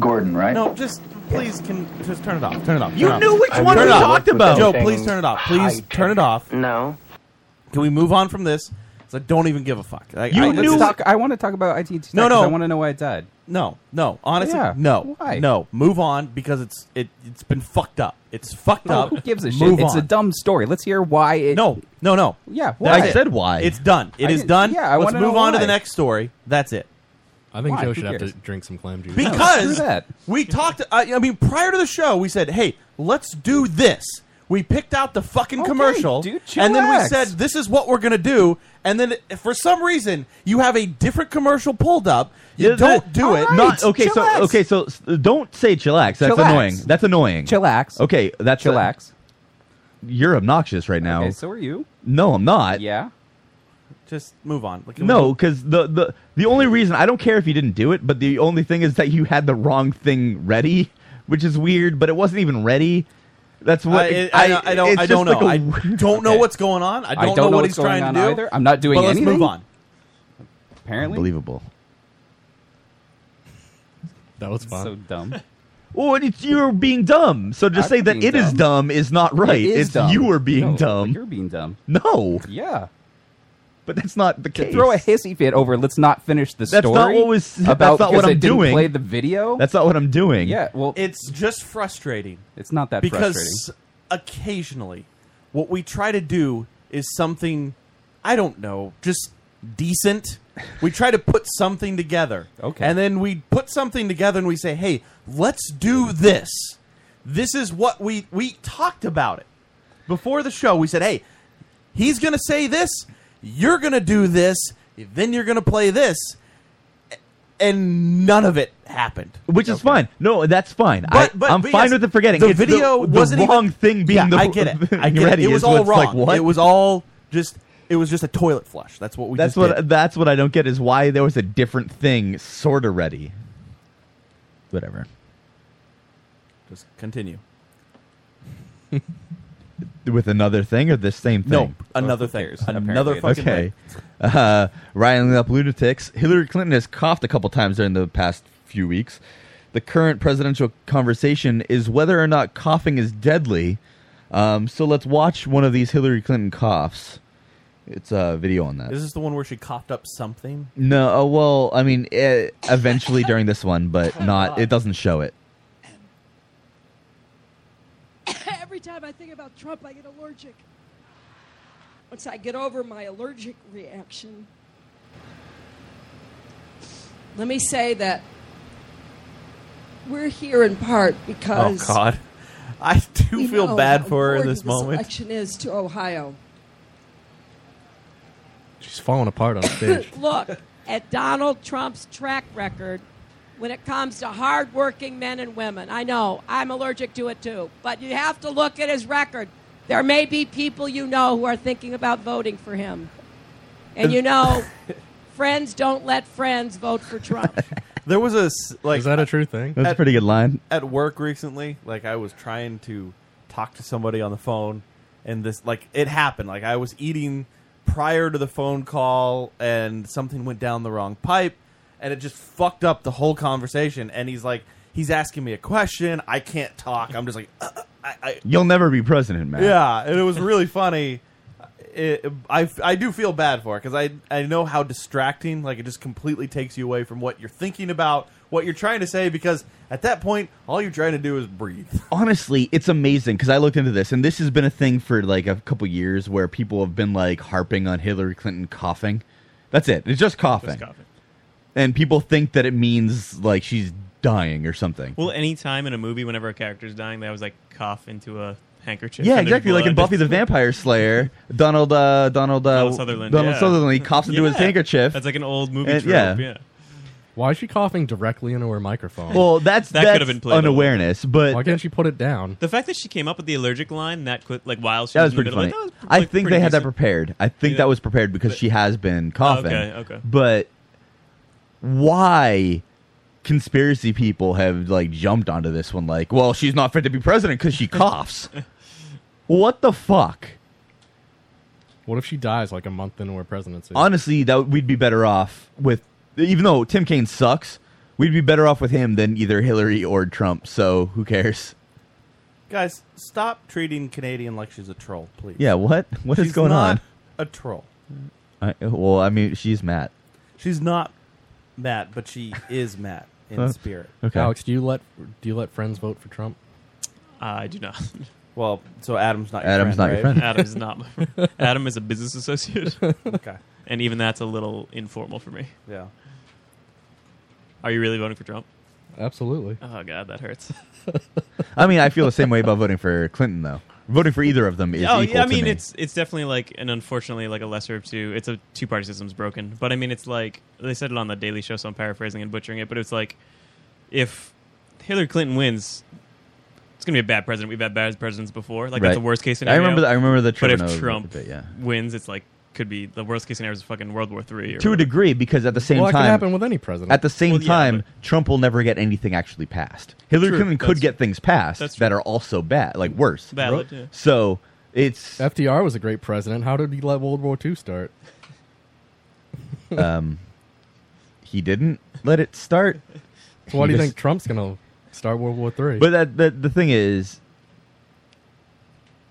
Speaker 18: Gordon, right?
Speaker 5: No, just please can just turn it off. Turn it off.
Speaker 19: You
Speaker 5: turn it
Speaker 19: knew
Speaker 5: off.
Speaker 19: which one
Speaker 5: Turn
Speaker 19: we
Speaker 5: it off.
Speaker 19: talked about.
Speaker 5: Joe, please turn it off. Please turn it off. No. Can we move on from this? 'Cause I don't even give a fuck. Like, I,
Speaker 7: I, let's talk- I want to talk about IT. Tech
Speaker 5: No,
Speaker 7: 'cause
Speaker 5: no.
Speaker 7: I want to know why it died.
Speaker 5: No, no. Honestly,
Speaker 7: Yeah.
Speaker 5: no.
Speaker 7: Why?
Speaker 5: No. Move on because it's it it's been fucked up. It's fucked
Speaker 7: No,
Speaker 5: up.
Speaker 7: Oh, who gives a
Speaker 5: Move
Speaker 7: shit? It's
Speaker 5: on.
Speaker 7: a dumb story. Let's hear why it.
Speaker 5: No, no, no.
Speaker 7: Yeah, why?
Speaker 5: That's it. It's done. It
Speaker 7: I
Speaker 5: is
Speaker 7: didn't-
Speaker 5: done.
Speaker 7: Yeah, I
Speaker 5: Let's
Speaker 7: wanna know
Speaker 5: move on to
Speaker 7: why.
Speaker 5: the next story. That's it.
Speaker 8: I think Joe should have to drink some clam juice.
Speaker 5: Because we talked. uh, I, I mean, prior to the show, we said, "Hey, let's do this." We picked out the fucking commercial,
Speaker 10: dude,
Speaker 5: and then we
Speaker 10: chillax.
Speaker 5: said, "This is what we're gonna do." And then, if for some reason, you have a different commercial pulled up. You
Speaker 6: Yeah,
Speaker 5: don't
Speaker 6: that-
Speaker 5: do it.
Speaker 6: Not okay. So okay. So s- don't say chillax. That's
Speaker 5: Chillax.
Speaker 6: annoying. That's annoying.
Speaker 7: Chillax.
Speaker 6: Okay. That's chillax. you're obnoxious right now.
Speaker 7: Okay, so are you?
Speaker 6: No, I'm not.
Speaker 7: Yeah.
Speaker 5: Just move on. Like,
Speaker 6: No, because the, the the only reason I don't care if you didn't do it, but the only thing is that you had the wrong thing ready, which is weird. But it wasn't even ready. That's what
Speaker 5: I, I, I, I don't.
Speaker 6: it's
Speaker 5: I don't
Speaker 6: just
Speaker 5: know. I
Speaker 6: like a-
Speaker 5: don't know what's going on. I
Speaker 6: I
Speaker 5: don't,
Speaker 6: don't know
Speaker 5: what
Speaker 6: what's
Speaker 5: he's
Speaker 6: going
Speaker 5: trying
Speaker 6: on
Speaker 5: to do.
Speaker 6: either. I'm not doing
Speaker 5: but Let's move
Speaker 6: anything.
Speaker 5: on.
Speaker 7: Apparently,
Speaker 6: unbelievable.
Speaker 8: That was fun.
Speaker 7: So dumb.
Speaker 6: Well, it's you're being dumb. So just
Speaker 7: I'm
Speaker 6: say that
Speaker 7: being
Speaker 6: it is dumb is not right.
Speaker 7: It is
Speaker 6: it's
Speaker 7: dumb.
Speaker 6: you are being
Speaker 7: No,
Speaker 6: dumb.
Speaker 7: You're being dumb.
Speaker 6: No.
Speaker 7: Yeah.
Speaker 6: But that's not the
Speaker 7: To
Speaker 6: case.
Speaker 7: throw a hissy fit over. Let's not finish the
Speaker 6: That's
Speaker 7: story.
Speaker 6: not what was.
Speaker 7: About
Speaker 6: that's not
Speaker 7: because
Speaker 6: what
Speaker 7: I
Speaker 6: I'm
Speaker 7: didn't
Speaker 6: doing.
Speaker 7: Play the video.
Speaker 6: That's not what I'm doing.
Speaker 7: Yeah. Well,
Speaker 5: it's just frustrating.
Speaker 7: It's not that
Speaker 5: because
Speaker 7: frustrating.
Speaker 5: occasionally, what we try to do is something I don't know, just decent. We try to put something together, okay, and then we put something together and we say, "Hey, let's do this." This is what we we talked about it before the show. We said, "Hey, he's going to say this, you're going to do this, then you're going to play this." And none of it happened.
Speaker 6: Which is fine. No, that's fine. I,
Speaker 5: But- but-
Speaker 6: I'm
Speaker 5: but
Speaker 6: fine
Speaker 5: yes,
Speaker 6: with it forgetting.
Speaker 5: The
Speaker 6: It's
Speaker 5: video
Speaker 6: the,
Speaker 5: wasn't
Speaker 6: the
Speaker 5: even-
Speaker 6: wrong thing being
Speaker 5: Yeah,
Speaker 6: the
Speaker 5: I get it. I
Speaker 6: being
Speaker 5: get
Speaker 6: ready
Speaker 5: it. It was
Speaker 6: is
Speaker 5: all
Speaker 6: what's
Speaker 5: wrong.
Speaker 6: Like, what?
Speaker 5: It was all just. It was just a toilet flush. That's what we.
Speaker 6: that's
Speaker 5: just
Speaker 6: what.
Speaker 5: did.
Speaker 6: That's what I don't get is why there was a different thing sort of ready. Whatever.
Speaker 5: Just continue.
Speaker 6: With another thing or the same thing?
Speaker 5: No, another thing. Another fucking
Speaker 6: okay.
Speaker 5: thing.
Speaker 6: Uh, riling up lunatics. Hillary Clinton has coughed a couple times during the past few weeks. The current presidential conversation is whether or not coughing is deadly. Um, so let's watch one of these Hillary Clinton coughs. It's a video on that.
Speaker 5: Is this the one where she coughed up something?
Speaker 6: No, uh, well, I mean, eh, eventually during this one, but not. It doesn't show it.
Speaker 18: Every time I think about Trump, I get allergic. Once I get over my allergic reaction, let me say that we're here in part
Speaker 5: Oh
Speaker 18: because
Speaker 5: God, I do
Speaker 18: we
Speaker 5: feel
Speaker 18: know
Speaker 5: bad
Speaker 18: how
Speaker 5: for her in
Speaker 18: important
Speaker 5: this moment.
Speaker 18: Election is to Ohio.
Speaker 8: She's falling apart on stage.
Speaker 18: Look at Donald Trump's track record when it comes to hardworking men and women. I know I'm allergic to it too, but you have to look at his record. There may be people you know who are thinking about voting for him. And you know, friends don't let friends vote for Trump.
Speaker 5: There was a s- like. Is that
Speaker 8: a true thing?
Speaker 6: That's a pretty good line.
Speaker 5: At work recently, like I was trying to talk to somebody on the phone, and this like it happened. Like I was eating prior to the phone call, and something went down the wrong pipe, and it just fucked up the whole conversation. And he's like, he's asking me a question, I can't talk. I'm just like, uh, I, I,
Speaker 6: You'll never be president, man.
Speaker 5: Yeah, and it was really funny. It, I, I do feel bad for it because I I know how distracting like it just completely takes you away from what you're thinking about, what you're trying to say because at that point all you're trying to do is breathe.
Speaker 6: honestly, it's amazing because I looked into this, and this has been a thing for like a couple years where people have been like harping on Hillary Clinton coughing. That's it. It's just coughing.
Speaker 9: coughing.
Speaker 6: And people think that it means like she's dying or something.
Speaker 9: Well, any time in a movie, whenever a character's dying, they always like cough into a handkerchief.
Speaker 6: yeah,
Speaker 9: and there's
Speaker 6: exactly. Like in
Speaker 9: blood.
Speaker 6: Buffy the Vampire Slayer, Donald, uh, Donald, uh,
Speaker 9: Donald Sutherland,
Speaker 6: Donald
Speaker 9: yeah.
Speaker 6: Sutherland, he coughs into his
Speaker 9: Yeah.
Speaker 6: handkerchief.
Speaker 9: That's like an old movie
Speaker 6: And-
Speaker 9: trope.
Speaker 6: yeah.
Speaker 9: Yeah.
Speaker 8: Why is she coughing directly into her microphone?
Speaker 6: Well, that's
Speaker 9: That could that's have been played a lot.
Speaker 6: unawareness, but
Speaker 8: why can't she put it down?
Speaker 9: The fact that she came up with the allergic line that quick, like while she
Speaker 6: That
Speaker 9: was,
Speaker 6: was
Speaker 9: in the
Speaker 6: pretty
Speaker 9: middle,
Speaker 6: funny.
Speaker 9: like, that was,
Speaker 6: I
Speaker 9: like,
Speaker 6: think
Speaker 9: pretty
Speaker 6: they had that
Speaker 9: decent. Oh,
Speaker 6: prepared. I think that was prepared because she has been coughing.
Speaker 9: okay, okay.
Speaker 6: But why conspiracy people have like jumped onto this one? Like, well, she's not fit to be president because she coughs. what the fuck?
Speaker 8: What if she dies like a month into her presidency?
Speaker 6: Honestly, that we'd be better off with. Even though Tim Kaine sucks, We'd be better off with him than either Hillary or Trump. So who cares?
Speaker 5: Guys, stop treating Canadian like she's a troll, please.
Speaker 6: Yeah, what? What
Speaker 5: What is
Speaker 6: is going
Speaker 5: not
Speaker 6: on?
Speaker 5: A troll.
Speaker 6: I, well, I mean, she's Matt.
Speaker 5: She's not Matt, but she is Matt in spirit.
Speaker 8: Alex, do you let do you let friends vote for Trump?
Speaker 9: I do not.
Speaker 5: Well, so Adam's not.
Speaker 6: your Adam's friend, not your right? friend.
Speaker 9: Adam's not my friend. Adam is a business associate.
Speaker 5: Okay.
Speaker 9: And even that's a little informal for me.
Speaker 5: Yeah.
Speaker 9: Are you really voting for Trump?
Speaker 8: Absolutely.
Speaker 9: Oh god, that hurts.
Speaker 6: I mean, I feel the same way about voting for Clinton, though. Voting for either of them is
Speaker 9: oh
Speaker 6: equal
Speaker 9: yeah, I
Speaker 6: to
Speaker 9: mean
Speaker 6: me.
Speaker 9: it's it's definitely like an unfortunately like a lesser of two. It's a two party system's broken, but I mean it's like they said it on the Daily Show, so I'm paraphrasing and butchering it. But it's like if Hillary Clinton wins, it's gonna be a bad president. We've had bad presidents before. Like
Speaker 6: Right.
Speaker 9: that's the worst case
Speaker 6: I
Speaker 9: scenario.
Speaker 6: remember the- I remember the
Speaker 9: But
Speaker 6: Trevor
Speaker 9: if
Speaker 6: Noah
Speaker 9: Trump
Speaker 6: debate, yeah.
Speaker 9: wins, it's like could be the worst case scenario is fucking World War Three. Or
Speaker 6: to a degree, because at the same
Speaker 9: Well, that
Speaker 6: time,
Speaker 9: could happen with any president.
Speaker 6: At the same
Speaker 9: Well, yeah,
Speaker 6: time, Trump will never get anything actually passed. Hillary
Speaker 9: True,
Speaker 6: Clinton could
Speaker 9: that's-
Speaker 6: get things
Speaker 9: that's
Speaker 6: passed
Speaker 9: true.
Speaker 6: that are also bad, like worse.
Speaker 9: Valid, yeah.
Speaker 6: So it's
Speaker 8: FDR was a great president. How did he let World War II start?
Speaker 6: um, he didn't let it start.
Speaker 8: So why do you
Speaker 6: He
Speaker 8: think Trump's going to start World War III?
Speaker 6: But that, that the thing is,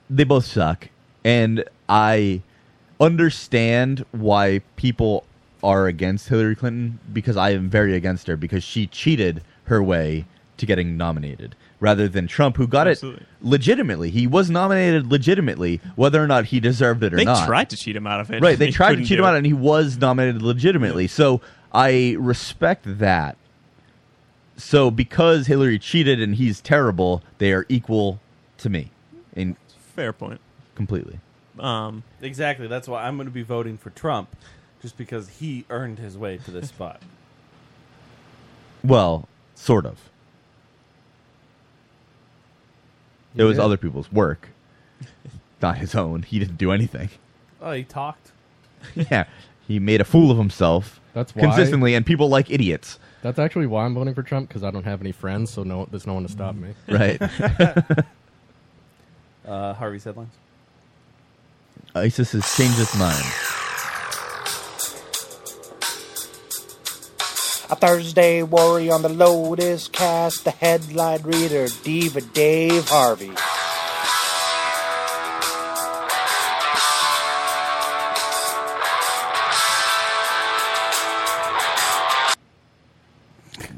Speaker 6: they both suck, and I understand why people are against Hillary Clinton because I am very against her because she cheated her way to getting nominated rather than Trump who got
Speaker 9: Absolutely.
Speaker 6: it legitimately. He was nominated legitimately whether or not he deserved it or
Speaker 9: They
Speaker 6: not.
Speaker 9: tried to cheat him out of it.
Speaker 6: Right, they,
Speaker 9: They
Speaker 6: tried to
Speaker 9: couldn't
Speaker 6: cheat
Speaker 9: do
Speaker 6: him out
Speaker 9: it.
Speaker 6: and he was nominated legitimately. So I respect that so because Hillary cheated and he's terrible, they are equal to me. In
Speaker 9: fair point.
Speaker 6: Completely.
Speaker 9: Um,
Speaker 5: exactly. That's why I'm going to be voting for Trump, just because he earned his way to this spot.
Speaker 6: Well, sort of. It
Speaker 5: You
Speaker 6: was
Speaker 5: did.
Speaker 6: other people's work, not his own. He didn't do anything.
Speaker 5: oh, he talked.
Speaker 6: yeah, he made a fool of himself.
Speaker 8: That's why-
Speaker 6: consistently, and people like idiots.
Speaker 8: That's actually why I'm voting for Trump because I don't have any friends, so no, there's no one to stop me.
Speaker 6: Right.
Speaker 5: Uh, Harvey's headlines.
Speaker 6: ISIS has changed its mind.
Speaker 20: A Thursday worry on the Lotus cast, the headline reader, Diva Dave Harvey.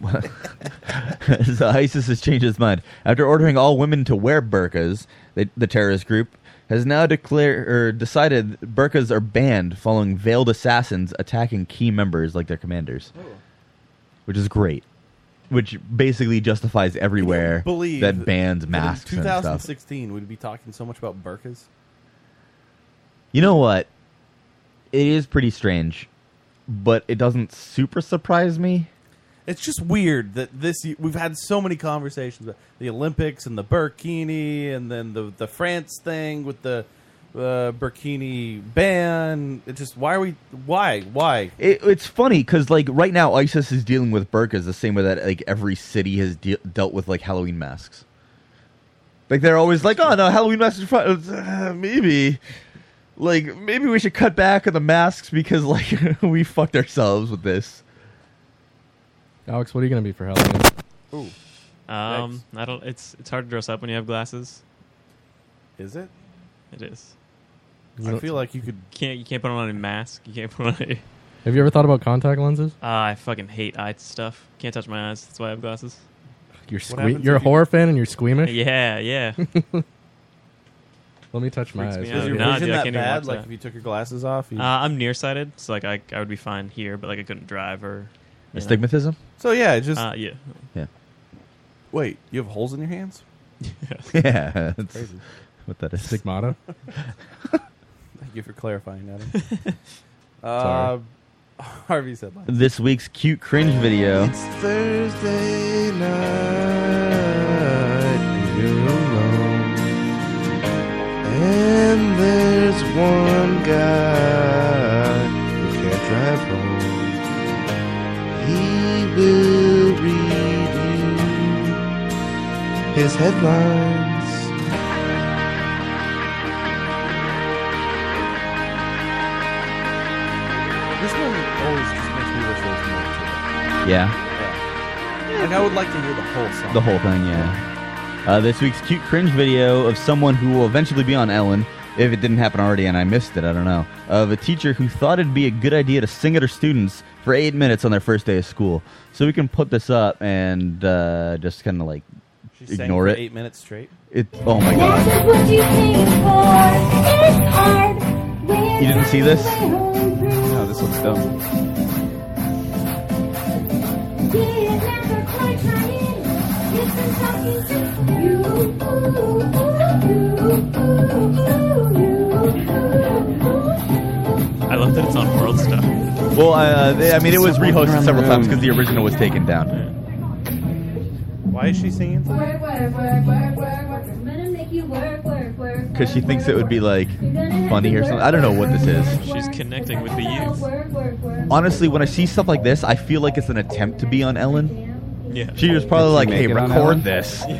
Speaker 6: so ISIS has changed its mind after ordering all women to wear burqas. The, the terrorist group has now declared or decided burqas are banned following veiled assassins attacking key members like their commanders,
Speaker 5: Oh.
Speaker 6: which is great. Which basically justifies everywhere
Speaker 5: Believe
Speaker 6: that bans
Speaker 5: in
Speaker 6: masks and stuff.
Speaker 5: 2016, we'd be talking so much about burkas.
Speaker 6: You know what? It is pretty strange, but it doesn't super surprise me.
Speaker 5: It's just weird that this y- we've had so many conversations about the Olympics and the burkini, and then the the France thing with the uh, burkini ban. It just why are we why why
Speaker 6: It, it's funny because like right now ISIS is dealing with burqas the same way that like every city has de- dealt with like Halloween masks. Like they're always like, oh no, Halloween masks are fun. Uh, maybe, like maybe we should cut back on the masks because like we fucked ourselves with this.
Speaker 8: Alex, what are you going to be for Halloween?
Speaker 5: Ooh.
Speaker 9: Um, I don't. It's it's hard to dress up when you have glasses.
Speaker 5: Is it?
Speaker 9: It is.
Speaker 8: You I don't- feel
Speaker 5: like you could
Speaker 9: can't you can't put on a mask. You can't put on. A,
Speaker 8: Have you ever thought about contact lenses?
Speaker 9: Ah, I fucking hate eye stuff. Can't touch my eyes. That's why I have glasses.
Speaker 8: You're
Speaker 9: What
Speaker 8: sque-
Speaker 9: happens
Speaker 8: you're a
Speaker 9: if you-
Speaker 8: horror fan and you're squeamish.
Speaker 9: Yeah, yeah.
Speaker 8: Let me touch my
Speaker 9: Freaks
Speaker 8: eyes.
Speaker 9: me out.
Speaker 5: your
Speaker 9: No,
Speaker 5: vision
Speaker 9: dude, I
Speaker 5: that
Speaker 9: can't even
Speaker 5: bad?
Speaker 9: watch
Speaker 5: Like,
Speaker 9: that.
Speaker 5: if you took your glasses off, you-
Speaker 9: uh, I'm nearsighted, so like I, I would be fine here, but like I couldn't drive or you know.
Speaker 6: Astigmatism?
Speaker 5: So yeah, it just
Speaker 9: uh, yeah.
Speaker 6: Yeah.
Speaker 5: Wait, you have holes in your hands?
Speaker 6: Yeah, that's
Speaker 5: Crazy.
Speaker 6: what that is.
Speaker 8: Stigmata.
Speaker 5: Thank you for clarifying, Adam. uh,
Speaker 6: Sorry.
Speaker 5: Harvey's headline.
Speaker 6: This week's cute cringe video.
Speaker 5: Thursday
Speaker 21: night, you're alone. And there's one guy who can't drive home. He will read you his headlines.
Speaker 5: This one always just makes me wish there was more to it.
Speaker 6: Yeah.
Speaker 5: Yeah. Like I would like to hear the whole song.
Speaker 6: The whole thing, yeah. Uh, this week's cute cringe video of someone who will eventually be on Ellen, if it didn't happen already and I missed it, I don't know, of a teacher who thought it'd be a good idea to sing at her students for eight minutes on their first day of school. So we can put this up and uh, just kind of like
Speaker 5: She sang
Speaker 6: ignore
Speaker 5: for
Speaker 6: it.
Speaker 5: eight minutes straight?
Speaker 6: It. Oh my god.
Speaker 3: That's what you came for. It's hard.
Speaker 6: You didn't see this? No, this looks dumb.
Speaker 3: Did never quite try it. It's been talking to you. Ooh,
Speaker 9: I love that it's on world stuff.
Speaker 6: Well, uh, they- I mean, it was rehosted several times because the original was taken down.
Speaker 5: Why is she singing?
Speaker 3: Work, work, work, work, work, work. I'm gonna make you work, work, work.
Speaker 6: Because she thinks it would be like funny or something. I don't know what this is.
Speaker 9: She's connecting with the youth.
Speaker 6: Honestly, when I see stuff like this, I feel like it's an attempt to be on Ellen.
Speaker 9: Yeah.
Speaker 6: She was probably
Speaker 7: Did she
Speaker 6: like,
Speaker 7: make
Speaker 6: "Hey,
Speaker 7: it on
Speaker 6: record
Speaker 7: Ellen?"
Speaker 6: this."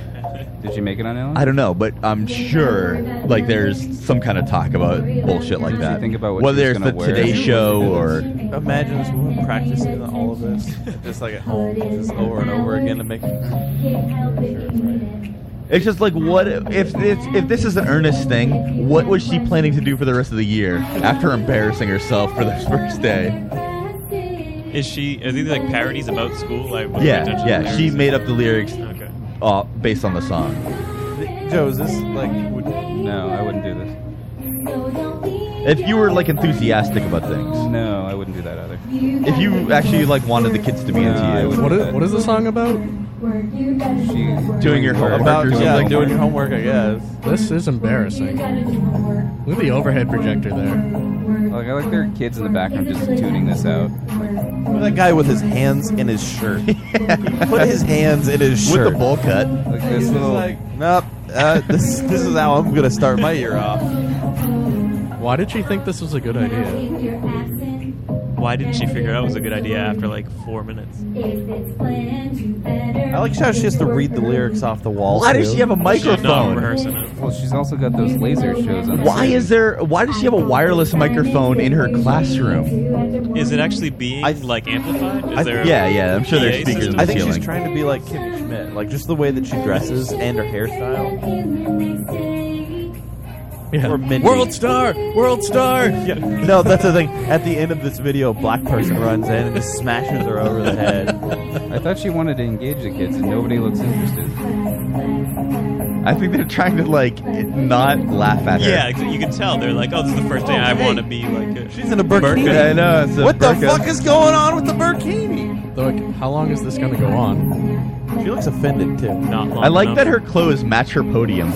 Speaker 7: Did you make it on Ellen?
Speaker 6: I don't know, but I'm sure like there's some kind of talk about bullshit like that.
Speaker 7: think about what she
Speaker 6: Whether
Speaker 7: was
Speaker 6: it's the
Speaker 7: gonna wear?
Speaker 6: Today Show or
Speaker 5: Imagine this woman practicing all of this, just like at home, just over and over again to make.
Speaker 6: It's just like what if it's if this is an earnest thing, what was she planning to do for the rest of the year after embarrassing herself for the first day?
Speaker 9: Is she? Are these like parodies about school? I wasn't paying
Speaker 6: Yeah,
Speaker 9: attention to
Speaker 6: yeah,
Speaker 9: the
Speaker 6: she
Speaker 9: lyrics.
Speaker 6: made up the lyrics
Speaker 9: Okay.
Speaker 6: uh, based on the song.
Speaker 5: Joe, is this like? Would,
Speaker 7: no, I wouldn't do this.
Speaker 6: If you were like enthusiastic about things,
Speaker 7: no, I wouldn't do that either.
Speaker 6: If you actually like wanted the kids to be
Speaker 7: I
Speaker 6: into you,
Speaker 7: wouldn't What do is- that. what is
Speaker 8: the song about?
Speaker 6: Doing your homework
Speaker 8: About-
Speaker 6: or
Speaker 8: yeah,
Speaker 6: something.
Speaker 8: like doing your
Speaker 5: homework, I guess.
Speaker 8: This is embarrassing. Look at the overhead projector there.
Speaker 7: Like I like there are kids in the background just tuning this out.
Speaker 5: Look at that guy with his hands in his shirt. Put his hands in his
Speaker 7: With
Speaker 5: shirt.
Speaker 7: the
Speaker 6: bowl cut.
Speaker 7: Like this little.
Speaker 5: like, nope. Uh, this this is how I'm gonna start my year off.
Speaker 8: Why did she think this was a good idea?
Speaker 9: Why didn't she figure out it was a good idea after like four minutes?
Speaker 5: I like how she has to read the lyrics off the wall.
Speaker 6: Why does she have a
Speaker 9: Not
Speaker 6: microphone?
Speaker 9: rehearsing it.
Speaker 7: Well, she's also got those laser shows on.
Speaker 6: Why is there? Why does she have a wireless microphone in her classroom?
Speaker 9: Is it actually being like amplified? Is there E a
Speaker 6: yeah, yeah, I'm sure there's
Speaker 9: PA
Speaker 6: speakers in
Speaker 9: system?
Speaker 6: the
Speaker 5: I think
Speaker 6: ceiling.
Speaker 5: she's trying to be like Kimmy Schmidt, like just the way that she dresses and her hairstyle. Or Mindy.
Speaker 22: World
Speaker 5: star, world star. Yeah. No, that's the thing. At the end of this video, a black person runs in and just smashes her over the head.
Speaker 7: I thought she wanted to engage the kids, and nobody looks interested.
Speaker 6: I think they're trying to like not laugh at her.
Speaker 9: Yeah, exa- you can tell they're like, oh, this is the first day I want to be like. A She's in a
Speaker 6: Yeah, I know. It's a
Speaker 5: what the
Speaker 6: burqa.
Speaker 5: fuck is going on with the burkini?
Speaker 8: Look, how long is this gonna go on?
Speaker 5: She looks offended too.
Speaker 9: Not
Speaker 6: I like that her clothes match her podium.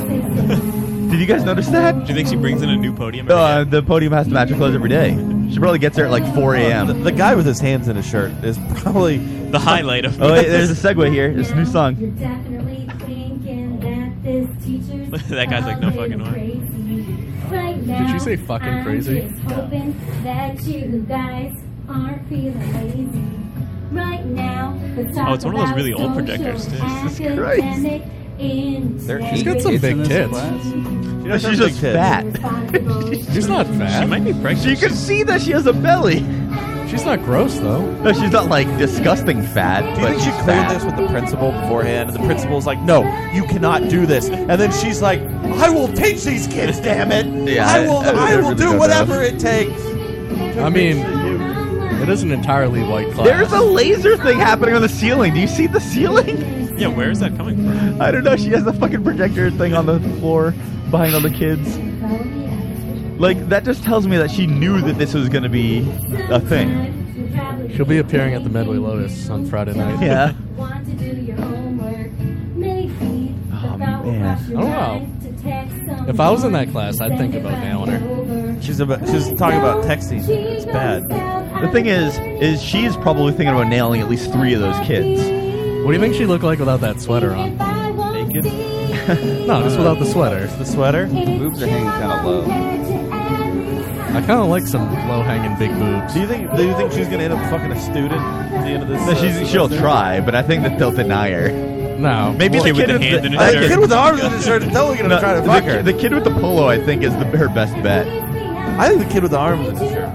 Speaker 6: Did you guys notice that?
Speaker 9: Do you think she brings in a new podium?
Speaker 6: Uh, the podium has to match her clothes every day. She probably gets there at like 4 a.m.
Speaker 5: The, the guy with his hands in his shirt is probably
Speaker 9: the highlight of.
Speaker 6: Oh, wait, there's a segue here. It's a new song.
Speaker 3: You're definitely thinking that this teacher's
Speaker 9: that guy's like, no fucking way.
Speaker 3: right now.
Speaker 9: Did you say fucking
Speaker 3: I'm
Speaker 9: crazy?
Speaker 3: Just hoping that you guys aren't feeling lazy right now. Let's talk
Speaker 9: Oh, it's one of those
Speaker 3: about
Speaker 9: really old
Speaker 3: social
Speaker 9: projectors, too.
Speaker 3: Jesus
Speaker 9: Christ.
Speaker 3: She's
Speaker 6: She's just fat.
Speaker 8: she's not fat.
Speaker 9: She might be pregnant.
Speaker 6: You can see that she has a belly.
Speaker 8: She's not gross though.
Speaker 6: No, she's not like disgusting fat.
Speaker 5: Do you
Speaker 6: but
Speaker 5: think she
Speaker 6: she's
Speaker 5: cleared
Speaker 6: fat.
Speaker 5: this with the principal beforehand? And the principal's like, no, you cannot do this. And then she's like, I will teach these kids, damn it.
Speaker 8: Yeah,
Speaker 5: I will,
Speaker 8: I- I
Speaker 5: I,
Speaker 8: really
Speaker 5: will
Speaker 8: don't
Speaker 5: do
Speaker 8: know.
Speaker 5: whatever it takes.
Speaker 8: I mean, it is an entirely white class.
Speaker 6: There's a laser thing happening on the ceiling. Do you see the ceiling?
Speaker 9: Yeah, where is that coming from?
Speaker 6: I don't know. She has the fucking projector thing on the floor behind all the kids. Like that just tells me that she knew that this was gonna be a thing.
Speaker 8: She'll be appearing at the Medway Lotus on Friday night.
Speaker 6: Yeah.
Speaker 3: Want to do your homework? Maybe. Oh,
Speaker 8: man. I don't know. If I was in that class, I'd think about nailing
Speaker 5: her. She's about, she's talking about texting. It's bad.
Speaker 6: The thing is, is she's probably thinking about nailing at least three of those kids.
Speaker 8: What do you think she looked like without that sweater on?
Speaker 5: Naked?
Speaker 8: no, just without the sweater.
Speaker 5: The sweater?
Speaker 7: boobs are hanging kind of low.
Speaker 8: I kind of like some low-hanging big boobs.
Speaker 5: Do you think do you think she's gonna end up fucking a student at the end of this?
Speaker 6: No,
Speaker 5: uh,
Speaker 6: she's, she'll
Speaker 5: semester?
Speaker 6: try, but I think that they'll deny her.
Speaker 8: No.
Speaker 6: Maybe
Speaker 5: Well,
Speaker 6: the
Speaker 5: the kid
Speaker 6: kid
Speaker 5: with the hand in
Speaker 6: the,
Speaker 5: his Uh, the shirt. kid with the arms in his shirt is totally gonna try to fuck
Speaker 6: the,
Speaker 5: her.
Speaker 6: The kid with the polo, I think, is the, her best bet.
Speaker 5: I think the kid with the arms in his shirt.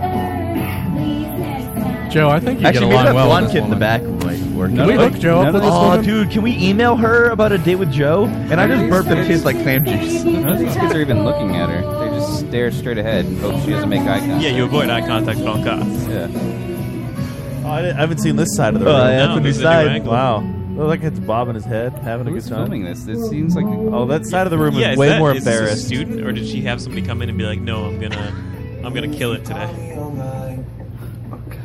Speaker 8: Joe, I think you get
Speaker 6: Actually, maybe
Speaker 8: along
Speaker 6: that
Speaker 8: well
Speaker 6: blonde
Speaker 8: with
Speaker 6: kid
Speaker 8: this
Speaker 6: in the
Speaker 8: woman.
Speaker 6: back might work.
Speaker 8: Can we hook Joe up with this
Speaker 6: Oh,
Speaker 8: woman?
Speaker 6: dude, can we email her about a date with Joe? And I just burped and it tastes like clam juice.
Speaker 7: None of these kids are even looking at her. They just stare straight ahead and hope she doesn't make eye contact.
Speaker 9: Yeah, you avoid eye contact at all costs.
Speaker 7: Yeah.
Speaker 5: Oh, I, di- I haven't seen this side of the
Speaker 7: Oh,
Speaker 5: room.
Speaker 7: yeah, No, from this this is a new side. angle.
Speaker 5: Wow. Well, Oh, that kid's bobbing his head, having
Speaker 7: Who's
Speaker 5: a good time.
Speaker 7: filming this? This seems like
Speaker 5: oh, that side of the room
Speaker 9: yeah,
Speaker 5: is way
Speaker 9: that,
Speaker 5: more
Speaker 9: this
Speaker 5: embarrassed.
Speaker 9: a student, or did she have somebody come in and be like, "No, I'm gonna, I'm gonna kill it today"?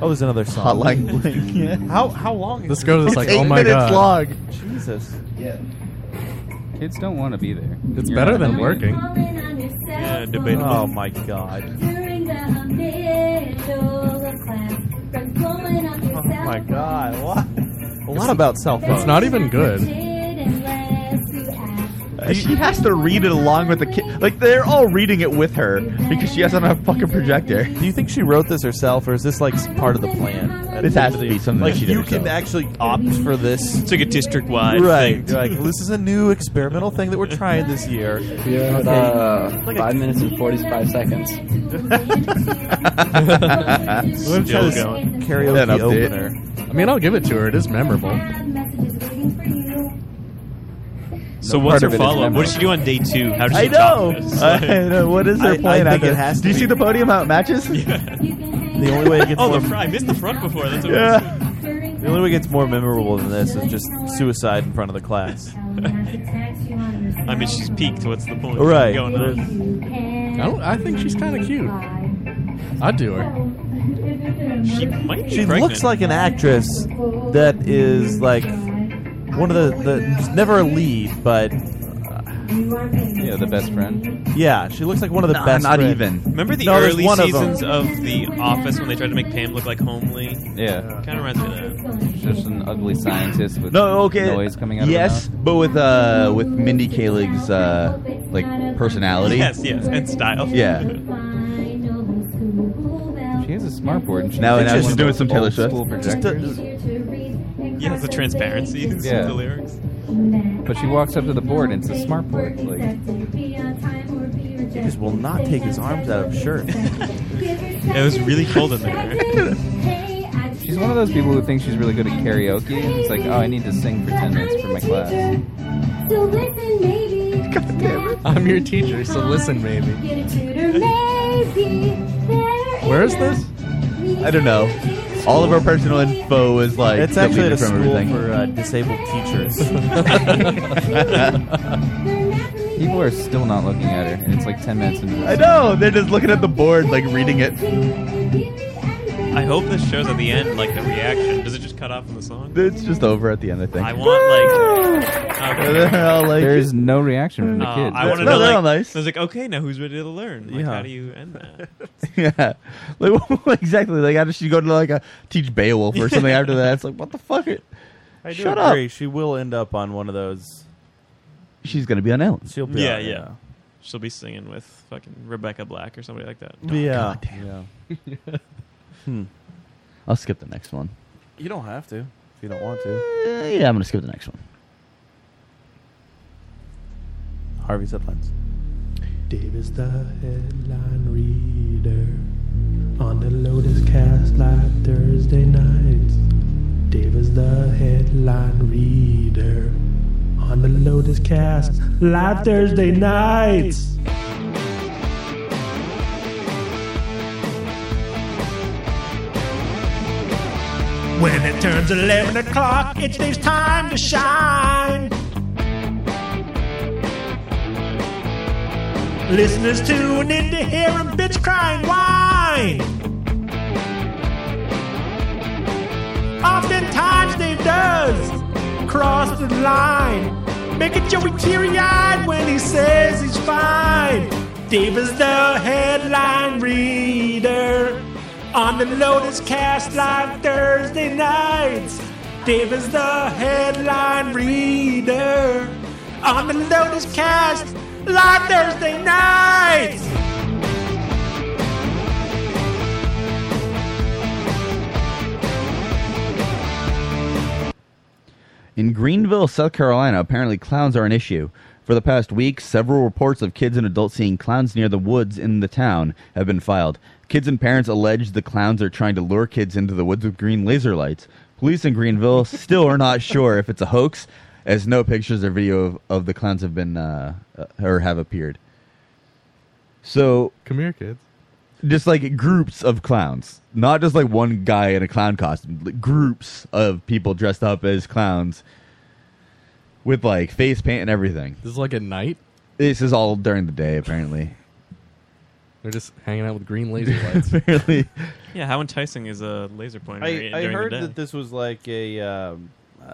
Speaker 5: Oh, there's another song.
Speaker 6: Hotline Bling.
Speaker 5: How how long? Is
Speaker 8: This goes as
Speaker 5: It's
Speaker 8: like,
Speaker 5: eight
Speaker 8: oh my
Speaker 5: minutes
Speaker 8: god.
Speaker 5: long. Jesus. Yeah.
Speaker 7: Kids don't want to be there.
Speaker 8: It's better than working.
Speaker 5: Yeah, debatable. Oh my god.
Speaker 3: During the middle of class, from pulling up your
Speaker 5: Oh
Speaker 3: cell
Speaker 5: my
Speaker 3: phone.
Speaker 5: god. What? A lot about cell phones.
Speaker 8: It's not even good.
Speaker 6: Uh, She has to read it along with the kid. Like, they're all reading it with her because she doesn't have a fucking projector.
Speaker 5: Do you think she wrote this herself, or is this like part of the plan?
Speaker 6: This has to be something
Speaker 5: like
Speaker 6: that she did
Speaker 5: you can actually opt for this.
Speaker 9: It's like a district wide
Speaker 5: right?
Speaker 9: thing.
Speaker 5: Like this is a new experimental thing that we're trying this year.
Speaker 23: You're at, uh, five minutes and forty-five seconds.
Speaker 5: We're gonna try this
Speaker 8: That
Speaker 5: karaoke
Speaker 8: update.
Speaker 5: opener.
Speaker 8: I mean, I'll give it to her. It is memorable.
Speaker 9: So
Speaker 8: No,
Speaker 9: what's
Speaker 8: part
Speaker 9: her
Speaker 8: of it is
Speaker 9: follow up?
Speaker 8: memory.
Speaker 9: What did she do on day two? How did she
Speaker 6: I know.
Speaker 9: top this?
Speaker 6: I know. What is
Speaker 9: I-
Speaker 6: their
Speaker 9: I
Speaker 6: plan?
Speaker 9: think
Speaker 6: after
Speaker 9: it
Speaker 6: this?
Speaker 9: has
Speaker 6: Do you see the podium out matches?
Speaker 5: The only way it gets
Speaker 9: oh,
Speaker 5: more,
Speaker 9: the fr- I missed the front before. That's what
Speaker 5: Yeah. the only way it gets more memorable than this is just suicide in front of the class.
Speaker 9: I mean, she's peaked. What's the point?
Speaker 5: Right.
Speaker 9: Going on?
Speaker 8: I, don't, I think she's kind of cute. I'd do her.
Speaker 9: She might be
Speaker 5: She
Speaker 9: pregnant.
Speaker 5: looks like an actress that is like one of the, the she's never a lead, but
Speaker 7: Yeah, the best friend.
Speaker 5: yeah, she looks like one of the
Speaker 9: Nah,
Speaker 5: best.
Speaker 9: not
Speaker 5: friend.
Speaker 9: even. Remember the
Speaker 5: No, there's
Speaker 9: early
Speaker 5: one of them.
Speaker 9: seasons of, The Office when they tried to make Pam look like homely?
Speaker 7: Yeah.
Speaker 9: Kind of reminds me of that.
Speaker 7: Just an ugly scientist with
Speaker 6: No, okay.
Speaker 7: noise coming out
Speaker 6: yes,
Speaker 7: of
Speaker 6: but with uh with Mindy Kaling's uh like personality.
Speaker 9: Yes, yes, and style.
Speaker 6: Yeah.
Speaker 7: her mouth. She has a smart board. And she
Speaker 6: Now- now
Speaker 7: one
Speaker 6: she's
Speaker 7: of
Speaker 6: doing
Speaker 7: those
Speaker 6: some Taylor
Speaker 7: old
Speaker 6: Swift.
Speaker 7: School
Speaker 6: Just
Speaker 7: projectors.
Speaker 9: Yeah, the transparency of
Speaker 7: Yeah.
Speaker 9: the lyrics.
Speaker 7: But she walks up to the board and it's a smart board. Like,
Speaker 5: She just will not take his arms out of her shirt.
Speaker 9: It was really cold in there.
Speaker 7: she's one of those people who thinks she's really good at karaoke. And it's like, oh, I need to sing for 10 minutes for my class.
Speaker 3: So listen, maybe.
Speaker 8: I'm your teacher, so listen, maybe.
Speaker 3: Get a tutor, maybe. There
Speaker 6: Where is this? I don't know. All of our personal info is like
Speaker 5: it's actually at a
Speaker 6: deleted from
Speaker 5: school
Speaker 6: everything.
Speaker 5: for uh, disabled teachers.
Speaker 7: People are still not looking at her. And it's like 10 minutes into
Speaker 6: I know. They're just looking at the board, like reading it.
Speaker 9: I hope this shows at the end, like, the reaction. Does it just cut off from the song?
Speaker 6: It's just over at the end, I think.
Speaker 9: I want, like... okay.
Speaker 7: There's no reaction from the
Speaker 9: Uh,
Speaker 7: kids.
Speaker 9: I want to
Speaker 6: No,
Speaker 9: know,
Speaker 6: they're
Speaker 9: like,
Speaker 6: all nice.
Speaker 9: I was like, okay, now who's ready to learn? Like,
Speaker 6: Yeah.
Speaker 9: how do you end that?
Speaker 6: yeah, like exactly. Like how does she go to like a teach Beowulf or something after that? It's like what the fuck?
Speaker 5: I do
Speaker 6: Shut
Speaker 5: agree.
Speaker 6: up.
Speaker 5: She will end up on one of those.
Speaker 6: She's gonna be on Ellen.
Speaker 5: She'll be
Speaker 9: Yeah,
Speaker 5: on,
Speaker 9: yeah. She'll be singing with fucking Rebecca Black or somebody like that.
Speaker 5: uh, Yeah.
Speaker 9: yeah.
Speaker 5: Hmm.
Speaker 6: I'll skip the next one.
Speaker 5: You don't have to if you don't want to.
Speaker 6: Uh, yeah, I'm gonna skip the next one.
Speaker 5: Harvey's headlines.
Speaker 24: Dave is the headline reader on the Lotus Cast Live Thursday nights. Dave is the headline reader on the Lotus Cast Live Thursday nights.
Speaker 23: When it turns 11 o'clock, it's Dave's time to shine. Listeners tune in to hear him bitch crying whine. Oftentimes Dave does cross the line, making Joey teary eyed when he says he's fine. Dave is the headline reader on the Lotus Cast Live Thursday nights. Dave is the headline reader on the Lotus Cast Live Thursday nights.
Speaker 6: In Greenville, South Carolina, apparently clowns are an issue. For the past week, several reports of kids and adults seeing clowns near the woods in the town have been filed. Kids and parents allege the clowns are trying to lure kids into the woods with green laser lights. Police in Greenville still are not sure if it's a hoax, as no pictures or video of, of the clowns have been uh, uh, or have appeared. So
Speaker 8: come here, kids.
Speaker 6: Just like groups of clowns, not just like one guy in a clown costume. Like groups of people dressed up as clowns, with like face paint and everything.
Speaker 8: This is like at night.
Speaker 6: This is all during the day, apparently.
Speaker 8: They're just hanging out with green laser lights.
Speaker 6: Apparently.
Speaker 9: Yeah, how enticing is a laser pointer
Speaker 5: I,
Speaker 9: during
Speaker 5: I
Speaker 9: the
Speaker 5: heard
Speaker 9: day?
Speaker 5: that this was like a um, uh,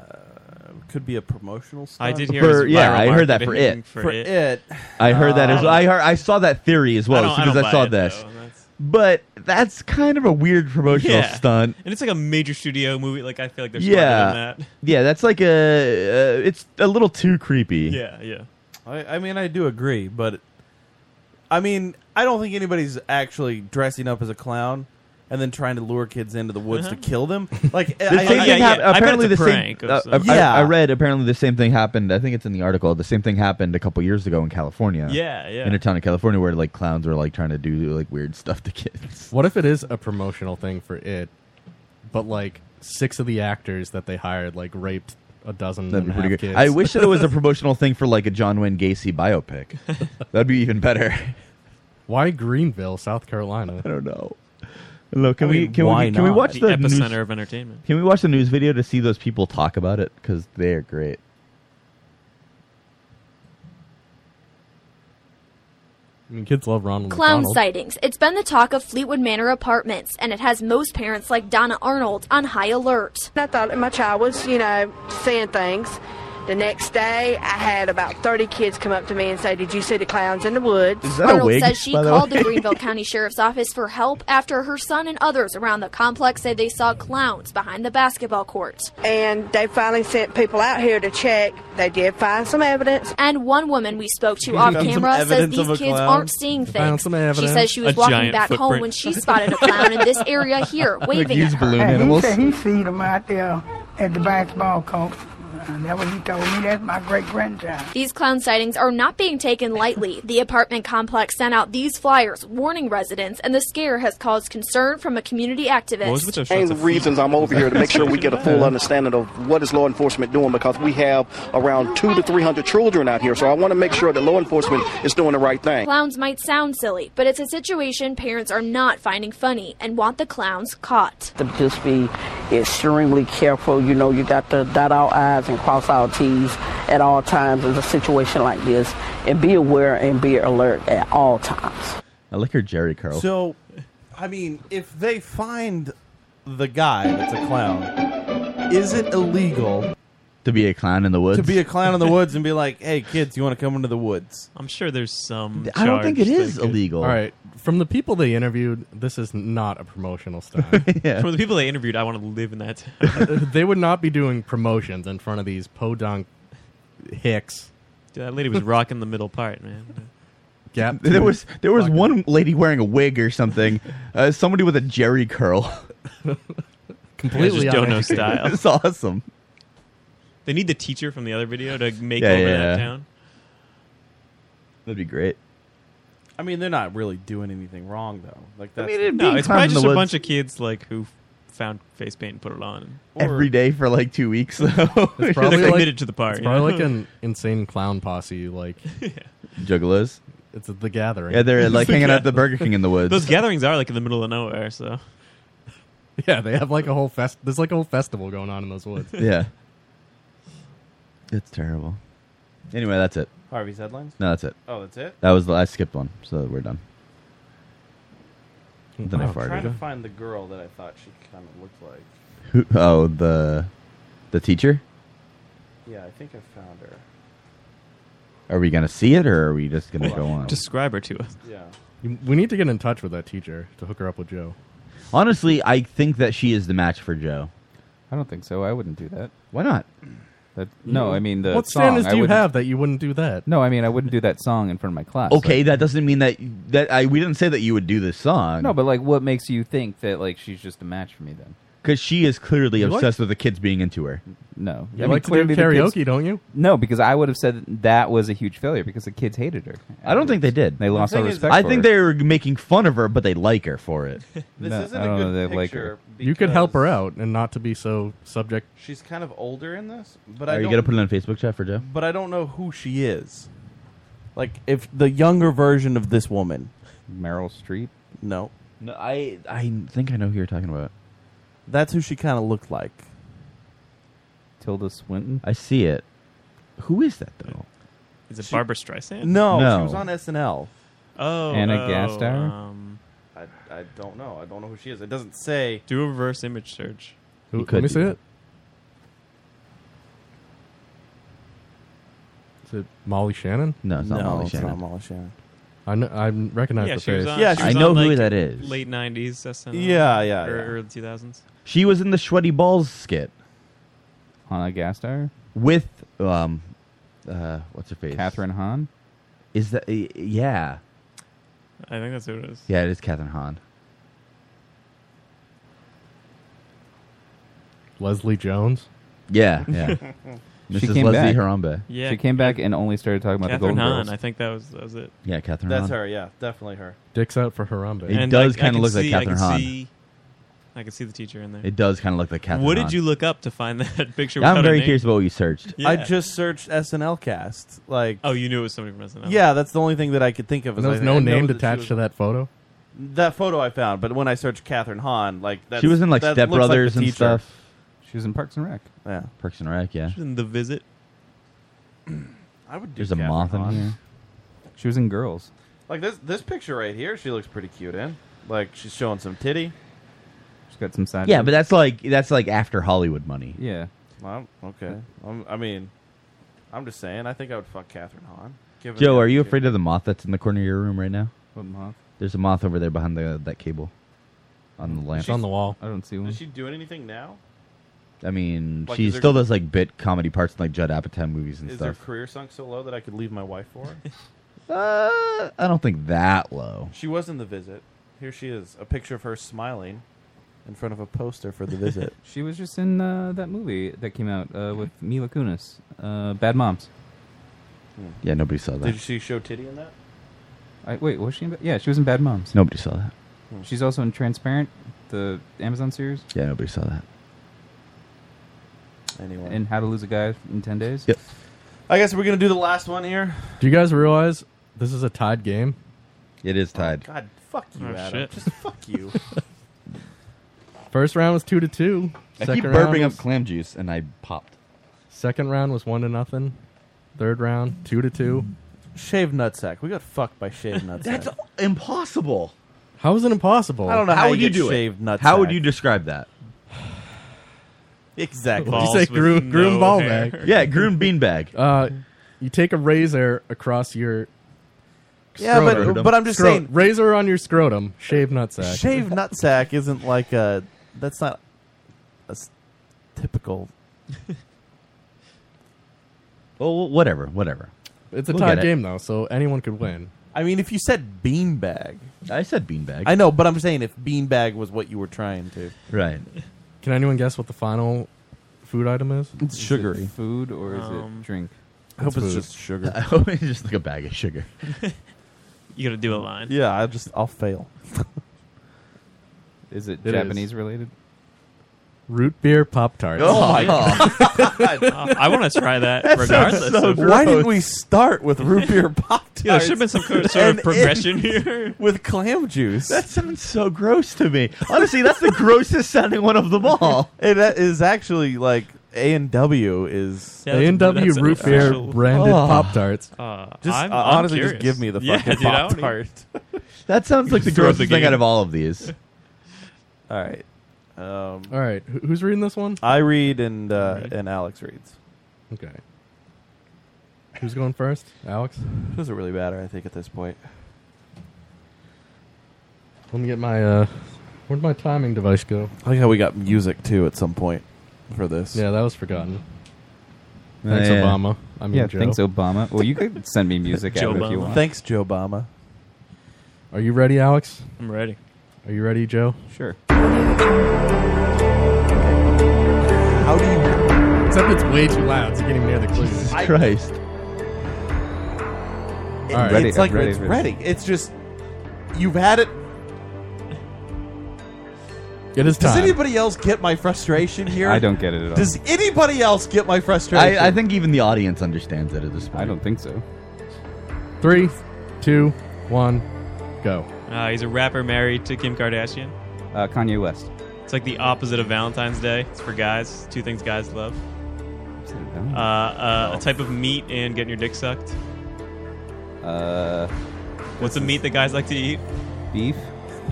Speaker 5: could be a promotional. Stunt.
Speaker 9: I did hear
Speaker 6: For- yeah, I heard that for it.
Speaker 5: For it,
Speaker 6: I heard that
Speaker 5: Uh,
Speaker 6: as well. I heard, I saw that theory as well
Speaker 9: Um, I
Speaker 6: as
Speaker 9: don't-
Speaker 6: soon
Speaker 9: I
Speaker 6: as
Speaker 9: don't
Speaker 6: I saw
Speaker 9: buy it,
Speaker 6: this.
Speaker 9: though.
Speaker 6: but that's kind of a weird promotional
Speaker 9: Yeah.
Speaker 6: stunt.
Speaker 9: and it's like a major studio movie. Like I feel like they're
Speaker 6: Yeah,
Speaker 9: smarter than
Speaker 6: yeah, that's like a. Uh, it's a little too creepy.
Speaker 9: that. Yeah, yeah.
Speaker 5: I, I mean, I do agree, but I mean, I don't think anybody's actually dressing up as a clown and then trying to lure kids into the woods
Speaker 9: Uh-huh.
Speaker 5: to kill them. Like,
Speaker 6: The
Speaker 5: I,
Speaker 6: same
Speaker 5: I-
Speaker 6: thing
Speaker 5: I-
Speaker 6: hap-
Speaker 5: I bet
Speaker 6: apparently
Speaker 5: it's a
Speaker 6: the same.
Speaker 5: prank of
Speaker 6: Uh,
Speaker 5: some
Speaker 6: I,
Speaker 5: sort. yeah,
Speaker 6: I, read apparently the same thing happened. I think it's in the article. The same thing happened a couple years ago in California.
Speaker 5: Yeah, yeah.
Speaker 6: In a town in California where like clowns were like trying to do like weird stuff to kids.
Speaker 8: What if it is a promotional thing for it, but like six of the actors that they hired like raped a dozen
Speaker 6: That'd be
Speaker 8: and a
Speaker 6: pretty good.
Speaker 8: half Mm, kids?
Speaker 6: I wish that it was a promotional thing for like a John Wayne Gacy biopic. That'd be even better.
Speaker 8: Why Greenville, South Carolina? I
Speaker 6: don't know. Look, can
Speaker 8: I
Speaker 6: we
Speaker 8: mean,
Speaker 6: can
Speaker 8: why
Speaker 6: we can we
Speaker 8: not?
Speaker 6: watch the,
Speaker 8: The
Speaker 6: news-
Speaker 9: epicenter of entertainment.
Speaker 6: Can we watch the news video to see those people talk about it because they are great.
Speaker 8: I mean, kids love Ronald
Speaker 4: Clown
Speaker 8: McDonald.
Speaker 4: sightings. It's been the talk of Fleetwood Manor apartments, and it has most parents like Donna Arnold on high alert.
Speaker 1: I thought my child was, you know, seeing things. The next day, I had about 30 kids come up to me and say, Did you see the clowns in the woods?
Speaker 6: Is that a
Speaker 4: Arnold
Speaker 6: wig,
Speaker 4: says she
Speaker 6: by the
Speaker 4: called
Speaker 6: way?
Speaker 4: the Greenville County Sheriff's Office for help after her son and others around the complex say they saw clowns behind the basketball court.
Speaker 1: And they finally sent people out here to check. They did find some evidence.
Speaker 4: And one woman we spoke to
Speaker 1: You
Speaker 4: off
Speaker 1: found some
Speaker 4: camera says
Speaker 1: evidence
Speaker 4: these
Speaker 1: of a
Speaker 4: kids
Speaker 1: clown?
Speaker 4: aren't seeing
Speaker 1: You found
Speaker 4: things.
Speaker 1: some
Speaker 4: She
Speaker 1: evidence?
Speaker 4: says she was
Speaker 1: A
Speaker 4: walking
Speaker 1: giant
Speaker 4: back home
Speaker 1: footprint.
Speaker 4: when she spotted a clown in this area here, waving at her.
Speaker 25: Yeah, He said he seen them out there at the basketball court. And that what he told me. That's my great grandchild.
Speaker 4: These clown sightings are not being taken lightly. The apartment complex sent out these flyers warning residents, and the scare has caused concern from a community activist.
Speaker 12: main reasons I'm over here to make sure we get a full understanding of what is law enforcement doing because we have around two to three hundred children out here. So I want to make sure that law enforcement is doing the right thing.
Speaker 4: Clowns might sound silly, but it's a situation parents are not finding funny and want the clowns caught.
Speaker 3: To just be extremely careful, you know, you got to dot our I's and cross our T's at all times in a situation like this, and be aware and be alert at all times.
Speaker 6: I like her Jerry curl.
Speaker 5: So, I mean, if they find the guy that's a clown, is it illegal
Speaker 6: to be a clown in the woods?
Speaker 5: to be a clown in the woods and be like, "Hey, kids, you want to come into the woods?"
Speaker 9: I'm sure there's some.
Speaker 8: All right, from the people they interviewed, this is not a promotional stunt.
Speaker 9: From the people they interviewed, I want to live in that town.
Speaker 8: they would not be doing promotions in front of these podunk hicks.
Speaker 9: Dude, that lady was rocking the middle part, man.
Speaker 8: Gap.
Speaker 6: There was there was one lady wearing a wig or something, uh, somebody with a Jerry curl.
Speaker 9: Completely just don't know uneducated. style.
Speaker 6: it's awesome.
Speaker 9: They need the teacher from the other video to make
Speaker 6: Yeah,
Speaker 9: over
Speaker 6: yeah, yeah.
Speaker 9: that town.
Speaker 6: That'd be great.
Speaker 5: I mean, they're not really doing anything wrong though. Like, that's
Speaker 6: mean, it'd
Speaker 9: no,
Speaker 6: be
Speaker 9: it's
Speaker 6: clowns
Speaker 9: probably
Speaker 6: in the
Speaker 9: just a
Speaker 6: woods.
Speaker 9: bunch of kids like who found face paint and put it on.
Speaker 6: Every day for like two weeks though.
Speaker 8: It's probably
Speaker 9: They're
Speaker 8: like,
Speaker 9: committed to the part,
Speaker 8: It's
Speaker 9: yeah.
Speaker 8: probably like an insane clown posse, like
Speaker 6: juggalos.
Speaker 8: It's the gathering.
Speaker 6: Yeah, they're like hanging out at the Burger King in the woods.
Speaker 9: Those gatherings are like in the middle of nowhere, so
Speaker 8: Yeah, they have like a whole fest. There's like a whole festival going on in those woods.
Speaker 6: yeah. It's terrible. Anyway, that's it.
Speaker 5: Harvey's headlines?
Speaker 6: No, that's it.
Speaker 5: Oh, that's it?
Speaker 6: That was the, I skipped one, so we're done. Then I
Speaker 5: I'm
Speaker 6: farted.
Speaker 5: trying Oh, to find the girl that I thought she kind of looked like.
Speaker 6: Who, oh, the the teacher.
Speaker 5: Yeah, I think I found her.
Speaker 6: Are we gonna see it, or are we just gonna go on?
Speaker 9: Describe her to us.
Speaker 5: Yeah.
Speaker 8: You- We need to get in touch with that teacher to hook her up with Joe.
Speaker 6: Honestly, I think that she is the match for Joe.
Speaker 7: I don't think so. I wouldn't do that.
Speaker 6: Why not?
Speaker 7: That no, I mean the
Speaker 8: what
Speaker 7: song.
Speaker 8: standards
Speaker 7: I
Speaker 8: do you
Speaker 7: wouldn't-
Speaker 8: have that you wouldn't do that?
Speaker 7: No, I mean I wouldn't do that song in front of my class.
Speaker 6: Okay, that doesn't mean that that I we didn't say that you would do this song.
Speaker 7: Like, no, but like, what makes you think that like she's just a match for me then?
Speaker 6: because she is clearly
Speaker 8: You like-
Speaker 6: obsessed with the kids being into her.
Speaker 7: No,
Speaker 8: You like to do karaoke, don't you?
Speaker 7: No, because I would have said that was a huge failure because the kids hated her.
Speaker 6: I don't think they did.
Speaker 7: They lost all respect.
Speaker 6: I
Speaker 7: for
Speaker 6: think
Speaker 7: her.
Speaker 6: they were making fun of her, but they like her for it.
Speaker 7: This No, isn't I a don't know, good they like her.
Speaker 8: You could help her out and not to be so subject.
Speaker 5: She's kind of older in this, but I
Speaker 6: Are Uh, you
Speaker 5: don't-
Speaker 6: gonna put it on Facebook chat for Joe?
Speaker 5: but I don't know who she is. Like if the younger version of this woman,
Speaker 7: Meryl Streep.
Speaker 5: No,
Speaker 6: No, I I think I know who you're talking about.
Speaker 5: that's who she kind of looked like.
Speaker 7: Tilda Swinton.
Speaker 6: I see it. Who is that though?
Speaker 9: Is it Barbara Streisand?
Speaker 5: No,
Speaker 6: No.
Speaker 5: she was on SNL.
Speaker 9: Oh,
Speaker 7: Anna
Speaker 9: oh,
Speaker 7: Gasteyer?
Speaker 9: Um,
Speaker 5: I, I don't know. I don't know who she is. It doesn't say.
Speaker 9: Do a reverse image search.
Speaker 8: Who- let me see it. Is it Molly Shannon?
Speaker 6: No,
Speaker 5: it's not No, Molly it's Shannon. not
Speaker 8: Oh,
Speaker 5: Molly Shannon.
Speaker 8: I kn- I recognize
Speaker 9: yeah,
Speaker 8: the
Speaker 9: she
Speaker 8: face.
Speaker 9: was on. she was on, like, Late '90s SNL.
Speaker 5: Yeah, yeah,
Speaker 9: Or
Speaker 5: yeah.
Speaker 9: early 2000s.
Speaker 6: She was in the Shreddy Balls skit
Speaker 7: Hannah Gasteyer
Speaker 6: with um, uh, what's her face?
Speaker 7: Catherine Hahn.
Speaker 6: Is that y- yeah?
Speaker 9: I think that's who it is.
Speaker 6: Yeah, it is Catherine Hahn.
Speaker 8: Leslie Jones.
Speaker 6: Yeah, yeah.
Speaker 7: she
Speaker 6: Mrs.
Speaker 7: came
Speaker 6: Leslie
Speaker 7: back.
Speaker 6: Harambe.
Speaker 9: Yeah,
Speaker 7: she came back and only started talking about
Speaker 9: Catherine
Speaker 7: the Golden
Speaker 9: Hahn.
Speaker 7: Girls.
Speaker 9: I think that was that was it.
Speaker 6: Yeah, Catherine
Speaker 5: That's her. Yeah, definitely her.
Speaker 8: Dicks out for Harambe.
Speaker 6: It
Speaker 9: And
Speaker 6: does
Speaker 9: I- I
Speaker 6: kind
Speaker 9: can
Speaker 6: of look like
Speaker 9: see- I can
Speaker 6: Catherine Hahn.
Speaker 9: see- I can see the teacher in there.
Speaker 6: It does kind of look like Catherine.
Speaker 9: What
Speaker 6: Hahn.
Speaker 9: did you look up to find that picture? without
Speaker 6: I'm
Speaker 9: a
Speaker 6: very
Speaker 9: name?
Speaker 6: curious about what you searched.
Speaker 9: Yeah.
Speaker 5: I just searched SNL cast. Like,
Speaker 9: oh, you knew it was somebody from SNL.
Speaker 5: yeah, that's the only thing that I could think of.
Speaker 8: And there was no name attached to that photo.
Speaker 5: That photo I found, but when I searched Catherine Hahn, like that's,
Speaker 6: She was in like
Speaker 5: that
Speaker 6: Step
Speaker 5: looks the
Speaker 6: Brothers and
Speaker 5: teacher.
Speaker 6: stuff.
Speaker 7: She was in Parks and Rec.
Speaker 5: Yeah,
Speaker 6: Parks and Rec. Yeah.
Speaker 9: She was in the visit.
Speaker 5: I would do
Speaker 6: There's a
Speaker 5: Catherine
Speaker 6: moth in
Speaker 5: Hahn.
Speaker 6: here.
Speaker 7: She was in Girls.
Speaker 5: Like this this picture right here, she looks pretty cute in. Like she's showing some titty.
Speaker 7: She's got some side.
Speaker 6: Yeah, but that's like that's like after Hollywood money.
Speaker 7: Yeah.
Speaker 5: Well, okay. Um, I mean, I'm just saying. I think I would fuck Catherine Hahn. given
Speaker 6: Joe,
Speaker 5: the
Speaker 6: are you
Speaker 5: opportunity.
Speaker 6: afraid of the moth that's in the corner of your room right now?
Speaker 7: What moth?
Speaker 6: There's a moth over there behind the that cable, on the lamp.
Speaker 5: She's- on the
Speaker 8: wall.
Speaker 7: I don't see one.
Speaker 5: Is she doing anything now?
Speaker 6: I mean,
Speaker 5: Like,
Speaker 6: she
Speaker 5: is there-
Speaker 6: still does like bit comedy parts in like Judd Apatow movies and
Speaker 5: Is their
Speaker 6: stuff.
Speaker 5: career sunk so low that I could leave my wife for her?
Speaker 6: uh, I don't think that low.
Speaker 5: she was in the visit. Here she is, a picture of her smiling in front of a poster for the visit.
Speaker 7: She was just in uh, that movie that came out uh, with Mila Kunis, uh, Bad Moms.
Speaker 6: Yeah, nobody saw that.
Speaker 5: Did she show titty in that?
Speaker 7: I, wait, was she? In, Ba- yeah, she was in Bad Moms.
Speaker 6: Nobody saw that.
Speaker 5: Hmm.
Speaker 7: She's also in Transparent, the Amazon series,
Speaker 6: Yeah, nobody saw that.
Speaker 5: Anyway,
Speaker 7: and How to Lose a Guy in Ten Days.
Speaker 6: Yep.
Speaker 5: I guess we're gonna do the last one here.
Speaker 8: Do you guys realize this is a tied game?
Speaker 6: It is tied.
Speaker 5: God, fuck you,
Speaker 9: Oh,
Speaker 5: Adam.
Speaker 9: shit.
Speaker 5: Just fuck you.
Speaker 8: First round was two to two.
Speaker 6: I
Speaker 8: Second
Speaker 6: keep
Speaker 8: round
Speaker 6: burping up
Speaker 8: was-
Speaker 6: clam juice and I popped.
Speaker 8: Second round was one to nothing. Third round two to two.
Speaker 5: Shave nutsack. We got fucked by shave nutsack.
Speaker 6: That's impossible.
Speaker 8: How is it impossible?
Speaker 5: I don't know how,
Speaker 6: How
Speaker 5: you
Speaker 6: would you
Speaker 5: get
Speaker 6: do it?
Speaker 5: shaved nutsack.
Speaker 6: How would you describe that?
Speaker 5: exactly?
Speaker 8: What'd you say, groom, groom ball bag?
Speaker 6: Yeah, groom beanbag.
Speaker 8: Uh, you take a razor across your.
Speaker 5: Yeah, but-
Speaker 8: scrotum.
Speaker 5: but I'm just saying-
Speaker 8: razor on your scrotum, shave nutsack.
Speaker 5: Shave nutsack isn't like a. That's not a s- typical.
Speaker 6: Well, whatever, whatever.
Speaker 8: It's a
Speaker 6: We'll
Speaker 8: tied
Speaker 6: get it.
Speaker 8: game though, so anyone could win.
Speaker 5: I mean, if you said beanbag,
Speaker 6: I said beanbag.
Speaker 5: I know, but I'm saying if beanbag was what you were trying to.
Speaker 6: Right.
Speaker 8: Can anyone guess what the final food item is?
Speaker 5: It's sugary.
Speaker 7: Food or is
Speaker 9: Um,
Speaker 7: it drink?
Speaker 5: I hope it's
Speaker 8: food.
Speaker 5: just sugar.
Speaker 6: I hope it's just like a bag of sugar.
Speaker 9: You gotta do a line.
Speaker 5: Yeah, I just I'll fail.
Speaker 7: Is it,
Speaker 8: It is.
Speaker 7: Japanese related?
Speaker 8: Root beer pop tarts.
Speaker 5: Oh my god!
Speaker 9: Oh I want to try that,
Speaker 5: That sounds
Speaker 9: regardless.
Speaker 5: so
Speaker 9: of
Speaker 5: Why didn't we start with root beer pop tarts?
Speaker 9: Yeah, there should have been some sort of progression here.
Speaker 5: with clam juice.
Speaker 6: That sounds so gross to me. Honestly, that's the grossest sounding one of them all.
Speaker 5: Hey, that is actually like A and W is
Speaker 8: A and W root beer branded
Speaker 5: Oh.
Speaker 8: pop tarts.
Speaker 9: Uh,
Speaker 5: Just
Speaker 9: I'm-
Speaker 5: uh,
Speaker 9: I'm
Speaker 5: honestly, just
Speaker 9: curious.
Speaker 5: give me the
Speaker 9: Yeah,
Speaker 5: fucking
Speaker 9: dude, I
Speaker 5: pop
Speaker 9: don't
Speaker 5: tart.
Speaker 6: That sounds like the
Speaker 9: Throw
Speaker 6: grossest
Speaker 9: the
Speaker 6: thing
Speaker 9: game.
Speaker 6: out of all of these.
Speaker 5: All right, um,
Speaker 8: All right, who- who's reading this one?
Speaker 5: I read and uh, and Alex reads.
Speaker 8: Okay. Who's going first? Alex.
Speaker 5: Doesn't really matter, I think, at this point.
Speaker 8: Let me get my. uh Where'd my timing device go?
Speaker 5: I like how we got music too at some point for this.
Speaker 8: Yeah, that was forgotten. Thanks,
Speaker 7: yeah.
Speaker 8: Obama. I mean,
Speaker 7: yeah,
Speaker 8: Joe.
Speaker 7: thanks Obama. Well, you could send me music out if you want.
Speaker 5: Thanks, Joe Obama.
Speaker 8: Are you ready, Alex?
Speaker 9: I'm ready.
Speaker 8: Are you ready, Joe?
Speaker 7: Sure.
Speaker 26: Thank
Speaker 8: How do you? Except it's way too loud. So getting near the clues.
Speaker 6: Christ.
Speaker 5: It-
Speaker 8: All right.
Speaker 5: It's like it's ready. It's just you've had it.
Speaker 8: It is
Speaker 5: Does
Speaker 8: time.
Speaker 5: anybody else get my frustration here?
Speaker 7: I don't get it at all.
Speaker 5: Does anybody else get my frustration?
Speaker 2: I, I think even the audience understands it at this point. I don't
Speaker 7: think so.
Speaker 8: Three, two, one, go.
Speaker 9: Uh, he's a rapper married to Kim Kardashian.
Speaker 7: Uh, Kanye West.
Speaker 9: It's like the opposite of Valentine's Day. It's for guys. Two things guys love. Uh,
Speaker 7: Valentine's-
Speaker 9: uh, a type of meat and getting your dick sucked.
Speaker 7: Uh,
Speaker 9: What's a meat that guys like to eat?
Speaker 7: Beef.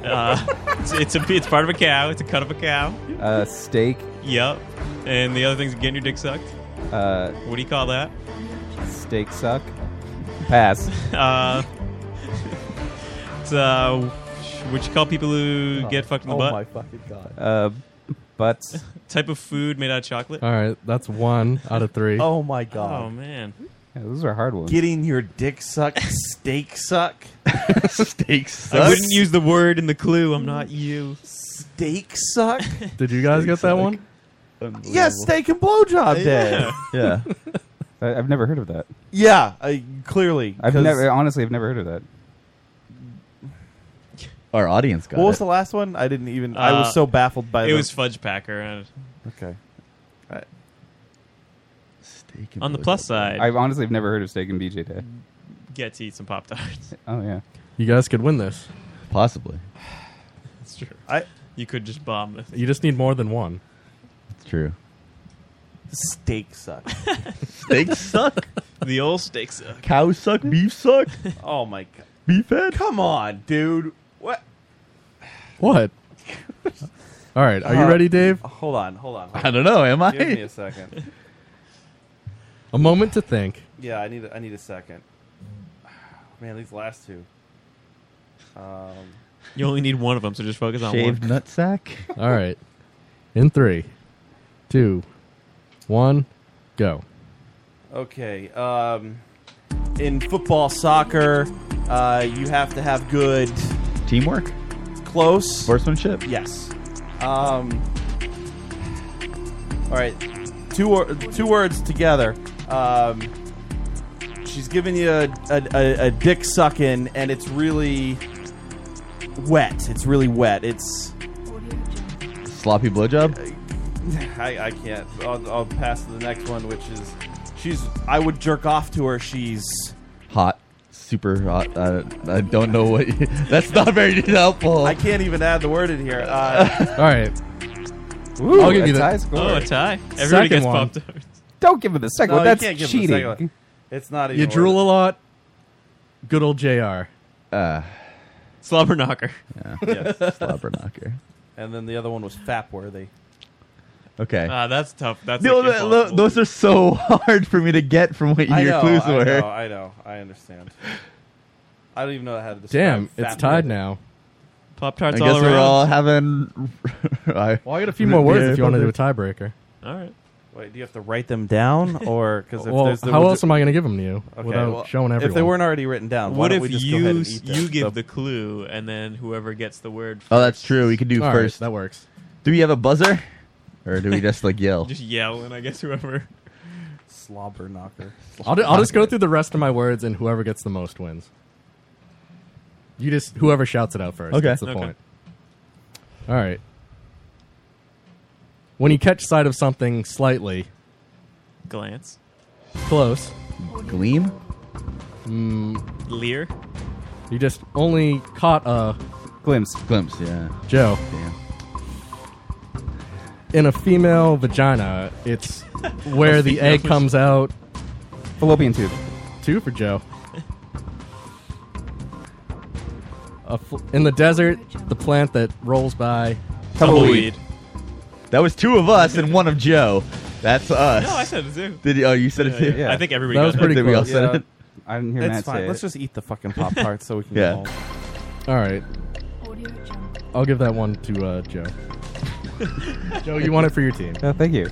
Speaker 9: Uh, it's, it's a it's part of a cow. It's a cut of a cow.
Speaker 7: Uh, steak.
Speaker 9: Yep. And the other thing's getting your dick sucked.
Speaker 7: Uh,
Speaker 9: What do you call that?
Speaker 7: steak suck. Pass.
Speaker 9: Uh, it's uh, what you call people who get fucked in the
Speaker 5: oh
Speaker 9: butt.
Speaker 5: my fucking God.
Speaker 7: Uh, butts.
Speaker 9: type of food made out of chocolate.
Speaker 8: All right, that's one out of three.
Speaker 5: Oh my god.
Speaker 9: Oh man.
Speaker 7: Yeah, those are hard ones.
Speaker 5: Getting your dick sucked, steak suck.
Speaker 2: steak
Speaker 9: I wouldn't use the word in the clue. I'm not you.
Speaker 5: Mm. Steak suck.
Speaker 8: Did you guys get that one?
Speaker 5: yes, steak and blowjob day.
Speaker 7: Yeah. I, I've never heard of that.
Speaker 5: Yeah, I, clearly.
Speaker 7: I've
Speaker 5: 'cause-
Speaker 7: never honestly I've never heard of that.
Speaker 2: Our audience
Speaker 5: What was the last one? I didn't even. I
Speaker 9: Uh,
Speaker 5: was so baffled by
Speaker 9: it
Speaker 5: the-
Speaker 9: was fudge packer. and-
Speaker 5: Okay.
Speaker 9: On the plus side,
Speaker 7: I've honestly have never heard of steak and BJ day.
Speaker 9: get to eat some pop tarts.
Speaker 7: Oh yeah.
Speaker 8: You guys could win this.
Speaker 2: Possibly.
Speaker 9: That's true.
Speaker 5: I
Speaker 9: you could just bomb this.
Speaker 8: You just need more than one.
Speaker 2: It's true.
Speaker 5: Steak suck.
Speaker 2: Steak suck.
Speaker 9: The old steak suck.
Speaker 2: Cow suck. Beef suck.
Speaker 5: Oh my god.
Speaker 2: Beef head.
Speaker 5: Come on, dude. What?
Speaker 8: What? All right, are you
Speaker 5: Uh,
Speaker 8: ready, Dave?
Speaker 5: Hold on, hold on. hold
Speaker 8: I
Speaker 5: on.
Speaker 8: don't know, am I?
Speaker 5: Give me a second.
Speaker 8: A moment to think.
Speaker 5: Yeah, I need I need a second. Man, these last two. Um,
Speaker 9: You only need one of them, so just focus on
Speaker 8: Shaved
Speaker 9: one.
Speaker 2: nutsack.
Speaker 8: All right, in three, two, one, go.
Speaker 5: okay. Um, in football, soccer, uh, you have to have good
Speaker 2: teamwork.
Speaker 5: Close.
Speaker 2: Horsemanship.
Speaker 5: Yes. Um. All right. Two wor- two words together. Um. She's giving you a, a, a, a dick sucking, and it's really wet. It's really wet. It's
Speaker 2: Sloppy blowjob.
Speaker 5: I, I can't. I'll, I'll pass to the next one, which is she's. I would jerk off to her. She's.
Speaker 2: Hot. Super hot. I, I don't know what. that's not very helpful.
Speaker 5: I can't even add the word in here. Uh,
Speaker 8: All right.
Speaker 5: Ooh,
Speaker 8: I'll give
Speaker 5: a
Speaker 8: you the
Speaker 5: tie score. Oh, a tie. Everybody gets
Speaker 8: one.
Speaker 5: popped.
Speaker 7: Don't give him the second
Speaker 5: No,
Speaker 7: one.
Speaker 5: you
Speaker 7: That's
Speaker 5: can't give him the
Speaker 7: cheating.
Speaker 5: second one. It's not even.
Speaker 8: You
Speaker 5: worth
Speaker 8: drool a lot. Good old Jr.
Speaker 2: Uh,
Speaker 9: slobber knocker.
Speaker 5: Yes.
Speaker 2: Slobber knocker.
Speaker 5: And then the other one was fap worthy.
Speaker 2: Okay.
Speaker 9: Ah, that's tough. That's
Speaker 2: No,
Speaker 9: like
Speaker 2: tho- tho-
Speaker 9: impossible.
Speaker 2: those are so hard for me to get from what
Speaker 5: I
Speaker 2: your
Speaker 5: know,
Speaker 2: clues
Speaker 5: I
Speaker 2: were.
Speaker 5: Know, I know. I understand. I don't even know how to describe.
Speaker 8: Damn, it's
Speaker 5: fap
Speaker 8: tied
Speaker 5: worthy.
Speaker 8: now.
Speaker 9: Pop
Speaker 2: I guess we're all having. I,
Speaker 8: Well, I got a few more words if you want to do a tiebreaker.
Speaker 9: All right.
Speaker 5: Wait, do you have to write them down or because
Speaker 8: Well, how else am I going to give them to you
Speaker 5: Okay,
Speaker 8: without
Speaker 5: well,
Speaker 8: showing
Speaker 5: if
Speaker 8: everyone?
Speaker 5: they weren't already written down, why
Speaker 9: What
Speaker 5: don't
Speaker 9: if
Speaker 5: we just go
Speaker 9: you
Speaker 5: ahead and
Speaker 9: s-
Speaker 5: eat them?
Speaker 9: you give the clue and then whoever gets the word
Speaker 2: Oh, that's true. We could do
Speaker 8: All right,
Speaker 2: first.
Speaker 8: that works.
Speaker 2: Do we have a buzzer, or do we just like yell?
Speaker 9: just yell and I guess whoever
Speaker 5: slobber knocker.
Speaker 8: I'll, do, I'll just go through the rest of my words, and whoever gets the most wins. You just whoever shouts it out first.
Speaker 2: Okay.
Speaker 8: That's the
Speaker 2: Okay.
Speaker 8: point. All right. When you catch sight of something slightly
Speaker 9: glance,
Speaker 8: close,
Speaker 2: gleam,
Speaker 8: mm,
Speaker 9: leer,
Speaker 8: you just only caught a
Speaker 7: glimpse.
Speaker 2: Glimpse, yeah.
Speaker 8: Joe.
Speaker 2: Damn.
Speaker 8: In a female vagina, it's where the egg comes out.
Speaker 7: Fallopian tube.
Speaker 8: Two for Joe. A fl- in the desert, the plant that rolls by.
Speaker 2: Tumbleweed. That was two of us and one of Joe. That's us.
Speaker 9: No, I said it too.
Speaker 2: Did you, oh, you said
Speaker 9: Yeah,
Speaker 2: it too?
Speaker 9: yeah. I think everybody That got was it.
Speaker 2: I
Speaker 9: pretty
Speaker 2: think we all
Speaker 9: close.
Speaker 2: said
Speaker 9: Yeah.
Speaker 2: it.
Speaker 7: I didn't hear
Speaker 5: It's
Speaker 7: Matt
Speaker 5: fine.
Speaker 7: say
Speaker 5: Let's
Speaker 7: it.
Speaker 5: just eat the fucking pop tarts so we can.
Speaker 2: Yeah.
Speaker 5: Get home.
Speaker 8: All right. I'll give that one to uh, Joe. Joe, you want it for your team?
Speaker 7: No, thank you.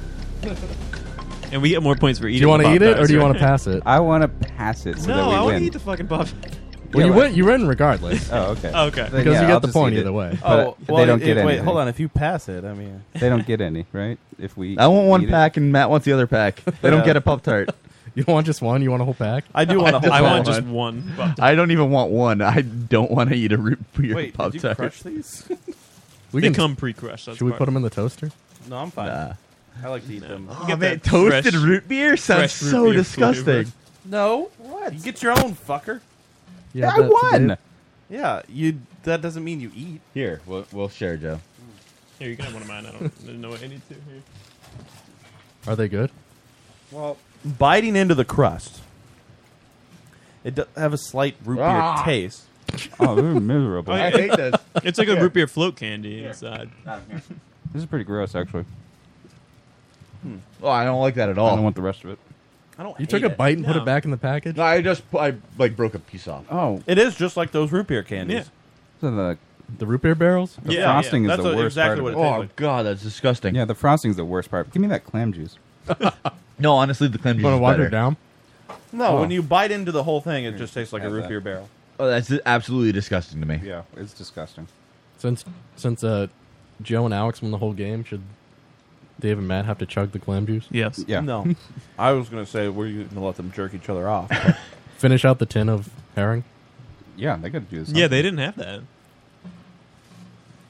Speaker 9: and we get more points for eating.
Speaker 8: wanna
Speaker 9: the
Speaker 8: eat it,
Speaker 9: Pop-Tarts,
Speaker 8: or do you
Speaker 9: right?
Speaker 8: wanna pass it?
Speaker 7: I want to pass it so
Speaker 9: no,
Speaker 7: that we
Speaker 9: I
Speaker 7: win.
Speaker 9: want to eat the fucking pop.
Speaker 8: Well, you win. You win regardless.
Speaker 7: Oh, okay.
Speaker 8: okay. Because you get the point either way.
Speaker 5: Oh,
Speaker 7: But
Speaker 5: well,
Speaker 7: they don't
Speaker 5: it-
Speaker 7: get
Speaker 5: wait,
Speaker 7: anything.
Speaker 5: hold on. If you pass it, I mean,
Speaker 7: They don't get any, right? If we,
Speaker 6: I want one
Speaker 7: eat it.
Speaker 6: pack and Matt wants the other pack. They don't
Speaker 7: Yeah.
Speaker 6: get a Pop Tart.
Speaker 8: You want just one? You want a whole pack?
Speaker 6: I don't even want one. I don't want to eat a root beer
Speaker 5: Wait, did
Speaker 6: Pop
Speaker 5: you
Speaker 6: Tart.
Speaker 5: crush these?
Speaker 8: We
Speaker 9: they
Speaker 8: can-
Speaker 9: come pre-crushed. that's
Speaker 8: Should we
Speaker 9: part.
Speaker 8: put them in the toaster?
Speaker 5: no, I'm fine.
Speaker 8: Nah.
Speaker 5: I like to eat them.
Speaker 6: Oh, man, toasted root beer sounds
Speaker 5: fresh root
Speaker 6: so
Speaker 5: beer
Speaker 6: disgusting.
Speaker 5: flavor. No, what? You get your own fucker.
Speaker 8: Yeah,
Speaker 5: I
Speaker 8: that's a
Speaker 5: won.
Speaker 8: bit.
Speaker 5: Yeah, you. That doesn't mean you eat.
Speaker 27: Here, we'll, we'll share, Joe.
Speaker 9: Here, you can have one of mine. I don't know what I need to. Here.
Speaker 8: Are they good?
Speaker 5: Well, biting into the crust, it does have a slight root beer
Speaker 9: Ah.
Speaker 5: taste.
Speaker 7: Oh, this is miserable. I hate this.
Speaker 9: It's like a
Speaker 7: Here.
Speaker 9: root beer float candy inside.
Speaker 7: This is pretty gross, actually.
Speaker 6: Oh, I don't like that at all.
Speaker 7: I don't want the rest of it.
Speaker 5: I don't.
Speaker 8: You took a bite and put it back in the package.
Speaker 6: No, I just I like broke a piece off.
Speaker 7: Oh,
Speaker 5: it is just like those root beer candies.
Speaker 6: Yeah.
Speaker 7: So the
Speaker 8: the root beer barrels.
Speaker 7: The
Speaker 5: Yeah,
Speaker 7: frosting
Speaker 5: yeah,
Speaker 7: is
Speaker 5: that's
Speaker 7: the
Speaker 5: what-
Speaker 7: worst
Speaker 5: exactly
Speaker 7: part.
Speaker 5: what it tastes
Speaker 7: oh
Speaker 5: like.
Speaker 6: god, that's disgusting.
Speaker 7: Yeah, the frosting is the worst part. Give me that clam juice.
Speaker 6: no, honestly, the clam
Speaker 7: juice is
Speaker 8: water
Speaker 7: better.
Speaker 8: down?
Speaker 5: No,
Speaker 7: Oh.
Speaker 5: when you bite into the whole thing, it just tastes like a
Speaker 7: have
Speaker 5: root
Speaker 7: that.
Speaker 5: beer barrel.
Speaker 6: Oh, that's absolutely disgusting to me.
Speaker 7: Yeah, it's disgusting.
Speaker 8: Since since uh, Joe and Alex won the whole game, should Dave and Matt have to chug the clam juice?
Speaker 5: No, I was gonna say we're gonna let them jerk each other off. but-
Speaker 8: Finish out the tin of herring.
Speaker 7: Yeah, they got to do this.
Speaker 9: Yeah, they didn't have that.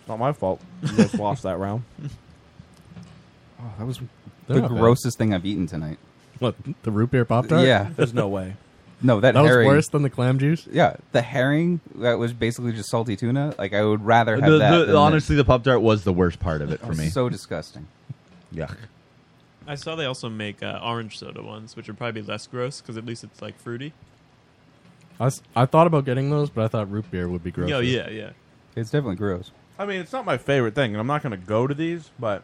Speaker 5: Not my fault. You guys lost that round.
Speaker 7: Oh, that was
Speaker 8: They're
Speaker 7: the
Speaker 8: not bad.
Speaker 7: grossest thing I've eaten tonight.
Speaker 8: What the root beer pop tart?
Speaker 7: Yeah, No, that,
Speaker 8: that
Speaker 7: herring,
Speaker 8: was worse than the clam juice.
Speaker 7: Yeah, the herring that was basically just salty tuna. Like I would rather have
Speaker 6: The-
Speaker 7: that.
Speaker 6: the-
Speaker 7: than
Speaker 6: honestly, the Pop Tart was the worst part of it
Speaker 7: that.
Speaker 6: for me.
Speaker 7: So disgusting.
Speaker 6: Yuck.
Speaker 9: I saw they also make uh, orange soda ones, which would probably be less gross because at least it's like fruity.
Speaker 8: I, s- I thought about getting those, but I thought root beer would be gross.
Speaker 9: Oh, yeah, yeah.
Speaker 7: It's definitely gross.
Speaker 5: I mean, it's not my favorite thing, and I'm not gonna go to these, but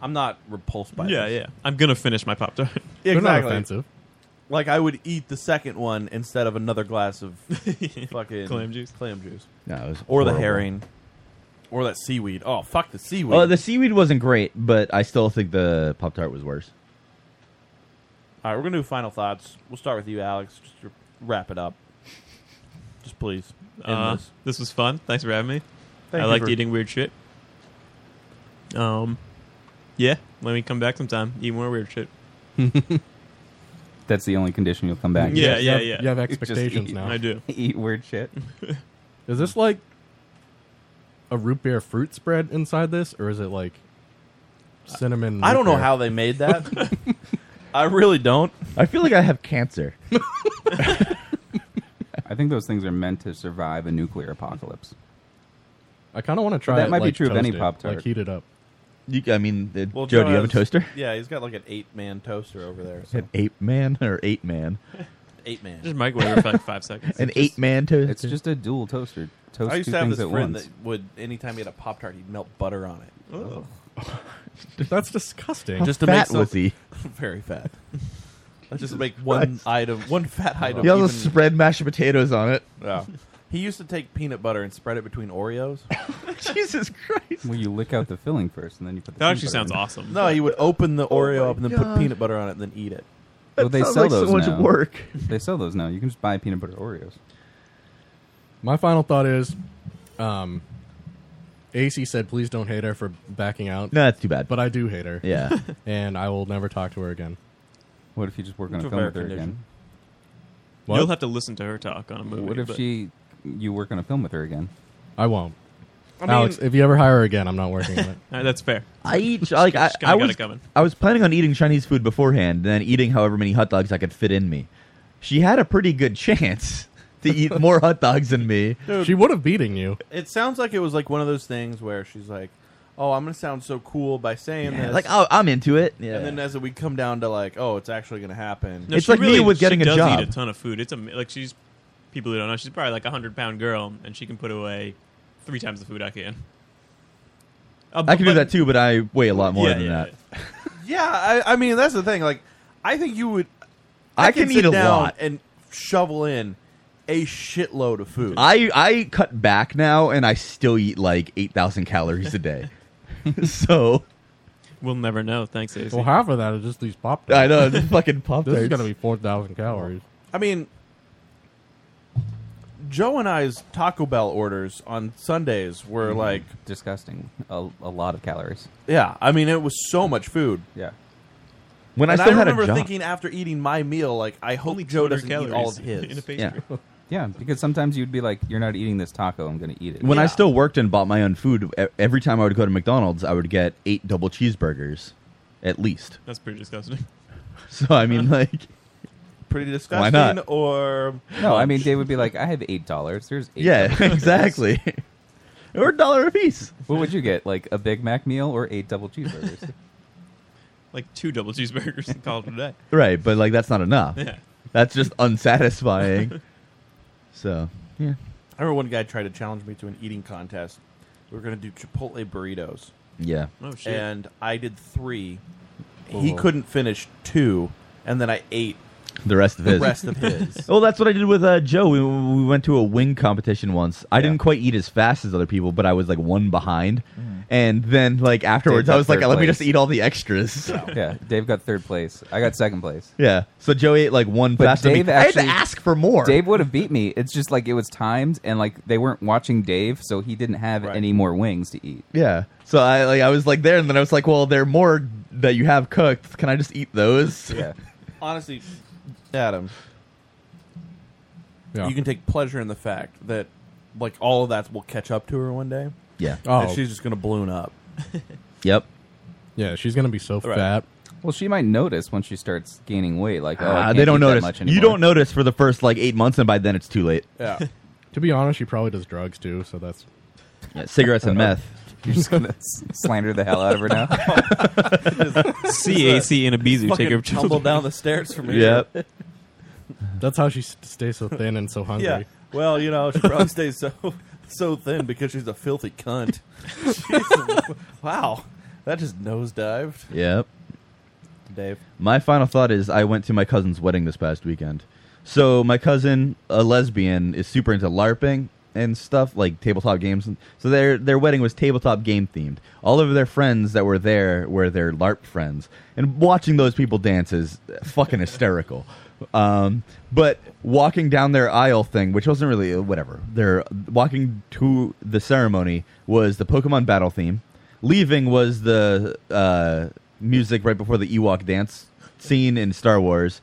Speaker 5: I'm not repulsed by.
Speaker 9: Yeah,
Speaker 5: this.
Speaker 9: yeah. I'm gonna finish my pop tart.
Speaker 5: Exactly. Like I would eat the second one instead of another glass of fucking
Speaker 9: Clam juice.
Speaker 5: Clam juice.
Speaker 6: No, it was
Speaker 5: or the
Speaker 6: horrible.
Speaker 5: herring, or that seaweed. Oh fuck the seaweed.
Speaker 6: Oh, the seaweed wasn't great, but I still think the Pop Tart was worse.
Speaker 5: All right, we're gonna do final thoughts. We'll start with you, Alex. Just to wrap it up. Just please. end
Speaker 9: Uh,
Speaker 5: this.
Speaker 9: this was fun. Thanks for having me.
Speaker 5: Thank
Speaker 9: I
Speaker 5: you
Speaker 9: liked
Speaker 5: for-
Speaker 9: eating weird shit. Um, yeah. Let me come back sometime. Eat more weird shit.
Speaker 7: That's the only condition you'll come back.
Speaker 9: Yeah,
Speaker 7: to.
Speaker 9: yeah, yeah.
Speaker 8: You have
Speaker 7: Just
Speaker 8: expectations
Speaker 7: eat-
Speaker 8: now.
Speaker 9: I do.
Speaker 7: Eat weird shit.
Speaker 8: Is this like a root beer fruit spread inside this, or is it like cinnamon?
Speaker 5: I don't
Speaker 8: root
Speaker 5: know
Speaker 8: beer?
Speaker 5: how they made that. I really don't.
Speaker 6: I feel like I have cancer.
Speaker 7: I think those things are meant to survive a nuclear apocalypse.
Speaker 8: I kind of want to try.
Speaker 7: that
Speaker 8: it,
Speaker 7: might be
Speaker 8: like,
Speaker 7: true of any
Speaker 8: toasted,
Speaker 7: pop tart.
Speaker 8: Like heat it up.
Speaker 6: You, I mean, the,
Speaker 5: Well,
Speaker 6: Joe, do you have a
Speaker 5: has-
Speaker 6: toaster?
Speaker 5: Yeah, he's got like an eight-man toaster over there. So.
Speaker 6: An ape man or eight man?
Speaker 5: Eight man.
Speaker 9: Just microwave it for like five seconds.
Speaker 6: An eight man toaster.
Speaker 7: It's just a dual toaster. Toast
Speaker 5: I used
Speaker 7: two
Speaker 5: to have
Speaker 7: things
Speaker 5: this
Speaker 7: at
Speaker 5: friend
Speaker 7: once.
Speaker 5: that would, anytime he had a Pop Tart, he'd melt butter on it.
Speaker 6: Oh.
Speaker 5: Oh.
Speaker 8: That's disgusting.
Speaker 6: How
Speaker 5: just to
Speaker 6: fat
Speaker 5: make
Speaker 6: was he?
Speaker 5: very fat. Let's just make one item, one fat item.
Speaker 6: Oh. He also
Speaker 5: even-
Speaker 6: spread mashed potatoes on it.
Speaker 5: Yeah. He used to take peanut butter and spread it between Oreos.
Speaker 6: Jesus Christ!
Speaker 7: Well, you lick out the filling first, and then you put. The
Speaker 9: That
Speaker 7: peanut
Speaker 9: actually
Speaker 7: butter
Speaker 9: sounds
Speaker 7: in.
Speaker 9: awesome.
Speaker 5: No, he would open
Speaker 6: Oh
Speaker 5: the Oreo
Speaker 9: my
Speaker 5: up and then
Speaker 9: God.
Speaker 5: put peanut butter on it and then eat it.
Speaker 7: Well, they
Speaker 6: sounds
Speaker 7: sell
Speaker 6: like so
Speaker 7: those
Speaker 6: much
Speaker 7: now.
Speaker 6: work.
Speaker 7: They sell those now. You can just buy peanut butter Oreos.
Speaker 8: My final thought is, um, AC said, "Please don't hate her for backing out."
Speaker 6: No, that's too bad.
Speaker 8: But I do hate her.
Speaker 6: Yeah.
Speaker 8: and I will never talk to her again.
Speaker 7: What if you just work on
Speaker 8: It's
Speaker 7: a
Speaker 8: a
Speaker 7: film
Speaker 8: rare
Speaker 7: with her
Speaker 8: condition.
Speaker 7: again?
Speaker 8: What?
Speaker 9: You'll have to listen to her talk on a movie.
Speaker 7: What if
Speaker 9: but-
Speaker 7: she, you work on a film with her again?
Speaker 8: I won't.
Speaker 9: I mean-
Speaker 8: Alex, if you ever hire her again, I'm not working on it.
Speaker 9: All right, that's fair.
Speaker 6: I eat like I,
Speaker 9: Just kinda
Speaker 6: I
Speaker 9: got
Speaker 6: was
Speaker 9: it coming.
Speaker 6: I was planning on eating Chinese food beforehand, and then eating however many hot dogs I could fit in me. She had a pretty good chance to eat more hot dogs than me.
Speaker 5: Dude.
Speaker 8: She would have beaten you.
Speaker 5: It sounds like it was like one of those things where she's like, "Oh, I'm gonna sound so cool by saying
Speaker 6: Yeah,
Speaker 5: this."
Speaker 6: like, oh, I'm into it. Yeah.
Speaker 5: And then as we come down to like, "Oh, it's actually gonna happen."
Speaker 9: No, she really, she does Eat a ton of food. It's a, like she's people who don't know. She's probably like a hundred pound girl, and she can put away three times the food I can. Uh,
Speaker 6: I can do
Speaker 9: but-
Speaker 6: that too, but I weigh a lot more
Speaker 9: Yeah,
Speaker 6: than
Speaker 9: yeah,
Speaker 6: that.
Speaker 5: Yeah, I, I mean that's the thing. Like, I think you would.
Speaker 6: I can
Speaker 5: sit
Speaker 6: eat a
Speaker 5: down
Speaker 6: lot.
Speaker 5: and shovel in a shitload of food.
Speaker 6: I I cut back now, and I still eat like eight thousand calories a day. so
Speaker 9: We'll never know. Thanks, AC.
Speaker 8: Well, half of that is just these pop.
Speaker 6: I know, it's fucking Pop
Speaker 8: This is
Speaker 6: Tarts.
Speaker 8: gonna be four thousand calories.
Speaker 5: I mean, Joe and I's Taco Bell orders on Sundays were like
Speaker 7: Mm-hmm. disgusting. A, a lot of calories.
Speaker 5: Yeah, I mean it was so much food.
Speaker 7: Yeah. When
Speaker 5: When
Speaker 7: I
Speaker 5: and I,
Speaker 7: still had a
Speaker 5: remember
Speaker 7: job.
Speaker 5: thinking after eating my meal, like I hope
Speaker 9: 200
Speaker 5: Joe doesn't eat all of
Speaker 9: calories
Speaker 5: his.
Speaker 9: in a pastry.
Speaker 7: Yeah. yeah, because sometimes you'd be like, "You're not eating this taco. I'm going to eat it."
Speaker 6: When I still worked and bought my own food, e- every time I would go to McDonald's, I would get eight double cheeseburgers, at least.
Speaker 9: That's pretty disgusting.
Speaker 6: So I mean, like,
Speaker 5: pretty disgusting.
Speaker 6: Why not?
Speaker 5: Or
Speaker 7: no, I mean they would be like, "I have eight dollars. There's eight
Speaker 6: Yeah,
Speaker 7: double cheeseburgers."
Speaker 6: exactly. or a dollar a piece.
Speaker 7: What would you get? Like a Big Mac meal or eight double cheeseburgers?
Speaker 9: Like two double cheeseburgers and call it a day.
Speaker 6: right, but like that's not enough.
Speaker 9: Yeah.
Speaker 6: That's just unsatisfying. so yeah,
Speaker 5: I remember one guy tried to challenge me to an eating contest. We were going to do Chipotle burritos.
Speaker 6: Yeah.
Speaker 9: Oh, shit.
Speaker 5: And I did three. He
Speaker 7: Oh.
Speaker 6: Whoa.
Speaker 5: couldn't finish two, and then I ate
Speaker 6: the rest of
Speaker 5: the
Speaker 6: his.
Speaker 5: rest of his.
Speaker 6: well, that's what I did with uh, Joe. We, we went to a wing competition once. I didn't quite eat as fast as other people, but I was like one behind.
Speaker 7: Mm.
Speaker 6: And then like afterwards,
Speaker 7: Dave
Speaker 6: I
Speaker 7: got
Speaker 6: was like,
Speaker 7: third
Speaker 6: let me
Speaker 7: place.
Speaker 6: just eat all the extras.
Speaker 7: yeah, Dave got third place. I got second place.
Speaker 6: Yeah. So Joe ate like one
Speaker 7: But
Speaker 6: fast.
Speaker 7: Dave actually
Speaker 6: I had to ask for more.
Speaker 7: Dave would have beat me. It's just like it was timed, and like they weren't watching Dave, so he didn't have any more wings to eat.
Speaker 6: Yeah. So I like I was like there, and then I was like, well, there are more that you have cooked. Can I just eat those?
Speaker 7: Yeah.
Speaker 5: Honestly, Adam,
Speaker 8: Yeah.
Speaker 5: you can take pleasure in the fact that like all of that will catch up to her one day.
Speaker 6: Yeah.
Speaker 5: and
Speaker 8: Oh.
Speaker 5: she's just going to balloon up.
Speaker 6: Yep.
Speaker 8: Yeah, she's gonna be so
Speaker 7: Right.
Speaker 8: fat.
Speaker 7: Well, she might notice when she starts gaining weight. Like, oh, I
Speaker 6: Ah,
Speaker 7: can't
Speaker 6: they don't
Speaker 7: eat that
Speaker 6: notice.
Speaker 7: much anymore.
Speaker 6: you don't notice for the first like eight months, and by then it's too late.
Speaker 5: Yeah.
Speaker 8: to be honest, she probably does drugs too, so that's Uh,
Speaker 6: Yeah, cigarettes and meth.
Speaker 7: You're just gonna s- slander the hell out of her now.
Speaker 9: CAC and Ibizu take her children.
Speaker 6: Yep.
Speaker 8: That's how she s- stays so thin and so hungry.
Speaker 5: Yeah. Well, you know, she probably stays so so thin because she's a filthy cunt. Jeez, wow, that just nosedived.
Speaker 6: Yep.
Speaker 5: Dave.
Speaker 6: My final thought is I went to my cousin's wedding this past weekend. So my cousin, a lesbian, is super into LARPing and stuff like tabletop games. And So their their wedding was tabletop game themed. All of their friends that were there were their LARP friends, and watching those people dance is fucking hysterical. Um, but walking down their aisle thing, which wasn't really whatever. Their walking to the ceremony was the Pokemon battle theme. Leaving was the uh, music right before the Ewok dance scene in Star Wars,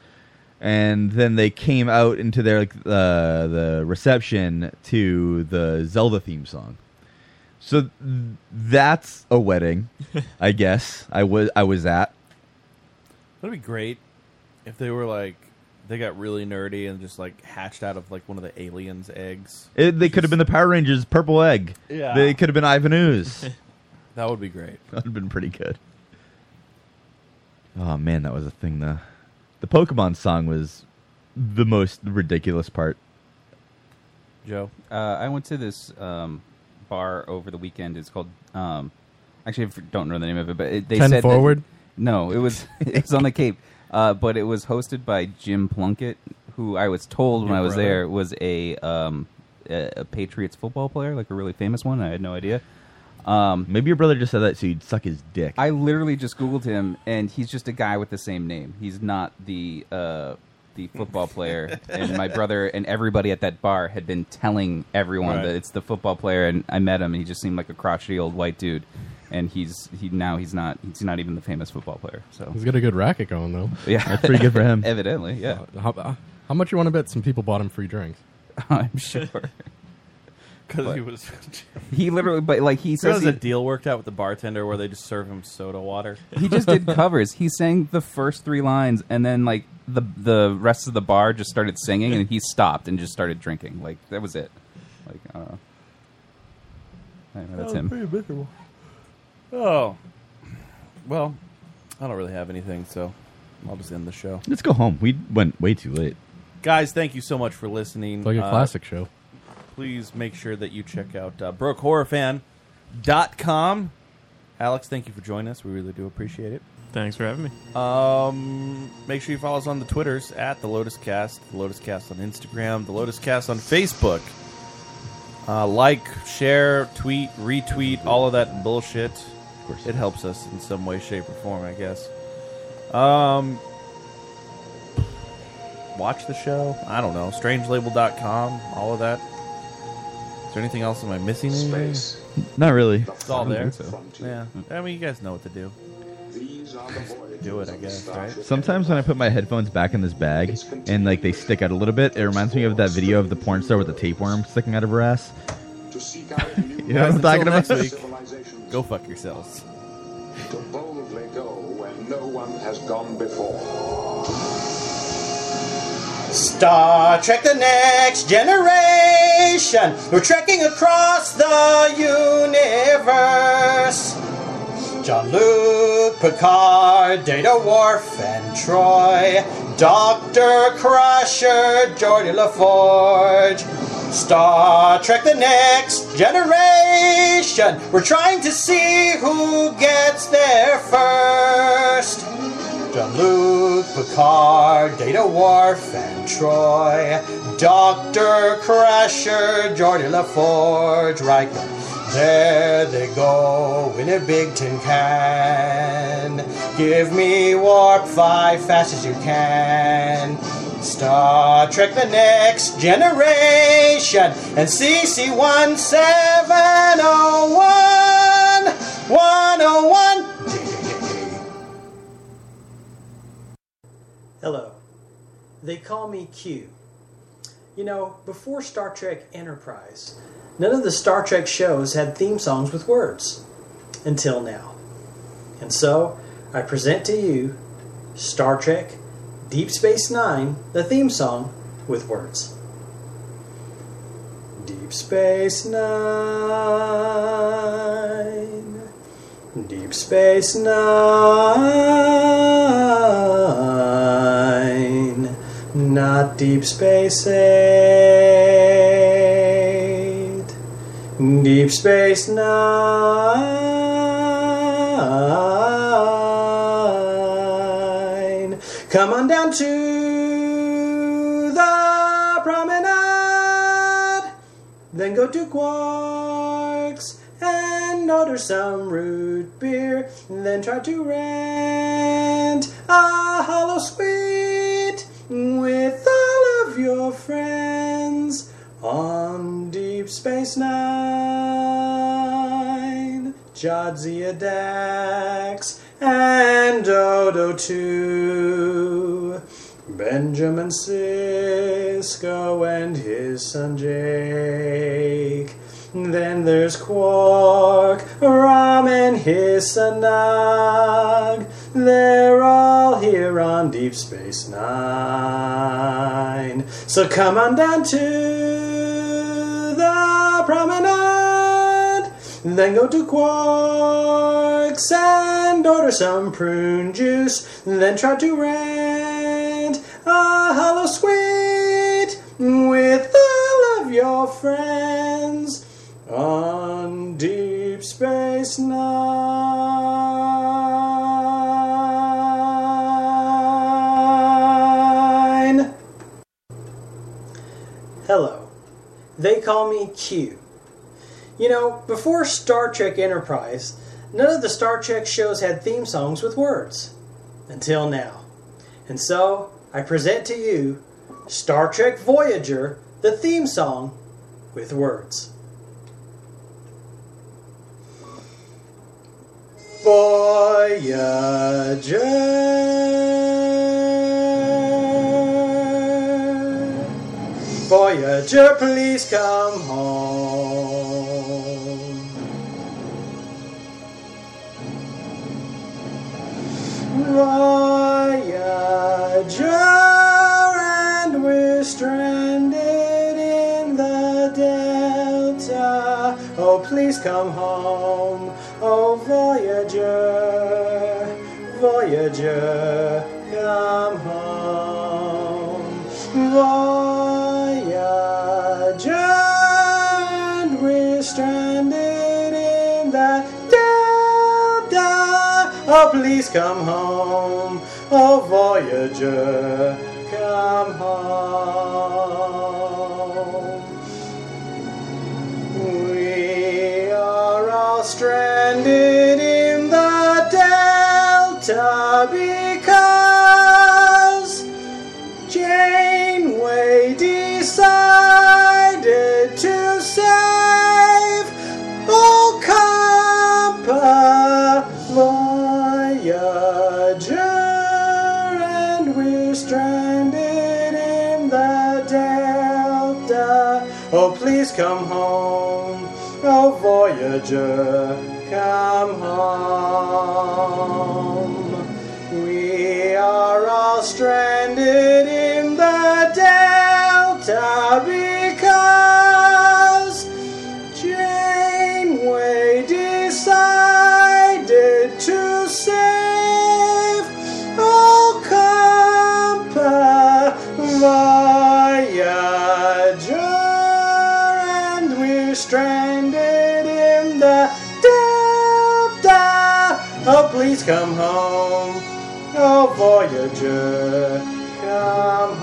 Speaker 6: and then they came out into their like uh, the reception to the Zelda theme song. So th- that's a wedding, I guess. I was I was at.
Speaker 5: That'd be great if they were like they got really nerdy and just like hatched out of like one of the aliens' eggs.
Speaker 6: It, they could have been the Power Rangers Purple Egg.
Speaker 5: Yeah.
Speaker 6: They could have been Ivan Ooze.
Speaker 5: That would be great.
Speaker 6: That would have been pretty good. Oh man, that was a thing. The the Pokemon song was the most ridiculous part.
Speaker 5: Joe.
Speaker 7: Uh, I went to this um, bar over the weekend. It's called. Um, actually, I f- don't know the name of it, but it, they
Speaker 8: Ten
Speaker 7: said that-
Speaker 8: Forward?
Speaker 7: no, it was it was on the Cape, uh, but it was hosted by Jim Plunkett, who I was told when
Speaker 5: Your
Speaker 7: I was
Speaker 5: brother?
Speaker 7: there was a, um, a a Patriots football player, like a really famous one. I had no idea. Um,
Speaker 6: Maybe your brother just said that so you'd suck his dick.
Speaker 7: I literally just googled him, and he's just a guy with the same name. He's not the uh, the football player. and my brother and everybody at that bar had been telling everyone
Speaker 5: Right.
Speaker 7: that it's the football player. And I met him, and he just seemed like a crotchety old white dude. And he's he now he's not he's not even the famous football player. So
Speaker 8: He's got a good racket going though.
Speaker 7: Yeah. That's pretty good for him. Evidently, yeah.
Speaker 8: Uh, How, uh, how much you want to bet some people bought him free drinks?
Speaker 7: I'm sure.
Speaker 5: Because he
Speaker 7: But-
Speaker 5: was.
Speaker 7: He literally, but like he says,
Speaker 5: a
Speaker 7: he,
Speaker 5: deal worked out with the bartender where they just serve him soda water.
Speaker 7: he just did covers. He sang the first three lines, and then like the the rest of the bar just started singing, and he stopped and just started drinking. Like that was it. Like I don't know. Anyway, that's him.
Speaker 5: Pretty miserable. Oh, well, I don't really have anything, so I'll just end the show.
Speaker 6: Let's go home. We went way too late.
Speaker 5: Guys, thank you so much for listening. Uh,
Speaker 8: It's like a classic show.
Speaker 5: Please make sure that you check out uh, brokehorrorfan.com. Alex, thank you for joining us. We really do appreciate it.
Speaker 9: Thanks for having me.
Speaker 5: Um, make sure you follow us on the Twitters at the Lotus Cast, the Lotus Cast on Instagram, the Lotus Cast on Facebook. Uh, like, share, tweet, retweet, all of that bullshit. Of course, it helps us in some way, shape, or form, I guess. Um, watch the show. I don't know. Strangelabel.com, all of that. there anything else? Am I missing? anything?
Speaker 2: Not really.
Speaker 5: It's all
Speaker 2: I don't
Speaker 5: there.
Speaker 2: think so.
Speaker 5: Yeah. I mean, you guys know what to do. Do it, I guess. Right.
Speaker 2: Sometimes when I put my headphones back in this bag and like they stick out a little bit, it reminds me of that video of the porn star with the tapeworm sticking out of her ass. you know what
Speaker 5: Guys,
Speaker 2: I'm talking
Speaker 5: until
Speaker 2: about?
Speaker 5: next week, go fuck yourselves.
Speaker 14: to boldly go where no one has gone before.
Speaker 12: Star Trek The Next Generation. We're trekking across the universe. John Luke, Picard, Data Worf, and Troy. Dr. Crusher, Geordie LaForge. Star Trek The Next Generation. We're trying to see who gets there first. John Luke, Picard, Data Worf, and Troy. Dr. Crusher, Geordie LaForge, Riker. There they go in a big tin can. Give me warp five fast as you can. Star Trek The Next Generation and CC1701 101
Speaker 15: Hello. They call me Q. You know, before Star Trek Enterprise, none of the Star Trek shows had theme songs with words. Until now. And so, I present to you Star Trek Deep Space Nine, the theme song with words. Deep Space Nine. Deep Space Nine, not Deep Space Eight. Deep Space Nine. Come on down to the promenade, then go to Quark's and order some root beer, then try to rant a hollow sweet with all of your friends on Deep Space Nine. Jadzia Dax and Dodo 2. Benjamin Cisco and his son Jake. Then there's Quark, Rom, and his son Nog. They're all here on Deep Space Nine. So come on down to the promenade, then go to Quark's and order some prune juice, then try to rant a hollow sweet with all of your friends on Deep Space Nine. Hello. They call me Q. You know, before Star Trek Enterprise, none of the Star Trek shows had theme songs with words. Until now. And so, I present to you Star Trek Voyager, the theme song with words. Voyager. Voyager, please come home. Voyager, and we're stranded in the Delta. Oh, please come home. Oh, Voyager, Voyager, come home. Voyager, and we're stranded in the Delta. Oh, please come home. Oh, Voyager, come home. We are all stranded in the Delta because Janeway decided to say. Oh, Please come home, oh Voyager, come home. We are all stranded in the Delta because Janeway decided to save all Compa Voyager, and we're stranded in the Delta. Oh, please come home, oh Voyager, come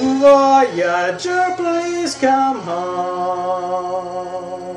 Speaker 15: home. Voyager, please come home.